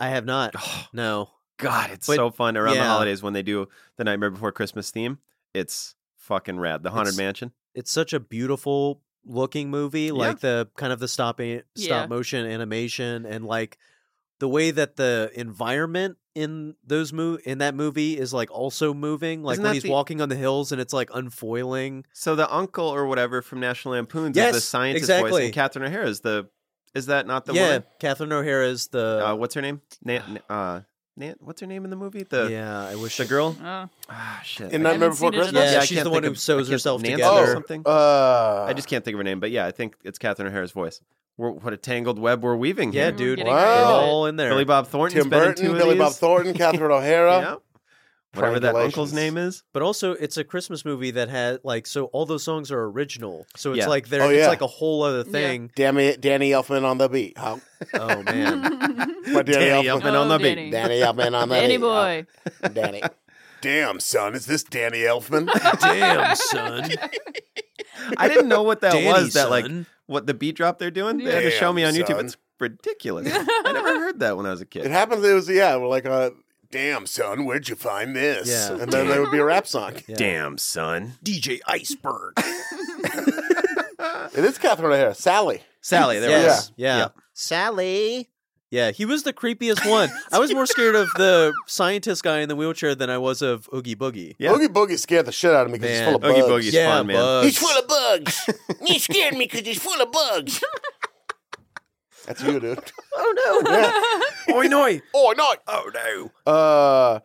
Speaker 3: I have not. No.
Speaker 1: God, it's
Speaker 3: But-
Speaker 1: so fun around the
Speaker 3: yeah.
Speaker 1: holidays when they do the Nightmare Before Christmas theme. It's fucking rad. The Haunted
Speaker 3: It's-
Speaker 1: Mansion.
Speaker 3: It's such a beautiful looking movie, like the kind of the stopping stop
Speaker 4: Yeah.
Speaker 3: motion animation and like the way that the environment in those mo- in that movie is like also moving, like
Speaker 1: Isn't
Speaker 3: when
Speaker 1: that
Speaker 3: he's
Speaker 1: the-
Speaker 3: walking on the hills and it's like unfoiling.
Speaker 1: So the uncle or whatever from National Lampoon's is the
Speaker 3: Yes,
Speaker 1: scientist voice,
Speaker 3: exactly.
Speaker 1: and Catherine O'Hara is the. Is that not the
Speaker 3: yeah,
Speaker 1: woman?
Speaker 3: Catherine O'Hara is the
Speaker 1: uh, what's her name? Nan, uh, Nan, what's her name in the movie? The
Speaker 3: yeah. I wish
Speaker 1: the girl.
Speaker 4: Uh,
Speaker 1: Ah, shit.
Speaker 2: In
Speaker 4: I
Speaker 2: Nightmare
Speaker 4: haven't
Speaker 2: Before
Speaker 4: seen it in a
Speaker 2: Christmas. Oh,
Speaker 3: Yeah,
Speaker 1: I
Speaker 3: she's
Speaker 1: can't
Speaker 3: the one
Speaker 1: think
Speaker 3: who
Speaker 1: of-
Speaker 3: sews
Speaker 1: I can't-
Speaker 3: herself
Speaker 1: Nancy
Speaker 3: together. Oh.
Speaker 1: or something.
Speaker 2: Uh,
Speaker 1: I just can't think of her name, but yeah, I think it's Catherine O'Hara's voice. We're, what a tangled web we're weaving
Speaker 3: Yeah,
Speaker 1: here.
Speaker 4: we're
Speaker 3: dude.
Speaker 4: Mm-hmm. getting
Speaker 2: Wow.
Speaker 3: They're
Speaker 4: ready to do it.
Speaker 3: all in there.
Speaker 1: Billy Bob Thornton's
Speaker 2: Tim
Speaker 1: been in two
Speaker 2: Burton,
Speaker 1: of
Speaker 2: Billy
Speaker 1: these.
Speaker 2: Bob Thornton, Catherine O'Hara.
Speaker 1: Yeah. Whatever that uncle's
Speaker 2: Triangulations.
Speaker 1: name is.
Speaker 3: But also, it's a Christmas movie that had like so all those songs are original. So it's
Speaker 1: Yeah.
Speaker 3: like they're
Speaker 2: Oh,
Speaker 3: it's
Speaker 2: yeah.
Speaker 3: like a whole other
Speaker 4: Yeah.
Speaker 3: thing.
Speaker 2: Danny, Danny Elfman on the beat. How?
Speaker 3: Oh man,
Speaker 2: My Danny,
Speaker 1: Danny
Speaker 2: Elfman.
Speaker 1: Elfman on
Speaker 4: Oh,
Speaker 1: the
Speaker 4: Danny.
Speaker 1: beat.
Speaker 7: Danny Elfman on that.
Speaker 4: Danny boy.
Speaker 7: Danny.
Speaker 2: Damn, son, is this Danny Elfman?
Speaker 3: damn son,
Speaker 1: I didn't know what that
Speaker 3: Danny,
Speaker 1: was. That like
Speaker 3: son.
Speaker 1: what the beat drop they're doing. They had to
Speaker 2: Damn,
Speaker 1: show me on YouTube.
Speaker 2: son.
Speaker 1: It's ridiculous. I never heard that when I was a
Speaker 2: it
Speaker 1: kid.
Speaker 2: happens. It was yeah. We're like, uh, damn, son, where'd you find this?
Speaker 3: Yeah.
Speaker 2: And then there would be a rap song.
Speaker 3: Yeah.
Speaker 1: Damn son,
Speaker 3: DJ Iceberg.
Speaker 2: It is Catherine O'Hara, Sally.
Speaker 1: Sally. There we go.
Speaker 3: yes, yeah.
Speaker 1: Yeah.
Speaker 3: Sally. Yeah, he was the creepiest one. I was more scared of the scientist guy in the wheelchair than I was of Oogie Boogie.
Speaker 1: Yeah.
Speaker 2: Oogie Boogie scared the shit out of me because he's
Speaker 3: Man,
Speaker 2: full of
Speaker 1: Oogie
Speaker 2: bugs.
Speaker 1: Boogie's
Speaker 3: yeah,
Speaker 1: fun, man.
Speaker 3: bugs.
Speaker 7: He's full of bugs. you scared me because he's full of bugs.
Speaker 2: That's you,
Speaker 1: Oi,
Speaker 2: dude.
Speaker 1: noi.
Speaker 2: oh no!
Speaker 1: Oh no.
Speaker 2: Uh,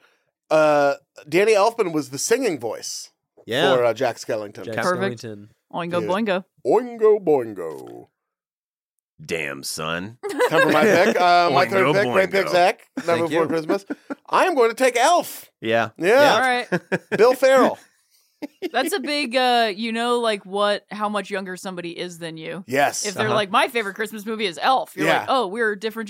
Speaker 2: uh, Danny Elfman was the singing voice
Speaker 3: yeah.
Speaker 2: for uh, Jack Skellington.
Speaker 3: Jack
Speaker 4: Perfect.
Speaker 3: Skellington.
Speaker 4: Oingo
Speaker 2: Dude.
Speaker 4: boingo.
Speaker 2: Oingo boingo.
Speaker 1: Damn son.
Speaker 2: Time for my pick. Uh, my
Speaker 1: Boingo,
Speaker 2: third pick. Great pick,
Speaker 1: boingo.
Speaker 2: Zach. Number
Speaker 3: Thank
Speaker 2: before
Speaker 3: you.
Speaker 2: Christmas. I am going to take Elf.
Speaker 1: Yeah.
Speaker 2: Yeah,
Speaker 4: All right.
Speaker 2: Bill Farrell.
Speaker 4: That's a big, uh, you know, like what, how much younger somebody is than you.
Speaker 2: Yes.
Speaker 1: Uh-huh.
Speaker 4: If they're like, my favorite Christmas movie is Elf, you're
Speaker 2: Uh-huh. Yeah.
Speaker 4: like, oh, we're different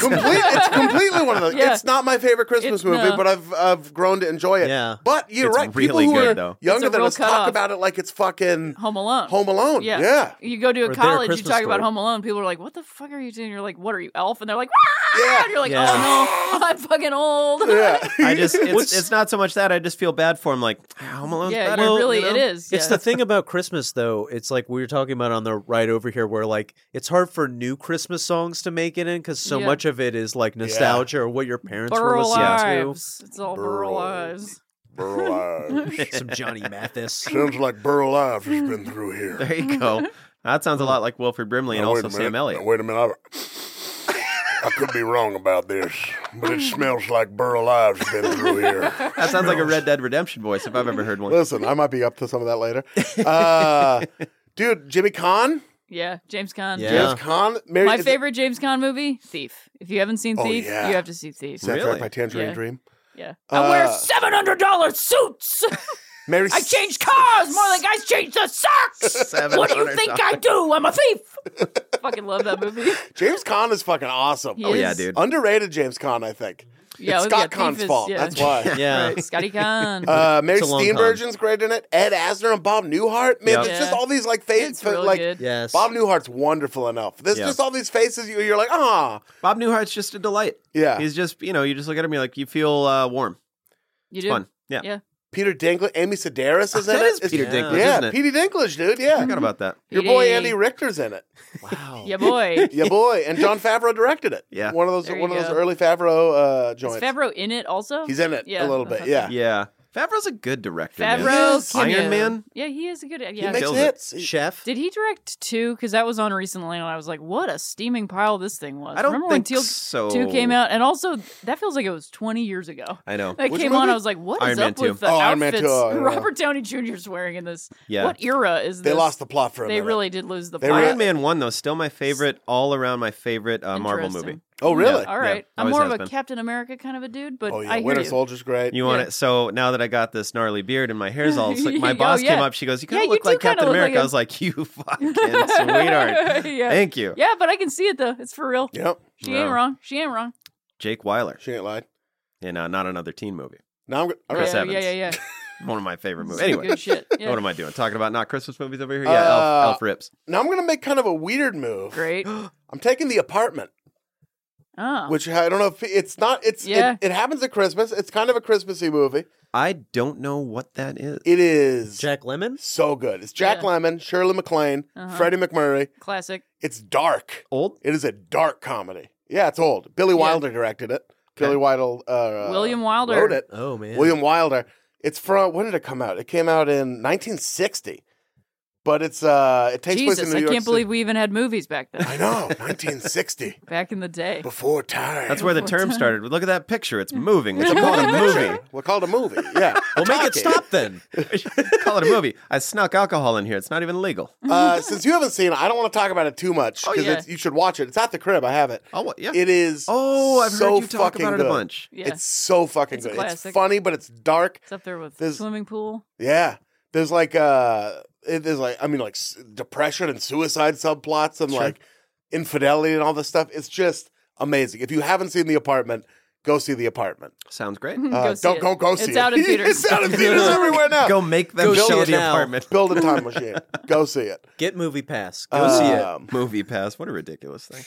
Speaker 2: Complete, it's completely one of those.
Speaker 4: Yeah.
Speaker 2: It's not my favorite Christmas
Speaker 4: It's-
Speaker 2: movie,
Speaker 4: no.
Speaker 2: but I've I've grown to enjoy it.
Speaker 3: Yeah.
Speaker 2: But you're
Speaker 1: It's
Speaker 2: right.
Speaker 1: really
Speaker 2: People who
Speaker 1: good,
Speaker 2: are
Speaker 1: though.
Speaker 4: It's
Speaker 2: younger
Speaker 4: a
Speaker 2: than
Speaker 4: real
Speaker 2: us talk
Speaker 4: cutoff.
Speaker 2: about it like it's fucking
Speaker 4: Home Alone.
Speaker 2: Home Alone.
Speaker 4: Yeah.
Speaker 2: Yeah.
Speaker 4: You go to
Speaker 3: Or
Speaker 4: a
Speaker 3: their
Speaker 4: college, you
Speaker 3: Christmas
Speaker 4: talk about
Speaker 3: story.
Speaker 4: Home Alone, people are like, what the fuck are you doing? You're like, what are you, Elf? And they're like,
Speaker 2: Yeah.
Speaker 4: "Ah!" And you're like,
Speaker 3: Yeah.
Speaker 4: oh no, I'm fucking old.
Speaker 2: Yeah.
Speaker 1: I just it's, it's not so much that I just feel bad for him. Like "Ah, Home Alone's
Speaker 4: Yeah,
Speaker 1: better.
Speaker 4: you're really,
Speaker 1: you know?
Speaker 4: it is.
Speaker 3: It's
Speaker 4: yeah.
Speaker 3: the thing about Christmas, though. It's like we were talking about on the ride over here, where like it's hard for new Christmas songs to make it in because so
Speaker 4: Yeah.
Speaker 3: much of it is like nostalgia or what your parents were
Speaker 4: Burl
Speaker 3: listening
Speaker 4: Lives. It's all Burl
Speaker 2: Burl.
Speaker 4: Lives.
Speaker 2: Burl Ives.
Speaker 3: to. Some Johnny Mathis.
Speaker 2: Sounds like Burl Ives has been through here.
Speaker 1: There you go. That sounds a lot like Wilfred Brimley and
Speaker 2: Now, wait
Speaker 1: also
Speaker 2: a minute.
Speaker 1: Sam
Speaker 2: Now,
Speaker 1: Elliott.
Speaker 2: wait a minute. I, I could be wrong about this, but it smells like Burl Ives has been through here.
Speaker 1: That sounds like a Red Dead Redemption voice if I've ever heard one.
Speaker 2: Listen, I might be up to some of that later. Uh, dude, Jimmy Kahn?
Speaker 4: Yeah, James Caan.
Speaker 3: Yeah.
Speaker 2: James Kahn? Mary,
Speaker 4: My
Speaker 2: is it-
Speaker 4: favorite James Caan movie, Thief. If you haven't seen
Speaker 2: Oh,
Speaker 4: Thief,
Speaker 2: yeah.
Speaker 4: you have to see Thief.
Speaker 2: Is that
Speaker 1: Really?
Speaker 2: my tangerine
Speaker 4: Yeah.
Speaker 2: dream?
Speaker 4: Yeah. I wear
Speaker 2: Uh,
Speaker 4: seven hundred dollar suits.
Speaker 2: Mary,
Speaker 4: I change cars more than guys change their socks. What do you think I do? I'm a thief. Fucking love that movie.
Speaker 2: James Kahn is fucking awesome.
Speaker 4: He
Speaker 1: Oh
Speaker 4: is-
Speaker 1: yeah, dude.
Speaker 2: Underrated James Kahn, I think.
Speaker 4: Yeah,
Speaker 2: it's
Speaker 4: oh,
Speaker 2: Scott
Speaker 4: yeah,
Speaker 2: Kahn's
Speaker 4: Thief is-
Speaker 2: fault.
Speaker 4: yeah.
Speaker 2: That's why.
Speaker 3: Yeah.
Speaker 4: Right, Scotty Khan.
Speaker 2: Uh, Mary
Speaker 3: It's a long
Speaker 2: Steenburgen's great in it. Ed Asner and Bob Newhart. Man,
Speaker 3: Yep.
Speaker 2: it's just
Speaker 4: Yeah.
Speaker 2: all these like faces.
Speaker 4: it's really
Speaker 2: Like
Speaker 4: good.
Speaker 3: Yes.
Speaker 2: Bob Newhart's wonderful enough. There's
Speaker 1: Yeah.
Speaker 2: just all these faces. You, you're like, ah,
Speaker 1: Bob Newhart's just a delight.
Speaker 3: Ah.
Speaker 2: yeah.
Speaker 1: He's just you know you just look at him you're like you feel uh, warm.
Speaker 4: You
Speaker 1: It's
Speaker 4: do.
Speaker 1: fun. Yeah.
Speaker 4: Yeah.
Speaker 2: Peter Dinklage, Amy Sedaris is in
Speaker 1: That
Speaker 2: it.
Speaker 1: is
Speaker 2: It's-
Speaker 1: Peter
Speaker 3: Yeah.
Speaker 1: Dinklage,
Speaker 2: Yeah,
Speaker 1: isn't it?
Speaker 2: Peter Dinklage, dude.
Speaker 1: I
Speaker 2: Yeah,
Speaker 1: forgot about that.
Speaker 2: your boy
Speaker 4: Petey.
Speaker 2: Andy Richter's in it.
Speaker 3: Wow.
Speaker 4: Yeah, boy.
Speaker 2: Yeah, boy, and John Favreau directed it.
Speaker 1: Yeah.
Speaker 2: one of those
Speaker 4: There you
Speaker 2: one of those
Speaker 4: go.
Speaker 2: early Favreau uh,
Speaker 4: Is
Speaker 2: joints.
Speaker 4: Favreau in it also?
Speaker 2: He's in it a
Speaker 4: Yeah.
Speaker 2: little bit. Yeah,
Speaker 1: Yeah, Favreau's a good director. man.
Speaker 4: Favreau.
Speaker 2: Yes.
Speaker 4: Kenyon.
Speaker 1: Iron Man?
Speaker 4: Yeah, he is a good. Yeah,
Speaker 2: he makes
Speaker 1: kills it.
Speaker 2: hits. He-
Speaker 3: Chef.
Speaker 4: Did he direct two? Because that was on recently, and I was like, "What a steaming pile this thing was."
Speaker 1: I don't
Speaker 4: remember
Speaker 1: think
Speaker 4: when Teal
Speaker 1: so.
Speaker 4: two came out, and also that feels like it was twenty years ago.
Speaker 1: I know.
Speaker 4: That
Speaker 2: Which
Speaker 4: came on,
Speaker 2: movie?
Speaker 4: I was like, "What is
Speaker 1: Iron Man
Speaker 4: up
Speaker 1: 2.
Speaker 4: with the
Speaker 2: Oh, Iron Man
Speaker 4: outfits
Speaker 2: 2, oh, yeah.
Speaker 4: Robert Downey Jr. is wearing in this?
Speaker 1: Yeah.
Speaker 4: What era is
Speaker 2: They
Speaker 4: this?"
Speaker 2: lost the plot for a
Speaker 4: They
Speaker 2: minute.
Speaker 4: really did lose the
Speaker 2: They
Speaker 4: plot.
Speaker 2: were-
Speaker 1: Iron Man one though, still my favorite all around my favorite uh, Marvel
Speaker 4: Interesting.
Speaker 1: movie.
Speaker 2: Oh, really?
Speaker 4: All right,
Speaker 1: Yeah,
Speaker 4: I'm
Speaker 1: always
Speaker 4: more of
Speaker 1: has
Speaker 4: a
Speaker 1: been.
Speaker 4: Captain America kind of a dude, but
Speaker 2: Oh
Speaker 4: I
Speaker 2: yeah,
Speaker 4: hear
Speaker 2: Winter
Speaker 4: you.
Speaker 2: Soldier's great.
Speaker 1: You want
Speaker 4: Yeah.
Speaker 1: it? Uh, So now that I got this gnarly beard and my hair's all slick, my
Speaker 4: Oh,
Speaker 1: boss came
Speaker 4: yeah.
Speaker 1: up. She goes, "You kind of
Speaker 4: Yeah, you
Speaker 1: look
Speaker 4: do
Speaker 1: like
Speaker 4: kinda
Speaker 1: Captain
Speaker 4: look like
Speaker 1: America." I
Speaker 4: him.
Speaker 1: was like, "You fucking sweetheart,
Speaker 4: yeah.
Speaker 1: thank you."
Speaker 4: yeah, but I can see it though. It's for real.
Speaker 2: Yep,
Speaker 4: She
Speaker 1: No.
Speaker 4: ain't wrong. She ain't wrong.
Speaker 1: Jake Weiler
Speaker 2: she ain't lied.
Speaker 1: in uh, not another teen movie.
Speaker 2: Now I'm. go- All right.
Speaker 1: Chris
Speaker 4: yeah,
Speaker 1: Evans.
Speaker 4: yeah, yeah, yeah.
Speaker 1: One of my favorite movies.
Speaker 4: Some
Speaker 1: Anyway,
Speaker 4: good shit. Yeah.
Speaker 1: what am I doing? Talking about not Christmas movies over here? Yeah,
Speaker 2: Uh,
Speaker 1: Elf, Elf rips.
Speaker 2: Now I'm gonna make kind of a weird move.
Speaker 4: Great.
Speaker 2: I'm taking the apartment,
Speaker 4: Oh.
Speaker 2: which I don't know if it's not. It's
Speaker 4: Yeah.
Speaker 2: it, it happens at Christmas. It's kind of a Christmassy movie.
Speaker 1: I don't know what that is.
Speaker 2: It is
Speaker 3: Jack Lemon.
Speaker 2: so good. It's Jack
Speaker 4: Yeah.
Speaker 2: Lemmon, Shirley MacLaine,
Speaker 4: Uh-huh.
Speaker 2: Freddie McMurray.
Speaker 4: Classic.
Speaker 2: It's dark.
Speaker 1: Old?
Speaker 2: It is a dark comedy. Yeah, it's old. Billy
Speaker 4: Yeah.
Speaker 2: Wilder directed it. Billy Wilder. Uh,
Speaker 4: William Wilder.
Speaker 2: wrote it.
Speaker 3: Oh man.
Speaker 2: William Wilder. It's from when did it come out? It came out in 1960, but it's uh, it takes place
Speaker 4: Jesus,
Speaker 2: in New
Speaker 4: I
Speaker 2: York.
Speaker 4: can't believe we even had movies back then.
Speaker 2: I know 1960
Speaker 4: back in the day.
Speaker 2: before time.
Speaker 1: That's where the term started. Look at that picture. It's moving. We should
Speaker 2: We'll
Speaker 1: call it a
Speaker 2: call it a
Speaker 1: movie.
Speaker 2: movie. We'll call it a movie. Yeah.
Speaker 3: Well, make it
Speaker 2: Talking.
Speaker 3: stop then.
Speaker 1: We should call it a movie. I snuck alcohol in here. It's not even legal.
Speaker 2: Uh, since you haven't seen it, I don't want to talk about it too much
Speaker 1: Oh,
Speaker 2: because
Speaker 4: yeah.
Speaker 2: you should watch it. It's at the crib. I have it.
Speaker 1: Oh, what? Yeah.
Speaker 2: It is.
Speaker 1: oh, I've
Speaker 2: so
Speaker 1: heard you talk
Speaker 2: fucking
Speaker 1: about it
Speaker 2: good.
Speaker 1: a bunch.
Speaker 4: Yeah.
Speaker 2: It's so fucking
Speaker 4: It's a
Speaker 2: good. It's
Speaker 4: classic.
Speaker 2: funny, but it's dark.
Speaker 4: it's up there with
Speaker 2: There's-
Speaker 4: swimming pool.
Speaker 2: Yeah. There's like uh it- there's like I mean like s- depression and suicide subplots and
Speaker 1: Sure.
Speaker 2: like infidelity and all this stuff. It's just amazing. If you haven't seen The Apartment, go see The Apartment.
Speaker 1: Sounds great.
Speaker 4: Go
Speaker 2: Uh,
Speaker 4: see
Speaker 2: don't
Speaker 4: it.
Speaker 2: go go
Speaker 4: It's
Speaker 2: see it.
Speaker 4: out in theaters.
Speaker 2: it's out in theaters everywhere now.
Speaker 1: Go make them
Speaker 3: Go see
Speaker 1: show
Speaker 3: it
Speaker 1: the
Speaker 3: now.
Speaker 1: apartment.
Speaker 2: Build a time machine. go see it.
Speaker 3: Get Movie Pass. Go
Speaker 2: Um,
Speaker 3: see it.
Speaker 1: Movie pass. What a ridiculous thing.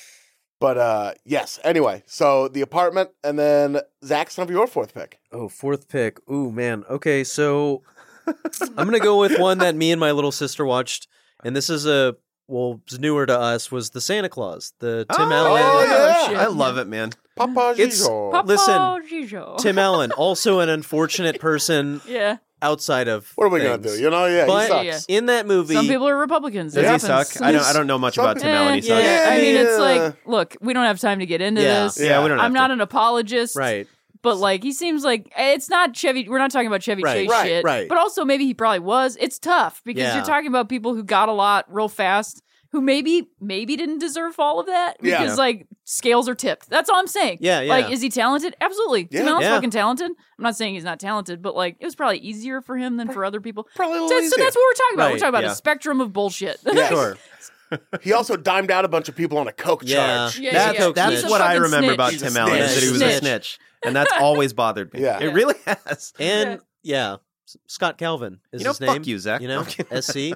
Speaker 2: But uh yes, anyway, so The Apartment and then Zach, some of your fourth pick.
Speaker 3: Oh, fourth pick. Ooh man. Okay, so I'm gonna go with one that me and my little sister watched, and this is a well, it's newer to us was the Santa Claus, the Tim
Speaker 1: Oh,
Speaker 3: Allen.
Speaker 2: Oh, yeah.
Speaker 4: shit.
Speaker 1: I love it, man.
Speaker 4: Mm.
Speaker 2: Papa
Speaker 3: It's-
Speaker 2: Gigo.
Speaker 4: Papa
Speaker 3: Listen,
Speaker 4: Gijo.
Speaker 3: Tim Allen, also an unfortunate person
Speaker 4: yeah.
Speaker 3: outside of.
Speaker 2: What are we gonna
Speaker 3: things.
Speaker 2: do? You know, yeah, he
Speaker 3: But-
Speaker 2: sucks.
Speaker 4: Yeah,
Speaker 3: In that movie,
Speaker 4: Some people are Republicans.
Speaker 1: Does he
Speaker 4: It happens.
Speaker 1: suck? I don't. I don't know much about Tim Allen. He
Speaker 4: Eh, yeah,
Speaker 1: sucks.
Speaker 4: I mean, it's
Speaker 2: Yeah.
Speaker 4: like, look, we don't have time to get into
Speaker 3: Yeah.
Speaker 4: this.
Speaker 1: Yeah, we don't. Have
Speaker 4: I'm not
Speaker 1: to.
Speaker 4: an apologist,
Speaker 3: right?
Speaker 4: But like, he seems like it's not Chevy. We're not talking about Chevy
Speaker 3: Right,
Speaker 4: Chase
Speaker 3: right,
Speaker 4: shit,
Speaker 3: right.
Speaker 4: But also, maybe he probably was. It's tough because
Speaker 3: Yeah.
Speaker 4: you're talking about people who got a lot real fast, who maybe maybe didn't deserve all of that
Speaker 2: Yeah.
Speaker 4: because like scales are tipped. That's all I'm saying.
Speaker 3: Yeah, yeah.
Speaker 4: Like, is he talented? Absolutely.
Speaker 2: Yeah.
Speaker 4: Jamal's
Speaker 3: Yeah.
Speaker 4: fucking talented. I'm not saying he's not talented, but like it was probably easier for him than for other people.
Speaker 2: Probably a little
Speaker 4: That's- so
Speaker 2: easier.
Speaker 4: that's what we're talking about. We're
Speaker 3: Right,
Speaker 4: talking about
Speaker 3: yeah.
Speaker 4: a spectrum of bullshit.
Speaker 3: Sure.
Speaker 2: He also dimed out a bunch of people on a coke
Speaker 3: Yeah.
Speaker 2: charge.
Speaker 4: Yeah,
Speaker 1: That's,
Speaker 4: yeah, yeah.
Speaker 1: that's
Speaker 4: He's a
Speaker 1: what I
Speaker 4: fucking
Speaker 1: remember
Speaker 4: snitch.
Speaker 1: about
Speaker 2: He's a
Speaker 1: Tim Allen is
Speaker 3: snitch.
Speaker 1: that he was a
Speaker 4: Snitch.
Speaker 1: snitch, and that's always bothered me.
Speaker 2: Yeah.
Speaker 1: it really has.
Speaker 3: And yeah, S- Scott Calvin is
Speaker 1: you know,
Speaker 3: his name.
Speaker 1: fuck you, Zach.
Speaker 3: you know,
Speaker 1: I'm kidding.
Speaker 3: SC.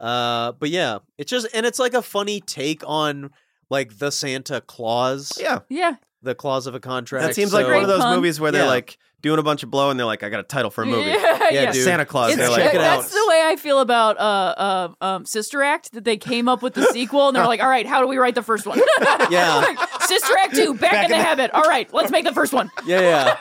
Speaker 3: Uh, but yeah, it's just and it's like a funny take on like the Santa Claus,
Speaker 1: yeah,
Speaker 4: yeah.
Speaker 3: the clause of a contract.
Speaker 1: that seems
Speaker 3: so,
Speaker 1: like one of those
Speaker 4: Great pun.
Speaker 1: movies where they're
Speaker 3: Yeah.
Speaker 1: like doing a bunch of blow, and they're like, "I got a title for a movie."
Speaker 4: Yeah,
Speaker 3: Yeah,
Speaker 4: yeah.
Speaker 3: dude.
Speaker 1: Santa Claus.
Speaker 4: It's-
Speaker 1: Uh, they're
Speaker 3: check
Speaker 1: like,
Speaker 3: it
Speaker 4: that's
Speaker 3: out.
Speaker 4: the way I feel about uh, uh, um, Sister Act that they came up with the sequel and they're like, all right, how do we write the first one?
Speaker 3: Yeah,
Speaker 4: Sister Act 2, Back, in the Habit. All right, let's make the first one.
Speaker 3: yeah, yeah.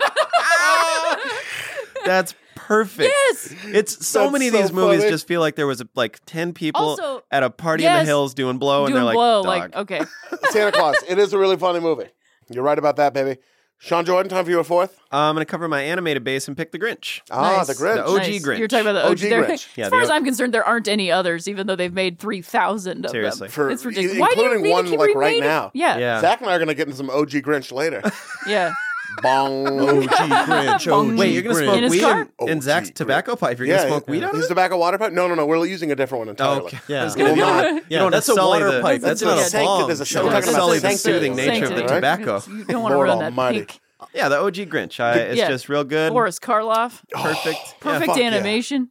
Speaker 1: That's perfect.
Speaker 4: Yes.
Speaker 1: It's so
Speaker 2: That's
Speaker 1: many of
Speaker 2: so
Speaker 1: these movies
Speaker 2: funny.
Speaker 1: just feel like there was like ten people
Speaker 4: Also-
Speaker 1: at a party in
Speaker 4: Yes.
Speaker 1: the hills doing blow, Oh, and
Speaker 4: Doing
Speaker 1: they're like,
Speaker 4: blow.
Speaker 1: Dog.
Speaker 4: Like, okay.
Speaker 2: Santa Claus. It is a really funny movie. You're right about that, baby. Sean Jordan, time for your fourth.
Speaker 1: I'm gonna cover my animated base and pick the Grinch.
Speaker 2: Ah,
Speaker 4: Nice.
Speaker 2: the Grinch.
Speaker 1: The OG
Speaker 4: Nice.
Speaker 1: Grinch.
Speaker 4: You're talking about the
Speaker 2: OG
Speaker 4: OG, there-
Speaker 2: Grinch.
Speaker 1: Yeah,
Speaker 4: as far
Speaker 1: the-
Speaker 4: as I'm concerned, there aren't any others, even though they've made 3,000 of
Speaker 1: Seriously.
Speaker 4: them.
Speaker 2: For-
Speaker 4: it's ridiculous.
Speaker 2: i-
Speaker 4: Why do you
Speaker 2: including
Speaker 4: need to
Speaker 2: one,
Speaker 4: keep
Speaker 2: like, right
Speaker 4: remade-
Speaker 2: now.
Speaker 4: Yeah.
Speaker 1: yeah.
Speaker 2: Zach and I are going to get into some OG Grinch later.
Speaker 4: Yeah.
Speaker 2: Bong.
Speaker 3: Grinch,
Speaker 4: Bong.
Speaker 1: Wait, you're gonna
Speaker 4: In
Speaker 1: smoke
Speaker 4: his
Speaker 1: weed
Speaker 4: car?
Speaker 1: in, in
Speaker 2: OG
Speaker 1: Zach's
Speaker 2: Grinch.
Speaker 1: tobacco pipe? You're
Speaker 2: yeah,
Speaker 1: gonna smoke weed
Speaker 2: yeah.
Speaker 1: out of
Speaker 2: These
Speaker 1: it?
Speaker 2: tobacco water pipe? No, no, no. We're using a different one entirely.
Speaker 1: okay.
Speaker 3: Yeah.
Speaker 1: I was gonna
Speaker 2: Well,
Speaker 1: be
Speaker 2: not-
Speaker 1: like,
Speaker 2: you
Speaker 3: Yeah,
Speaker 1: don't wanna
Speaker 3: that's a
Speaker 1: sully
Speaker 3: water
Speaker 1: the-
Speaker 3: pipe.
Speaker 1: That's
Speaker 3: That's
Speaker 1: not
Speaker 3: not
Speaker 1: a
Speaker 3: a
Speaker 2: sancti-
Speaker 3: bong.
Speaker 2: there's a-
Speaker 3: You
Speaker 1: don't
Speaker 3: don't
Speaker 1: wanna
Speaker 3: have to
Speaker 1: sully the
Speaker 3: sanctify it.
Speaker 1: soothing nature of the
Speaker 4: Sanctity.
Speaker 1: tobacco.
Speaker 4: You don't want to
Speaker 2: Lord
Speaker 4: ruin that
Speaker 2: almighty.
Speaker 4: pink.
Speaker 1: Yeah, the OG Grinch. I, it's
Speaker 4: Yeah.
Speaker 1: just real good.
Speaker 4: Boris Karloff.
Speaker 1: Perfect.
Speaker 4: Perfect
Speaker 2: fuck yeah.
Speaker 4: animation.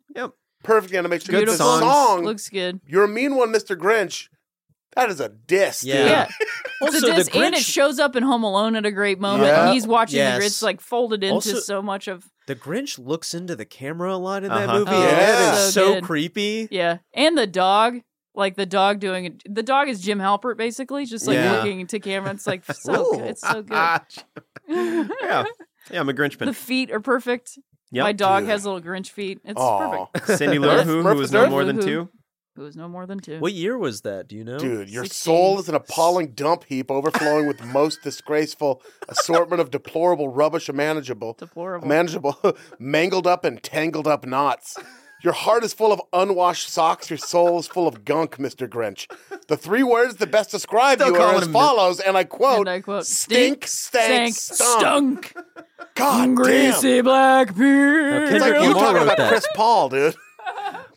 Speaker 2: Perfect animation.
Speaker 1: Good
Speaker 2: the
Speaker 1: songs.
Speaker 2: song.
Speaker 4: Looks good.
Speaker 2: You're a mean one, Mr. Grinch. That is a diss.
Speaker 3: Yeah.
Speaker 4: Yeah.
Speaker 2: Dude.
Speaker 4: It's a
Speaker 3: Also, the
Speaker 4: disc, and it
Speaker 3: Grinch-
Speaker 4: shows up in Home Alone at a great moment.
Speaker 2: Yeah.
Speaker 4: And he's watching
Speaker 3: Yes.
Speaker 4: the Grinch like folded into
Speaker 3: Also-
Speaker 4: so much of
Speaker 3: The Grinch looks into the camera a lot in
Speaker 1: Uh-huh.
Speaker 3: that movie.
Speaker 4: Oh,
Speaker 3: and that
Speaker 2: Yeah.
Speaker 3: is
Speaker 4: so
Speaker 3: so
Speaker 4: good.
Speaker 3: creepy.
Speaker 4: yeah, and the dog. Like the dog doing it. The dog is Jim Halpert, basically, just like
Speaker 1: Yeah.
Speaker 4: looking to camera. It's like so good. It's so good.
Speaker 1: Ah, yeah. Yeah, I'm a
Speaker 4: the
Speaker 1: Grinchman.
Speaker 4: feet are perfect.
Speaker 1: Yep.
Speaker 4: My dog
Speaker 2: Dude.
Speaker 4: has little Grinch feet. It's
Speaker 2: Aw,
Speaker 4: perfect.
Speaker 1: Cindy Lou
Speaker 2: Murph-
Speaker 1: Who,
Speaker 2: Murph
Speaker 1: who was
Speaker 2: the
Speaker 1: no
Speaker 2: Dirt?
Speaker 1: more than
Speaker 4: Who-
Speaker 1: two.
Speaker 4: Who's no more than two.
Speaker 3: What year was that? Do you know?
Speaker 2: dude, your
Speaker 4: 16.
Speaker 2: soul is an appalling dump heap overflowing with most disgraceful assortment of deplorable rubbish manageable.
Speaker 4: Deplorable.
Speaker 2: manageable, mangled up and tangled up knots. Your heart is full of unwashed socks. Your soul is full of gunk, Mr. Grinch. The three words that best describe
Speaker 1: Still
Speaker 2: you are
Speaker 1: calling
Speaker 2: as
Speaker 1: him Mr.
Speaker 2: follows, and I quote,
Speaker 4: And I quote,
Speaker 2: stink, stank,
Speaker 4: stank,
Speaker 2: stunk.
Speaker 4: stunk,
Speaker 2: God damn.
Speaker 4: greasy black beard.
Speaker 2: It's like
Speaker 3: Kendrick
Speaker 2: you
Speaker 3: Lamar
Speaker 2: talking
Speaker 3: wrote
Speaker 2: about
Speaker 3: that.
Speaker 2: Chris Paul, dude.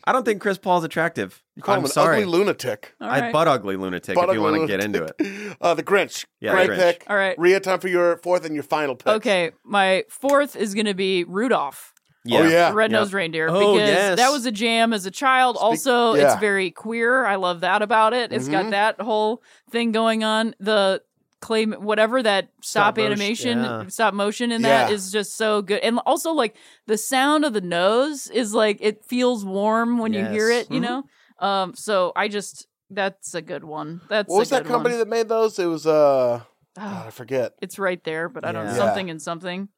Speaker 1: I don't think Chris Paul's attractive.
Speaker 2: You call him
Speaker 1: I'm
Speaker 2: an
Speaker 1: sorry.
Speaker 2: ugly lunatic.
Speaker 4: All
Speaker 1: I
Speaker 4: right.
Speaker 1: butt ugly lunatic
Speaker 2: Butt
Speaker 1: if you
Speaker 2: ugly
Speaker 1: want to get into it.
Speaker 2: Uh, the Grinch.
Speaker 1: Yeah,
Speaker 2: Great
Speaker 1: The Grinch.
Speaker 2: pick.
Speaker 4: All right.
Speaker 2: Rhea, time for your fourth and your final pick.
Speaker 4: Okay, my fourth is going to be Rudolph.
Speaker 1: Yeah.
Speaker 2: Oh, yeah.
Speaker 4: the red nosed reindeer
Speaker 3: Oh,
Speaker 4: because
Speaker 3: yes.
Speaker 4: that was a jam as a child. also,
Speaker 2: yeah. Mm-hmm.
Speaker 4: it's very queer. I love that about it. It's got that whole thing going on. The claim, whatever that stop,
Speaker 3: motion,
Speaker 4: animation,
Speaker 3: yeah.
Speaker 4: stop motion in that
Speaker 2: Yeah.
Speaker 4: is just so good. And also, like the sound of the nose is like it feels warm when you hear
Speaker 3: Yes.
Speaker 4: it. You
Speaker 2: Mm-hmm.
Speaker 4: know. Um. So I just that's a good one. That's
Speaker 2: What was
Speaker 4: a
Speaker 2: that
Speaker 4: good
Speaker 2: company
Speaker 4: one.
Speaker 2: that made those? It was, uh,
Speaker 4: Ah,
Speaker 2: God, I forget.
Speaker 4: it's right there, but I don't know
Speaker 3: Yeah.
Speaker 4: something and something,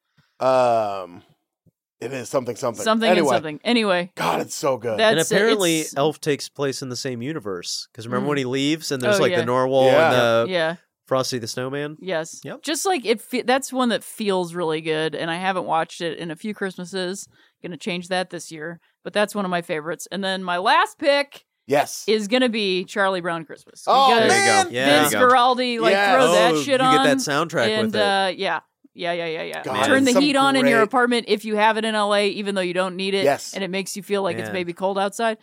Speaker 2: Um, it is something, something.
Speaker 4: something
Speaker 2: anyway,
Speaker 4: and something. Anyway,
Speaker 2: God, it's so good.
Speaker 4: That-
Speaker 3: and
Speaker 4: That's- uh,
Speaker 3: apparently,
Speaker 4: it's-
Speaker 3: Elf takes place in the same universe. Because remember
Speaker 4: Mm.
Speaker 3: when he leaves and there's
Speaker 4: Oh,
Speaker 3: like
Speaker 4: yeah.
Speaker 3: the Norwal
Speaker 2: Yeah.
Speaker 3: and the
Speaker 4: yeah.
Speaker 3: Frosty the Snowman?
Speaker 4: Yes.
Speaker 1: Yep.
Speaker 4: Just like it, fe- that's one that feels really good, and I haven't watched it in a few Christmases. Going to change that this year, but that's one of my favorites. And then my last pick
Speaker 2: yes.
Speaker 4: is going to be Charlie Brown Christmas.
Speaker 2: Oh, man.
Speaker 4: because
Speaker 1: There you go.
Speaker 3: Yeah.
Speaker 4: Vince
Speaker 1: There you go.
Speaker 4: Guaraldi like
Speaker 2: Yes.
Speaker 4: throw that
Speaker 3: Oh,
Speaker 4: shit
Speaker 3: you
Speaker 4: on.
Speaker 3: get that soundtrack
Speaker 4: and
Speaker 3: with it.
Speaker 4: uh, yeah. Yeah, yeah, yeah, yeah.
Speaker 2: God,
Speaker 4: Turn the
Speaker 2: some
Speaker 4: heat on in your
Speaker 2: great-
Speaker 4: apartment if you have it in LA, even though you don't need it.
Speaker 2: Yes.
Speaker 4: And it makes you feel like it's
Speaker 3: Man.
Speaker 4: maybe cold outside.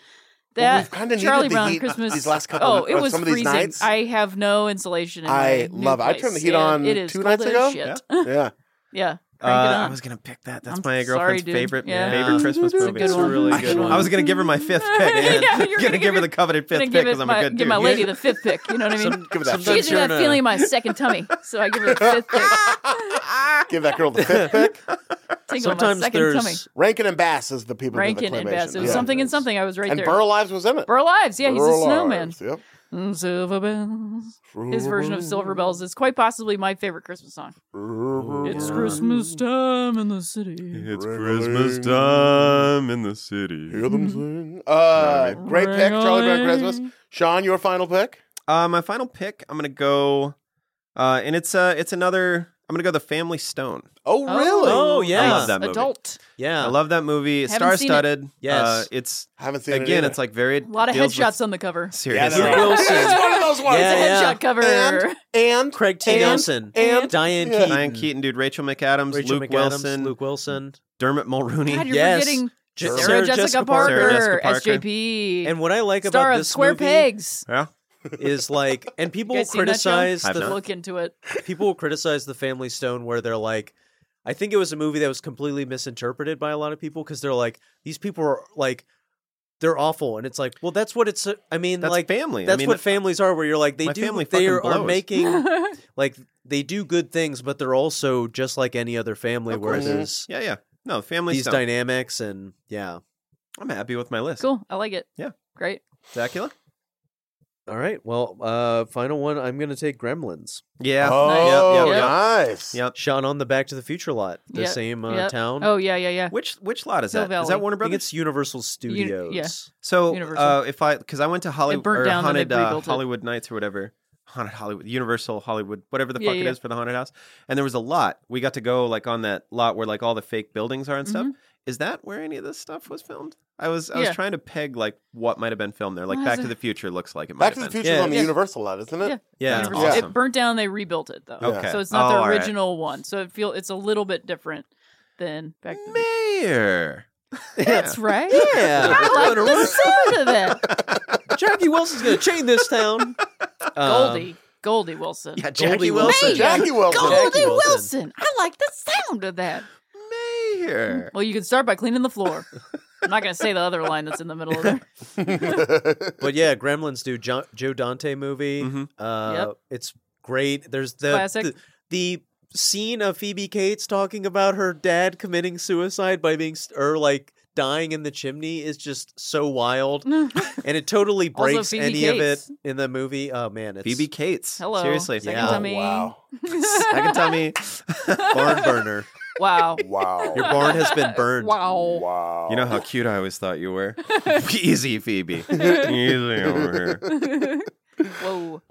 Speaker 2: Well, we've
Speaker 4: That
Speaker 2: kinda needed
Speaker 4: Charlie
Speaker 2: the
Speaker 4: Brown
Speaker 2: heat
Speaker 4: Christmas.
Speaker 2: these last couple
Speaker 4: oh,
Speaker 2: of-
Speaker 4: it
Speaker 2: or
Speaker 4: was
Speaker 2: some of these
Speaker 4: freezing.
Speaker 2: nights.
Speaker 4: I have no insulation. In
Speaker 2: I
Speaker 4: my new
Speaker 2: love it. I
Speaker 4: place,
Speaker 2: turned the heat
Speaker 4: and
Speaker 2: on
Speaker 4: it is
Speaker 2: two
Speaker 4: cold
Speaker 2: nights
Speaker 4: as
Speaker 2: ago?
Speaker 4: Shit.
Speaker 1: Yeah.
Speaker 2: yeah.
Speaker 4: Yeah.
Speaker 1: Uh,
Speaker 4: Crank it
Speaker 1: I
Speaker 4: up.
Speaker 1: was gonna pick that. That's
Speaker 4: I'm
Speaker 1: my
Speaker 4: sorry,
Speaker 1: girlfriend's
Speaker 4: dude.
Speaker 1: favorite
Speaker 4: Yeah.
Speaker 1: favorite Christmas
Speaker 4: It's a
Speaker 1: movie.
Speaker 4: good
Speaker 1: It's a
Speaker 4: one.
Speaker 1: really
Speaker 4: I-
Speaker 1: good one.
Speaker 4: I
Speaker 1: I was gonna give her my fifth pick.
Speaker 4: Yeah,
Speaker 1: man.
Speaker 4: you're
Speaker 1: I'm gonna
Speaker 4: gonna give
Speaker 1: give her
Speaker 4: her-
Speaker 1: the coveted fifth
Speaker 4: gonna
Speaker 1: pick
Speaker 4: give
Speaker 1: because
Speaker 4: it
Speaker 1: I'm
Speaker 4: my,
Speaker 1: a good
Speaker 4: give my
Speaker 1: dude.
Speaker 4: lady the fifth pick. You know what I mean?
Speaker 2: Give it that
Speaker 4: She's
Speaker 2: fifth.
Speaker 4: that
Speaker 3: Sure, no.
Speaker 4: feeling in my second tummy, so I give her the fifth pick.
Speaker 2: Give that girl the fifth pick.
Speaker 4: Tingle in my
Speaker 3: Sometimes
Speaker 4: second
Speaker 3: there's
Speaker 4: tummy.
Speaker 2: Rankin and Bass is the people. who did the
Speaker 4: Rankin and
Speaker 2: claymation.
Speaker 4: Bass. It was
Speaker 2: Yeah.
Speaker 4: something and something. I was right
Speaker 2: And
Speaker 4: there.
Speaker 2: Burl Ives was in it.
Speaker 4: Burl Ives. Yeah, he's a
Speaker 2: Burl
Speaker 4: snowman.
Speaker 2: Ives, Yep.
Speaker 4: Mm, Silver bells. His version of Silver Bells is quite possibly my favorite Christmas song. It's Christmas time in the city.
Speaker 1: It's
Speaker 2: Christmas
Speaker 1: time in the city.
Speaker 2: Hear them sing. Uh, great pick, Charlie Brown Christmas. Sean, your final pick.
Speaker 1: Uh, my final pick, I'm gonna go, uh, and it's uh, it's another I'm gonna go the Family Stone.
Speaker 2: Oh,
Speaker 4: Oh.
Speaker 2: really?
Speaker 3: Oh, yeah.
Speaker 1: I love that movie.
Speaker 4: Adult.
Speaker 3: Yeah.
Speaker 1: I love that movie.
Speaker 4: Haven't seen
Speaker 1: Star
Speaker 4: it.
Speaker 1: studded.
Speaker 3: Yes.
Speaker 1: uh, it's
Speaker 2: Haven't seen it
Speaker 1: again.
Speaker 2: either.
Speaker 1: It's like very
Speaker 4: A lot of headshots on the cover.
Speaker 2: Yeah,
Speaker 1: Seriously,
Speaker 2: they're
Speaker 3: Luke
Speaker 2: all-
Speaker 3: Wilson.
Speaker 2: It's one of those ones.
Speaker 3: Yeah,
Speaker 4: Headshot
Speaker 3: yeah.
Speaker 4: cover.
Speaker 2: And, and
Speaker 3: Craig T.
Speaker 2: And-
Speaker 3: Nelson.
Speaker 2: and-
Speaker 3: Diane
Speaker 2: Yeah.
Speaker 3: Keaton.
Speaker 1: Diane Keaton, dude, Rachel McAdams,
Speaker 3: Rachel
Speaker 1: Luke
Speaker 3: McAdams,
Speaker 1: Wilson,
Speaker 3: Luke Wilson.
Speaker 1: Dermot Mulrooney.
Speaker 4: God, you're
Speaker 3: Yes.
Speaker 4: forgetting
Speaker 3: J-
Speaker 4: Sarah,
Speaker 3: Sarah
Speaker 4: Jessica,
Speaker 3: Jessica
Speaker 4: Parker,
Speaker 3: Parker.
Speaker 1: Sarah Jessica Parker.
Speaker 4: SJP,
Speaker 3: And what I like
Speaker 4: star
Speaker 3: about
Speaker 4: of
Speaker 3: this
Speaker 4: Square
Speaker 3: movie
Speaker 4: Pegs.
Speaker 1: yeah,
Speaker 3: is like, and people
Speaker 4: You
Speaker 3: will
Speaker 4: guys seen that show?
Speaker 3: criticize
Speaker 1: I've
Speaker 3: the
Speaker 1: not.
Speaker 4: Look into it.
Speaker 3: people will criticize the Family Stone where they're like, I think it was a movie that was completely misinterpreted by a lot of people because they're like, these people are like, they're awful, and it's like, well, that's what it's. I mean,
Speaker 1: that's
Speaker 3: like,
Speaker 1: family. I
Speaker 3: that's
Speaker 1: mean,
Speaker 3: what families are, where you're like, they
Speaker 1: my
Speaker 3: do,
Speaker 1: family
Speaker 3: they
Speaker 1: fucking
Speaker 3: are, are
Speaker 1: blows.
Speaker 3: making like they do good things, but they're also just like any other family
Speaker 1: Of
Speaker 3: where
Speaker 1: course.
Speaker 3: there's
Speaker 1: yeah, yeah. No, Family
Speaker 3: these
Speaker 1: Stone.
Speaker 3: dynamics and yeah.
Speaker 1: I'm happy with my list.
Speaker 4: cool. I like it.
Speaker 1: Yeah.
Speaker 4: Great.
Speaker 1: Dracula.
Speaker 3: All right, well, uh, final one. I'm gonna take Gremlins.
Speaker 1: Yeah.
Speaker 2: Oh,
Speaker 1: Yep, yep, yep.
Speaker 2: nice.
Speaker 1: Yep.
Speaker 3: Shot on the Back to the Future lot, the
Speaker 4: Yeah,
Speaker 3: same uh,
Speaker 4: yeah.
Speaker 3: town.
Speaker 4: Oh yeah, yeah, yeah.
Speaker 1: Which which lot is
Speaker 4: Hill
Speaker 1: that? Is
Speaker 4: Valley.
Speaker 1: that Warner
Speaker 3: I think
Speaker 1: Brothers?
Speaker 3: it's Universal Studios.
Speaker 4: yeah.
Speaker 1: So
Speaker 4: Universal.
Speaker 1: uh, if I because I went to Hollywood
Speaker 4: burnt
Speaker 1: or
Speaker 4: down and
Speaker 1: haunted
Speaker 4: they've
Speaker 1: uh,
Speaker 4: rebuilt it.
Speaker 1: Hollywood Nights or whatever. Haunted Hollywood, Universal Hollywood, whatever the
Speaker 4: Yeah,
Speaker 1: fuck it
Speaker 4: yeah.
Speaker 1: is for the haunted house. And there was a lot. We got to go like on that lot where like all the fake buildings are and stuff. Is that where any of this stuff was filmed? I was I
Speaker 4: Mm-hmm. Yeah.
Speaker 1: was trying to peg like what might have been filmed there. Like
Speaker 4: Well,
Speaker 1: Back
Speaker 4: is
Speaker 1: to
Speaker 4: it-
Speaker 1: the Future looks like it might
Speaker 2: Back
Speaker 1: have
Speaker 2: to the
Speaker 1: been.
Speaker 2: Future is
Speaker 3: Yeah.
Speaker 2: on the
Speaker 4: Yeah.
Speaker 2: Universal lot, isn't it?
Speaker 4: Yeah.
Speaker 3: Yeah.
Speaker 4: Universal.
Speaker 2: awesome.
Speaker 4: It burnt down. They rebuilt it though.
Speaker 2: Okay.
Speaker 4: So it's not
Speaker 1: Oh, all
Speaker 4: the
Speaker 1: right.
Speaker 4: original one. So it feel it's a little bit different than back. to the
Speaker 1: Mayor.
Speaker 4: That's right.
Speaker 3: Yeah.
Speaker 4: I like the sound of it.
Speaker 3: Jackie Wilson's gonna chain this town. Um,
Speaker 4: Goldie, Goldie Wilson.
Speaker 1: Yeah,
Speaker 3: Goldie
Speaker 1: Jackie
Speaker 3: Wilson.
Speaker 1: Wilson.
Speaker 4: Mayor.
Speaker 2: Jackie Wilson.
Speaker 4: Goldie
Speaker 3: Jackie
Speaker 4: Wilson.
Speaker 3: Wilson.
Speaker 4: I like the sound of that.
Speaker 1: Mayor.
Speaker 4: Well, you can start by cleaning the floor. I'm not going to say the other line that's in the middle of there.
Speaker 3: but yeah, Gremlins do jo- Joe Dante movie.
Speaker 1: Mhm.
Speaker 3: Uh,
Speaker 4: Yep.
Speaker 3: It's great. There's the
Speaker 4: Classic.
Speaker 3: The, the scene of Phoebe Cates talking about her dad committing suicide by being st- or like dying in the chimney is just so wild, and it totally
Speaker 4: Also,
Speaker 3: breaks
Speaker 4: Phoebe
Speaker 3: any
Speaker 4: Cates.
Speaker 3: of it in the movie. Oh man, it's
Speaker 1: Phoebe Cates.
Speaker 4: Hello.
Speaker 1: Seriously.
Speaker 4: Second
Speaker 3: Yeah.
Speaker 4: tummy.
Speaker 2: wow.
Speaker 1: Second tummy.
Speaker 3: barn burner.
Speaker 4: Wow.
Speaker 2: Wow.
Speaker 3: Your barn has been burned.
Speaker 4: Wow.
Speaker 2: wow.
Speaker 1: You know how cute I always thought you were. Easy, Phoebe. Easy over here.
Speaker 4: Whoa.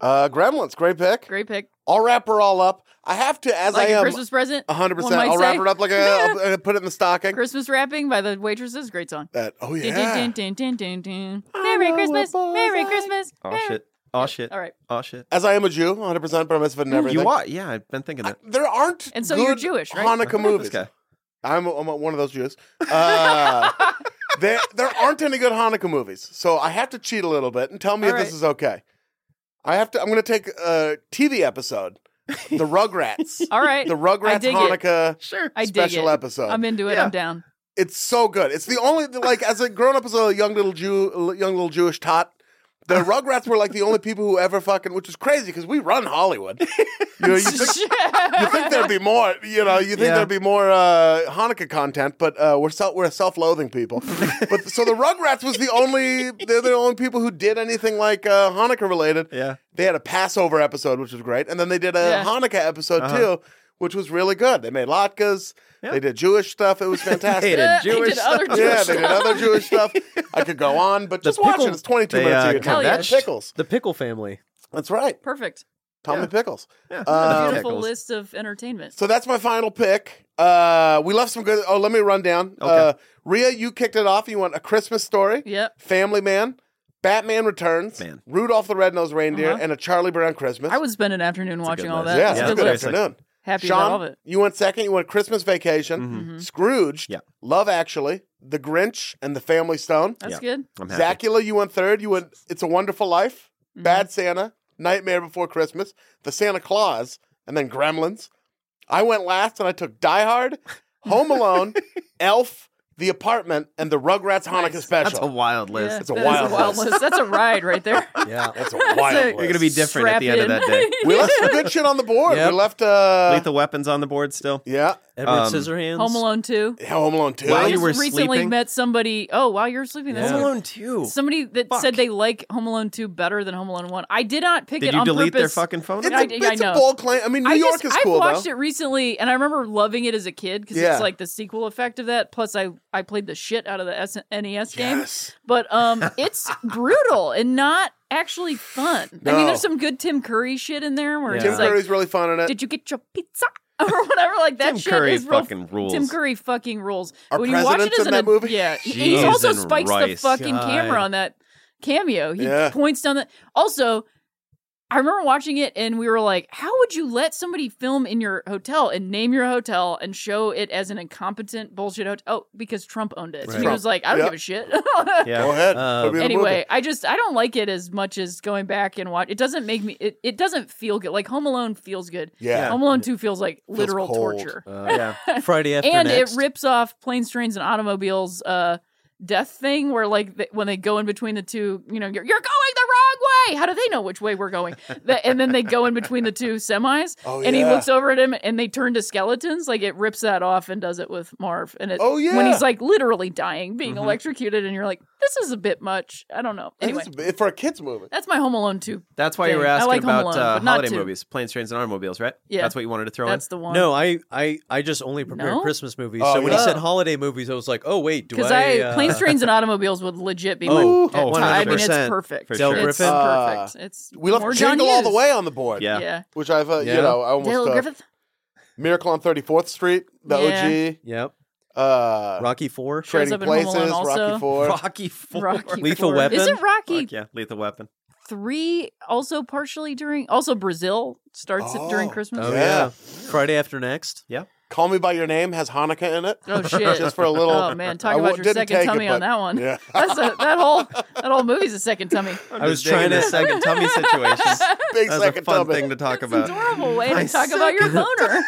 Speaker 2: Uh, Gremlins, great pick.
Speaker 4: Great pick.
Speaker 2: I'll wrap her all up. I have to, as
Speaker 4: Like
Speaker 2: I um,
Speaker 4: a
Speaker 2: am,
Speaker 4: Christmas present.
Speaker 2: hundred
Speaker 4: one
Speaker 2: percent.
Speaker 4: might
Speaker 2: I'll wrap
Speaker 4: say.
Speaker 2: it up like I will put it in the stocking.
Speaker 4: Christmas wrapping by the waitresses. Great song.
Speaker 2: That- oh
Speaker 4: Dun,
Speaker 2: yeah.
Speaker 4: dun, dun, dun, dun, dun. Merry
Speaker 2: know a
Speaker 4: Christmas. Merry
Speaker 2: bullseye.
Speaker 4: Christmas.
Speaker 1: Oh
Speaker 4: Merry-
Speaker 1: shit. Oh shit.
Speaker 4: All right.
Speaker 1: Oh shit.
Speaker 2: As I am a Jew, hundred percent, but I'm misfit and everything.
Speaker 1: You are. Yeah, I've been thinking that.
Speaker 2: There aren't
Speaker 4: And so you're
Speaker 2: good
Speaker 4: Jewish, right?
Speaker 2: Hanukkah movies.
Speaker 1: This guy.
Speaker 2: I'm, I'm one of those Jews. Uh, there, there aren't any good Hanukkah movies, so I have to cheat a little bit and tell me
Speaker 4: All
Speaker 2: if
Speaker 4: right.
Speaker 2: this is okay. I have to. I'm going to take a TV episode, the Rugrats,
Speaker 4: All right.
Speaker 2: the Rugrats
Speaker 4: dig it.
Speaker 2: Hanukkah
Speaker 1: Sure.
Speaker 4: I dig
Speaker 2: special
Speaker 4: it.
Speaker 2: episode.
Speaker 4: I'm into it.
Speaker 1: Yeah.
Speaker 4: I'm down.
Speaker 2: it's so good. It's the only like as a grown up as a young little Jew, young little Jewish tot. The Rugrats were like the only people who ever fucking, which is crazy because we run Hollywood. You, know, you think you think there'd be more, you know, you think
Speaker 1: Yeah.
Speaker 2: there'd be more uh, Hanukkah content, but uh, we're self we're self-loathing people. but so the Rugrats was the only they're the only people who did anything like uh, Hanukkah related.
Speaker 1: Yeah.
Speaker 2: They had a Passover episode, which was great, and then they did a
Speaker 4: Yeah.
Speaker 2: Hanukkah episode
Speaker 1: Uh-huh.
Speaker 2: too, which was really good. They made latkes. They did Jewish stuff. It was fantastic.
Speaker 1: did
Speaker 4: Uh,
Speaker 1: Jewish
Speaker 4: I did other
Speaker 1: stuff.
Speaker 4: Jewish
Speaker 2: yeah, they did
Speaker 4: stuff.
Speaker 2: other Jewish stuff. I could go on, but just watch it.
Speaker 3: pickle-
Speaker 2: It's 22
Speaker 1: they,
Speaker 2: minutes
Speaker 1: uh,
Speaker 2: of your time.
Speaker 4: Hell yeah.
Speaker 2: That's Pickles.
Speaker 3: The Pickle Family.
Speaker 2: That's right.
Speaker 4: Perfect.
Speaker 2: Tommy
Speaker 1: Yeah.
Speaker 2: Pickles.
Speaker 1: Yeah.
Speaker 2: Um,
Speaker 4: Beautiful
Speaker 1: Pickles.
Speaker 4: list of entertainment.
Speaker 2: So that's my final pick. Uh, we left some good. Oh, let me run down. Uh, Rhea, you kicked it off. You want a Christmas story,
Speaker 4: Yep.
Speaker 2: Family Man, Batman Returns,
Speaker 1: Man.
Speaker 2: Rudolph the Red-Nosed Reindeer,
Speaker 4: Uh-huh.
Speaker 2: and a Charlie Brown Christmas.
Speaker 4: I would spend an afternoon watching all
Speaker 1: list.
Speaker 4: that.
Speaker 2: yeah,
Speaker 4: It's
Speaker 2: it's
Speaker 4: a
Speaker 1: Yeah.
Speaker 2: a
Speaker 4: good
Speaker 2: good
Speaker 4: list.
Speaker 1: Seriously.
Speaker 2: afternoon.
Speaker 4: Happy
Speaker 2: Sean,
Speaker 4: about all of it. Mm-hmm.
Speaker 2: you went second. You went Christmas Vacation, Scrooge,
Speaker 1: Mm-hmm. Yeah.
Speaker 2: Love Actually, The Grinch, and The Family Stone.
Speaker 4: That's
Speaker 1: Yeah.
Speaker 4: good.
Speaker 1: I'm happy.
Speaker 2: Zacula, you went third. You went It's a Wonderful Life,
Speaker 4: Mm-hmm.
Speaker 2: Bad Santa, Nightmare Before Christmas, The Santa Claus, and then Gremlins. I went last and I took Die Hard, Home Alone, Elf, The Apartment, and the Rugrats Hanukkah
Speaker 1: That's a
Speaker 2: Special.
Speaker 1: wild
Speaker 4: Yeah,
Speaker 1: list.
Speaker 2: It's a
Speaker 4: that is
Speaker 2: wild list.
Speaker 4: list. That's a ride right there.
Speaker 3: Yeah.
Speaker 2: That's a,
Speaker 4: That's a-
Speaker 2: wild
Speaker 4: You're
Speaker 1: You're gonna be different at the end of
Speaker 4: Strap
Speaker 1: that
Speaker 4: in.
Speaker 1: day.
Speaker 2: We left some good shit on the board.
Speaker 3: Yep.
Speaker 2: We left uh
Speaker 1: Lethal weapons on the board still.
Speaker 2: Yeah.
Speaker 3: Edward
Speaker 1: Um,
Speaker 3: Scissorhands.
Speaker 4: Home Alone 2.
Speaker 2: Yeah, Home Alone 2.
Speaker 1: Wow,
Speaker 4: I
Speaker 1: you
Speaker 4: just
Speaker 1: were
Speaker 4: recently
Speaker 1: sleeping?
Speaker 4: met somebody. Oh, while you were sleeping, that's
Speaker 3: Yeah.
Speaker 4: weird.
Speaker 3: Home
Speaker 1: two.
Speaker 4: Somebody that
Speaker 1: Fuck.
Speaker 4: said they like Home Alone 2 better than Home Alone 1. I did not pick
Speaker 1: Did
Speaker 4: it
Speaker 1: you
Speaker 4: on
Speaker 1: delete their
Speaker 4: purpose.
Speaker 1: fucking phone?
Speaker 2: It's a,
Speaker 4: I- I
Speaker 2: it's a
Speaker 4: know.
Speaker 2: bold claim. I mean, New
Speaker 4: I
Speaker 2: York
Speaker 4: just,
Speaker 2: is cool
Speaker 4: I've watched
Speaker 2: though.
Speaker 4: it recently, and I remember loving it as a kid because
Speaker 2: Yeah.
Speaker 4: it's like the sequel effect of that. Plus, I I played the shit out of the SNES E game,
Speaker 2: Yes.
Speaker 4: but um, it's brutal and not actually fun. I
Speaker 2: No.
Speaker 4: mean, there's some good Tim Curry shit in there where
Speaker 1: Yeah.
Speaker 4: it's
Speaker 2: Tim
Speaker 4: like,
Speaker 2: Curry's really fun in it.
Speaker 4: "Did you get your pizza?" or whatever. Like that
Speaker 1: Tim
Speaker 4: shit
Speaker 1: Curry
Speaker 4: is real
Speaker 1: fucking rules.
Speaker 4: Tim Curry fucking rules.
Speaker 2: Are
Speaker 4: when you watch it
Speaker 2: presidents
Speaker 4: as
Speaker 2: in
Speaker 4: an
Speaker 2: that movie?
Speaker 4: yeah, he-
Speaker 1: Jeez
Speaker 4: he also
Speaker 1: and
Speaker 4: spikes the
Speaker 1: rice.
Speaker 4: fucking
Speaker 3: God.
Speaker 4: camera on that cameo. He
Speaker 2: Yeah.
Speaker 4: points down the. Also, I remember watching it and we were like, "How would you let somebody film in your hotel and name your hotel and show it as an incompetent bullshit hotel?" Oh, because Trump owned it. So he
Speaker 2: Trump.
Speaker 4: was like, "I don't
Speaker 2: Yeah.
Speaker 4: give a shit."
Speaker 1: Yeah.
Speaker 2: Go ahead.
Speaker 3: Uh,
Speaker 2: Put me in the
Speaker 4: anyway, I just I don't like it as much as going back and watch. It doesn't make me. It, it doesn't feel good. Like Home Alone feels good.
Speaker 2: Yeah.
Speaker 4: Home Alone Two feels like literal
Speaker 2: cold.
Speaker 4: torture.
Speaker 1: yeah.
Speaker 3: Friday after
Speaker 4: and
Speaker 3: next.
Speaker 4: it rips off planes, trains, and automobiles. Uh, death thing where like th- when they go in between the two, you know, you're, you're going the wrong way. How do they know which way we're going? The- and then they go in between the two semis.
Speaker 2: Oh,
Speaker 4: and he
Speaker 2: yeah.
Speaker 4: looks over at him, and they turn to skeletons. Like it rips that off and does it with Marv. And it,
Speaker 2: Oh,
Speaker 4: when
Speaker 2: yeah.
Speaker 4: he's like literally dying,
Speaker 1: Mm-hmm.
Speaker 4: being electrocuted, and you're like, this is a bit much. I don't know. Anyway,
Speaker 2: Anyway. For a kids movie.
Speaker 4: that's my Home Alone two.
Speaker 1: That's why you were
Speaker 4: thing. I
Speaker 1: asking
Speaker 4: like Home
Speaker 1: about
Speaker 4: Alone,
Speaker 1: uh,
Speaker 4: but not
Speaker 1: holiday
Speaker 4: two.
Speaker 1: movies, planes, trains, and automobiles, right?
Speaker 4: Yeah.
Speaker 1: That's what you wanted to throw
Speaker 4: That's
Speaker 1: in.
Speaker 4: the one.
Speaker 3: no, I, I, I just only prepare
Speaker 4: No?
Speaker 3: Christmas movies.
Speaker 2: Oh,
Speaker 3: so when he
Speaker 2: yeah.
Speaker 3: said holiday movies, I was like, oh wait, do
Speaker 4: Because
Speaker 3: I?
Speaker 4: I,
Speaker 3: uh,
Speaker 4: planes, trains, and automobiles would legit be my.
Speaker 3: Oh,
Speaker 1: oh,
Speaker 4: I mean, it's
Speaker 3: 100%.
Speaker 4: perfect.
Speaker 1: For
Speaker 4: it's
Speaker 3: sure. Griffin?
Speaker 4: perfect. It's
Speaker 2: We left
Speaker 4: more John
Speaker 2: Jingle all the
Speaker 4: Hughes.
Speaker 2: way on the board.
Speaker 1: Yeah.
Speaker 4: Yeah,
Speaker 2: Which I thought,
Speaker 3: Yeah.
Speaker 2: you know, I
Speaker 4: Dale
Speaker 2: almost. Uh,
Speaker 4: Griffith.
Speaker 2: Miracle on 34th Street, the
Speaker 4: Yeah.
Speaker 3: Yep.
Speaker 2: OG. Uh,
Speaker 3: Rocky Four.
Speaker 4: Shows
Speaker 2: Trading
Speaker 4: up in Home
Speaker 2: Places,
Speaker 4: Alone also.
Speaker 2: Rocky Four.
Speaker 1: Rocky Four.
Speaker 4: Rocky
Speaker 3: Lethal
Speaker 4: Four.
Speaker 3: Weapon?
Speaker 4: Isn't Rocky
Speaker 1: Fuck yeah, Lethal Weapon.
Speaker 4: three also partially during? Also, Brazil starts it during
Speaker 2: Oh.
Speaker 4: Christmas.
Speaker 3: Oh
Speaker 2: Yeah.
Speaker 3: yeah. Friday after next.
Speaker 2: Call Me by Your Name has Hanukkah in it.
Speaker 4: Oh shit!
Speaker 2: Just for a little.
Speaker 4: Oh man, talk
Speaker 2: I
Speaker 4: about
Speaker 2: wa-
Speaker 4: your
Speaker 2: didn't
Speaker 4: second
Speaker 2: take
Speaker 4: tummy
Speaker 2: it,
Speaker 4: on
Speaker 2: but-
Speaker 4: that one.
Speaker 2: Yeah.
Speaker 4: That's a, that whole that whole movie's a second tummy.
Speaker 3: I was trying
Speaker 1: a
Speaker 3: to
Speaker 1: second tummy situations.
Speaker 2: Big
Speaker 1: That's a
Speaker 2: second
Speaker 1: fun
Speaker 2: tummy.
Speaker 1: thing to talk
Speaker 4: It's
Speaker 1: about.
Speaker 4: an adorable way
Speaker 1: My
Speaker 4: to talk about your boner.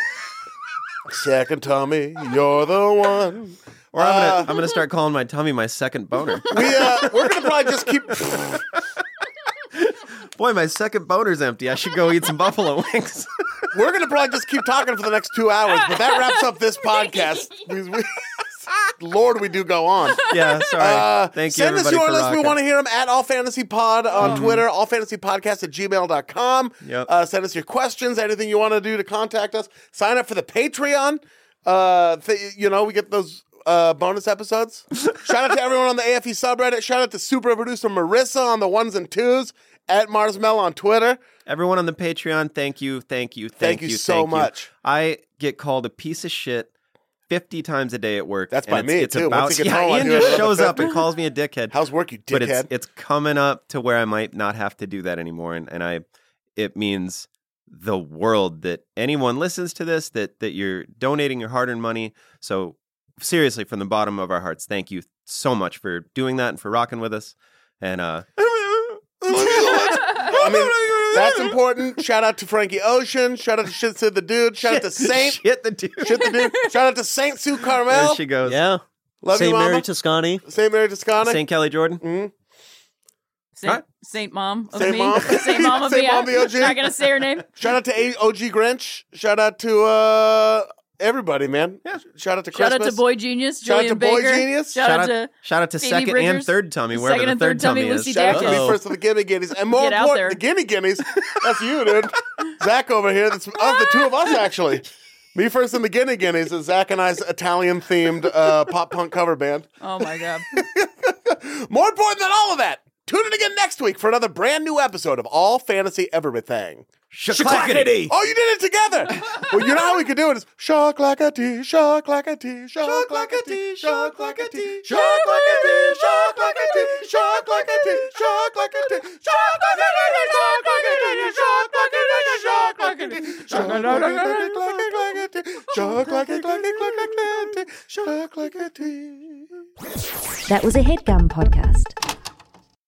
Speaker 2: Second tummy, you're the one.
Speaker 1: Or I'm gonna,
Speaker 2: Uh,
Speaker 1: I'm gonna start calling my tummy my second boner.
Speaker 2: We uh, we're gonna probably just keep.
Speaker 1: Boy, my second boner's empty. I should go eat some buffalo wings.
Speaker 2: We're gonna probably just keep talking for the next two hours. But that wraps up this podcast. We- we- Lord, we do go on.
Speaker 1: yeah, sorry.
Speaker 2: Uh,
Speaker 1: Thank you.
Speaker 2: send us
Speaker 1: everybody,
Speaker 2: your
Speaker 1: for
Speaker 2: list. We
Speaker 1: rocking. Mm-hmm.
Speaker 2: want to hear them at All Fantasy Pod on Twitter, All Fantasy Podcast at gmail.com.
Speaker 1: Yep.
Speaker 2: Uh, send us your questions, anything you want to do to contact us. Sign up for the Patreon. Uh, th- you know, we get those uh, bonus episodes. Shout out to everyone on the AFE subreddit. Shout out to super producer Marissa on the ones and twos, at Marsmell on Twitter.
Speaker 1: Everyone on the Patreon, thank you, thank you, thank,
Speaker 2: Thank you so
Speaker 1: thank
Speaker 2: much.
Speaker 1: I get called a piece of shit fifty times a day at work.
Speaker 2: That's
Speaker 1: and
Speaker 2: by
Speaker 1: it's-
Speaker 2: me,
Speaker 1: it's
Speaker 2: too.
Speaker 1: About,
Speaker 2: Once it gets
Speaker 1: yeah,
Speaker 2: home, I
Speaker 1: Ian
Speaker 2: do
Speaker 1: just
Speaker 2: another
Speaker 1: shows up
Speaker 2: 50.
Speaker 1: and calls me a dickhead.
Speaker 2: How's work, you
Speaker 1: but it's
Speaker 2: dickhead?
Speaker 1: it's coming up to where I might not have to do that anymore, and, and I it means the world that anyone listens to this that that you're donating your hard earned money. So seriously, from the bottom of our hearts, thank you so much for doing that and for rocking with us. And uh,
Speaker 2: I mean, that's important. Shout out to Frankie Ocean. Shout out to Shit Sid the Dude. Shout out to Saint.
Speaker 1: shit the dude.
Speaker 2: Shit the Dude. Shout out to Saint Sue Carmel.
Speaker 1: There she goes.
Speaker 3: Yeah.
Speaker 2: Love
Speaker 3: St.
Speaker 2: you, Mama.
Speaker 3: Mary Toscani.
Speaker 2: St. Mary Mm. Toscana.
Speaker 1: St. Kelly Jordan.
Speaker 4: Saint,
Speaker 1: Right.
Speaker 4: Saint Mom of
Speaker 2: Saint
Speaker 4: me.
Speaker 2: Mom.
Speaker 4: Saint Mom of
Speaker 2: Saint
Speaker 4: me.
Speaker 2: Mom
Speaker 4: I'm
Speaker 2: the OG.
Speaker 4: Not gonna say her name.
Speaker 2: Shout out to A- OG Grinch. Shout out to uh, everybody, man. Yeah. Shout out to
Speaker 4: Shout
Speaker 2: Christmas.
Speaker 4: out to Boy Genius,
Speaker 2: Shout out
Speaker 4: Julian
Speaker 2: to Boy
Speaker 4: Baker.
Speaker 2: Genius.
Speaker 4: Shout, out to
Speaker 1: shout out to
Speaker 4: Phoebe
Speaker 1: second and
Speaker 4: Bridgers.
Speaker 1: third tummy,
Speaker 4: Second
Speaker 1: wherever the
Speaker 4: and
Speaker 1: third
Speaker 4: third tummy,
Speaker 1: tummy is.
Speaker 4: Lucy
Speaker 2: Shout out to
Speaker 4: Dacus.
Speaker 2: me first of the Gimme Guineas. And more
Speaker 4: Get out
Speaker 2: important, the
Speaker 4: there.
Speaker 2: Guinea Guineas. That's you, dude. Zach over here. That's of the two of us, actually. Me first and the Guinea Guineas is Zach and I's Italian themed uh, pop punk cover band.
Speaker 4: Oh my god.
Speaker 2: More important than all of that, tune in again next week for another brand new episode of All Fantasy Everything.
Speaker 1: Shaklackity.
Speaker 2: Oh, you did it together. well, you know how we could do it is shark like a tea, shark like a tea, shark like a tea, shark like a tea, shark like a tea, shark like a tea, shark like a tea, shark like a tea, shark like a tea, shark like a tea, shark like a tea, shark like a tea, shark like a tea, shark like a tea, shark like a tea, shark like a tea, shark like a tea, shark like a tea, shark like a tea, shark like a tea, shark like a tea.
Speaker 8: That was a headgum podcast.